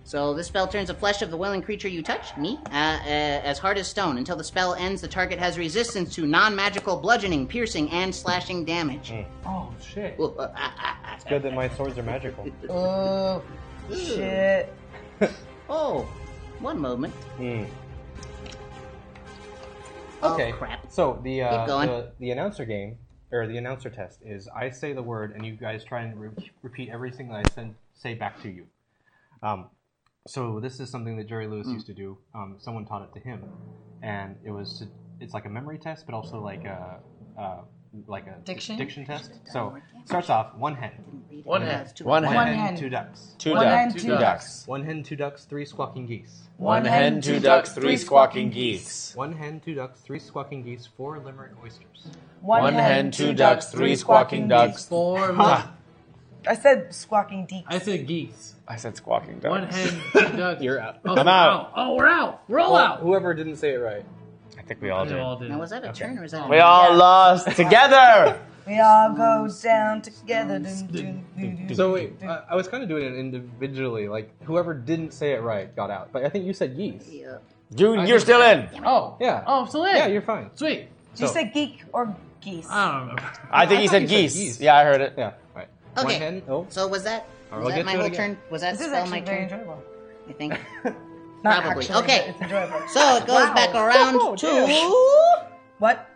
Speaker 2: So this spell turns the flesh of the willing creature you touch, me, uh, uh, as hard as stone. Until the spell ends, the target has resistance to non-magical bludgeoning, piercing, and slashing damage.
Speaker 6: Mm.
Speaker 11: Oh shit.
Speaker 2: uh,
Speaker 6: It's good that my swords are magical.
Speaker 3: Oh shit.
Speaker 2: Oh, one moment.
Speaker 6: Hmm. Okay.
Speaker 2: Oh, crap.
Speaker 6: So the, uh,
Speaker 2: Keep going.
Speaker 6: the the announcer game or the announcer test is I say the word and you guys try and re- repeat everything that I send say back to you. Um, so this is something that Jerry
Speaker 2: Hmm.
Speaker 6: Lewis used to do. Um, someone taught it to him, and it was to, it's like a memory test, but also like a uh, like a
Speaker 3: Diction?
Speaker 6: diction test. So starts off one hen,
Speaker 11: One hen.
Speaker 6: one hen,
Speaker 3: One hen.
Speaker 6: two ducks,
Speaker 3: Two One duck- hen, two two ducks.
Speaker 6: one hen, two ducks, three squawking geese.
Speaker 3: One One hen, hen, two two ducks, ducks, three three squawking squawking
Speaker 6: geese. One hen, two ducks, three squawking geese, four limerick oysters.
Speaker 3: One One hen, hen, two two ducks, ducks, three three squawking squawking ducks. geese,
Speaker 6: four.
Speaker 3: I said squawking deep.
Speaker 11: I said geese.
Speaker 6: I said squawking ducks.
Speaker 11: One hen, two ducks.
Speaker 6: You're out.
Speaker 11: Oh,
Speaker 6: I'm
Speaker 11: we're
Speaker 6: out.
Speaker 11: Oh, we're out. We're all
Speaker 6: Well,
Speaker 11: out.
Speaker 6: Whoever didn't say it right. I think we all
Speaker 11: We all
Speaker 2: Now was that a turn or was that?
Speaker 6: We all lost together.
Speaker 3: We all go down together. Dun, dun, dun, dun.
Speaker 6: so wait,
Speaker 11: uh,
Speaker 6: I, I was kind of doing it individually. Like whoever didn't say it right got out. But I think you said geese.
Speaker 2: Yeah.
Speaker 6: Dude,
Speaker 11: you're still
Speaker 6: in.
Speaker 11: Oh.
Speaker 6: Yeah.
Speaker 11: Oh, I'm still in.
Speaker 6: Yeah, you're fine.
Speaker 11: Sweet.
Speaker 3: Did you say geek or geese?
Speaker 11: I don't remember.
Speaker 6: I think
Speaker 11: I
Speaker 6: he
Speaker 11: thought
Speaker 6: said
Speaker 11: you
Speaker 6: geese. Yeah, I heard it. Yeah. Right.
Speaker 2: Okay.
Speaker 6: One hen. Oh.
Speaker 2: So was that?
Speaker 6: Or
Speaker 2: Was
Speaker 6: I'll
Speaker 2: that
Speaker 6: get
Speaker 2: my
Speaker 6: to it
Speaker 2: whole
Speaker 6: again.
Speaker 2: turn? Was that
Speaker 3: This is
Speaker 2: spell my
Speaker 3: actually very
Speaker 2: turn?
Speaker 3: enjoyable.
Speaker 2: I think.
Speaker 3: Not
Speaker 2: Probably.
Speaker 3: actually,
Speaker 2: okay.
Speaker 3: but It's enjoyable.
Speaker 2: So it goes
Speaker 3: Wow.
Speaker 2: back around
Speaker 3: Oh,
Speaker 2: to
Speaker 3: What?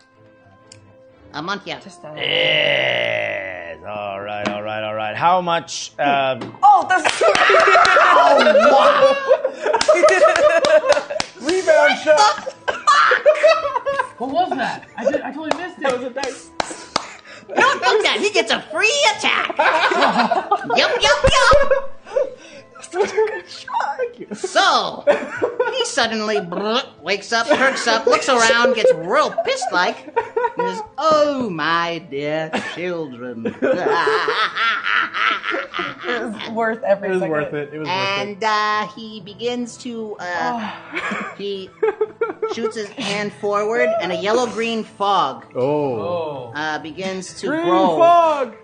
Speaker 2: Amantia.
Speaker 6: Yes. All right. All right. All right. How much? Um,
Speaker 3: Oh, that's.
Speaker 6: Rebound shot.
Speaker 11: What was that? I, did, I totally missed it. That was a dice.
Speaker 2: Don't think that he gets a free attack. yup, yup, yup. So he suddenly brrrt, wakes up, perks up, looks around, gets real pissed like, and says, "Oh my dear children!"
Speaker 3: It was worth every. It was
Speaker 4: worth it. It was worth it.
Speaker 2: and uh, he begins to uh, he shoots his hand forward, and a yellow-green fog
Speaker 4: Oh.
Speaker 2: uh, begins to
Speaker 4: Green
Speaker 2: grow.
Speaker 4: fog!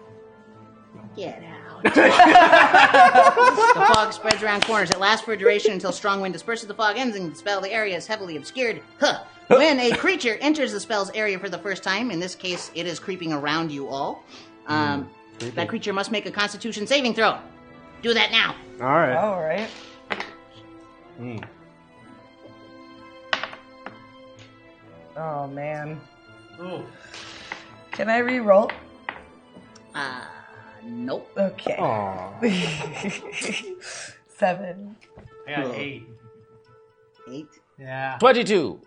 Speaker 2: Get out. the fog spreads around corners. It lasts for a duration until strong wind disperses the fog, ends and the spell. The area is heavily obscured. Huh. When a creature enters the spell's area for the first time, in this case, it is creeping around you all. Um,
Speaker 4: Mm,
Speaker 2: that creature must make a Constitution saving throw. Do that now.
Speaker 4: All right.
Speaker 3: All Oh, right. Oh man. Can I re-roll?
Speaker 2: Uh, nope.
Speaker 3: Okay. Seven.
Speaker 11: I got eight.
Speaker 2: Eight.
Speaker 11: Yeah.
Speaker 6: 22.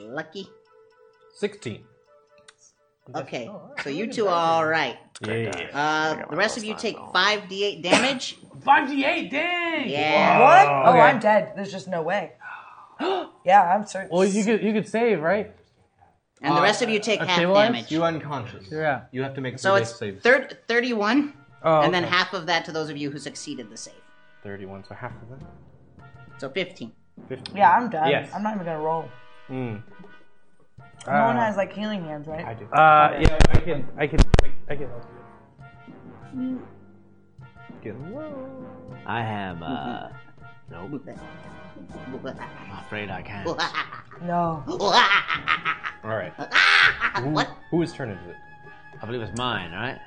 Speaker 2: Lucky.
Speaker 4: 16.
Speaker 2: Okay, so you two are all right. Uh, the rest of you take five d8 damage.
Speaker 11: Five d eight. Dang.
Speaker 2: Yeah.
Speaker 3: What?
Speaker 11: Wow.
Speaker 3: Oh,
Speaker 11: Okay.
Speaker 3: I'm dead. There's just no way. yeah, I'm certain.
Speaker 11: Well, you could you could save right.
Speaker 2: And the rest of you take half damage.
Speaker 6: You unconscious.
Speaker 11: Yeah.
Speaker 6: You have to make a
Speaker 2: So
Speaker 6: three-day
Speaker 2: it's
Speaker 6: save.
Speaker 2: third, 31,
Speaker 6: Oh,
Speaker 2: and then
Speaker 6: okay.
Speaker 2: half of that to those of you who succeeded the save.
Speaker 4: 31, so half of that.
Speaker 2: So 15.
Speaker 4: 15.
Speaker 3: Yeah, I'm done.
Speaker 4: Yes.
Speaker 3: I'm not even gonna roll.
Speaker 6: Hmm.
Speaker 4: Mm.
Speaker 3: no
Speaker 4: Uh,
Speaker 3: one has like healing hands, right? I
Speaker 4: do.
Speaker 11: Uh, yeah, I can I can I can help
Speaker 2: you.
Speaker 5: I am, uh. Nope.
Speaker 2: I'm
Speaker 5: afraid I can't.
Speaker 3: No.
Speaker 6: Alright.
Speaker 2: What?
Speaker 6: Whose turn is it? I believe it's mine, right?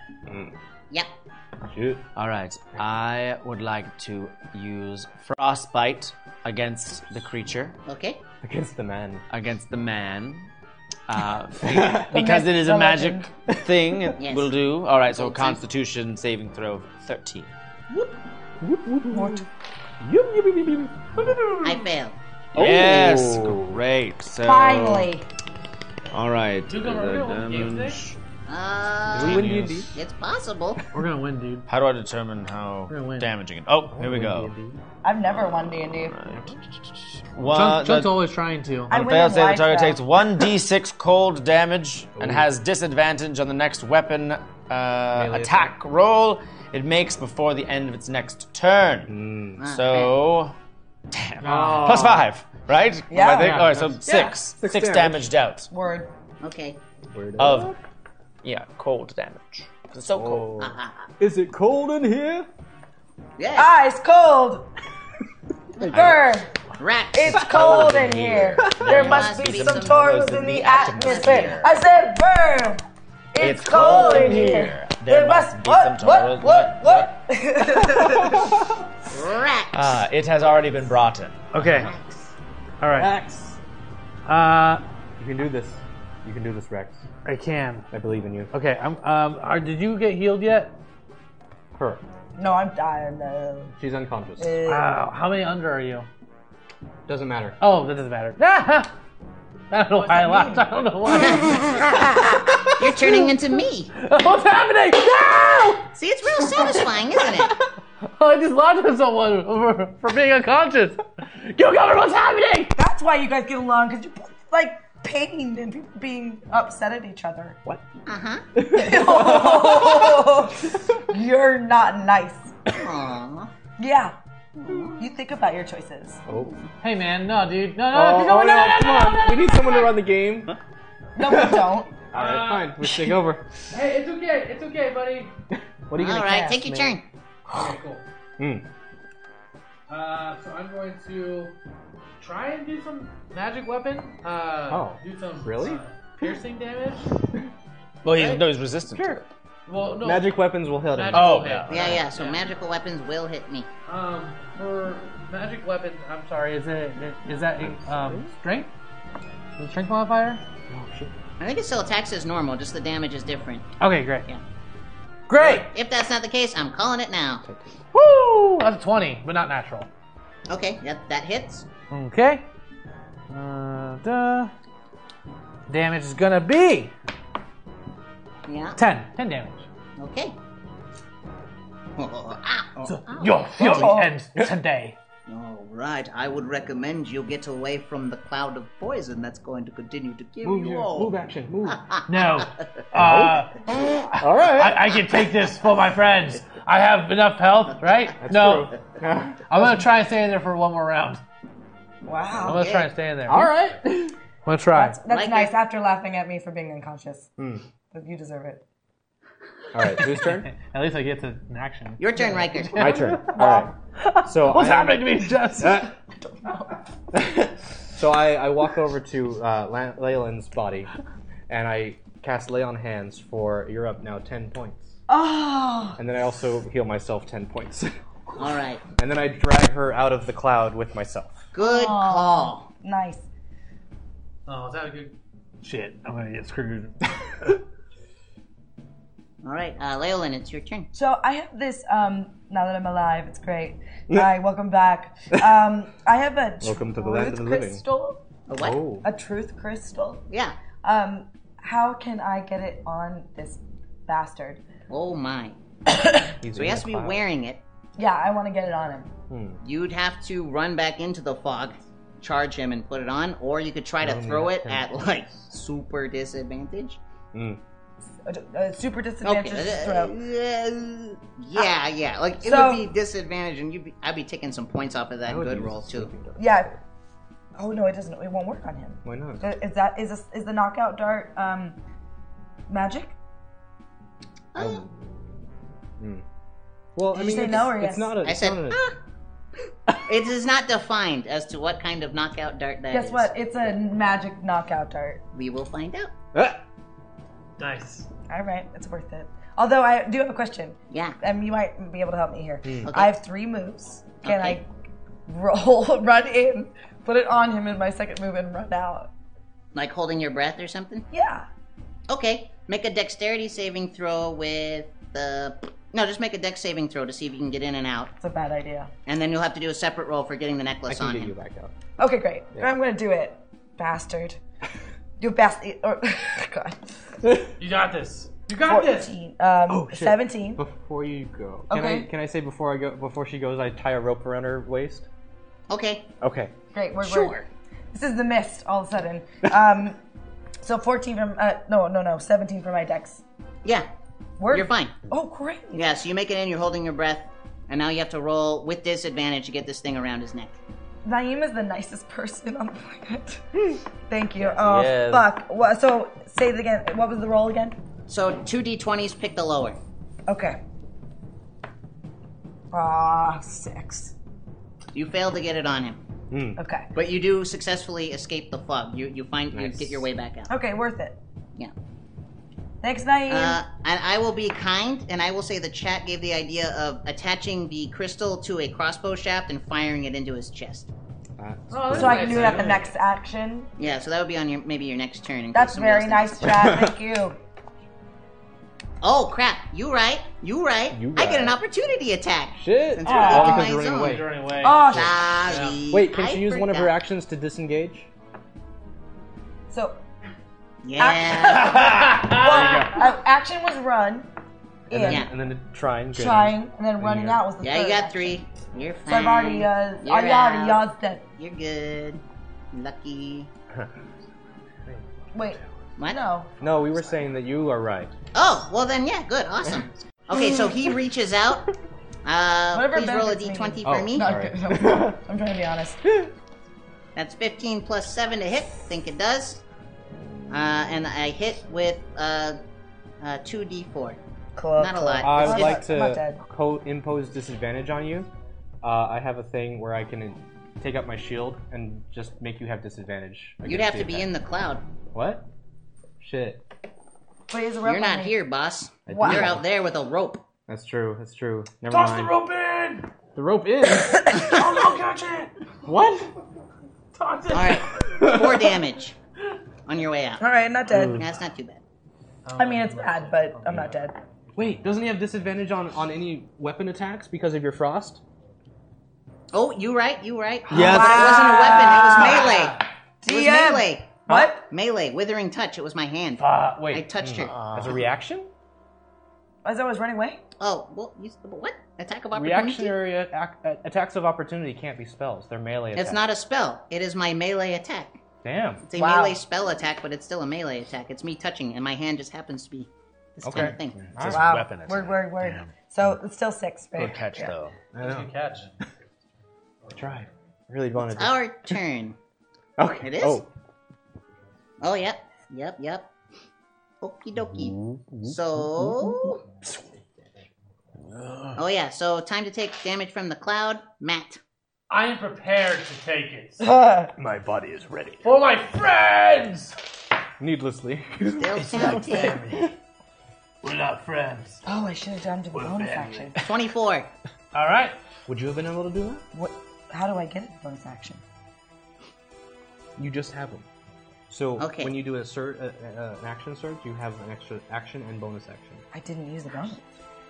Speaker 2: Yep.
Speaker 6: Shoot. Alright. I would like to use Frostbite against the creature.
Speaker 2: Okay.
Speaker 6: Against the man. Against the man. Uh,
Speaker 5: The
Speaker 6: because
Speaker 5: myth,
Speaker 6: it is
Speaker 5: the
Speaker 6: a magic thing, it
Speaker 5: Yes.
Speaker 6: will do. Alright, so
Speaker 5: Eighteen.
Speaker 6: Constitution saving throw of 13.
Speaker 2: I failed.
Speaker 6: Yes, great. So,
Speaker 2: Finally.
Speaker 6: All right.
Speaker 2: Dude, we're
Speaker 6: the
Speaker 2: gonna win
Speaker 6: damage.
Speaker 2: Uh,
Speaker 6: Did we win D&D?
Speaker 2: It's possible.
Speaker 6: We're gonna win, dude. How do I determine how damaging it? Oh, here we go.
Speaker 3: I've never won D and D.
Speaker 6: One,
Speaker 11: Chunk, Chunk's
Speaker 6: Uh, the-
Speaker 11: always trying to.
Speaker 3: I
Speaker 6: on a
Speaker 3: win
Speaker 6: failed
Speaker 3: in
Speaker 6: save, the
Speaker 3: life,
Speaker 6: target
Speaker 3: though.
Speaker 6: takes one d6 cold damage and
Speaker 5: Ooh.
Speaker 6: has disadvantage on the next weapon uh, attack roll it makes before the end of its next turn.
Speaker 5: Ah,
Speaker 6: So, damn,
Speaker 5: Oh.
Speaker 6: plus five, right?
Speaker 5: Yeah.
Speaker 6: I think. All right, so
Speaker 5: Yeah.
Speaker 6: six, six, damaged out
Speaker 3: Word.
Speaker 2: Okay.
Speaker 6: of, yeah, cold damage. It's so cold.
Speaker 4: Is it cold in here?
Speaker 2: Yes.
Speaker 3: Ice Ah, cold. Burn.
Speaker 2: Rat.
Speaker 3: It's cold in here. There must be some Taurus in the atmosphere. I said burn. It's cold in here. There must be
Speaker 6: some
Speaker 3: what? What? What? What?
Speaker 2: Rat.
Speaker 6: Uh, it has already been brought in.
Speaker 4: Okay. All right.
Speaker 11: Rex. Uh,
Speaker 4: You can do this. You can do this, Rex.
Speaker 11: I can.
Speaker 4: I believe in you.
Speaker 11: Okay. I'm. Um. Are, did you get healed yet?
Speaker 4: Her.
Speaker 3: No, I'm dying though.
Speaker 4: She's unconscious.
Speaker 5: Eh.
Speaker 11: Wow. How many under are you?
Speaker 4: Doesn't matter.
Speaker 11: Oh, that doesn't matter. Ah! I don't know why I laughed. I don't know why.
Speaker 2: You're turning into me.
Speaker 11: What's happening? No!
Speaker 2: See, it's real satisfying, isn't it?
Speaker 11: I just laughed at someone for, for being unconscious. You got what's happening?
Speaker 3: That's why you guys get along because you're like pained and people being upset at each other. What?
Speaker 2: Uh
Speaker 3: huh. you're not nice.
Speaker 2: Aww.
Speaker 3: Yeah. You think about your choices.
Speaker 4: Oh.
Speaker 11: Hey man, no, dude, no,
Speaker 4: Oh,
Speaker 11: no, no,
Speaker 4: oh,
Speaker 11: no, no,
Speaker 4: no,
Speaker 11: no,
Speaker 4: come
Speaker 11: no,
Speaker 4: on.
Speaker 11: no,
Speaker 4: We need someone to run the game.
Speaker 3: No, we don't.
Speaker 4: All right, fine. Let's take over.
Speaker 11: Hey, it's okay, it's okay, buddy.
Speaker 4: What are you gonna
Speaker 11: All
Speaker 2: right,
Speaker 11: cast,
Speaker 2: take your
Speaker 11: man? Okay, cool.
Speaker 4: Hmm.
Speaker 11: Uh, so I'm going to try and do some magic weapon. Uh,
Speaker 6: Oh,
Speaker 11: do some
Speaker 6: really?
Speaker 11: uh, piercing damage.
Speaker 6: Well, he's, no, he's resistant.
Speaker 11: Sure. Well, no.
Speaker 6: Magic weapons will hit him.
Speaker 11: Magic
Speaker 6: Oh,
Speaker 11: will hit.
Speaker 6: yeah.
Speaker 2: Yeah, yeah, so magical weapons will hit me.
Speaker 11: Um, for magic weapons, I'm sorry. Is it is that um strength? Is it strength modifier?
Speaker 2: I think it still attacks as normal, just the damage is different.
Speaker 11: Okay, great.
Speaker 2: Yeah.
Speaker 11: Great.
Speaker 2: If that's not the case, I'm calling it now.
Speaker 11: Woo! That's a twenty, but not natural.
Speaker 2: Okay, that, that hits.
Speaker 11: Okay. Uh, duh. Damage is gonna be
Speaker 2: Yeah.
Speaker 11: ten. Ten damage.
Speaker 2: Okay. Ow.
Speaker 11: So your fury
Speaker 2: Oh.
Speaker 11: ends today.
Speaker 2: ah, All right, I would recommend you get away from the cloud of poison that's going to continue to kill
Speaker 11: Move
Speaker 2: you
Speaker 11: here.
Speaker 2: all.
Speaker 11: Move
Speaker 2: action. Move.
Speaker 11: No. Uh, All right. I, I can take this for my friends. I have enough health, right? no. I'm gonna try and stay in there for one more round.
Speaker 3: Wow.
Speaker 11: I'm gonna try and stay in there.
Speaker 3: All right.
Speaker 11: I'm gonna try.
Speaker 3: That's nice after laughing at me for being unconscious.
Speaker 6: Hmm.
Speaker 3: But You deserve it.
Speaker 6: All right, whose turn?
Speaker 11: At least I get to an action.
Speaker 2: Your turn, Riker.
Speaker 6: My turn. All right. So
Speaker 11: What's
Speaker 6: I am-
Speaker 11: happening to me, Jess?
Speaker 6: Uh, so I, I walk over to uh, Lan- Leyland's body, and I cast Lay on Hands for you're up now ten points,
Speaker 11: Ah!
Speaker 3: Oh.
Speaker 6: and then I also heal myself ten points,
Speaker 2: All right.
Speaker 6: and then I drag her out of the cloud with myself.
Speaker 2: Good call.
Speaker 3: Nice.
Speaker 11: Oh, is that a good? Shit, I'm gonna get screwed.
Speaker 2: All right, uh, Leolin, it's your turn.
Speaker 3: So I have this. Um, now that I'm alive, it's great. Hi, welcome back. Um, I have a
Speaker 6: Welcome to the
Speaker 3: truth
Speaker 6: land of the living.
Speaker 3: crystal.
Speaker 2: A
Speaker 6: what? Oh.
Speaker 3: A truth crystal.
Speaker 2: Yeah.
Speaker 3: Um, how can I get it on this bastard?
Speaker 2: Oh my. so he has to be wearing it.
Speaker 3: Yeah, I want to get it on him.
Speaker 2: You'd have to run back into the fog, charge him, and put it on, or you could try to
Speaker 6: Oh,
Speaker 3: Run
Speaker 2: throw
Speaker 3: back
Speaker 2: it
Speaker 3: in.
Speaker 2: at like super disadvantage.
Speaker 3: Uh, uh, super disadvantage
Speaker 2: Okay, uh,
Speaker 3: throw. Uh,
Speaker 2: Yeah, yeah. Like it
Speaker 3: so-
Speaker 2: would be disadvantage, and you'd be, I'd be taking some points off of that good roll too.
Speaker 3: Yeah. Oh no, it doesn't. It won't work on him.
Speaker 6: Why not?
Speaker 3: Uh, Is that is this, is the knockout dart um, magic?
Speaker 2: Uh,
Speaker 6: Um, hmm. Well,
Speaker 3: Did
Speaker 6: I
Speaker 3: you
Speaker 6: mean,
Speaker 3: say
Speaker 6: it's,
Speaker 3: no or
Speaker 6: it's
Speaker 3: yes?
Speaker 6: not a.
Speaker 2: I
Speaker 6: it's
Speaker 2: said,
Speaker 6: not a-
Speaker 2: "Ah." it is not defined as to what kind of knockout dart that is.
Speaker 3: Guess what? It's a magic knockout dart.
Speaker 2: We will find out.
Speaker 6: Ah.
Speaker 11: Nice.
Speaker 3: All right, it's worth it. Although I do have a question.
Speaker 2: Yeah.
Speaker 3: Um, you might be able to help me here.
Speaker 2: Hmm. Okay.
Speaker 3: I have three moves. Can
Speaker 2: Okay.
Speaker 3: I roll, run in, put it on him in my second move, and run out?
Speaker 2: Like holding your breath or something?
Speaker 3: Yeah.
Speaker 2: Okay. Make a dexterity saving throw with the. No, just make a dex saving throw to see if you can get in and out.
Speaker 3: It's a bad idea.
Speaker 2: And then you'll have to do a separate roll for getting the necklace on him.
Speaker 3: Okay, great. I'm gonna do it, bastard. You bastard. Or, God.
Speaker 11: You got this. You got this.
Speaker 3: 14, Um,
Speaker 6: Oh, shit.
Speaker 3: 17.
Speaker 6: Before you go, can I
Speaker 3: Okay.
Speaker 6: can I say before I go before she goes, I tie a rope around her waist?
Speaker 2: Okay.
Speaker 6: Okay.
Speaker 3: Great. We're,
Speaker 6: Sure.
Speaker 3: We're, this is the mist all of a sudden. Um, so 14 from. Uh, no, no, no. 17 for my dex.
Speaker 2: Yeah.
Speaker 3: Word.
Speaker 2: You're fine.
Speaker 3: Oh, great.
Speaker 2: Yeah, so you make it in, you're holding your breath, and now you have to roll with disadvantage to get this thing around his neck.
Speaker 3: Naeem is the nicest person on the planet. Thank you. Oh,
Speaker 2: Yes.
Speaker 3: fuck. What, so, say it again. What was the roll again?
Speaker 2: So, 2d20s, pick the lower.
Speaker 3: Okay. Ah, six.
Speaker 2: You fail to get it on him.
Speaker 6: Hmm.
Speaker 3: Okay.
Speaker 2: But you do successfully escape the fog. You, you find you get your way back out.
Speaker 3: Okay, worth it.
Speaker 2: Yeah.
Speaker 3: Thanks, Naeem.
Speaker 2: Uh, and I will be kind, and I will say the chat gave the idea of attaching the crystal to a crossbow shaft and firing it into his chest.
Speaker 3: so I can do it at the next action.
Speaker 2: Yeah, so that would be on your maybe your next turn. in case
Speaker 3: That's
Speaker 2: somebody
Speaker 3: very
Speaker 2: else
Speaker 3: nice,
Speaker 2: thinks-
Speaker 3: Chad. Thank you.
Speaker 2: Oh crap! You right? You right?
Speaker 6: You
Speaker 2: I get an
Speaker 6: right.
Speaker 2: opportunity attack.
Speaker 6: Shit!
Speaker 2: Since we're
Speaker 6: Oh,
Speaker 2: in
Speaker 6: because
Speaker 2: my
Speaker 6: you're running
Speaker 2: zone.
Speaker 6: away.
Speaker 3: Oh,
Speaker 2: Sorry.
Speaker 6: Wait, can
Speaker 2: I
Speaker 6: she use one of her
Speaker 2: forgot.
Speaker 6: actions to disengage?
Speaker 3: So,
Speaker 2: Yeah.
Speaker 3: uh, action was run,
Speaker 6: And then,
Speaker 3: Yeah.
Speaker 6: and then trying. good.
Speaker 3: trying, and then running
Speaker 6: you're-
Speaker 3: out was the
Speaker 2: yeah,
Speaker 3: third.
Speaker 2: you got three. You're fine.
Speaker 3: So I've already, uh,
Speaker 2: You're
Speaker 3: I already,
Speaker 2: out.
Speaker 3: y'all's dead.
Speaker 2: You're good. Lucky.
Speaker 3: Wait.
Speaker 2: What?
Speaker 3: No.
Speaker 6: No, we were saying that you are right.
Speaker 2: Oh, well then, yeah, good, awesome. Okay, so he reaches out. Uh,
Speaker 3: Whatever
Speaker 2: please roll a
Speaker 3: benefits
Speaker 2: d20
Speaker 3: me.
Speaker 6: Oh,
Speaker 2: for me.
Speaker 3: No, I'm- I'm trying to be honest.
Speaker 2: That's 15 plus 7 to hit. Think it does. Uh, and I hit with uh, uh, 2d4.
Speaker 3: Club,
Speaker 2: Not a lot.
Speaker 6: I
Speaker 2: It's-
Speaker 6: would
Speaker 2: it's-
Speaker 6: like to co- impose disadvantage on you. Uh, I have a thing where I can take up my shield and just make you have disadvantage.
Speaker 2: You'd
Speaker 6: against
Speaker 2: have to be
Speaker 6: attack.
Speaker 2: in the cloud.
Speaker 6: What? Shit.
Speaker 3: Wait, is
Speaker 2: You're not here, boss.
Speaker 6: I
Speaker 2: You're
Speaker 6: do.
Speaker 2: out there with a rope.
Speaker 6: That's true. That's true. Never
Speaker 33: Toss
Speaker 6: mind.
Speaker 33: the rope in!
Speaker 6: The rope is.
Speaker 33: oh no, catch it!
Speaker 6: what?
Speaker 33: Toss it!
Speaker 2: Alright, 4 damage on your way out.
Speaker 3: Alright, not dead.
Speaker 2: Yeah, That's not too bad.
Speaker 3: I mean, it's bad, but I'm not dead.
Speaker 6: Wait, doesn't he have disadvantage on, on any weapon attacks because of your frost?
Speaker 2: Oh, you right, you right.
Speaker 6: Yes.
Speaker 2: But it wasn't a weapon, it was melee. It was
Speaker 6: DM.
Speaker 2: melee.
Speaker 3: What?
Speaker 2: Melee, withering touch. It was my hand.
Speaker 6: Uh, wait.
Speaker 2: I touched her.
Speaker 6: As a reaction?
Speaker 3: As I was running away?
Speaker 2: Oh, well, you, what? Attack of opportunity?
Speaker 4: Reactionary attack, uh, attacks of opportunity can't be spells. They're melee attacks.
Speaker 2: It's not a spell. It is my melee attack.
Speaker 4: Damn.
Speaker 2: It's a melee spell attack, but it's still a melee attack. It's me touching, and my hand just happens to be this kind of
Speaker 4: Okay.
Speaker 2: thing.
Speaker 4: It's just
Speaker 3: wow.
Speaker 4: weapon attack.
Speaker 3: Word, word, word. So it's still six, right?
Speaker 6: Good catch,
Speaker 3: Yeah.
Speaker 6: though.
Speaker 4: I know. catch. Try. Really
Speaker 2: It's
Speaker 4: wanted.
Speaker 2: our turn.
Speaker 4: Okay.
Speaker 2: It is?
Speaker 4: Oh.
Speaker 2: Oh, yep. Yep, yep. Okie dokie. So. Oh, yeah. So, time to take damage from the cloud. Matt.
Speaker 11: I am prepared to take it.
Speaker 34: My body is ready.
Speaker 11: For my friends!
Speaker 4: Needlessly.
Speaker 2: Still counting.
Speaker 11: We're not friends.
Speaker 3: Oh, I should have done the bonus action.
Speaker 2: 24.
Speaker 11: All right.
Speaker 4: Would you have been able to do that?
Speaker 3: What? How do I get it? Bonus action.
Speaker 4: You just have them. So
Speaker 3: Okay.
Speaker 4: when you do a sur- uh, uh, an action surge, you have an extra action and bonus action.
Speaker 3: I didn't use the bonus.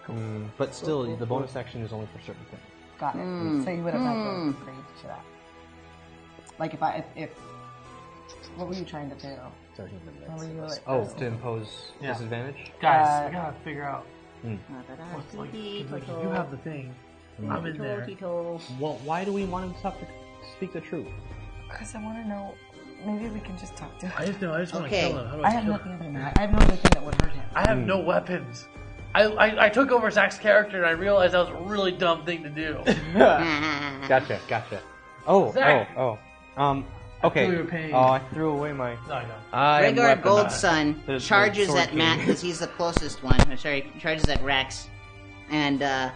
Speaker 4: Mm, but still,
Speaker 3: cool,
Speaker 4: the
Speaker 3: cool.
Speaker 4: bonus action is only for certain things.
Speaker 3: Got it.
Speaker 2: Hmm.
Speaker 4: Mm.
Speaker 3: So you would have
Speaker 4: Mm.
Speaker 3: had to upgrade to that. Like if I if, if what were you trying to do? What were you like-
Speaker 4: Oh, to impose
Speaker 11: Yeah.
Speaker 4: disadvantage,
Speaker 11: Guys,
Speaker 3: Uh,
Speaker 11: we gotta figure out.
Speaker 4: Mm.
Speaker 11: What's like, 'cause, like, you have the thing.
Speaker 4: Mm.
Speaker 11: I'm in there.
Speaker 4: Well, why do we want him to stop to speak the truth?
Speaker 3: Because I want to know. Maybe we can just talk to him.
Speaker 11: I just know. I just want to
Speaker 3: Okay.
Speaker 11: kill him. How do
Speaker 3: I have
Speaker 11: kill
Speaker 3: nothing
Speaker 11: him?
Speaker 3: other than that. I have no other thing that would hurt him.
Speaker 11: I have no weapons. I, I, I took over Zach's character and I realized that was a really dumb thing to do.
Speaker 4: Gotcha, gotcha. Oh,
Speaker 11: Zach!
Speaker 4: oh, oh. Um, okay.
Speaker 11: threw your pain.
Speaker 4: Oh, I threw away my.
Speaker 11: No, I know.
Speaker 4: I am
Speaker 2: Gregor
Speaker 4: weaponized. The- the
Speaker 2: Goldson charges
Speaker 4: sword
Speaker 2: at
Speaker 4: king.
Speaker 2: Matt because he's the closest one. I'm sorry, charges at Rex. And uh,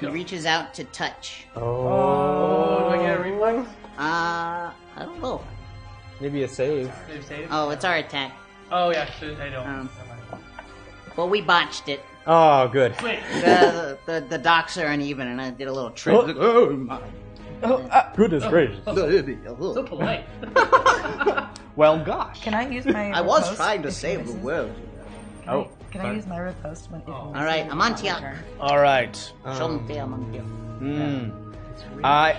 Speaker 2: he reaches out to touch.
Speaker 4: Oh.
Speaker 11: do I get a reflex?
Speaker 2: Uh, I don't know.
Speaker 4: Maybe a save.
Speaker 11: Did you save?
Speaker 2: Oh, it's our attack.
Speaker 11: Oh, yeah, shit, I don't.
Speaker 2: Well, we botched it.
Speaker 4: Oh, good.
Speaker 11: Wait.
Speaker 2: The, the, the docks are uneven, and I did a little trick.
Speaker 4: Oh, oh, my.
Speaker 6: Oh, uh,
Speaker 4: Goodness gracious.
Speaker 2: So
Speaker 11: polite.
Speaker 4: Well, gosh.
Speaker 3: Can I use my?
Speaker 2: I was
Speaker 3: riposte
Speaker 2: trying to
Speaker 3: if he
Speaker 2: save the
Speaker 3: misses?
Speaker 2: world.
Speaker 3: Can
Speaker 6: Oh.
Speaker 3: I, can I
Speaker 6: sorry. Oh.
Speaker 3: use my red post when? All
Speaker 2: right, I'm on to ya.
Speaker 6: All right. Mm. I.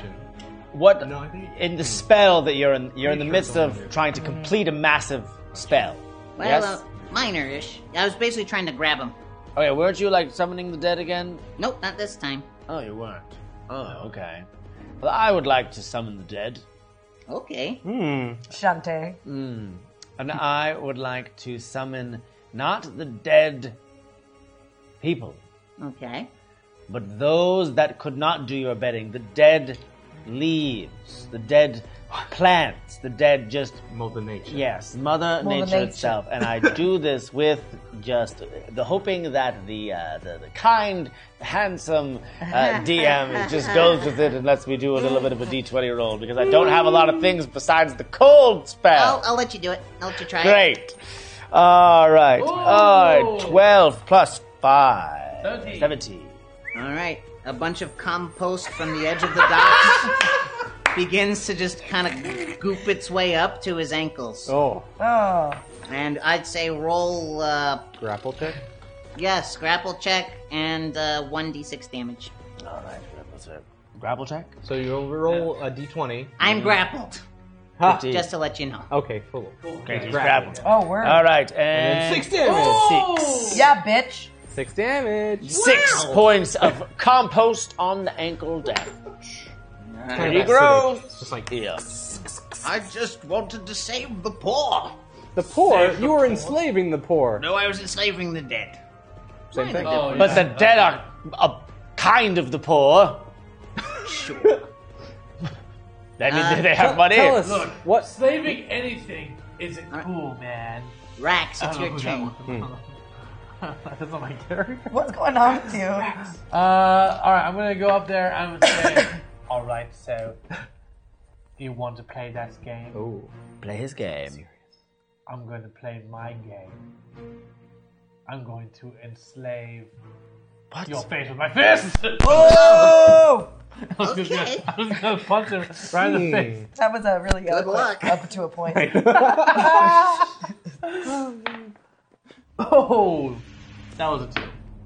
Speaker 6: What in the spell that you're in? You're in the midst of trying to complete a massive spell.
Speaker 2: Well,
Speaker 6: yes.
Speaker 2: uh, minor-ish. I was basically trying to grab him.
Speaker 6: Oh yeah, weren't you like summoning the dead again?
Speaker 2: Nope, not this time.
Speaker 6: Oh, you weren't. Oh, okay. Well, I would like to summon the dead.
Speaker 2: Okay.
Speaker 6: Hmm.
Speaker 3: Shante.
Speaker 6: Mm. And I would like to summon not the dead people,
Speaker 2: Okay.
Speaker 6: but those that could not do your bidding. The dead leaves, the dead plants, the dead just.
Speaker 4: Mother Nature.
Speaker 6: Yes, Mother,
Speaker 4: Mother
Speaker 6: nature,
Speaker 4: Nature.
Speaker 6: itself. And I do this with just the hoping that the, uh, the, the kind, handsome uh, DM just goes with it and lets me do a little bit of a d20 roll because I don't have a lot of things besides the cold spell.
Speaker 2: I'll, I'll let you do it. I'll let you try it.
Speaker 6: Great. All right. All right. 12 plus 5.
Speaker 2: 17.
Speaker 6: 17.
Speaker 2: All right. A bunch of compost from the edge of the docks begins to just kind of goop its way up to his ankles.
Speaker 4: Oh.
Speaker 3: Oh.
Speaker 2: And I'd say roll, uh,
Speaker 4: Grapple check?
Speaker 2: yes, grapple check and uh, 1d6 damage.
Speaker 6: All right. Grapple check. Grapple check?
Speaker 4: So you roll a d20.
Speaker 2: I'm grappled.
Speaker 4: Ha.
Speaker 2: Just to let you know.
Speaker 4: Okay, cool.
Speaker 6: Great, he's grappled.
Speaker 3: Oh, word.
Speaker 6: All right.
Speaker 4: And then
Speaker 6: And,
Speaker 4: six damage.
Speaker 6: Six.
Speaker 3: Yeah, bitch.
Speaker 4: Six damage.
Speaker 6: Six points of compost on the ankle damage.
Speaker 2: Alright.
Speaker 6: Pretty gross.
Speaker 4: Just like
Speaker 6: yes.
Speaker 2: I just wanted to save the poor.
Speaker 4: The poor. You were enslaving the poor.
Speaker 2: No, I was enslaving the dead.
Speaker 4: Same thing.
Speaker 11: Oh,
Speaker 6: but the dead are a kind of the poor.
Speaker 2: Sure.
Speaker 6: that means
Speaker 11: Uh,
Speaker 6: they have
Speaker 11: tell-
Speaker 6: money.
Speaker 11: tell us. Look, What? Saving anything isn't cool, man.
Speaker 2: Rax,
Speaker 11: I
Speaker 2: it's
Speaker 11: don't know
Speaker 2: your
Speaker 11: who
Speaker 2: turn.
Speaker 11: that was. That's not my character.
Speaker 3: What's going on with you?
Speaker 11: Uh, all right, I'm gonna go up there. and I'm gonna say, all right, so you want to play that game?
Speaker 6: Ooh. Play his game.
Speaker 11: I'm going to play my game. I'm going to enslave your face with my fist.
Speaker 3: Oh!
Speaker 11: I was just gonna- I was gonna punch him right in the face.
Speaker 3: That was a really good
Speaker 2: luck.
Speaker 3: up to a point.
Speaker 11: Oh, that was a two.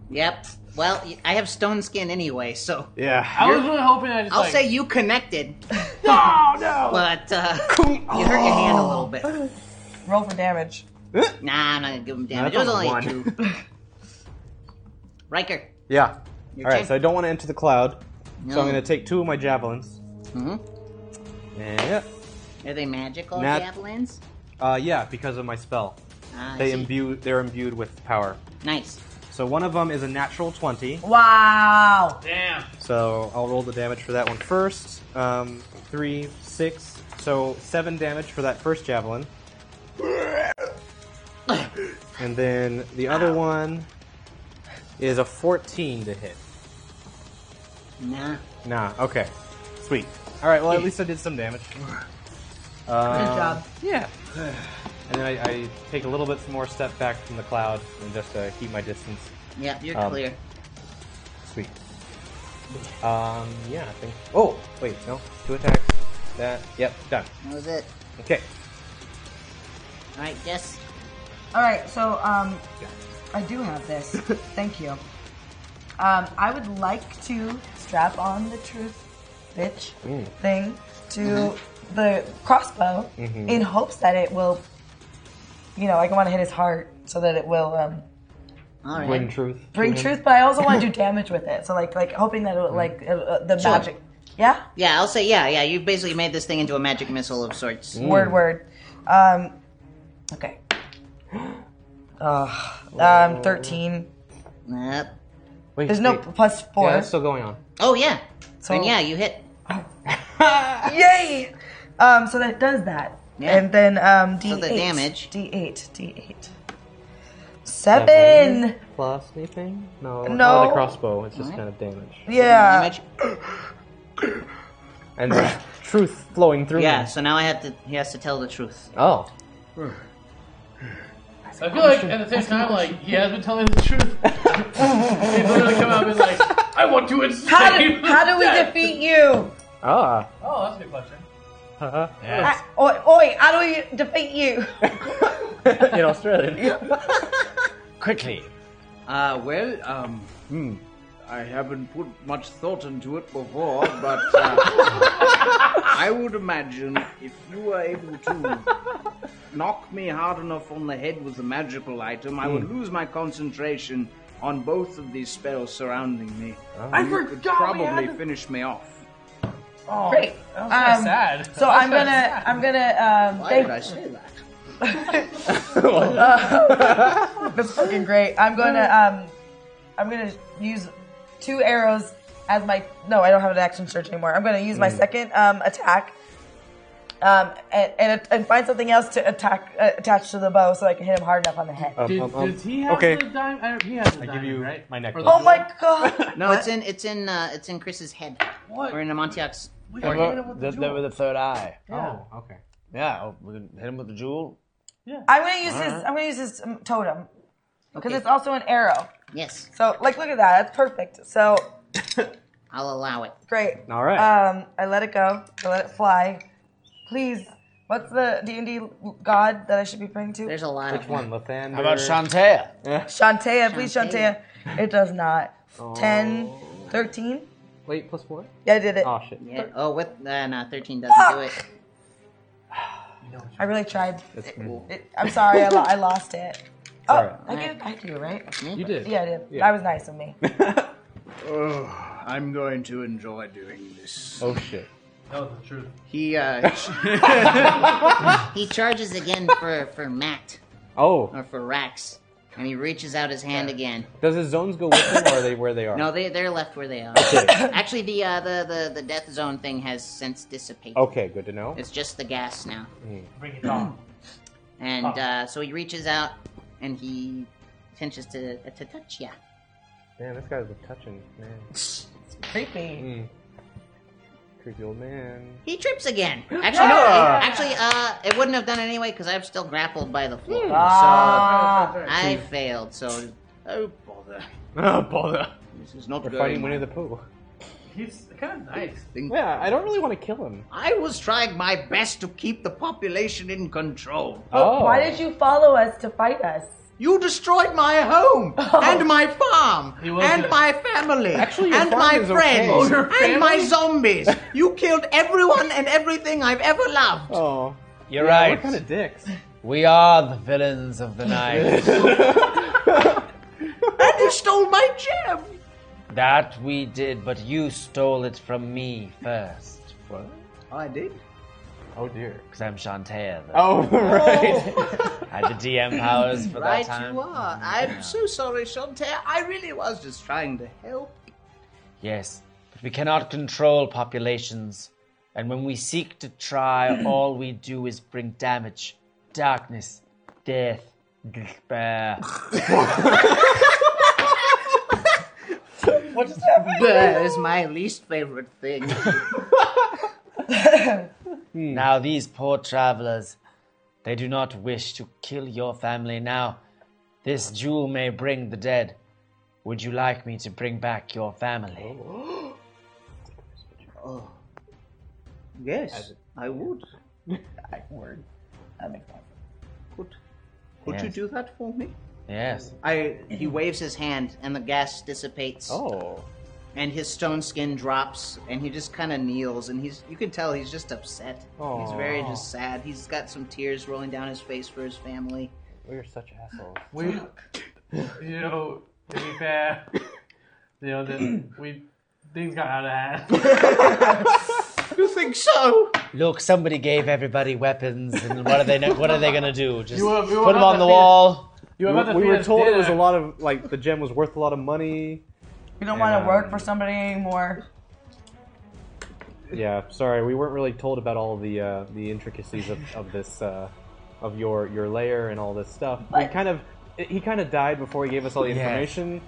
Speaker 2: Yep. Well, y- I have stone skin anyway, so.
Speaker 4: Yeah.
Speaker 11: I was really hoping I just.
Speaker 2: I'll
Speaker 11: like,
Speaker 2: say you connected,
Speaker 11: Oh no!
Speaker 2: but uh, you hurt your hand a little
Speaker 4: Oh.
Speaker 2: bit.
Speaker 3: Roll for damage.
Speaker 2: Nah, I'm not gonna give him damage.
Speaker 3: No,
Speaker 2: it was
Speaker 3: that's
Speaker 2: only
Speaker 3: a
Speaker 2: a two. Riker.
Speaker 6: Yeah.
Speaker 2: Your
Speaker 6: All right,
Speaker 2: turn.
Speaker 6: so I don't want to enter the cloud, so
Speaker 2: No.
Speaker 6: I'm going to take two of my javelins.
Speaker 2: hmm
Speaker 6: Yeah.
Speaker 2: Are they magical
Speaker 6: Nat-
Speaker 2: javelins?
Speaker 6: Uh, yeah, because of my spell.
Speaker 2: Ah, I
Speaker 6: they
Speaker 2: see.
Speaker 6: imbue. They're imbued with power.
Speaker 2: Nice.
Speaker 6: So one of them is a natural twenty.
Speaker 3: Wow. Damn.
Speaker 6: So I'll roll the damage for that one first. Um, three, six. So seven damage for that first javelin. And then the other one is a fourteen to hit.
Speaker 2: Nah.
Speaker 6: Nah. Okay. Sweet. All right. Well, at least I did some damage. Um,
Speaker 2: Yeah.
Speaker 6: And then I, I take a little bit more step back from the cloud and just uh, keep my distance.
Speaker 2: Yep, you're
Speaker 6: Um,
Speaker 2: clear.
Speaker 6: Sweet. Um, yeah, I think. Oh, wait, no, two attacks. That. Yep, done.
Speaker 2: That was it.
Speaker 6: Okay.
Speaker 2: All right, Jess.
Speaker 3: All right, so um, I do have this. Thank you. Um, I would like to strap on the truth, bitch,
Speaker 35: Mm.
Speaker 3: thing to
Speaker 35: Mhm.
Speaker 3: the crossbow
Speaker 35: Mhm.
Speaker 3: in hopes that it will, you know, I want to hit his heart so that it will um,
Speaker 2: All
Speaker 3: right.
Speaker 6: Bring truth.
Speaker 3: bring
Speaker 2: Mhm.
Speaker 3: truth. But I also want to do damage with it. So like, like hoping that it will, like uh, uh, the
Speaker 2: Sure.
Speaker 3: magic. Yeah.
Speaker 2: Yeah, I'll say yeah, yeah. You've basically made this thing into a magic missile of sorts.
Speaker 3: Word, word. Um, okay. Uh, um, thirteen.
Speaker 6: Mm-hmm.
Speaker 2: Yep.
Speaker 6: Wait,
Speaker 3: There's no plus four.
Speaker 6: Yeah, that's still going on.
Speaker 2: Oh yeah.
Speaker 3: So-
Speaker 2: then yeah, you hit.
Speaker 3: Yay! Um, so that does that.
Speaker 2: Yeah.
Speaker 3: And then um, D8.
Speaker 2: So the damage.
Speaker 3: D8. D8. Seven.
Speaker 6: Plus anything? No.
Speaker 3: No.
Speaker 6: Not a crossbow. It's just kind of damage.
Speaker 3: Yeah.
Speaker 6: And there's truth flowing through.
Speaker 2: Yeah.
Speaker 6: me.
Speaker 2: So now I have to. He has to tell the truth.
Speaker 6: Oh.
Speaker 11: I feel like at the same time, like he has been telling the truth. He's literally come out and been like, "I want to enslave."
Speaker 3: How do, how do we defeat you?
Speaker 6: Ah.
Speaker 11: Oh, that's a good question.
Speaker 3: I, oi, oi, how do we defeat you?
Speaker 6: In Australia.
Speaker 36: Quickly.
Speaker 5: Uh, well, um, hmm. I haven't put much thought into it before, but uh, I would imagine if you were able to knock me hard enough on the head with a magical item, I would
Speaker 37: Hmm.
Speaker 5: lose my concentration on both of these spells surrounding me.
Speaker 37: I
Speaker 5: you could
Speaker 37: forgot we had
Speaker 5: probably
Speaker 37: the-
Speaker 5: finish me off.
Speaker 3: Oh, Great.
Speaker 11: that was kinda
Speaker 3: Um,
Speaker 11: sad.
Speaker 3: So
Speaker 11: That was
Speaker 3: I'm
Speaker 11: kinda
Speaker 3: gonna, I'm gonna, um,
Speaker 5: Why
Speaker 3: thank-
Speaker 5: did I say that?
Speaker 3: Uh, that's fucking great. I'm gonna um, I'm gonna use two arrows as my no. I don't have an action search anymore. I'm gonna use my
Speaker 35: Mm.
Speaker 3: second um, attack. Um, and, and and find something else to attack uh, attach to the bow so I can hit him hard enough on the head.
Speaker 6: Um,
Speaker 11: Did,
Speaker 6: um, um,
Speaker 11: did he have
Speaker 6: okay.
Speaker 11: the dime? I, he has the dime, right?
Speaker 6: my
Speaker 11: Or
Speaker 6: necklace.
Speaker 11: the
Speaker 3: Oh my
Speaker 11: jewel?
Speaker 3: god!
Speaker 2: No, Oh, it's in. It's in. Uh, it's in Chris's head.
Speaker 11: What?
Speaker 2: Or in Amontillac's.
Speaker 36: We
Speaker 2: organ.
Speaker 36: the, the, with the third eye.
Speaker 11: Yeah.
Speaker 36: Oh, okay. Yeah, oh, we can hit him with the jewel.
Speaker 3: I'm gonna use
Speaker 36: All
Speaker 3: his
Speaker 36: right.
Speaker 3: I'm gonna use his um, totem because
Speaker 36: Okay.
Speaker 3: it's also an arrow.
Speaker 2: Yes.
Speaker 3: So like, look at that. That's perfect. So
Speaker 2: I'll allow it.
Speaker 3: Great.
Speaker 2: All right.
Speaker 3: Um, I let it go. I let it fly. Please. What's the D and D god that I should be praying to?
Speaker 2: There's a lot
Speaker 6: Which one? Lathander.
Speaker 36: How about Shantea?
Speaker 3: Shantea, please Shantea.
Speaker 36: Shantea.
Speaker 3: It does not.
Speaker 2: Oh.
Speaker 3: Ten, thirteen. 10, 13.
Speaker 6: Wait, plus four?
Speaker 3: Yeah, I did it.
Speaker 6: Oh shit.
Speaker 2: Yeah. Oh, what? Uh, no, thirteen doesn't do it.
Speaker 3: I really tried.
Speaker 6: That's
Speaker 2: cool.
Speaker 3: It- I'm sorry, I, lo- I lost it. Oh,
Speaker 5: all right.
Speaker 3: I gave I do, right?
Speaker 5: You did.
Speaker 3: Yeah, I did.
Speaker 5: Yeah.
Speaker 3: That was nice of me.
Speaker 5: Oh, I'm going to enjoy doing this.
Speaker 6: Oh shit.
Speaker 11: That was the truth.
Speaker 5: He uh
Speaker 2: he charges again for for Matt
Speaker 6: Oh.
Speaker 2: or for Rax, and he reaches out his hand again.
Speaker 6: Does his zones go with him, or are they where they are?
Speaker 2: No, they they're left where they are. Actually, the uh, the the the death zone thing has since dissipated.
Speaker 5: Oh.
Speaker 6: Okay, good to know.
Speaker 2: It's just the gas now.
Speaker 6: Mm.
Speaker 11: Bring it on.
Speaker 2: And
Speaker 11: Oh.
Speaker 2: uh, so he reaches out and he pinches to uh, to touch ya.
Speaker 6: Man, this guy's a touching man.
Speaker 3: Creepy.
Speaker 6: Creepy old man.
Speaker 2: He trips again. Actually, no.
Speaker 6: Yeah.
Speaker 5: Ah.
Speaker 2: it- Actually, uh, it wouldn't have done anyway because I'm still grappled by the floor.
Speaker 6: Hmm.
Speaker 2: So
Speaker 6: Ah.
Speaker 2: I failed. So oh bother.
Speaker 6: Oh, bother.
Speaker 5: This is not
Speaker 6: We're
Speaker 5: going
Speaker 6: fighting Winnie
Speaker 5: well.
Speaker 6: the Pooh.
Speaker 11: He's kind of nice.
Speaker 6: Yeah, I don't really want to kill him.
Speaker 5: I was trying my best to keep the population in control.
Speaker 6: Oh.
Speaker 3: But Why did you follow us to fight us?
Speaker 5: You destroyed my home and my farm
Speaker 3: Oh. was
Speaker 5: and
Speaker 3: good.
Speaker 5: my family
Speaker 3: Actually, your
Speaker 5: and
Speaker 3: farm
Speaker 5: my
Speaker 3: is okay.
Speaker 5: friends
Speaker 3: Oh, your
Speaker 5: and my
Speaker 3: family?
Speaker 5: zombies. you killed everyone and everything I've ever loved.
Speaker 6: Oh.
Speaker 36: You're
Speaker 5: Yeah,
Speaker 36: right.
Speaker 5: what kind
Speaker 6: of dicks?
Speaker 36: We are the villains of the night.
Speaker 3: I did
Speaker 38: You stole my gem.
Speaker 6: That we did, but you stole it from me first. What?
Speaker 2: I did.
Speaker 6: Oh dear. Because I'm Shantae. the-
Speaker 2: Oh, right.
Speaker 6: I had the DM powers for
Speaker 2: right
Speaker 6: that time.
Speaker 2: you are. I'm so sorry, Shantae. I really was just trying to help.
Speaker 6: Yes, but we cannot control populations, and when we seek to try, all we do is bring damage, darkness, death, despair.
Speaker 38: What's
Speaker 6: happening?
Speaker 38: Burr is my least favorite thing.
Speaker 6: Now these poor travelers, they do not wish to kill your family now. This jewel may bring the dead. Would you like me to bring back your family?
Speaker 2: Oh. Yes, I would. I would. Could, could you
Speaker 6: Yes.
Speaker 2: do that for me?
Speaker 6: Yes.
Speaker 39: I, he
Speaker 6: Mm-hmm.
Speaker 39: waves his hand, and the gas dissipates.
Speaker 6: Oh.
Speaker 39: And his stone skin drops.
Speaker 38: and he just kind of kneels, and he's—you can tell—he's just upset. He's very just sad. He's got some tears rolling down his face for his family.
Speaker 6: We're such assholes.
Speaker 11: We, you know, to be fair, you know, the, we things got out of hand.
Speaker 6: You think so? Look, somebody gave everybody weapons, and what are they? What are they gonna do? Just
Speaker 11: You were- you were
Speaker 6: put them on
Speaker 11: about to
Speaker 6: the
Speaker 11: feed-
Speaker 6: wall.
Speaker 11: you were about to
Speaker 5: we
Speaker 11: feed
Speaker 5: were
Speaker 11: us
Speaker 5: told it was a
Speaker 11: dinner.
Speaker 5: lot of like the gem was worth a lot of money.
Speaker 3: You don't
Speaker 5: And,
Speaker 3: want
Speaker 5: um,
Speaker 3: to work for somebody anymore.
Speaker 5: Yeah, sorry, we weren't really told about all the uh, the intricacies of, of this uh, of your your layer and all this stuff. we kind of he kind of died before he gave us all the
Speaker 2: Yes.
Speaker 5: information.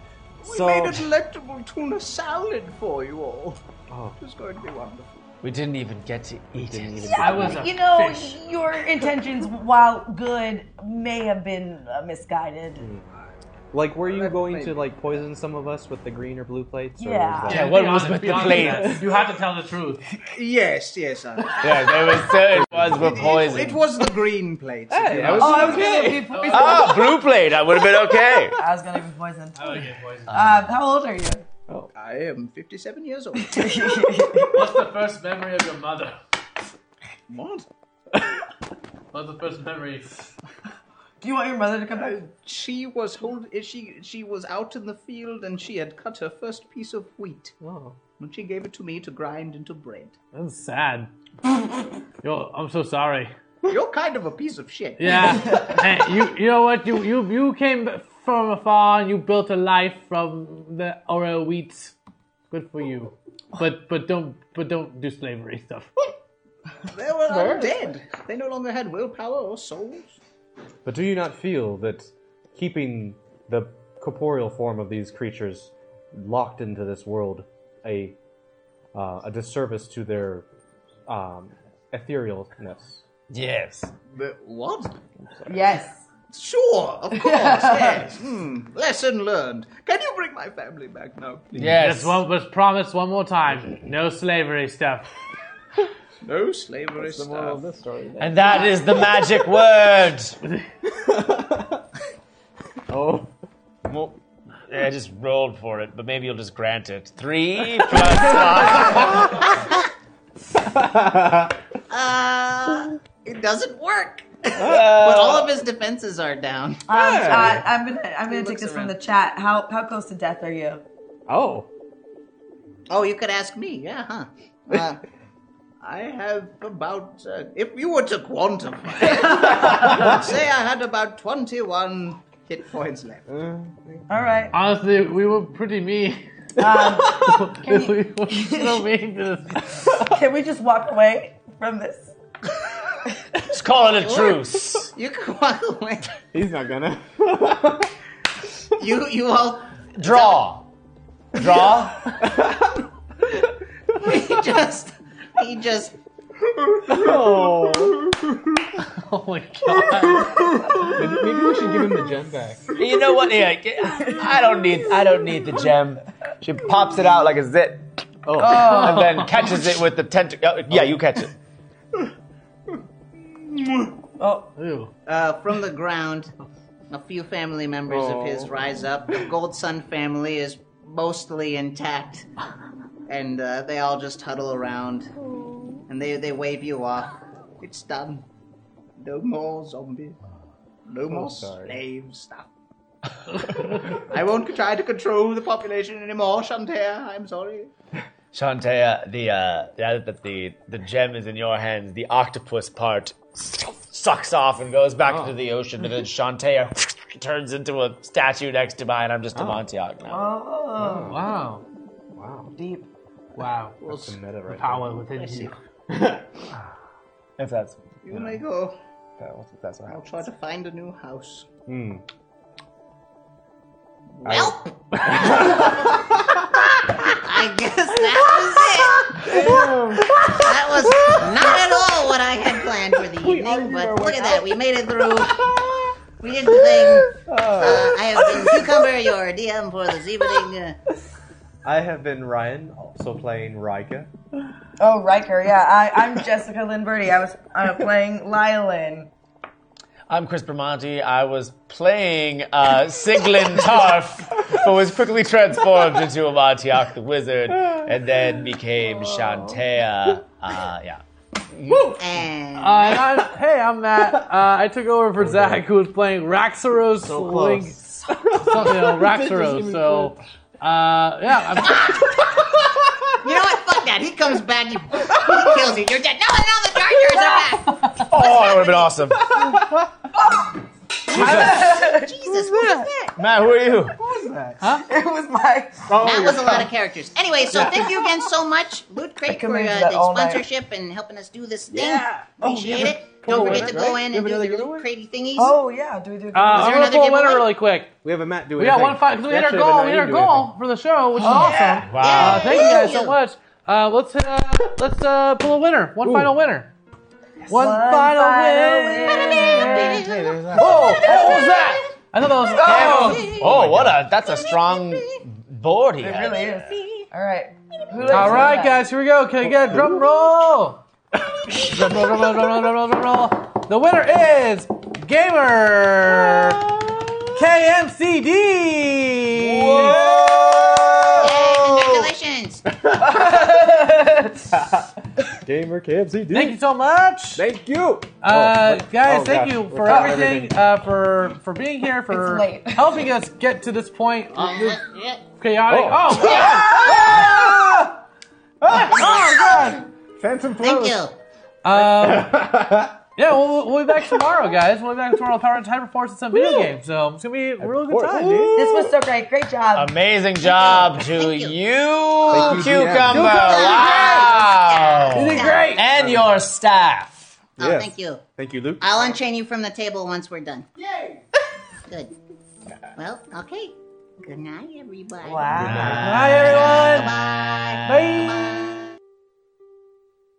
Speaker 2: We
Speaker 5: so
Speaker 2: made a delectable tuna salad for you all.
Speaker 5: Oh.
Speaker 2: It was going to be wonderful.
Speaker 6: We didn't even get to eat it.
Speaker 3: you know, your intentions, while good, may have been uh, misguided.
Speaker 5: like, were you going to like poison some of us with the green or blue plates? Or
Speaker 3: Yeah.
Speaker 5: was that-
Speaker 3: Yeah, what
Speaker 11: Be
Speaker 3: was
Speaker 11: honest-
Speaker 3: with
Speaker 11: be
Speaker 3: the
Speaker 11: honest
Speaker 3: plates?
Speaker 11: with us. You have to tell the truth.
Speaker 2: Yes, yes, I.
Speaker 6: Yeah, there was it was with poison.
Speaker 2: It was the green plate.
Speaker 6: Hey, I was- Oh, I was okay. ah, blue plate. I would have been okay.
Speaker 3: I was gonna be poisoned. I
Speaker 11: would get poisoned.
Speaker 3: Uh, how old are you?
Speaker 2: I am 57 years old.
Speaker 11: What's the first memory of your mother?
Speaker 2: What?
Speaker 11: What's the first memory?
Speaker 3: Do you want your mother to come back?
Speaker 2: She was hold. She she was out in the field and she had cut her first piece of wheat.
Speaker 5: Wow.
Speaker 2: And she gave it to me to grind into bread.
Speaker 11: That's sad. Yo, I'm so sorry.
Speaker 2: You're kind of a piece of shit.
Speaker 11: Yeah. hey, you you know what? You you you came from afar and you built a life from the Oreo wheat. Good for you. But but don't but don't do slavery stuff.
Speaker 2: They were
Speaker 11: Sure.
Speaker 2: undead. They no longer had willpower or souls.
Speaker 5: But do you not feel that keeping the corporeal form of these creatures locked into this world a uh, a disservice to their um, etherealness?
Speaker 6: Yes.
Speaker 2: The, what?
Speaker 3: Yes.
Speaker 2: Sure, of course. yes. Hmm. Lesson learned. Can you bring my family back now, please?
Speaker 11: Just one was promised one more time. No slavery stuff.
Speaker 2: No slavery
Speaker 11: What's the
Speaker 2: stuff.
Speaker 11: moral
Speaker 2: of this story.
Speaker 6: And that is the magic word.
Speaker 5: oh.
Speaker 6: Well, yeah, I just rolled for it, but maybe you'll just grant it. Three plus five.
Speaker 39: Uh, it doesn't work.
Speaker 6: but
Speaker 39: all of his defenses are down.
Speaker 3: Um, uh, I'm gonna I'm gonna take this from the chat. How how close to death are you?
Speaker 5: Oh.
Speaker 38: Oh, you could ask me. Yeah, huh?
Speaker 2: Uh, I have about, uh, if you were to quantify, I'd say I had about 21 hit points left.
Speaker 3: All right.
Speaker 11: Honestly, we were pretty mean. we were so mean to this
Speaker 3: Can we just walk away from this?
Speaker 6: Just call it a
Speaker 38: truce. You can walk away.
Speaker 5: He's not gonna.
Speaker 38: You you all
Speaker 6: draw. Draw.
Speaker 38: he just he just
Speaker 5: Oh.
Speaker 11: my god.
Speaker 5: Maybe, maybe we should give him the gem back.
Speaker 6: You know what? Yeah, get- I don't need. I don't need the gem. She pops it out like a zit,
Speaker 5: oh.
Speaker 6: and then catches it with the tentacle. yeah, you catch it.
Speaker 3: Oh,
Speaker 38: Uh, from the ground, a few family members of his rise up. The Gold Sun family is mostly intact, and uh, they all just huddle around, and they they wave you off.
Speaker 2: It's done. No more zombies. No more
Speaker 38: sorry.
Speaker 2: slave stuff.
Speaker 9: I won't try to control the population anymore, Shantae. I'm sorry.
Speaker 6: Shantea, the uh, now that the the gem is in your hands, the octopus part sucks off and goes back
Speaker 5: Oh.
Speaker 6: into the ocean, and then Shantea turns into a statue next to mine. I'm just a Montauk now.
Speaker 3: Oh.
Speaker 11: Wow. Wow.
Speaker 3: Deep.
Speaker 11: Wow.
Speaker 6: That's some meta right
Speaker 11: power
Speaker 6: there.
Speaker 11: within
Speaker 6: Bless
Speaker 11: you.
Speaker 6: If that's
Speaker 9: You may go.
Speaker 6: if that's what
Speaker 9: I'll try to find a new house.
Speaker 6: Hmm.
Speaker 2: Welp. I guess that was it. That was not at all what I had planned for the evening, but look at that. We made it through. We did the thing. Uh, I have been Cucumber, your DM for this evening. Uh,
Speaker 4: I have been Ryan, also playing Rika.
Speaker 3: Oh, Riker. Yeah, I, I'm Jessica Linverdi. I was uh, playing Lylin.
Speaker 6: I'm Chris Bermonti. I was playing uh, Siglin Tarf, but was quickly transformed into a Montauk the Wizard, and then became Shantea. Uh, yeah.
Speaker 11: Woo! Uh, And
Speaker 2: Uh,
Speaker 11: I'm, hey, I'm Matt. Uh, I took over for Zach, who was playing Raxaros Link. Something else, Raxaros. So, uh, yeah, I'm
Speaker 2: You know what? Fuck that. He comes back, you, he kills you. You're dead. No, no, the Darkers are back.
Speaker 6: Oh, it would have been awesome.
Speaker 11: Uh,
Speaker 2: Jesus, what was that?
Speaker 6: Matt, who are you?
Speaker 11: Huh?
Speaker 3: It was my.
Speaker 2: that was a lot of characters. Anyway, so thank you again so much, Loot Crate, for
Speaker 3: into
Speaker 2: uh,
Speaker 3: that
Speaker 2: the
Speaker 3: all night.
Speaker 2: sponsorship and helping us do this thing.
Speaker 3: Yeah. Oh,
Speaker 2: Appreciate
Speaker 3: we have a
Speaker 2: it. Don't
Speaker 3: giveaway,
Speaker 2: forget to go
Speaker 3: right?
Speaker 2: in
Speaker 3: We have
Speaker 2: and do
Speaker 3: another
Speaker 2: the Loot Crate thingies.
Speaker 3: Oh yeah, do we do?
Speaker 11: Uh, I'm gonna pull a winner really quick.
Speaker 4: We have a Matt do
Speaker 11: we got
Speaker 4: anything.
Speaker 11: one fight because we,
Speaker 4: We
Speaker 11: hit our
Speaker 4: actually have a
Speaker 11: goal.
Speaker 4: nine
Speaker 11: We hit our
Speaker 4: do anything.
Speaker 11: goal for the show, which is
Speaker 4: Oh,
Speaker 11: awesome.
Speaker 4: yeah. Wow.
Speaker 11: Uh, thank you guys so
Speaker 4: Yay.
Speaker 11: much. Uh, let's uh, let's uh, pull a winner. One final winner. One, final, winner. Whoa! What was that? I thought that was.
Speaker 6: Oh, oh, what a that's a strong board he
Speaker 11: It
Speaker 6: had.
Speaker 11: really
Speaker 3: is. All right.
Speaker 11: All right, guys, here we go. Can I get a drum roll? drum roll, drum roll, drum roll, drum roll, drum roll. The winner is Gamer KMCD.
Speaker 2: Congratulations.
Speaker 4: Gamer KMCD.
Speaker 11: Thank you so much.
Speaker 4: Thank you.
Speaker 11: Uh,
Speaker 4: Oh,
Speaker 11: guys,
Speaker 4: oh,
Speaker 11: thank
Speaker 4: gosh.
Speaker 11: you
Speaker 4: We're
Speaker 11: for
Speaker 4: talking about
Speaker 11: everything, Uh, for for being here, for
Speaker 3: late.
Speaker 11: helping us get to this point. This
Speaker 2: yeah.
Speaker 11: chaotic.
Speaker 4: Oh.
Speaker 11: Oh, yeah. oh God!
Speaker 4: Phantom
Speaker 2: Thank you.
Speaker 11: Um, yeah, we'll, we'll be back tomorrow, guys. We'll be back tomorrow with Power Time Reports and some video games. So it's gonna be a real good time, dude.
Speaker 3: This was so great. Great
Speaker 11: Um,
Speaker 3: job.
Speaker 6: Amazing job to you,
Speaker 3: Thank you,
Speaker 6: cucumber.
Speaker 3: GM. Cucumber,
Speaker 6: Wow,
Speaker 2: you did great.
Speaker 6: and your staff.
Speaker 2: Oh, thank you.
Speaker 4: Thank you, Luke.
Speaker 2: I'll unchain you from the table once we're done. Yay! Good. Well, okay. Good night, everybody.
Speaker 3: Wow.
Speaker 11: Bye, everyone.
Speaker 2: Bye.